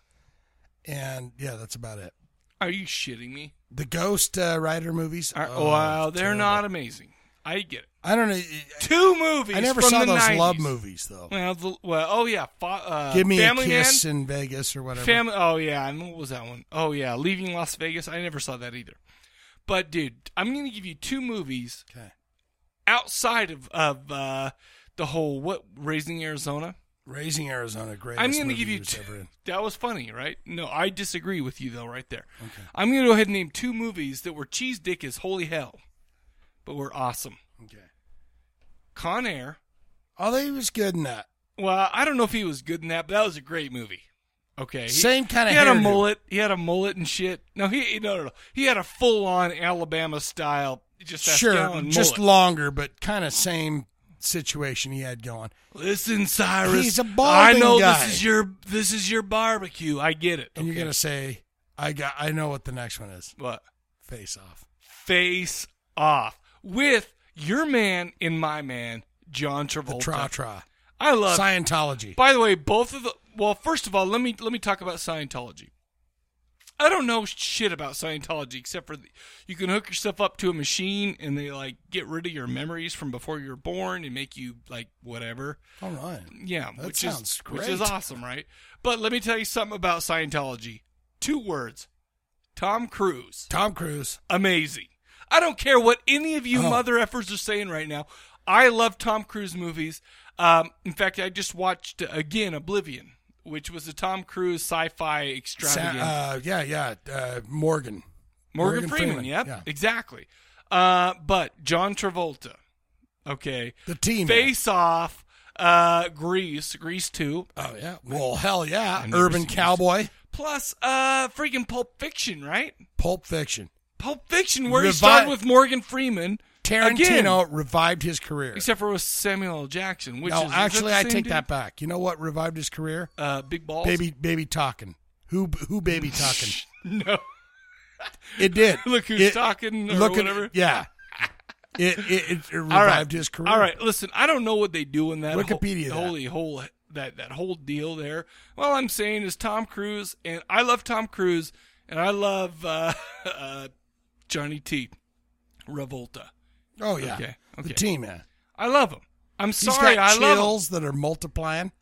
Speaker 2: And yeah, that's about it.
Speaker 1: Are you shitting me?
Speaker 2: The Ghost uh, Rider movies.
Speaker 1: Wow, they're not amazing. I get it.
Speaker 2: I don't know.
Speaker 1: Two movies.
Speaker 2: I never
Speaker 1: from
Speaker 2: saw
Speaker 1: the
Speaker 2: those
Speaker 1: 90s.
Speaker 2: love movies though.
Speaker 1: Well, the, well, oh yeah. Fa- uh,
Speaker 2: Give me
Speaker 1: Family
Speaker 2: a kiss
Speaker 1: Man.
Speaker 2: in Vegas or whatever.
Speaker 1: Family. Oh yeah, and what was that one? Oh yeah, Leaving Las Vegas. I never saw that either. But dude, I'm gonna give you two movies. Outside of of uh, the whole what raising Arizona.
Speaker 2: Raising Arizona, greatest
Speaker 1: I'm gonna
Speaker 2: movie
Speaker 1: give you
Speaker 2: he was
Speaker 1: two-
Speaker 2: ever in.
Speaker 1: That was funny, right? No, I disagree with you though, right there.
Speaker 2: Okay.
Speaker 1: I'm gonna go ahead and name two movies that were cheese dick as holy hell, but were awesome.
Speaker 2: Okay.
Speaker 1: Con Air.
Speaker 2: Although Oh, he was good in that.
Speaker 1: Well, I don't know if he was good in that, but that was a great movie. Okay. he-
Speaker 2: Same kinda
Speaker 1: He had a
Speaker 2: hairdo.
Speaker 1: mullet. He had a mullet and shit. No, he no no. no. He had a full on Alabama style. Just that
Speaker 2: Sure,
Speaker 1: Fallon
Speaker 2: just
Speaker 1: mullet.
Speaker 2: longer, but kind of same situation he had going.
Speaker 1: Listen, Cyrus.
Speaker 2: He's a balding
Speaker 1: I know
Speaker 2: guy.
Speaker 1: this is your this is your barbecue. I get it.
Speaker 2: And you're gonna say, "I got, I know what the next one is."
Speaker 1: What?
Speaker 2: Face off.
Speaker 1: Face off with your man and my man, John Travolta.
Speaker 2: Tra tra.
Speaker 1: I love
Speaker 2: Scientology.
Speaker 1: By the way, both of the well, first of all, let me let me talk about Scientology. I don't know shit about Scientology except for the, you can hook yourself up to a machine and they like get rid of your memories from before you were born and make you like whatever.
Speaker 2: All right.
Speaker 1: Yeah,
Speaker 2: That
Speaker 1: which
Speaker 2: sounds
Speaker 1: is which is
Speaker 2: great.
Speaker 1: awesome, right? But let me tell you something about Scientology. Two words. Tom Cruise.
Speaker 2: Tom Cruise. Oh.
Speaker 1: Amazing. I don't care what any of you mother effers are saying right now. I love Tom Cruise movies. Um, in fact, I just watched uh, again Oblivion, which was a Tom Cruise sci-fi
Speaker 2: Sa-
Speaker 1: extravaganza.
Speaker 2: uh, yeah, yeah. Uh, Morgan.
Speaker 1: Morgan, Freeman, yep,
Speaker 2: Yeah.
Speaker 1: exactly. Uh, but John Travolta, okay,
Speaker 2: the team
Speaker 1: Face Off, uh, Grease, Grease Two.
Speaker 2: Oh yeah, Well, hell yeah.
Speaker 1: I've never
Speaker 2: Urban
Speaker 1: seen
Speaker 2: Cowboy.
Speaker 1: Plus, uh, freaking Pulp Fiction, right?
Speaker 2: Pulp Fiction.
Speaker 1: Pulp Fiction, where he
Speaker 2: Revi-
Speaker 1: started with Morgan Freeman.
Speaker 2: Tarantino
Speaker 1: again,
Speaker 2: revived his career.
Speaker 1: except for with Samuel L. Jackson. Which
Speaker 2: no,
Speaker 1: is, is that
Speaker 2: actually,
Speaker 1: the
Speaker 2: I
Speaker 1: same
Speaker 2: take
Speaker 1: dude?
Speaker 2: that back. You know what revived his career?
Speaker 1: Uh, big balls.
Speaker 2: Baby, baby talking. Who, who, baby talking?
Speaker 1: no,
Speaker 2: it did.
Speaker 1: Look who's
Speaker 2: It-
Speaker 1: talking or
Speaker 2: look at-
Speaker 1: whatever.
Speaker 2: yeah, it it, it revived
Speaker 1: All right.
Speaker 2: his career.
Speaker 1: All right, listen, I don't know what they do in that
Speaker 2: Wikipedia
Speaker 1: whole,
Speaker 2: that.
Speaker 1: holy whole that that whole deal there. All I'm saying is Tom Cruise, and I love Tom Cruise, and I love uh, uh, Johnny T. Revolta.
Speaker 2: Oh yeah,
Speaker 1: okay, okay.
Speaker 2: the team man.
Speaker 1: I love him. I'm
Speaker 2: He's
Speaker 1: sorry,
Speaker 2: got
Speaker 1: I love him.
Speaker 2: chills that are multiplying.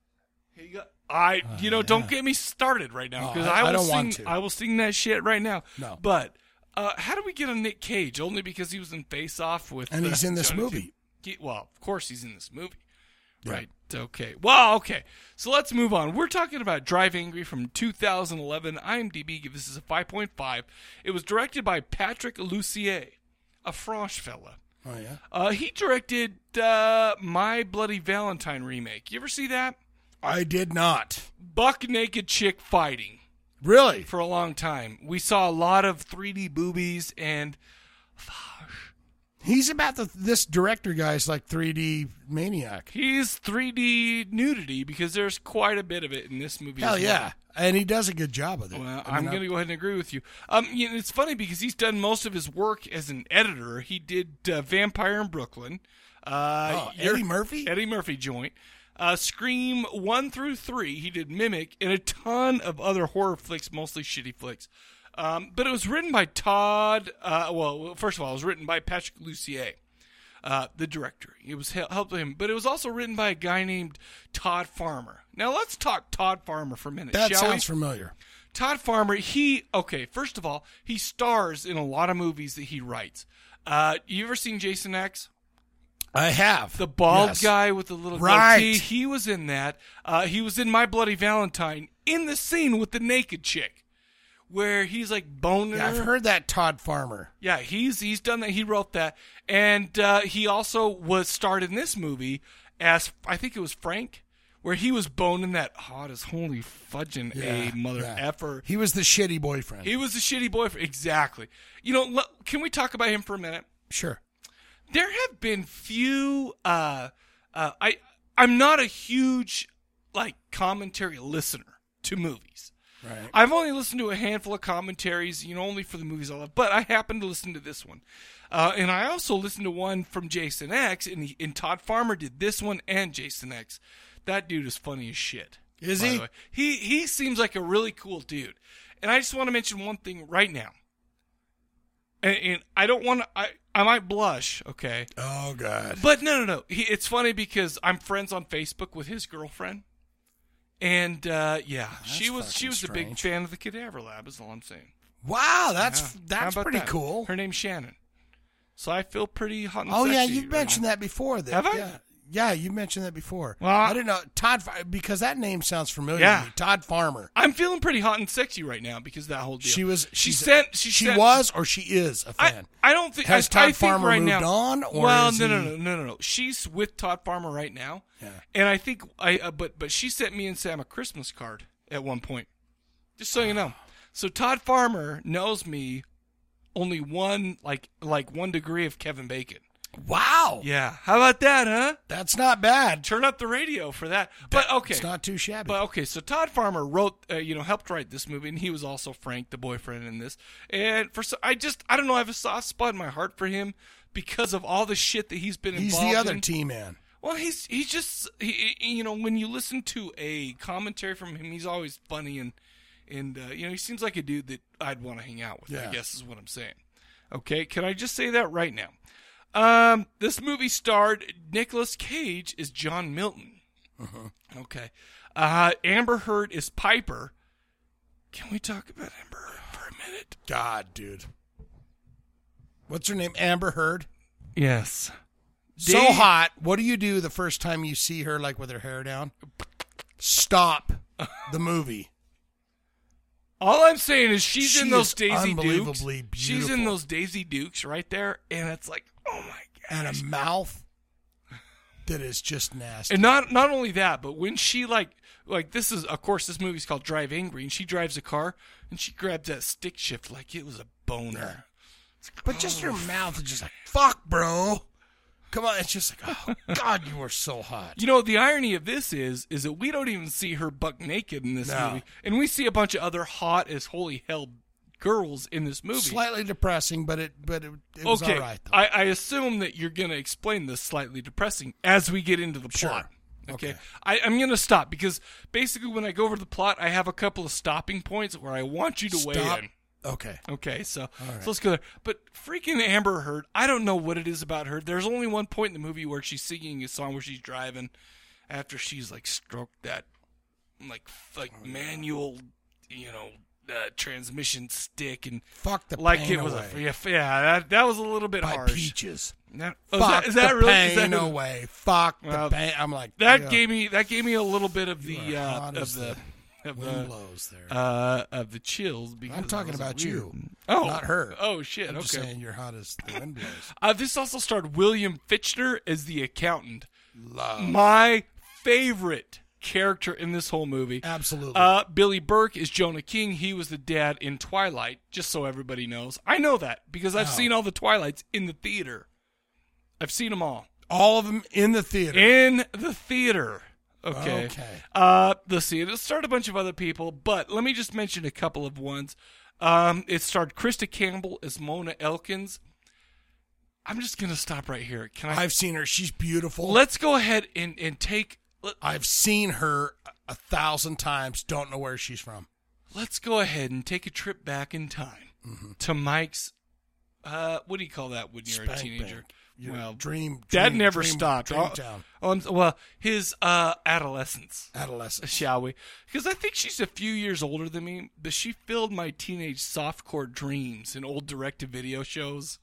Speaker 1: I you know don't get me started right now
Speaker 2: Uh, Oh,
Speaker 1: because
Speaker 2: I-
Speaker 1: I,
Speaker 2: I
Speaker 1: will
Speaker 2: don't
Speaker 1: sing,
Speaker 2: want to.
Speaker 1: I will sing that shit right now.
Speaker 2: No.
Speaker 1: but uh, how do we get on Nick Cage? Only because he was in Face Off with
Speaker 2: And
Speaker 1: uh,
Speaker 2: he's in this
Speaker 1: Johnny
Speaker 2: movie.
Speaker 1: T. He- well, of course he's in this movie,
Speaker 2: Yeah.
Speaker 1: right? Okay. Well, okay. So let's move on. We're talking about Drive Angry from 2011. IMDb gives us a 5.5. It was directed by Patrick Lussier, a French fella.
Speaker 2: Oh yeah.
Speaker 1: Uh, he directed uh, My Bloody Valentine remake. You ever see that?
Speaker 2: I did not.
Speaker 1: Buck naked chick fighting.
Speaker 2: Really?
Speaker 1: For a long time. We saw a lot of 3D boobies and
Speaker 2: He's about the this director guy's like 3D maniac.
Speaker 1: he's 3D nudity because there's quite a bit of it in this movie.
Speaker 2: Hell
Speaker 1: as well.
Speaker 2: yeah, and he does a good job of it.
Speaker 1: Well,
Speaker 2: I
Speaker 1: I'm
Speaker 2: mean,
Speaker 1: going to go ahead and agree with you. Um, you know, it's funny because he's done most of his work as an editor. He did uh, Vampire in Brooklyn. Uh,
Speaker 2: Oh, Eddie Murphy?
Speaker 1: Eddie Murphy joint. Uh, Scream 1 through 3. He did Mimic and a ton of other horror flicks, mostly shitty flicks. Um, but it was written by Todd. Uh, well, first of all, it was written by Patrick Lussier, uh, the director. It was hel- helped him, but it was also written by a guy named Todd Farmer. Now let's talk Todd Farmer for a minute.
Speaker 2: that
Speaker 1: shall we?
Speaker 2: sounds familiar.
Speaker 1: Todd Farmer, he okay. First of all, he stars in a lot of movies that he writes. Uh, you ever seen Jason X?
Speaker 2: I have
Speaker 1: the bald
Speaker 2: Yes.
Speaker 1: guy with the little
Speaker 2: Right.
Speaker 1: goatee. He was in that. Uh, he was in My Bloody Valentine in the scene with the naked chick, where he's like boning.
Speaker 2: Yeah, I've
Speaker 1: her.
Speaker 2: heard that Todd Farmer.
Speaker 1: Yeah, he's he's done that. He wrote that, and uh, he also was starred in this movie as I think it was Frank, where he was boning that hot as holy fudging
Speaker 2: Yeah,
Speaker 1: a mother
Speaker 2: yeah.
Speaker 1: effer.
Speaker 2: He was the shitty boyfriend.
Speaker 1: He was a shitty boyfriend. Exactly. You know, le- can we talk about him for a minute?
Speaker 2: Sure.
Speaker 1: There have been few. Uh, uh, I I'm not a huge like commentary listener to movies.
Speaker 2: Right.
Speaker 1: I've only listened to a handful of commentaries, you know, only for the movies I love. But I happened to listen to this one, uh, and I also listened to one from Jason X, and, he, and Todd Farmer did this one and Jason X. That dude is funny as shit.
Speaker 2: Is
Speaker 1: by
Speaker 2: he?
Speaker 1: the way. He he seems like a really cool dude. And I just want to mention one thing right now. And, and I don't want to. I I might blush, okay?
Speaker 2: Oh god.
Speaker 1: But no, no, no. He, it's funny because I'm friends on Facebook with his girlfriend, and uh, yeah, she was she
Speaker 2: fucking
Speaker 1: was a big
Speaker 2: strange.
Speaker 1: fan of the Cadaver Lab. Is all I'm saying.
Speaker 2: Wow, that's
Speaker 1: Yeah. How
Speaker 2: that's
Speaker 1: about
Speaker 2: pretty
Speaker 1: that?
Speaker 2: cool.
Speaker 1: Her name's Shannon. So I feel pretty hot. And
Speaker 2: Oh yeah,
Speaker 1: sexy
Speaker 2: you
Speaker 1: right
Speaker 2: mentioned
Speaker 1: now.
Speaker 2: that before. That,
Speaker 1: Have I?
Speaker 2: Yeah. Yeah, you mentioned that before.
Speaker 1: Well,
Speaker 2: I didn't know Todd Fa- because that name sounds familiar.
Speaker 1: Yeah.
Speaker 2: to me. Todd Farmer.
Speaker 1: I'm feeling pretty hot and sexy right now because of that whole deal.
Speaker 2: She was.
Speaker 1: She
Speaker 2: she's a-
Speaker 1: sent. She,
Speaker 2: she
Speaker 1: sent-
Speaker 2: was, or she is a fan.
Speaker 1: I don't think.
Speaker 2: Has
Speaker 1: I, I
Speaker 2: Todd
Speaker 1: think
Speaker 2: Farmer
Speaker 1: right
Speaker 2: moved
Speaker 1: now,
Speaker 2: on, or
Speaker 1: well,
Speaker 2: is
Speaker 1: no, no,
Speaker 2: he-
Speaker 1: no, no, no, no. She's with Todd Farmer right now.
Speaker 2: Yeah.
Speaker 1: And I think I. Uh, but but she sent me and Sam a Christmas card at one point. Just so you know. So Todd Farmer knows me only one like like one degree of Kevin Bacon.
Speaker 2: Wow.
Speaker 1: Yeah. How about that, huh?
Speaker 2: That's not bad.
Speaker 1: Turn up the radio for that. But okay. It's
Speaker 2: not too shabby.
Speaker 1: But okay, so Todd Farmer wrote, uh, you know, helped write this movie, and he was also Frank, the boyfriend in this. And for so- I just, I don't know, I have a soft spot in my heart for him because of all the shit that he's been
Speaker 2: He's
Speaker 1: involved.
Speaker 2: the other
Speaker 1: in.
Speaker 2: T man.
Speaker 1: Well, he's he's just he, he- you know when you listen to a commentary from him, he's always funny and and uh, you know he seems like a dude that I'd want to hang out with.
Speaker 2: Yeah.
Speaker 1: I guess is what I'm saying. Okay, can I just say that right now? Um, this movie starred Nicolas Cage as John Milton.
Speaker 2: Uh-huh.
Speaker 1: Okay, uh, Amber Heard is Piper. Can we talk about Amber Heard for a minute?
Speaker 2: God, dude. What's her name? Amber Heard.
Speaker 1: Yes.
Speaker 2: So
Speaker 1: Dave-
Speaker 2: hot. What do you do the first time you see her, like with her hair down? Stop the movie.
Speaker 1: All I'm saying is she's
Speaker 2: She
Speaker 1: in those
Speaker 2: is
Speaker 1: Daisy
Speaker 2: unbelievably
Speaker 1: Dukes. She's in
Speaker 2: beautiful.
Speaker 1: those Daisy Dukes right there, and it's like, oh my
Speaker 2: and a mouth that is just nasty.
Speaker 1: And not not only that, but when she like like this is of course this movie's called Drive Angry, and she drives a car and she grabs that stick shift like it was a boner. oh
Speaker 2: but just your mouth is just like fuck, bro. Come on, it's just like oh god, you are so hot.
Speaker 1: You know the irony of this is is that we don't even see her buck naked in this
Speaker 2: No.
Speaker 1: movie, and we see a bunch of other hot as holy hell girls in this movie.
Speaker 2: Slightly depressing, but it but it, it was
Speaker 1: okay,
Speaker 2: all right.
Speaker 1: I, I assume that you're going to explain this slightly depressing as we get into the plot. Okay, I, I'm going to stop because basically when I go over the plot, I have a couple of stopping points where I want you to
Speaker 2: Stop.
Speaker 1: weigh in.
Speaker 2: Okay.
Speaker 1: Okay, so,
Speaker 2: right.
Speaker 1: so let's go there. But freaking Amber Heard, I don't know what it is about her. There's only one point in the movie where she's singing a song where she's driving after she's like stroked that like f- like manual, you know, uh, transmission stick and
Speaker 2: fuck the
Speaker 1: like
Speaker 2: pain
Speaker 1: it was a
Speaker 2: away.
Speaker 1: yeah, f- yeah that, that was a little bit
Speaker 2: By
Speaker 1: harsh.
Speaker 2: Peaches.
Speaker 1: That,
Speaker 2: Fuck
Speaker 1: oh, is that, is that
Speaker 2: the
Speaker 1: really
Speaker 2: pain
Speaker 1: is that who-
Speaker 2: away. Fuck
Speaker 1: Well,
Speaker 2: the pain. I'm like
Speaker 1: that
Speaker 2: yeah.
Speaker 1: gave me that gave me a little bit of the
Speaker 2: are
Speaker 1: uh,
Speaker 2: hot
Speaker 1: of
Speaker 2: as
Speaker 1: the,
Speaker 2: the
Speaker 1: of
Speaker 2: wind
Speaker 1: the
Speaker 2: blows there.
Speaker 1: uh, of the chills. Because
Speaker 2: I'm
Speaker 1: I
Speaker 2: talking
Speaker 1: was
Speaker 2: about
Speaker 1: weird.
Speaker 2: you.
Speaker 1: Oh,
Speaker 2: not her.
Speaker 1: Oh shit.
Speaker 2: I'm
Speaker 1: okay.
Speaker 2: just saying you're hot as the wind blows.
Speaker 1: Uh, this also starred William Fichtner as the accountant.
Speaker 2: Love.
Speaker 1: My favorite character in this whole movie.
Speaker 2: Absolutely.
Speaker 1: Uh, Billy Burke is Jonah King. He was the dad in Twilight, just so everybody knows. I know that because I've
Speaker 2: Oh.
Speaker 1: seen all the Twilights in the theater. I've seen them all.
Speaker 2: All of them in the theater.
Speaker 1: In the theater. Okay.
Speaker 2: Okay.
Speaker 1: Uh, let's see. It starred a bunch of other people, but let me just mention a couple of ones. Um, it starred Krista Campbell as Mona Elkins. I'm just gonna stop right here. Can I?
Speaker 2: I've seen her. She's beautiful.
Speaker 1: Let's go ahead and and take. Let,
Speaker 2: I've seen her a- a thousand times. Don't know where she's from.
Speaker 1: let's go ahead and take a trip back in time to Mike's. Uh, what do you call that when you're
Speaker 2: Spank
Speaker 1: a teenager?
Speaker 2: bank. Your dream-
Speaker 1: That
Speaker 2: dream-
Speaker 1: never
Speaker 2: dream-
Speaker 1: stopped.
Speaker 2: dream
Speaker 1: Oh,
Speaker 2: town.
Speaker 1: oh, I'm- well, his uh, adolescence.
Speaker 2: Adolescence,
Speaker 1: shall we? Because I think she's a few years older than me, but she filled my teenage softcore dreams in old direct-to-video shows.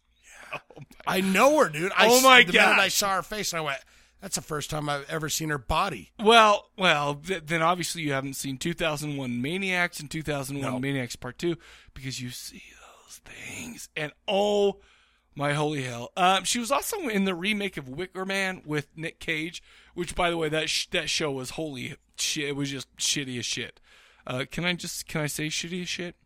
Speaker 2: I know her, dude. I,
Speaker 1: Oh
Speaker 2: s-
Speaker 1: my
Speaker 2: the minute I
Speaker 1: gosh.
Speaker 2: saw her face, and I went, "That's the first time I've ever seen her body."
Speaker 1: Well, well, th- then obviously you haven't seen 2001 Maniacs and 2001
Speaker 2: No.
Speaker 1: Maniacs Part 2 because you see those things. And oh my holy hell. Um, she was also in the remake of Wicker Man with Nick Cage, which by the way that sh- that show was holy shit. It was just shitty as shit. Uh, can I just can I say shitty as shit?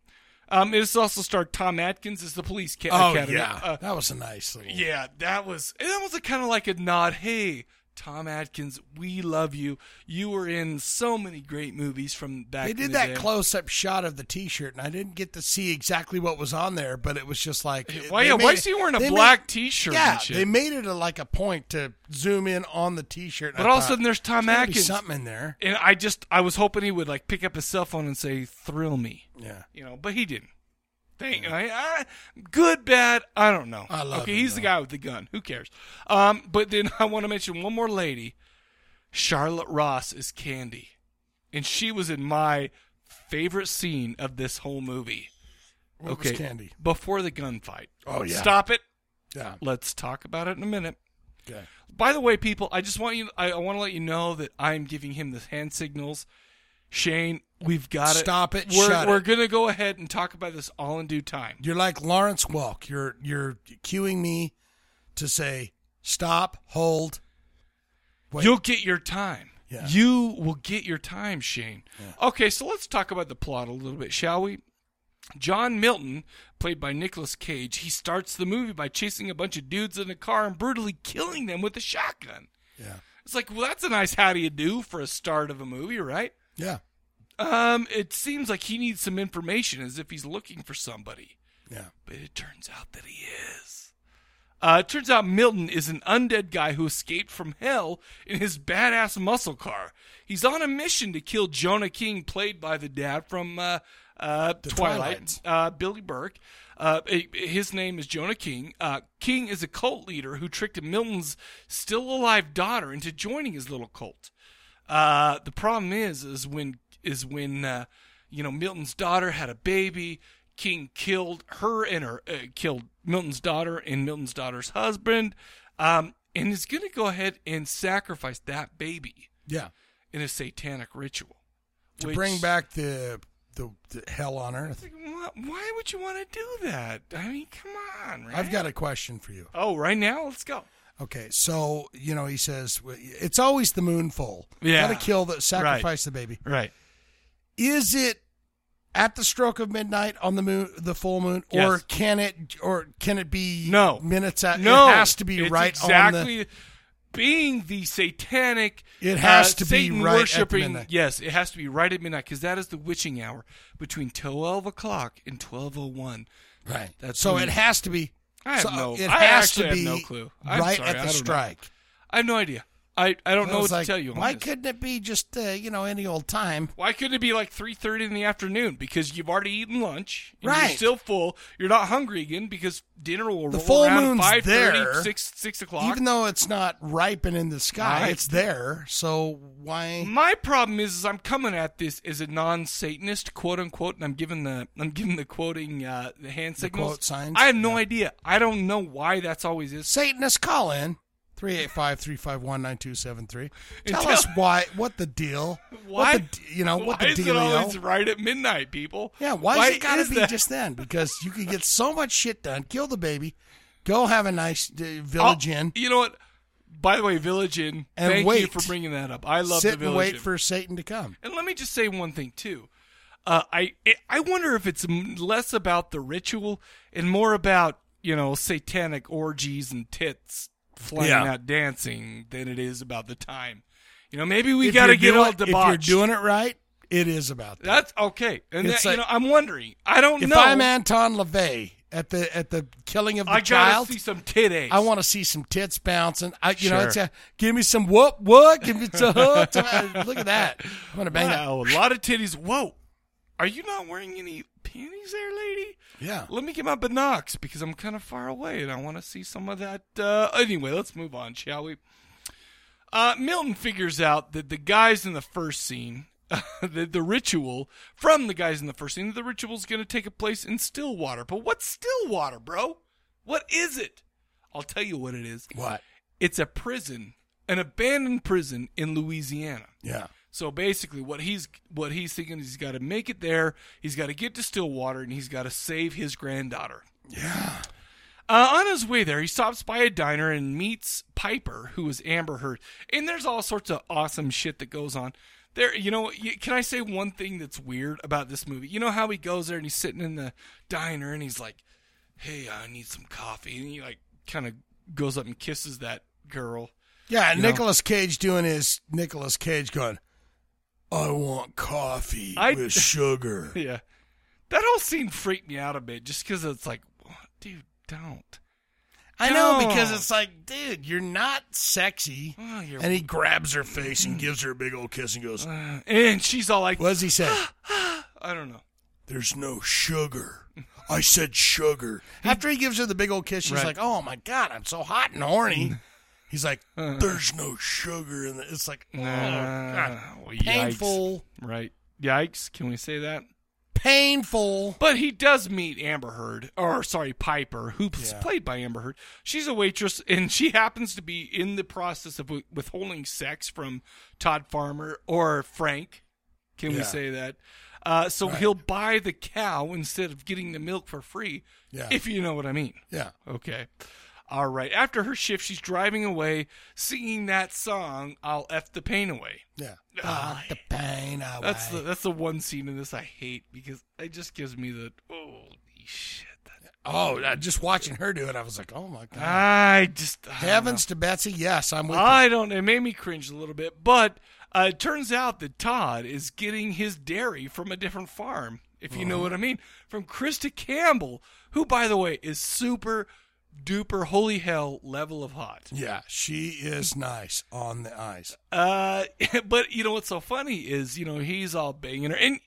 Speaker 1: Um, it's also starred Tom Atkins as the police ca-
Speaker 2: oh
Speaker 1: academy.
Speaker 2: yeah,
Speaker 1: Uh,
Speaker 2: that was a nice little.
Speaker 1: yeah, that was that was a kind of like a nod. Hey, Tom Atkins, we love you. You were in so many great movies from back.
Speaker 2: They
Speaker 1: in
Speaker 2: did
Speaker 1: the
Speaker 2: that
Speaker 1: day.
Speaker 2: close-up shot of the T-shirt, and I didn't get to see exactly what was on there, but it was just like,
Speaker 1: why-
Speaker 2: they
Speaker 1: yeah, why
Speaker 2: made-
Speaker 1: is he wearing a
Speaker 2: they
Speaker 1: black T-shirt
Speaker 2: Yeah,
Speaker 1: and shit?
Speaker 2: they made it a, like a point to zoom in on the T-shirt. and
Speaker 1: But
Speaker 2: I
Speaker 1: all of a
Speaker 2: thought,
Speaker 1: sudden, there's Tom
Speaker 2: gotta be
Speaker 1: Atkins.
Speaker 2: something in there.
Speaker 1: and I just I was hoping he would like pick up his cell phone and say, "Thrill me,"
Speaker 2: Yeah,
Speaker 1: you know, but he didn't. Thank I, I, good, bad, I don't know.
Speaker 2: I love
Speaker 1: okay,
Speaker 2: him,
Speaker 1: he's the guy with the gun. Who cares? Um, but then I want to mention one more lady. Charlotte Ross is Candy, and she was in my favorite scene of this whole movie.
Speaker 2: What was
Speaker 1: okay,
Speaker 2: Candy?
Speaker 1: before the gunfight.
Speaker 2: Oh, yeah.
Speaker 1: stop it.
Speaker 2: Yeah.
Speaker 1: let's talk about it in a minute.
Speaker 2: Okay.
Speaker 1: By the way, people, I just want you. I, I want to let you know that I'm giving him the hand signals. Shane, we've got it.
Speaker 2: Stop it,
Speaker 1: We're,
Speaker 2: shut
Speaker 1: we're
Speaker 2: it.
Speaker 1: gonna go ahead and talk about this all in due time.
Speaker 2: You're like Lawrence Welk. You're you're cueing me to say stop, hold.
Speaker 1: You'll get your time.
Speaker 2: Yeah.
Speaker 1: You will get your time, Shane. Okay, so let's talk about the plot a little bit, shall we? John Milton, played by Nicolas Cage, he starts the movie by chasing a bunch of dudes in a car and brutally killing them with a shotgun.
Speaker 2: Yeah.
Speaker 1: It's like, well, that's a nice how do you do for a start of a movie, right?
Speaker 2: Yeah.
Speaker 1: Um, it seems like he needs some information as if he's looking for somebody.
Speaker 2: Yeah.
Speaker 1: But it turns out that he is. Uh, it turns out Milton is an undead guy who escaped from hell in his badass muscle car. He's on a mission to kill Jonah King, played by the dad from uh, uh, Twilight, uh, Billy Burke. Uh, i- i- his name is Jonah King. Uh, King is a cult leader who tricked Milton's still alive daughter into joining his little cult. Uh, the problem is, is when is when uh, you know Milton's daughter had a baby. King killed her and her uh, killed Milton's daughter and Milton's daughter's husband, um, and is going to go ahead and sacrifice that baby
Speaker 2: Yeah.
Speaker 1: in a satanic ritual.
Speaker 2: To
Speaker 1: which-
Speaker 2: bring back the, the the hell on earth.
Speaker 1: Why why would you want to do that? I mean, come on, right?
Speaker 2: I've got a question for you.
Speaker 1: Oh, right now, let's go.
Speaker 2: Okay, so you know he says it's always the moon full.
Speaker 1: Yeah.
Speaker 2: gotta kill the sacrifice the baby.
Speaker 1: Right.
Speaker 2: Is it at the stroke of midnight on the moon, the full moon, or
Speaker 1: Yes.
Speaker 2: can it or can it be
Speaker 1: No.
Speaker 2: minutes at?
Speaker 1: No,
Speaker 2: it has to be
Speaker 1: it's
Speaker 2: right on the.
Speaker 1: exactly. Being the satanic,
Speaker 2: It has
Speaker 1: uh,
Speaker 2: to be
Speaker 1: Satan
Speaker 2: right at
Speaker 1: worshiping.
Speaker 2: midnight.
Speaker 1: Yes, it has to be right at midnight because that is the witching hour between twelve o'clock and twelve o one.
Speaker 2: Right.
Speaker 1: That's
Speaker 2: So
Speaker 1: when-
Speaker 2: it has to be.
Speaker 1: I have
Speaker 2: so
Speaker 1: no.
Speaker 2: It
Speaker 1: I
Speaker 2: has to
Speaker 1: actually
Speaker 2: be
Speaker 1: have no clue. I'm
Speaker 2: right
Speaker 1: sorry,
Speaker 2: at
Speaker 1: I
Speaker 2: the
Speaker 1: don't know.
Speaker 2: strike.
Speaker 1: I have no idea. I, I don't know
Speaker 2: was
Speaker 1: what
Speaker 2: like,
Speaker 1: to tell you. on
Speaker 2: Why
Speaker 1: this.
Speaker 2: couldn't it be just uh, you know any old time?
Speaker 1: Why couldn't it be like three thirty in the afternoon? Because you've already eaten lunch, and
Speaker 2: Right.
Speaker 1: You're still full. You're not hungry again because dinner will
Speaker 2: The
Speaker 1: roll
Speaker 2: full
Speaker 1: around
Speaker 2: moon's
Speaker 1: five
Speaker 2: there.
Speaker 1: thirty, six six o'clock.
Speaker 2: Even though it's not ripen in the sky,
Speaker 1: Right.
Speaker 2: it's there. So why?
Speaker 1: My problem is, is I'm coming at this as a non-Satanist, quote unquote, and I'm giving the I'm giving the quoting uh, the hand signals.
Speaker 2: quote signs?
Speaker 1: I have no idea. I don't know why that's always is.
Speaker 2: Satanist, call in 385-351-9273. Tell
Speaker 1: Until-
Speaker 2: us why, what the deal?
Speaker 1: Why
Speaker 2: what the, you know what
Speaker 1: why
Speaker 2: the
Speaker 1: is
Speaker 2: deal?
Speaker 1: it always right at midnight, people?
Speaker 2: Yeah, why, is it gotta
Speaker 1: is
Speaker 2: be
Speaker 1: that?
Speaker 2: just then? Because you could get so much shit done. Kill the baby, go have a nice uh,
Speaker 1: Oh,
Speaker 2: village inn,
Speaker 1: You know what? By the way, Village Inn.
Speaker 2: And
Speaker 1: thank you
Speaker 2: wait.
Speaker 1: for bringing that up. I love
Speaker 2: sit
Speaker 1: the Village
Speaker 2: and wait
Speaker 1: Inn.
Speaker 2: for Satan to come.
Speaker 1: And let me just say one thing too. Uh, I it, I wonder if it's m- less about the ritual and more about you know satanic orgies and tits flying
Speaker 2: Yeah.
Speaker 1: out dancing than it is about the time. You know, maybe we
Speaker 2: If
Speaker 1: got to
Speaker 2: you're
Speaker 1: get
Speaker 2: doing-
Speaker 1: all debauched.
Speaker 2: If you're doing it right, it is about that.
Speaker 1: That's okay. And
Speaker 2: It's
Speaker 1: that, you
Speaker 2: like-
Speaker 1: know, I'm wondering. I don't
Speaker 2: if
Speaker 1: know.
Speaker 2: I'm Anton LaVey at the at the killing of the
Speaker 1: I gotta
Speaker 2: child,
Speaker 1: see some tit aches.
Speaker 2: I want to see some tits bouncing. I, you know,
Speaker 1: Sure.
Speaker 2: it's a, give me some whoop whoop. Give me some hook. Look at that. I'm gonna bang
Speaker 1: wow,
Speaker 2: that.
Speaker 1: a lot of titties. Whoa, are you not wearing any panties there, lady?
Speaker 2: Yeah.
Speaker 1: Let me get my binocs because I'm kind of far away and I want to see some of that. Uh, anyway, let's move on, shall we? Uh, Milton figures out that the guys in the first scene, the, the ritual from the guys in the first scene, the ritual is going to take a place in Stillwater. But what's Stillwater, bro? What is it? I'll tell you what it is.
Speaker 2: What?
Speaker 1: It's a prison, an abandoned prison in Louisiana.
Speaker 2: Yeah.
Speaker 1: So basically, what he's what he's thinking is he's got to make it there. He's got to get to Stillwater, and he's got to save his granddaughter. Uh, on his way there, he stops by a diner and meets Piper, who is Amber Heard. And there's all sorts of awesome shit that goes on. There, you know, you, can I say one thing that's weird about this movie? You know how he goes there and he's sitting in the diner and he's like, "Hey, I need some coffee," and he like kind of goes up and kisses that girl.
Speaker 2: Yeah,
Speaker 1: You know?
Speaker 2: Nicholas Cage doing his Nicholas Cage going. I want coffee
Speaker 1: I-
Speaker 2: with sugar.
Speaker 1: yeah, that whole scene freaked me out a bit just because it's like, "What? dude, don't.
Speaker 2: I know
Speaker 1: Don't.
Speaker 2: because it's like, dude, you're not sexy.
Speaker 1: you're-
Speaker 2: and he grabs her face and gives her a big old kiss and goes,
Speaker 1: and she's all like,
Speaker 2: "What does he say?
Speaker 1: I don't know.
Speaker 2: There's no sugar." I said sugar. After he gives her the big old kiss, she's
Speaker 21: Right.
Speaker 2: like, oh my God, I'm so hot and horny. He's like, there's no sugar in it. It's like, oh, God.
Speaker 1: Oh, yikes.
Speaker 2: painful.
Speaker 1: Right. Yikes. Can we say that?
Speaker 2: Painful.
Speaker 1: But he does meet Amber Heard, or sorry, Piper, who's played by Amber Heard. She's a waitress, and she happens to be in the process of wi- withholding sex from Todd Farmer or Frank. Can
Speaker 21: Yeah.
Speaker 1: we say that? Uh, so
Speaker 21: Right.
Speaker 1: he'll buy the cow instead of getting the milk for free,
Speaker 21: Yeah.
Speaker 1: if you know what I mean.
Speaker 21: Yeah.
Speaker 1: Okay. All right. After her shift, she's driving away, singing that song, I'll F the Pain Away.
Speaker 2: Yeah.
Speaker 1: Ah,
Speaker 2: the pain away.
Speaker 1: That's the that's the one scene in this I hate because it just gives me the holy shit. That,
Speaker 2: Oh, I- just watching her do it, I was like, oh my God.
Speaker 1: I just
Speaker 2: Heavens to Betsy, yes, I'm with
Speaker 1: I don't. It made me cringe a little bit, but uh, it turns out that Todd is getting his dairy from a different farm, if you know
Speaker 2: Uh-huh.
Speaker 21: Mhm.
Speaker 1: what I mean, from Krista Campbell, who, by the way, is super duper holy hell level of hot.
Speaker 2: you. Yeah, she is nice on the eyes.
Speaker 1: Uh, but you know what's so funny is you know he's all banging her, and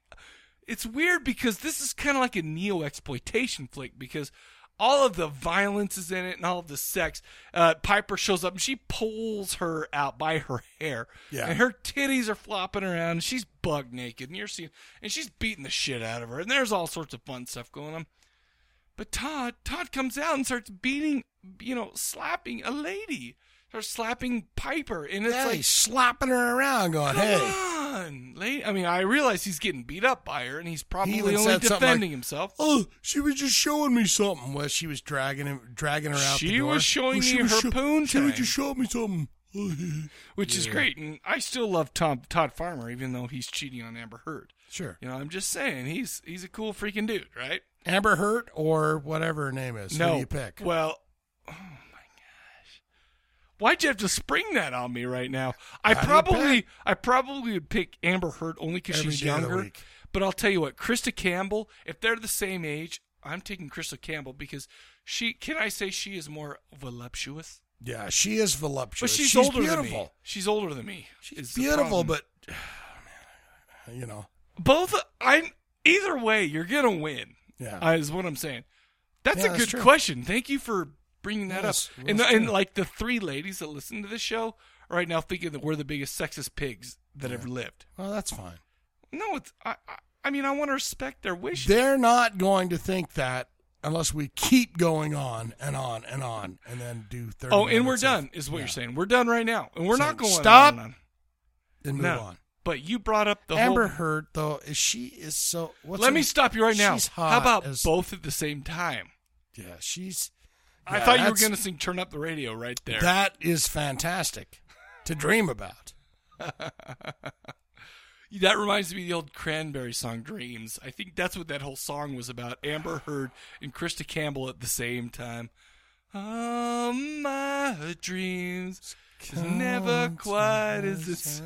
Speaker 1: it's weird because this is kind of like a neo exploitation flick because all of the violence is in it and all of the sex. Uh, Piper shows up and she pulls her out by her hair,
Speaker 21: Yeah.
Speaker 1: and her titties are flopping around. And she's bug naked, and you're seeing, and she's beating the shit out of her, and there's all sorts of fun stuff going on. But Todd, Todd comes out and starts beating, you know, slapping a lady, starts slapping Piper, and it's
Speaker 2: Yeah,
Speaker 1: like
Speaker 2: he's slapping her around, going,
Speaker 1: Come
Speaker 2: "Hey."
Speaker 1: on, lady. I mean, I realize he's getting beat up by her, and he's probably
Speaker 2: He even
Speaker 1: only
Speaker 2: said
Speaker 1: defending
Speaker 2: something like,
Speaker 1: himself.
Speaker 2: Oh, she was just showing me something. Well, she was dragging him, dragging her out. the
Speaker 1: She
Speaker 2: door.
Speaker 1: was showing
Speaker 2: Oh, she
Speaker 1: me
Speaker 2: was
Speaker 1: her
Speaker 2: sho-
Speaker 1: poon
Speaker 2: She was
Speaker 1: tang.
Speaker 2: just showing me something.
Speaker 1: Which is
Speaker 2: Yeah.
Speaker 1: great, and I still love Tom Todd Farmer, even though he's cheating on Amber Heard.
Speaker 2: Sure.
Speaker 1: You know, I'm just saying he's he's a cool freaking dude, right?
Speaker 2: Amber Heard or whatever her name is. Who do you pick?
Speaker 1: Well, oh my gosh, why'd you have to spring that on me right now?
Speaker 21: How
Speaker 1: I
Speaker 21: do you
Speaker 1: probably, I probably would pick Amber Heard only because
Speaker 21: Every
Speaker 1: she's
Speaker 21: day of the
Speaker 1: younger.
Speaker 21: week.
Speaker 1: But I'll tell you what, Krista Campbell. If they're the same age, I'm taking Krista Campbell because she. Can I say she is more voluptuous?
Speaker 2: Yeah, she is
Speaker 1: But
Speaker 2: voluptuous.
Speaker 1: she's, older
Speaker 2: beautiful.
Speaker 1: than me. She's older than me. She's
Speaker 2: Beautiful, but you know,
Speaker 1: both. I either way, you're gonna win.
Speaker 2: Yeah.
Speaker 1: uh, is what I'm saying. That's
Speaker 21: Yeah,
Speaker 1: a
Speaker 21: that's
Speaker 1: good
Speaker 21: true.
Speaker 1: question. Thank you for bringing that
Speaker 21: Yes,
Speaker 1: up.
Speaker 21: well,
Speaker 1: And
Speaker 21: that's
Speaker 1: and
Speaker 21: true.
Speaker 1: like the three ladies that listen to this show are right now thinking that we're the biggest sexist pigs that have lived.
Speaker 2: well, that's fine.
Speaker 1: No, it's I. I, I mean, I want to respect their wishes.
Speaker 2: They're not going to think that unless we keep going on and on and on, and then do thirty.
Speaker 1: Oh, and we're
Speaker 2: minutes of-
Speaker 1: done, is what you're saying. We're done right now, and we're
Speaker 2: So
Speaker 1: not going
Speaker 2: stop
Speaker 1: on and on.
Speaker 2: and move
Speaker 1: No.
Speaker 2: on.
Speaker 1: But you brought up the
Speaker 2: Amber
Speaker 1: whole.
Speaker 2: Heard though, is she is so. What's
Speaker 1: Let
Speaker 2: her-
Speaker 1: me stop you right now.
Speaker 2: She's hot
Speaker 1: How about
Speaker 2: as-
Speaker 1: both at the same time?
Speaker 2: Yeah, she's.
Speaker 1: I
Speaker 2: yeah,
Speaker 1: thought you were
Speaker 2: that's-
Speaker 1: going to sing "Turn Up the Radio" right there.
Speaker 2: That is fantastic to dream about.
Speaker 1: That reminds me of the old Cranberry song "Dreams." I think that's what that whole song was about. Amber Heard and Krista Campbell at the same time. Oh, my dreams is never quite as it's.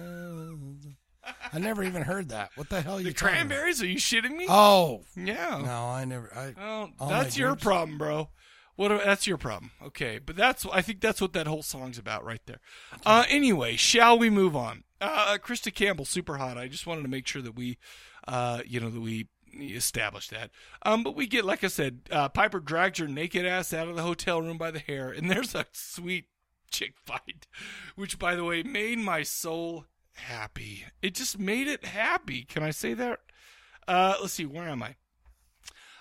Speaker 2: I never even heard that. What the hell are you
Speaker 1: The
Speaker 2: talking about?
Speaker 1: Cranberries? Are you shitting me?
Speaker 2: Oh
Speaker 1: yeah.
Speaker 2: No, I never. I,
Speaker 1: Oh,
Speaker 2: all my
Speaker 1: that's your
Speaker 2: dreams-
Speaker 1: problem, bro. What? a- That's your problem. Okay, but that's I think that's what that whole song's about right there. Uh, anyway, shall we move on? Uh, Krista Campbell, super hot. I just wanted to make sure that we, uh, you know, that we establish that. Um, but we get like I said, uh, Piper dragged her naked ass out of the hotel room by the hair, and there's a sweet chick fight, which by the way made my soul happy. It just made it happy. Can I say that? Uh, let's see, where am I?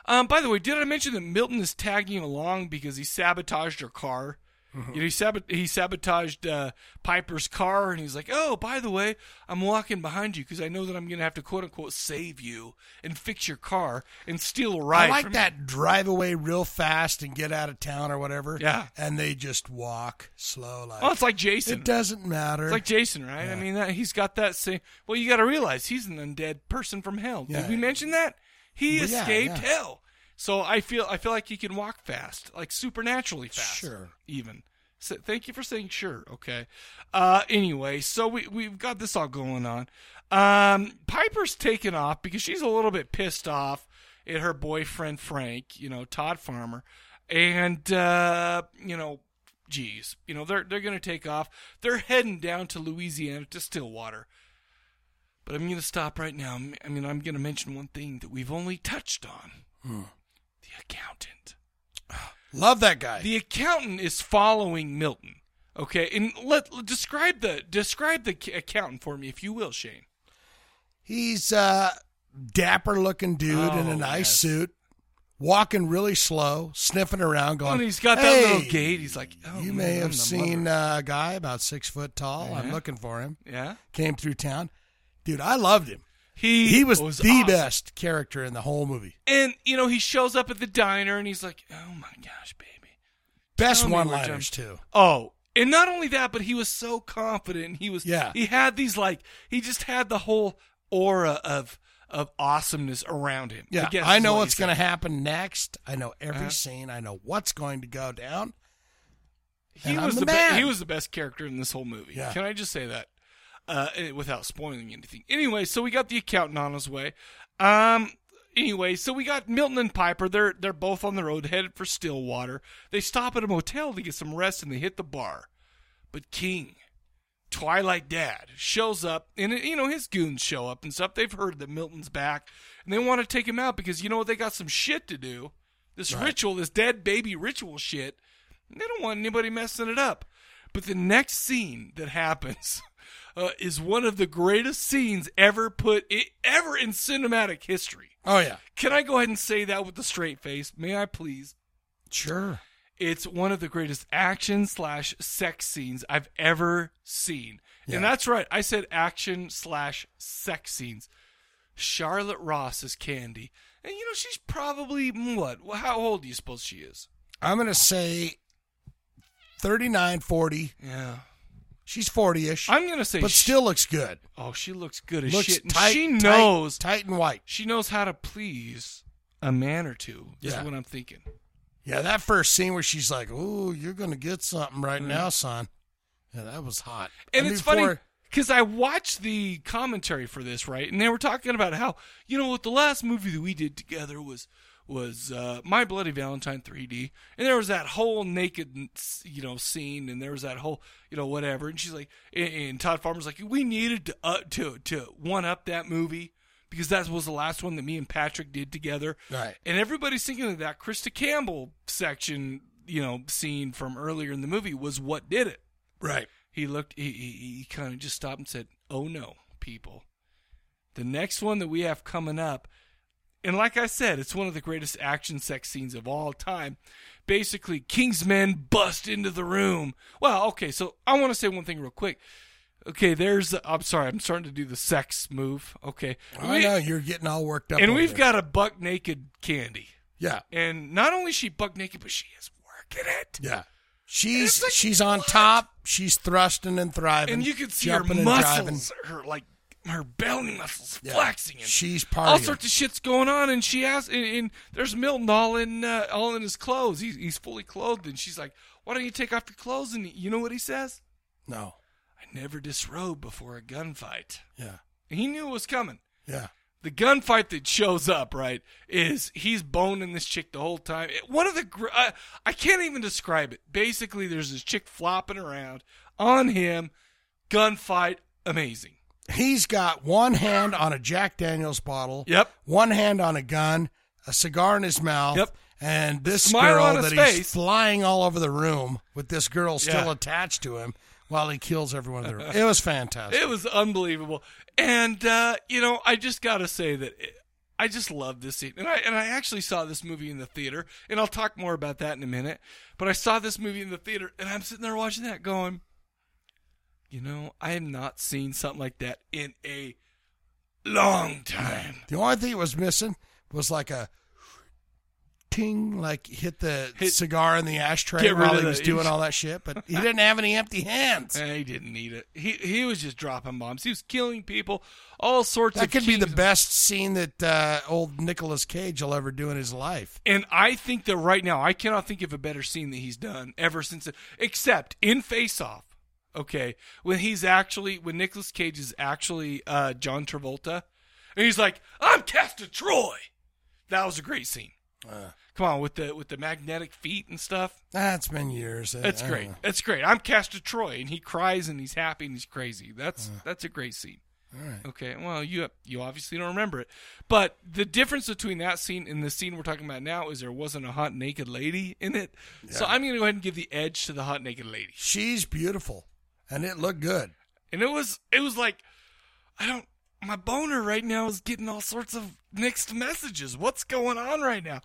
Speaker 1: Um, by the way, did I mention that Milton is tagging along because he sabotaged her car?
Speaker 2: Mm-hmm.
Speaker 21: Mhm.
Speaker 1: You know, he, sabot- he sabotaged uh, Piper's car, and he's like, "Oh, by the way, I'm walking behind you because I know that I'm going to have to quote unquote save you and fix your car and steal a ride."
Speaker 2: I like
Speaker 1: from-
Speaker 2: that drive away real fast and get out of town or whatever.
Speaker 1: Yeah.
Speaker 2: And they just walk slow like.
Speaker 1: Oh, it's like Jason.
Speaker 2: It doesn't matter.
Speaker 1: It's like Jason, right? I mean, that, he's got that same. Well, you got to realize he's an undead person from hell.
Speaker 21: Yeah.
Speaker 1: Did we mention that he
Speaker 21: Well, yeah,
Speaker 1: escaped
Speaker 21: yeah.
Speaker 1: hell? So I feel I feel like he can walk fast, like supernaturally fast. Sure. Even. So thank you for saying sure. Okay. Uh, anyway, so we we've got this all going on. Um, Piper's taken off because she's a little bit pissed off at her boyfriend Frank. You know, Todd Farmer, and uh, you know Jeez, you know they're they're going to take off. They're heading down to Louisiana to Stillwater. But
Speaker 2: Hmm.
Speaker 1: I'm going to stop right now. I mean, I'm going to mention one thing that we've only touched on: the accountant.
Speaker 2: Love that guy.
Speaker 1: The accountant is following Milton. Okay, and let, let- describe the describe the ca- accountant for me, if you will, Shane.
Speaker 2: He's a dapper looking dude in
Speaker 1: Oh,
Speaker 2: a nice suit, walking really slow, sniffing around, going.
Speaker 1: and he's got
Speaker 2: hey,
Speaker 1: that little gait. He's like, oh,
Speaker 2: you
Speaker 1: man,
Speaker 2: may
Speaker 1: I'm
Speaker 2: have
Speaker 1: the
Speaker 2: seen uh, a guy about six foot tall. I'm
Speaker 1: Yeah.
Speaker 2: looking for him.
Speaker 1: Yeah.
Speaker 2: Came through town. Dude, I loved him.
Speaker 1: He
Speaker 2: was,
Speaker 1: was
Speaker 2: the
Speaker 1: awesome.
Speaker 2: best character in the whole movie.
Speaker 1: And you know, he shows up at the diner and he's like, "Oh my gosh, baby."
Speaker 2: Best
Speaker 1: Tell me we're
Speaker 2: one liners,
Speaker 1: done.
Speaker 2: too.
Speaker 1: Oh, and not only that, but he was so confident. He was
Speaker 2: Yeah.
Speaker 1: He had these like he just had the whole aura of of awesomeness around him.
Speaker 2: Yeah,
Speaker 1: guess
Speaker 2: I
Speaker 1: is
Speaker 2: know
Speaker 1: what
Speaker 2: what's
Speaker 1: he
Speaker 2: going to
Speaker 1: said.
Speaker 2: happen next. I know every
Speaker 1: Uh-huh.
Speaker 2: scene. I know what's going to go down.
Speaker 1: He
Speaker 2: And I'm
Speaker 1: was
Speaker 2: the
Speaker 1: the, best.
Speaker 2: man.
Speaker 1: he was the best character in this whole movie.
Speaker 2: Yeah.
Speaker 1: Can I just say that uh, eh, without spoiling anything? Anyway, so we got the accountant on his way. Um. Anyway, so we got Milton and Piper. They're they're both on the road headed for Stillwater. They stop at a motel to get some rest, and they hit the bar. But King, Twilight Dad, shows up, and you know his goons show up and stuff. They've heard that Milton's back, and they want to take him out because you know what? They got some shit to do. This
Speaker 21: Right.
Speaker 1: ritual, this dead baby ritual shit. They don't want anybody messing it up. But the next scene that happens uh, is one of the greatest scenes ever put i ever in cinematic history.
Speaker 2: Oh yeah,
Speaker 1: Can I go ahead and say that with a straight face? May I please?
Speaker 2: sure.
Speaker 1: It's one of the greatest action slash sex scenes I've ever seen. And that's right. I said action slash sex scenes. Charlotte Ross is Candy. And you know, she's probably, mm, what? Well, How old do you suppose she is?
Speaker 2: I'm going to say 39, 40.
Speaker 1: Yeah.
Speaker 2: She's 40 ish.
Speaker 1: I'm going to say
Speaker 2: But
Speaker 1: she-
Speaker 2: still looks good.
Speaker 1: Oh, she looks good as
Speaker 2: Looks
Speaker 1: shit. And
Speaker 2: tight-
Speaker 1: she
Speaker 2: tight-
Speaker 1: knows.
Speaker 2: tight and white.
Speaker 1: She knows how to please a man or two, is
Speaker 2: Yeah.
Speaker 1: what I'm thinking.
Speaker 2: Yeah, that first scene where she's like, Ooh, you're going to get something right now, son. Yeah, that was hot.
Speaker 1: Mm-hmm. And
Speaker 2: I mean,
Speaker 1: it's funny
Speaker 2: for-
Speaker 1: because I watched the commentary for this, right? And they were talking about how you know what the last movie that we did together was was uh, My Bloody Valentine 3D, and there was that whole naked you know scene, and there was that whole you know whatever. And she's like, and, and Todd Farmer's like, we needed to uh, to to one up that movie. Because that was the last one that me and Patrick did together,
Speaker 2: Right.
Speaker 1: And everybody's thinking that that Krista Campbell section, you know, scene from earlier in the movie was what did it.
Speaker 2: Right.
Speaker 1: He looked. He he, he kind of just stopped and said, "Oh no, people! The next one that we have coming up, and like I said, it's one of the greatest action sex scenes of all time. Basically, King's men bust into the room. Well, okay, so I want to say one thing real quick. Okay, there's. I'm sorry, I'm starting to do the sex move. Okay,
Speaker 2: I know, you're getting all worked up.
Speaker 1: and
Speaker 2: over
Speaker 1: we've
Speaker 2: there.
Speaker 1: got a buck naked candy.
Speaker 2: Yeah.
Speaker 1: and not only is she buck naked, but she is working it.
Speaker 2: Yeah. She's she's on top. She's thrusting and thriving.
Speaker 1: and you can see her
Speaker 2: jumping and
Speaker 1: muscles, her like her belly muscles
Speaker 2: Yeah.
Speaker 1: flexing, and
Speaker 2: She's
Speaker 1: all
Speaker 2: partying.
Speaker 1: sorts of shit's going on. And she asks, and, and there's Milton all in uh, all in his clothes. He's he's fully clothed, and she's like, "Why don't you take off your clothes?" And you know what he says?
Speaker 2: No.
Speaker 1: I never disrobed before a gunfight.
Speaker 2: Yeah.
Speaker 1: And he knew it was coming.
Speaker 2: Yeah.
Speaker 1: The gunfight that shows up, right, is he's boning this chick the whole time. It- one of the, gr- uh, I can't even describe it. Basically, there's this chick flopping around on him. Gunfight, amazing.
Speaker 2: He's got one hand on a Jack Daniels bottle.
Speaker 1: Yep.
Speaker 2: One hand on a gun, a cigar in his mouth. Yep. And this
Speaker 1: Smile
Speaker 2: girl
Speaker 1: on
Speaker 2: that
Speaker 1: his
Speaker 2: he's
Speaker 1: face.
Speaker 2: flying all over the room with this girl still
Speaker 1: Yeah.
Speaker 2: attached to him while he kills everyone in the room. It was fantastic.
Speaker 1: It was unbelievable. And uh, you know, I just got to say that it, I just love this scene. And I and I actually saw this movie in the theater, and I'll talk more about that in a minute. But I saw this movie in the theater, and I'm sitting there watching that, going, you know, I have not seen something like that in a long time.
Speaker 2: The only thing it was missing was like a ting, like hit the cigar in the ashtray
Speaker 1: Get rid
Speaker 2: while
Speaker 1: of
Speaker 2: he
Speaker 1: the-
Speaker 2: was doing all that shit. But he didn't have any empty hands.
Speaker 1: Eh, he didn't need it. He he was just dropping bombs. He was killing people, all sorts
Speaker 2: That
Speaker 1: of.
Speaker 2: could be the
Speaker 1: kings-
Speaker 2: best scene that uh, old Nicolas Cage will ever do in his life.
Speaker 1: And I think that right now, I cannot think of a better scene that he's done ever since, except in Face Off. Okay, when he's actually when Nicolas Cage is actually uh, John Travolta, and he's like, "I'm Castor Troy." That was a great scene. Come on with the with the magnetic feet and stuff.
Speaker 2: That's been years. I-
Speaker 1: That's
Speaker 2: I don't
Speaker 1: great.
Speaker 2: know.
Speaker 1: That's great. I'm Castor Troy, and he cries and he's happy and he's crazy. That's that's a great scene.
Speaker 2: Uh. All right.
Speaker 1: Okay. Well, you you obviously don't remember it, but the difference between that scene and the scene we're talking about now is there wasn't a hot naked lady in it. So I'm going to go ahead and give the edge to the hot naked lady.
Speaker 2: She's beautiful, and it looked good.
Speaker 1: And it was it was like I don't my boner right now is getting all sorts of mixed messages. What's going on right now?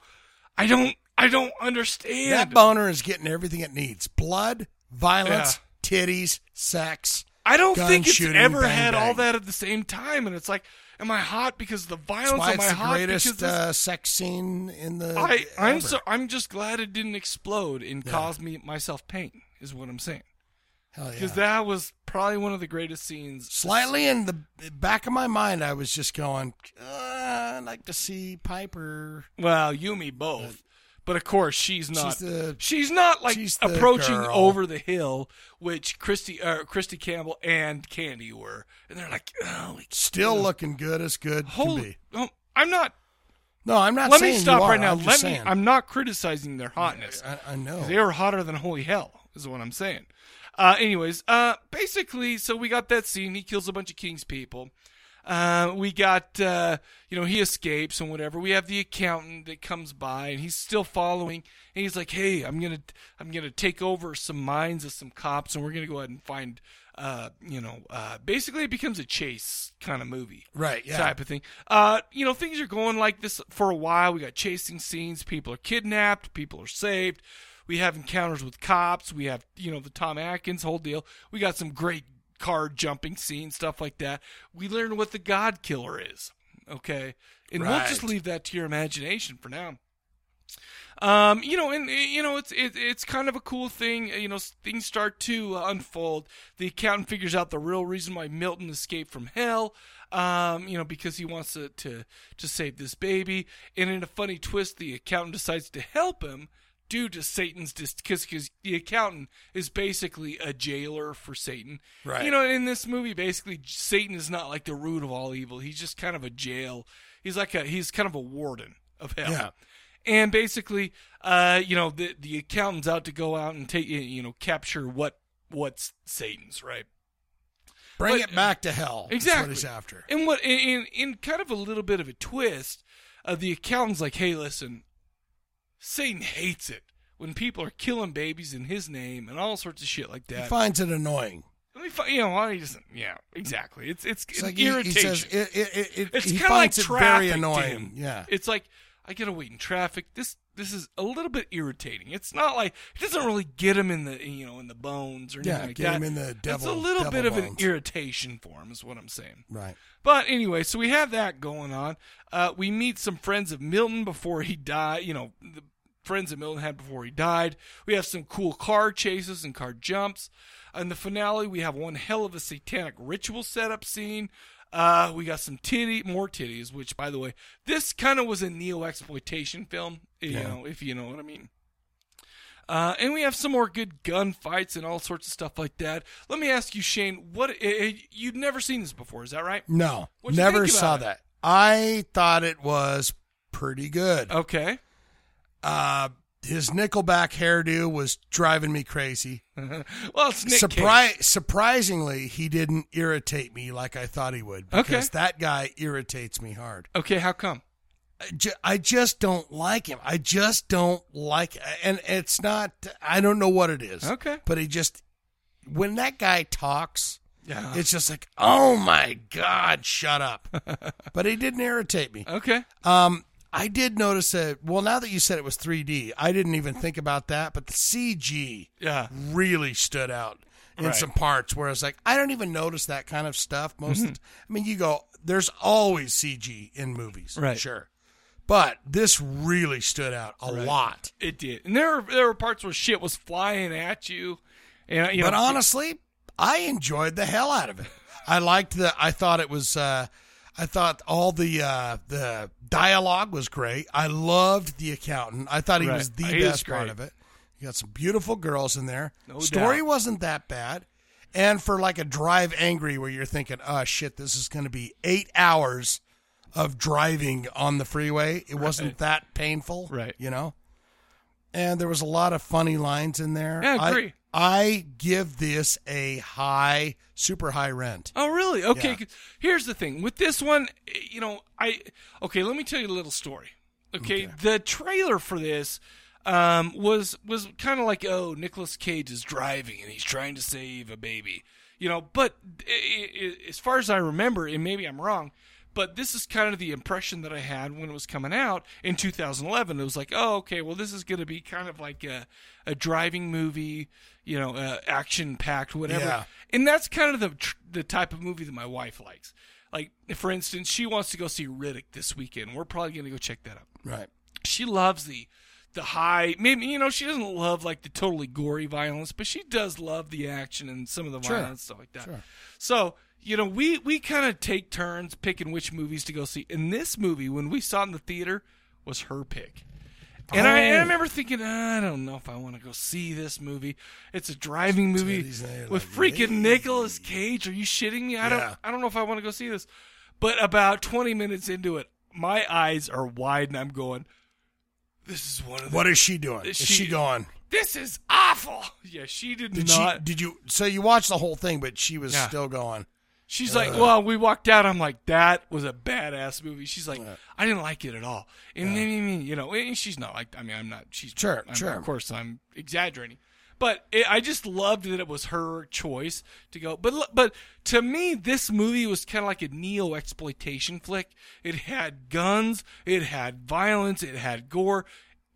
Speaker 1: I don't I don't understand.
Speaker 2: That boner is getting everything it needs: blood, violence, titties, sex.
Speaker 1: I don't
Speaker 2: gun
Speaker 1: think it's
Speaker 2: shooting,
Speaker 1: ever
Speaker 2: bang,
Speaker 1: had
Speaker 2: bang.
Speaker 1: all that at the same time, and it's like, am I hot because of the
Speaker 2: That's
Speaker 1: violence?
Speaker 2: why
Speaker 1: Am
Speaker 2: it's
Speaker 1: I
Speaker 2: the
Speaker 1: hot because
Speaker 2: greatest
Speaker 1: this?
Speaker 2: uh, sex scene in the.
Speaker 1: I I'm
Speaker 2: ever.
Speaker 1: so I'm just glad it didn't explode and cause me myself pain. Is what I'm saying.
Speaker 2: Hell yeah.
Speaker 1: Because that was probably one of the greatest scenes.
Speaker 2: Slightly in the back of my mind, I was just going, uh, I'd like to see Piper. Uh,
Speaker 1: Well, you me both. But of course, she's not.
Speaker 2: She's
Speaker 1: She's,
Speaker 2: the-
Speaker 1: not like
Speaker 2: she's the
Speaker 1: approaching
Speaker 2: girl.
Speaker 1: over the hill, which Christy, uh, Christy Campbell and Candy were, and they're like, "Oh, we
Speaker 2: Still looking good as good
Speaker 1: Holy-
Speaker 2: can be.
Speaker 1: Oh, I'm not.
Speaker 2: No, I'm not
Speaker 1: Let
Speaker 2: saying
Speaker 1: me
Speaker 2: you
Speaker 1: stop
Speaker 2: are,
Speaker 1: right now.
Speaker 2: I'm just
Speaker 1: Let me.
Speaker 2: saying.
Speaker 1: I'm not criticizing their hotness.
Speaker 2: I, I know
Speaker 1: 'Cause they were hotter than holy hell. Is what I'm saying. Uh, anyways, uh, basically, so we got that scene. He kills a bunch of king's people. Uh, we got, uh, you know, he escapes and whatever. We have the accountant that comes by and he's still following. And he's like, "Hey, I'm gonna, I'm gonna take over some mines of some cops, and we're gonna go ahead and find, uh, you know, uh, basically it becomes a chase kind of movie,
Speaker 2: Right, yeah.
Speaker 1: Type of thing. Uh, you know, things are going like this for a while. We got chasing scenes. People are kidnapped. People are saved. We have encounters with cops. We have, you know, the Tom Atkins whole deal. We got some great car jumping scenes, stuff like that. We learn what the God Killer is. Okay. And we'll just
Speaker 2: Right.
Speaker 1: leave that to your imagination for now. Um, you know, and uh, you know, it's it, it's kind of a cool thing. eh, You know, s- things start to uh, unfold. The accountant figures out the real reason why Milton escaped from hell. Um, you know, because he wants to to to save this baby. And in a funny twist, the accountant decides to help him due to Satan's dis because the accountant is basically a jailer for Satan.
Speaker 2: Right.
Speaker 1: You know, in this movie, basically Satan is not like the root of all evil. He's just kind of a jail. He's like a he's kind of a warden of hell.
Speaker 2: Yeah.
Speaker 1: And basically, uh, you know, the the accountant's out to go out and take you know capture what what's Satan's right.
Speaker 2: Bring
Speaker 1: But-
Speaker 2: it back to hell. is
Speaker 1: Exactly.
Speaker 2: what he's after.
Speaker 1: And what in, in in kind of a little bit of a twist, uh, the accountant's like, "Hey, listen, Satan hates it when people are killing babies in his name and all sorts of shit like that."
Speaker 2: He finds it annoying.
Speaker 1: Let me fi- you know, why he doesn't. Yeah, exactly. It's it's,
Speaker 2: It's like
Speaker 1: an
Speaker 2: he- he
Speaker 1: irritation.
Speaker 2: says it- it- it- it-
Speaker 1: it's
Speaker 2: he
Speaker 1: kind of like
Speaker 2: finds it very
Speaker 1: traffic to
Speaker 2: annoying.
Speaker 1: him.
Speaker 2: Yeah.
Speaker 1: it's like I gotta wait in traffic. This this is a little bit irritating. It's not like it doesn't really get him in the you know in the bones or anything
Speaker 2: Yeah,
Speaker 1: like
Speaker 2: get
Speaker 1: that.
Speaker 2: him in the
Speaker 1: It's
Speaker 2: devil-
Speaker 1: a little
Speaker 2: devil
Speaker 1: bit of an
Speaker 2: bones.
Speaker 1: irritation for him, is what I'm saying.
Speaker 2: Right.
Speaker 1: But anyway, so we have that going on. Uh, we meet some friends of Milton before he died. You know, the friends that Milton had before he died. We have some cool car chases and car jumps. In the finale, we have one hell of a satanic ritual setup scene. Uh, we got some titty, more titties. Which, by the way, this kind of was a neo exploitation film. You
Speaker 2: Yeah.
Speaker 1: know, if you know what I mean. Uh, and we have some more good gunfights and all sorts of stuff like that. Let me ask you, Shane, what eh, eh, you've never seen this before? Is that right?
Speaker 2: No,
Speaker 1: What'd you
Speaker 2: never
Speaker 1: think about
Speaker 2: saw
Speaker 1: it?
Speaker 2: that. I thought it was pretty good.
Speaker 1: Okay.
Speaker 2: Uh, his Nickelback hairdo was driving me crazy.
Speaker 1: well, it's Nick Cage.
Speaker 2: surprisingly, he didn't irritate me like I thought he would.
Speaker 1: Okay.
Speaker 2: Because that guy irritates me hard.
Speaker 1: Okay, how come?
Speaker 2: I ju- I just don't like him. I just don't like, and it's not. I don't know what it is.
Speaker 1: Okay.
Speaker 2: but he just when that guy talks,
Speaker 1: Yeah.
Speaker 2: it's just like, oh my god, shut up. but he didn't irritate me.
Speaker 1: Okay.
Speaker 2: Um, I did notice that. Well, now that you said it was 3D, I didn't even think about that. But the CG,
Speaker 1: yeah,
Speaker 2: really stood out in
Speaker 1: Right.
Speaker 2: some parts where it's like I don't even notice that kind of stuff most.
Speaker 1: Mm-hmm.
Speaker 2: Of the, I mean, you go, there's always CG in movies,
Speaker 1: Right.
Speaker 2: Sure, but this really stood out a
Speaker 1: Right.
Speaker 2: lot.
Speaker 1: It did, and there were, there were parts where shit was flying at you. And you
Speaker 2: but
Speaker 1: know,
Speaker 2: honestly, I enjoyed the hell out of it. I liked the. I thought it was. Uh, I thought all the uh, the dialogue was great. I loved the accountant. I thought he
Speaker 1: Right.
Speaker 2: was the
Speaker 1: He was
Speaker 2: best part
Speaker 1: great.
Speaker 2: of it. You got some beautiful girls in there.
Speaker 1: No
Speaker 2: Story
Speaker 1: doubt.
Speaker 2: wasn't that bad. And for like a drive angry where you're thinking, oh shit, this is going to be eight hours of driving on the freeway. It wasn't
Speaker 1: Right.
Speaker 2: that painful.
Speaker 1: Right.
Speaker 2: You know? And there was a lot of funny lines in there.
Speaker 1: Yeah, I agree.
Speaker 2: I give this a high, super high rent.
Speaker 1: Oh, really? Okay. 'cause Here's the thing with this one. eh, You know, I okay. Let me tell you a little story. Okay, the trailer for this um, was was kind of like, oh, Nicolas Cage is driving and he's trying to save a baby. You know, but i i as far as I remember, and maybe I'm wrong, but this is kind of the impression that I had when it was coming out in 2011. It was like, oh, okay, well, this is going to be kind of like a, a driving movie, you know, uh, action packed, whatever.
Speaker 2: Yeah.
Speaker 1: And that's kind of the tr- the type of movie that my wife likes. Like, for instance, she wants to go see Riddick this weekend. We're probably going to go check that out.
Speaker 2: Right.
Speaker 1: She loves the the high. Maybe you know she doesn't love like the totally gory violence, but she does love the action and some of the
Speaker 2: Sure.
Speaker 1: violence stuff like that.
Speaker 2: Sure.
Speaker 1: So, you know, we, we kind of take turns picking which movies to go see. And this movie, when we saw it in the theater, was her pick. And, I, and I
Speaker 2: Oh.
Speaker 1: remember thinking, "Ah, I don't know if I want to go see this movie. It's a driving movie with freaking Nicolas Cage. Are you shitting me? I
Speaker 2: Yeah.
Speaker 1: don't I don't know if I want to go see this. But about 20 minutes into it, my eyes are wide and I'm going, this is one of the
Speaker 2: What is she doing? Is she, going?
Speaker 1: This is awful. Yeah, she did,
Speaker 2: Did
Speaker 1: not
Speaker 2: she? Did you? So you watched the whole thing, but she was
Speaker 1: Yeah.
Speaker 2: still going.
Speaker 1: She's
Speaker 2: Ugh.
Speaker 1: like, well, we walked out. I'm like, that was a badass movie. She's like, I didn't like it at all. And then, you mean, you know, and she's not like, I mean, I'm not, she's,
Speaker 2: Sure,
Speaker 1: I'm-
Speaker 2: sure.
Speaker 1: Of course, I'm exaggerating. But it, I just loved that it was her choice to go. But, l- but to me, this movie was kind of like a neo exploitation flick. It had guns, it had violence, it had gore,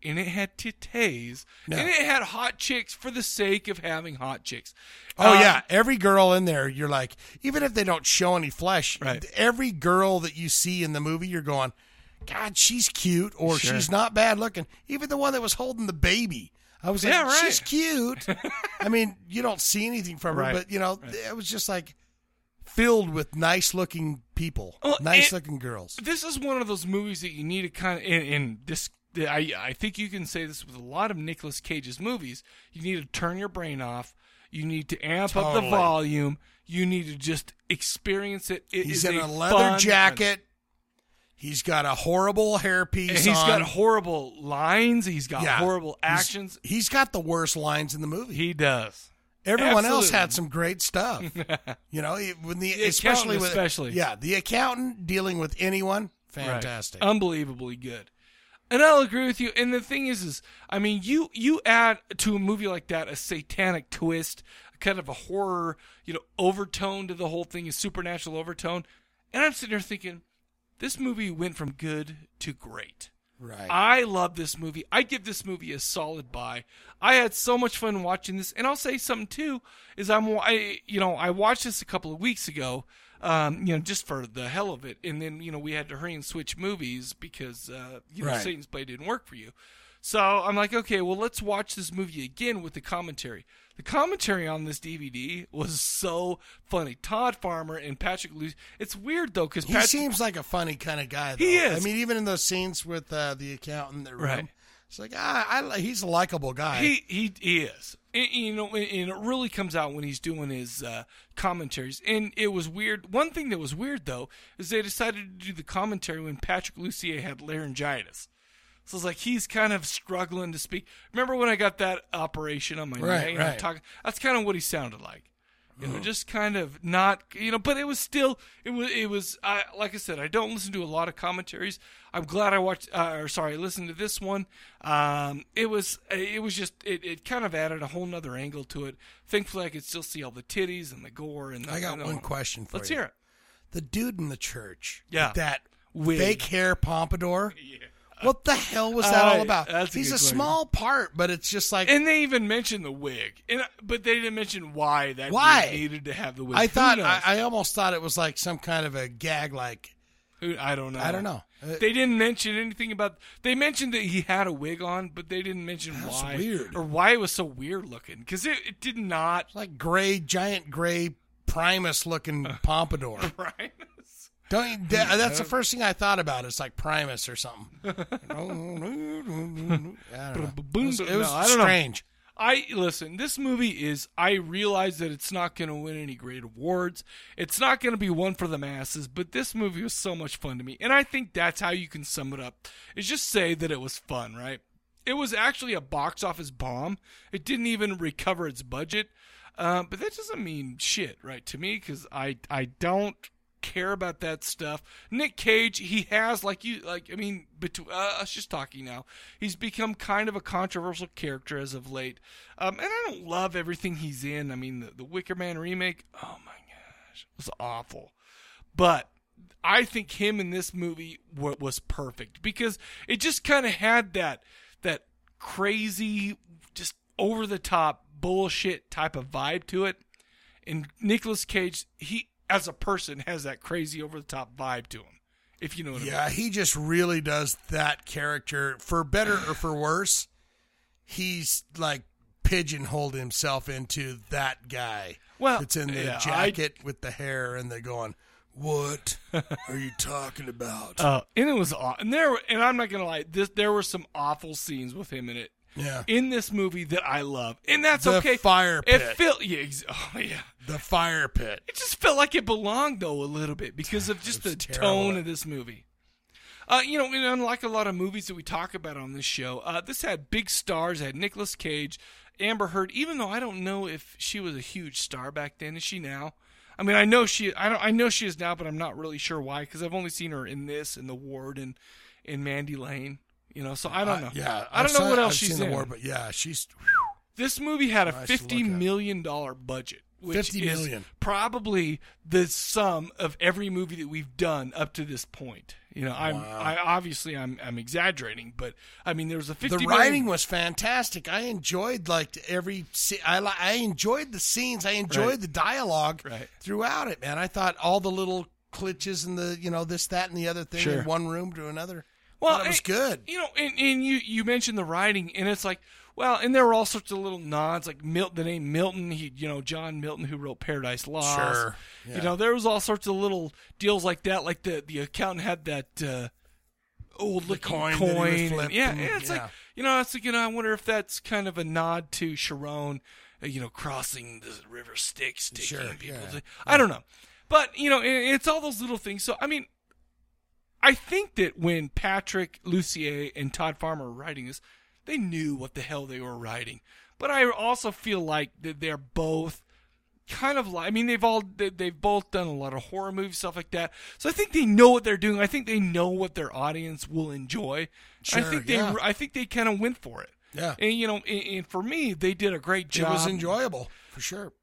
Speaker 1: and it had titties, and it had hot chicks for the sake of having hot chicks.
Speaker 2: Oh
Speaker 1: Um,
Speaker 2: yeah, every girl in there, you're like, even if they don't show any flesh, every girl that you see in the movie, you're going, God, she's cute, or
Speaker 1: Sure.
Speaker 2: she's not bad looking. Even the one that was holding the baby, I was like,
Speaker 1: Yeah, right.
Speaker 2: she's cute. I mean, you don't see anything from her,
Speaker 1: Right,
Speaker 2: but you know, it was just like filled with nice looking people, nice looking girls.
Speaker 1: Oh, This is one of those movies that you need to kind of. And, and this, I I think you can say this with a lot of Nicolas Cage's movies. You need to turn your brain off. You need to amp up the
Speaker 2: Totally.
Speaker 1: volume. You need to just experience it. It
Speaker 2: He's
Speaker 1: is
Speaker 2: in a
Speaker 1: fun-
Speaker 2: leather jacket. He's got a horrible hairpiece.
Speaker 1: And
Speaker 2: He's
Speaker 1: He's got horrible lines. He's got horrible actions.
Speaker 2: he's got the worst lines in the movie.
Speaker 1: He does.
Speaker 2: Everyone else
Speaker 1: Absolutely.
Speaker 2: had some great stuff. you know, it- when the,
Speaker 1: The
Speaker 2: especially
Speaker 1: accountant
Speaker 2: with
Speaker 1: especially.
Speaker 2: yeah, the accountant dealing with anyone,
Speaker 1: Right.
Speaker 2: fantastic.
Speaker 1: unbelievably good. And I'll agree with you. And the thing is, is I mean, you you add to a movie like that a satanic twist, kind of a horror, you know, overtone to the whole thing, a supernatural overtone. And I'm sitting there thinking, this movie went from good to great.
Speaker 2: Right.
Speaker 1: I love this movie. I give this movie a solid buy. I had so much fun watching this, and I'll say something too is I'm I you know I watched this a couple of weeks ago, um, you know just for the hell of it, and then you know we had to hurry and switch movies because uh, you know
Speaker 2: Right.
Speaker 1: Satan's Blade didn't work for you. So I'm like, okay, well let's watch this movie again with the commentary. The commentary on this DVD was so funny. Todd Farmer and Patrick Lucy. It's weird though because
Speaker 2: he
Speaker 1: Patrick
Speaker 2: seems like a funny kind of guy. Though.
Speaker 1: He is.
Speaker 2: I mean, even in those scenes with uh, the accountant, that room,
Speaker 1: Right.
Speaker 2: it's like ah, I, li- he's a likable guy.
Speaker 1: He he he is. And, you know, and and it really comes out when he's doing his uh, commentaries. And it was weird. One thing that was weird though is they decided to do the commentary when Patrick Lucier had laryngitis. So it's like he's kind of struggling to speak. Remember when I got that operation on my
Speaker 2: Right,
Speaker 1: neck? and I'm
Speaker 2: right.
Speaker 1: talking. That's kind of what he sounded like. You know,
Speaker 2: Mm.
Speaker 1: just kind of not, you know, but it was still, it was, it was, I, like I said, I don't listen to a lot of commentaries. I'm glad I watched, uh, or sorry, I listened to this one. Um, it was, it was just, it, it kind of added a whole nother angle to it. Thankfully, I could still see all the titties and the gore. And the,
Speaker 2: I got
Speaker 1: and the-
Speaker 2: one question for
Speaker 1: Let's
Speaker 2: you.
Speaker 1: hear it.
Speaker 2: The dude in the church, with
Speaker 1: Yeah.
Speaker 2: that
Speaker 1: Wig.
Speaker 2: fake hair pompadour. What the hell was that
Speaker 1: Uh,
Speaker 2: all about?
Speaker 1: that's a
Speaker 2: he's
Speaker 1: good
Speaker 2: a
Speaker 1: question.
Speaker 2: small part, but it's just like
Speaker 1: And they even mentioned the wig, and but they didn't mention why that dude
Speaker 2: Why?
Speaker 1: needed to have the wig.
Speaker 2: I
Speaker 1: Who
Speaker 2: thought
Speaker 1: knows?
Speaker 2: I, I almost thought it was like some kind of a gag, like
Speaker 1: Who- I don't know.
Speaker 2: I don't know. Uh,
Speaker 1: They didn't mention anything about. They mentioned that he had a wig on, but they didn't mention
Speaker 2: That's
Speaker 1: why
Speaker 2: weird.
Speaker 1: or why it was so weird looking. Because it, it did not
Speaker 2: like gray, giant gray Primus looking pompadour.
Speaker 1: Primus. Hmm.
Speaker 2: Don't you, that- that's the first thing I thought about. It's like Primus or something. I don't know. It was, it was
Speaker 1: No, I don't know.
Speaker 2: strange.
Speaker 1: I listen. This movie is. I realize that it's not going to win any great awards. It's not going to be one for the masses. But this movie was so much fun to me, and I think that's how you can sum it up. Is just say that it was fun, right? It was actually a box office bomb. It didn't even recover its budget. Uh, but that doesn't mean shit, right, to me, because I, I don't care about that stuff. Nick Cage, he has like you like I mean, between uh, us just talking now, he's become kind of a controversial character as of late. Um, and I don't love everything he's in. I mean, the, the Wicker Man remake, oh my gosh, it was awful. But I think him in this movie wa- was perfect because it just kind of had that that crazy, just over the top bullshit type of vibe to it. And Nicolas Cage, he as a person has that crazy over the top vibe to him, if you know what I
Speaker 2: Yeah,
Speaker 1: mean.
Speaker 2: he just really does that character for better or for worse. He's like pigeonholed himself into that guy.
Speaker 1: Well,
Speaker 2: it's in the
Speaker 1: yeah, I-
Speaker 2: jacket with the hair, and they're going, "What are you talking about?"
Speaker 1: Uh, and it was aw- and there and I'm not gonna lie, this there were some awful scenes with him in it.
Speaker 2: Yeah.
Speaker 1: In this movie that I love, and that's
Speaker 2: The
Speaker 1: okay.
Speaker 2: fire
Speaker 1: It
Speaker 2: pit.
Speaker 1: felt yeah, ex- oh yeah,
Speaker 2: the fire pit.
Speaker 1: It just felt like it belonged though a little bit because of just the tone of this movie. Uh, you know, and unlike a lot of movies that we talk about on this show, uh, this had big stars. It had Nicolas Cage, Amber Heard. Even though I don't know if she was a huge star back then, is she now? I mean, I know she. I don't. I know she is now, but I'm not really sure why because I've only seen her in this, in The Ward, and in Mandy Lane. You know, so I don't know.
Speaker 2: yeah,
Speaker 1: Uh, I don't
Speaker 2: I've
Speaker 1: know what
Speaker 2: seen-
Speaker 1: else
Speaker 2: I've
Speaker 1: she's
Speaker 2: seen
Speaker 1: in.
Speaker 2: The war, but yeah, she's
Speaker 1: This movie had a
Speaker 2: Nice to
Speaker 1: fifty million dollar budget, which
Speaker 2: 50
Speaker 1: is
Speaker 2: million.
Speaker 1: probably the sum of every movie that we've done up to this point. You know, I'm
Speaker 2: Wow.
Speaker 1: I obviously I'm I'm exaggerating, but I mean there was a fifty.
Speaker 2: the
Speaker 1: million
Speaker 2: writing was fantastic. I enjoyed like every. se- I li- I enjoyed the scenes. I enjoyed
Speaker 1: Right.
Speaker 2: the dialogue
Speaker 1: Right.
Speaker 2: throughout it. Man, I thought all the little glitches and the you know this that and the other thing
Speaker 1: Sure.
Speaker 2: in one room to another.
Speaker 1: Well,
Speaker 2: Thought it was
Speaker 1: and-
Speaker 2: good.
Speaker 1: You know, and, and you you mentioned the writing, and it's like, well, and there were all sorts of little nods, like Milton, the name Milton. He, you know, John Milton, who wrote Paradise Lost.
Speaker 2: Sure,
Speaker 1: You
Speaker 2: yeah.
Speaker 1: know, there was all sorts of little deals like that. Like the the accountant had that uh, old looking
Speaker 2: coin that he
Speaker 1: coin.
Speaker 2: would
Speaker 1: and-
Speaker 2: flip
Speaker 1: yeah,
Speaker 2: and-
Speaker 1: and it's
Speaker 2: yeah.
Speaker 1: like you know, it's like you know, I wonder if that's kind of a nod to Sharon, uh, you know, crossing the river Styx, taking
Speaker 2: Sure,
Speaker 1: people.
Speaker 2: yeah.
Speaker 1: to- I don't know, but you know, it, it's all those little things. So I mean, I think that when Patrick Lucier and Todd Farmer were writing this, they knew what the hell they were writing. But I also feel like that they're both kind of like I mean they've all they, they've both done a lot of horror movies stuff like that. So I think they know what they're doing. I think they know what their audience will enjoy. I
Speaker 2: Sure,
Speaker 1: think they
Speaker 2: yeah.
Speaker 1: I think they kind of went for it.
Speaker 2: Yeah.
Speaker 1: And you know, and, and for me, they did a great
Speaker 2: It
Speaker 1: job.
Speaker 2: was enjoyable for sure.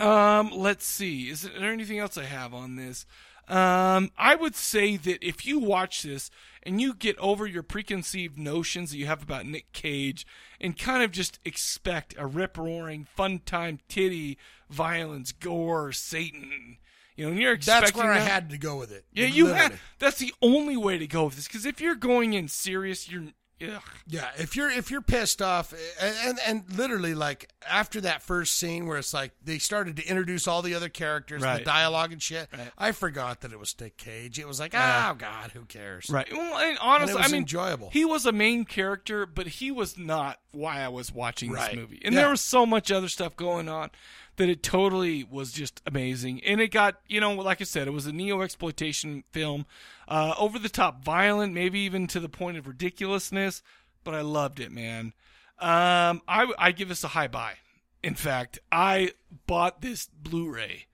Speaker 1: Um, let's see. Is there anything else I have on this? Um, I would say that if you watch this and you get over your preconceived notions that you have about Nick Cage and kind of just expect a rip roaring, fun time, titty, violence, gore, Satan, you know, and you're expecting
Speaker 2: That's where I
Speaker 1: that-
Speaker 2: had to go with it.
Speaker 1: Yeah, you
Speaker 2: Literally.
Speaker 1: had. That's the only way to go with this because if you're going in serious, you're ugh.
Speaker 2: Yeah, if you're if you're pissed off, and, and and literally like after that first scene where it's like they started to introduce all the other characters, and
Speaker 1: Right.
Speaker 2: the dialogue and shit.
Speaker 1: Right.
Speaker 2: I forgot that it was Nick Cage. It was like,
Speaker 1: Yeah.
Speaker 2: oh god, who cares?
Speaker 1: Right. Well, and
Speaker 2: it
Speaker 1: honestly,
Speaker 2: was
Speaker 1: I mean,
Speaker 2: enjoyable.
Speaker 1: He was a main character, but he was not why I was watching
Speaker 2: Right.
Speaker 1: this movie. And
Speaker 2: Yeah.
Speaker 1: there was so much other stuff going on that it totally was just amazing. And it got, you know, like I said, it was a neo exploitation film, uh, over the top, violent, maybe even to the point of ridiculousness. But I loved it, man. Um, I I give this a high buy. In fact, I bought this Blu-ray.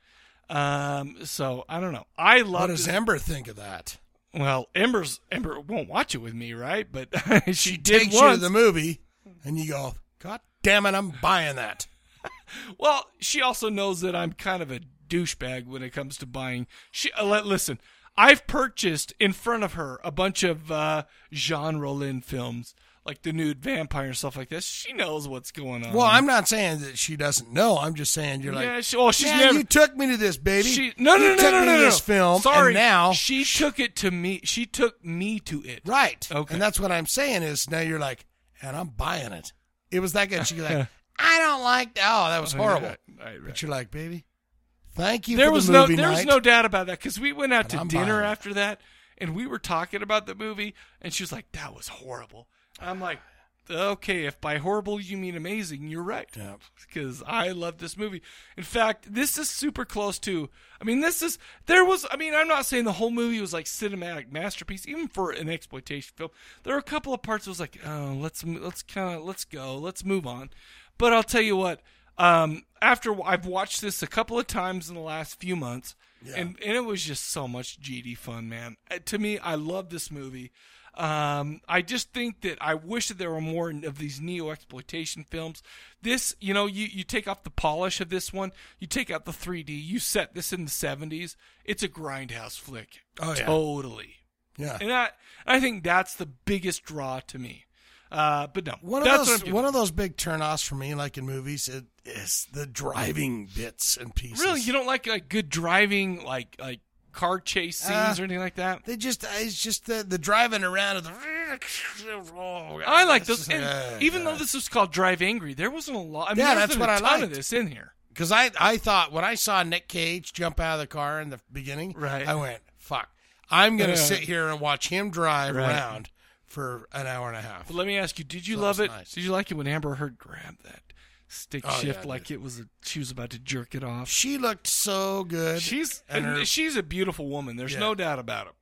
Speaker 1: Um, so I don't know. I love.
Speaker 2: What does Ember think of that?
Speaker 1: Well, Ember's Ember won't watch it with me, right? But she, did
Speaker 2: Takes you
Speaker 1: once.
Speaker 2: to the movie, and you go, God damn it, I'm buying that.
Speaker 1: Well, she also knows that I'm kind of a douchebag when it comes to buying. She uh, let listen. I've purchased in front of her a bunch of uh, Jean Rollin films, like the nude vampire and stuff like this. She knows what's going on.
Speaker 2: Well, I'm not saying that she doesn't know. I'm just saying you're like,
Speaker 1: Um, Yeah, she- well, she's
Speaker 2: "Man,
Speaker 1: never-
Speaker 2: You took me to this, baby.
Speaker 1: She, no, no,
Speaker 2: You
Speaker 1: no,
Speaker 2: took
Speaker 1: no,
Speaker 2: me
Speaker 1: no,
Speaker 2: to
Speaker 1: no.
Speaker 2: this film. and
Speaker 1: Sorry,
Speaker 2: now
Speaker 1: she took it to me. She took me to it.
Speaker 2: Right. Okay. And that's what I'm saying is now you're like, and I'm buying it. It was that good. She's like, I don't like that. Oh, that was
Speaker 1: Oh,
Speaker 2: horrible.
Speaker 1: right, right, right.
Speaker 2: But you're like, baby, thank you
Speaker 1: there
Speaker 2: for
Speaker 1: was
Speaker 2: the
Speaker 1: no
Speaker 2: movie
Speaker 1: there
Speaker 2: night.
Speaker 1: was no doubt about that because we went out to
Speaker 2: I'm
Speaker 1: dinner
Speaker 2: buying it.
Speaker 1: after that and we were talking about the movie and she was like that was horrible i'm like okay, if by horrible you mean amazing, you're right. Because I love this movie. In fact, this is super close to. I mean, this is there was. I mean, I'm not saying the whole movie was like cinematic masterpiece, even for an exploitation film. There were a couple of parts that was like, oh, let's m- let's kind of let's go, let's move on. But I'll tell you what. Um, after I've watched this a couple of times in the last few months, and and it was just so much GD fun, man. Uh, To me, I love this movie. Um, I just think that I wish that there were more of these neo exploitation films. This, you know, you, you take off the polish of this one, you take out the 3D, you set this in the 70s. It's a grindhouse flick.
Speaker 2: Oh, yeah.
Speaker 1: Totally.
Speaker 2: Yeah.
Speaker 1: And that, I think that's the biggest draw to me. Uh, but no,
Speaker 2: One of
Speaker 1: that's what I'm
Speaker 2: those
Speaker 1: doing.
Speaker 2: one of those big turnoffs for me, like in movies, it is the driving bits and pieces.
Speaker 1: Really, you don't like like good driving, like like car chase scenes
Speaker 2: Uh,
Speaker 1: or anything like that.
Speaker 2: They just uh, it's just the the driving around of the.
Speaker 1: I like those.
Speaker 2: It's just
Speaker 1: and
Speaker 2: like, uh,
Speaker 1: even though this was called Drive Angry, there wasn't a lot. I mean,
Speaker 2: yeah,
Speaker 1: there's
Speaker 2: that's
Speaker 1: been
Speaker 2: what
Speaker 1: a
Speaker 2: I
Speaker 1: ton
Speaker 2: liked.
Speaker 1: of this in here.
Speaker 2: Because I, I thought when I saw Nick Cage jump out of the car in the beginning,
Speaker 1: Right.
Speaker 2: I went, fuck, I'm going to
Speaker 1: Yeah.
Speaker 2: sit here and watch him drive
Speaker 1: Right.
Speaker 2: around for an hour and a half.
Speaker 1: But let me ask you: Did you
Speaker 2: So
Speaker 1: love
Speaker 2: it's
Speaker 1: it? Did you like it when Amber Heard grabbed that stick
Speaker 2: Oh, yeah,
Speaker 1: shift
Speaker 2: I
Speaker 1: like it was a, she was about to jerk it off?
Speaker 2: She looked so good.
Speaker 1: She's
Speaker 2: And her-
Speaker 1: and she's a beautiful woman. There's
Speaker 2: Yeah.
Speaker 1: no doubt about it.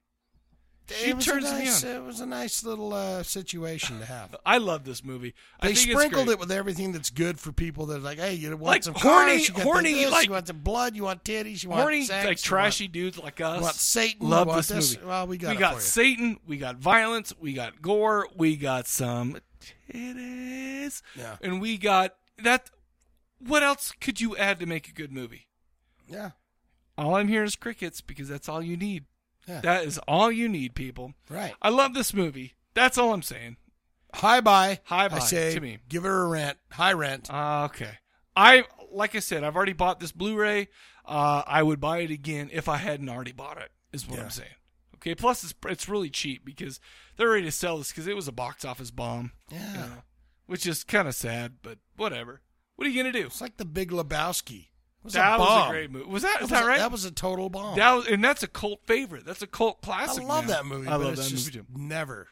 Speaker 1: She
Speaker 2: it was a
Speaker 1: turns me
Speaker 2: nice- uh,
Speaker 1: on.
Speaker 2: It was a nice little uh, situation to have.
Speaker 1: I love this movie. I
Speaker 2: They
Speaker 1: think
Speaker 2: sprinkled
Speaker 1: it's
Speaker 2: it with everything that's good for people that are like, hey, you want
Speaker 1: Like
Speaker 2: some
Speaker 1: horny-
Speaker 2: cars, you got
Speaker 1: horny,
Speaker 2: the this,
Speaker 1: like-
Speaker 2: you want the blood, you want titties, you want
Speaker 1: horny,
Speaker 2: sex,
Speaker 1: like
Speaker 2: you
Speaker 1: trashy
Speaker 2: want-
Speaker 1: dudes like us.
Speaker 2: you want Satan,
Speaker 1: Love
Speaker 2: you want
Speaker 1: this,
Speaker 2: this.
Speaker 1: movie.
Speaker 2: Well, we got
Speaker 1: we
Speaker 2: it
Speaker 1: got
Speaker 2: for you.
Speaker 1: Satan. We got violence. We got gore. We got some titties.
Speaker 2: Yeah.
Speaker 1: And we got that. What else could you add to make a good movie?
Speaker 2: Yeah.
Speaker 1: All I'm hearing is crickets because that's all you need.
Speaker 2: Yeah.
Speaker 1: That is all you need, people.
Speaker 2: Right.
Speaker 1: I love this movie. That's all I'm saying.
Speaker 2: Hi bye.
Speaker 1: Hi bye
Speaker 2: I say,
Speaker 1: to me. Uh,
Speaker 2: give her a rent. High rent.
Speaker 1: okay. I like I said, I've already bought this Blu-ray. Uh, I would buy it again if I hadn't already bought it. Is what
Speaker 2: Yeah.
Speaker 1: I'm saying. Okay. Plus, it's it's really cheap because they're ready to sell this because it was a box office bomb.
Speaker 2: Yeah.
Speaker 1: which is kind of sad, but whatever. What are you gonna do? It's
Speaker 2: like the Big Lebowski. It was
Speaker 1: that
Speaker 2: a
Speaker 1: was
Speaker 2: bomb.
Speaker 1: a great movie. Was that?
Speaker 2: That was
Speaker 1: Is that
Speaker 2: a-
Speaker 1: right?
Speaker 2: That was a total bomb.
Speaker 1: That was, and that's a cult favorite. That's a cult classic.
Speaker 2: I love
Speaker 1: now.
Speaker 2: that movie.
Speaker 1: I
Speaker 2: but
Speaker 1: love
Speaker 2: it's
Speaker 1: that
Speaker 2: just
Speaker 1: movie too.
Speaker 2: Never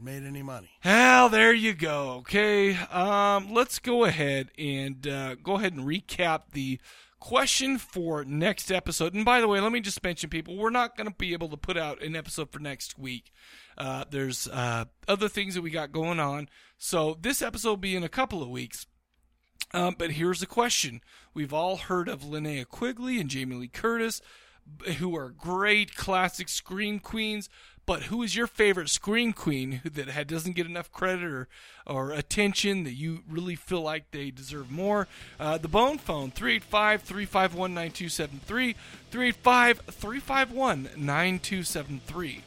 Speaker 2: made any money.
Speaker 1: Hell, there you go. Okay, um, let's go ahead and uh, go ahead and recap the question for next episode. And by the way, let me just mention, people, we're not going to be able to put out an episode for next week. Uh, there's uh, other things that we got going on, so this episode will be in a couple of weeks. Um, but here's the question: We've all heard of Linnea Quigley and Jamie Lee Curtis, b- who are great classic scream queens. But who is your favorite scream queen who- that had, doesn't get enough credit or, or attention that you really feel like they deserve more? Uh, the Bone Phone, 385 351 9273. 385 351 9273.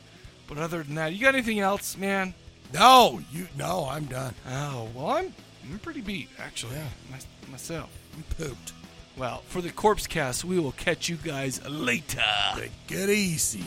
Speaker 1: But other than that, you got anything else, man?
Speaker 2: No, you no, I'm done.
Speaker 1: Oh well, I'm I'm pretty beat actually.
Speaker 2: Yeah.
Speaker 1: My, myself.
Speaker 2: I'm pooped.
Speaker 1: Well, for the corpse cast, we will catch you guys later.
Speaker 2: Get easy.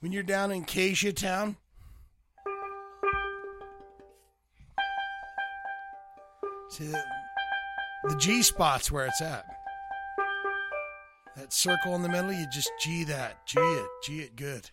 Speaker 2: When you're down in Casia Town, see the, the G spot's where it's at. That circle in the middle, you just G that, G it, G it good.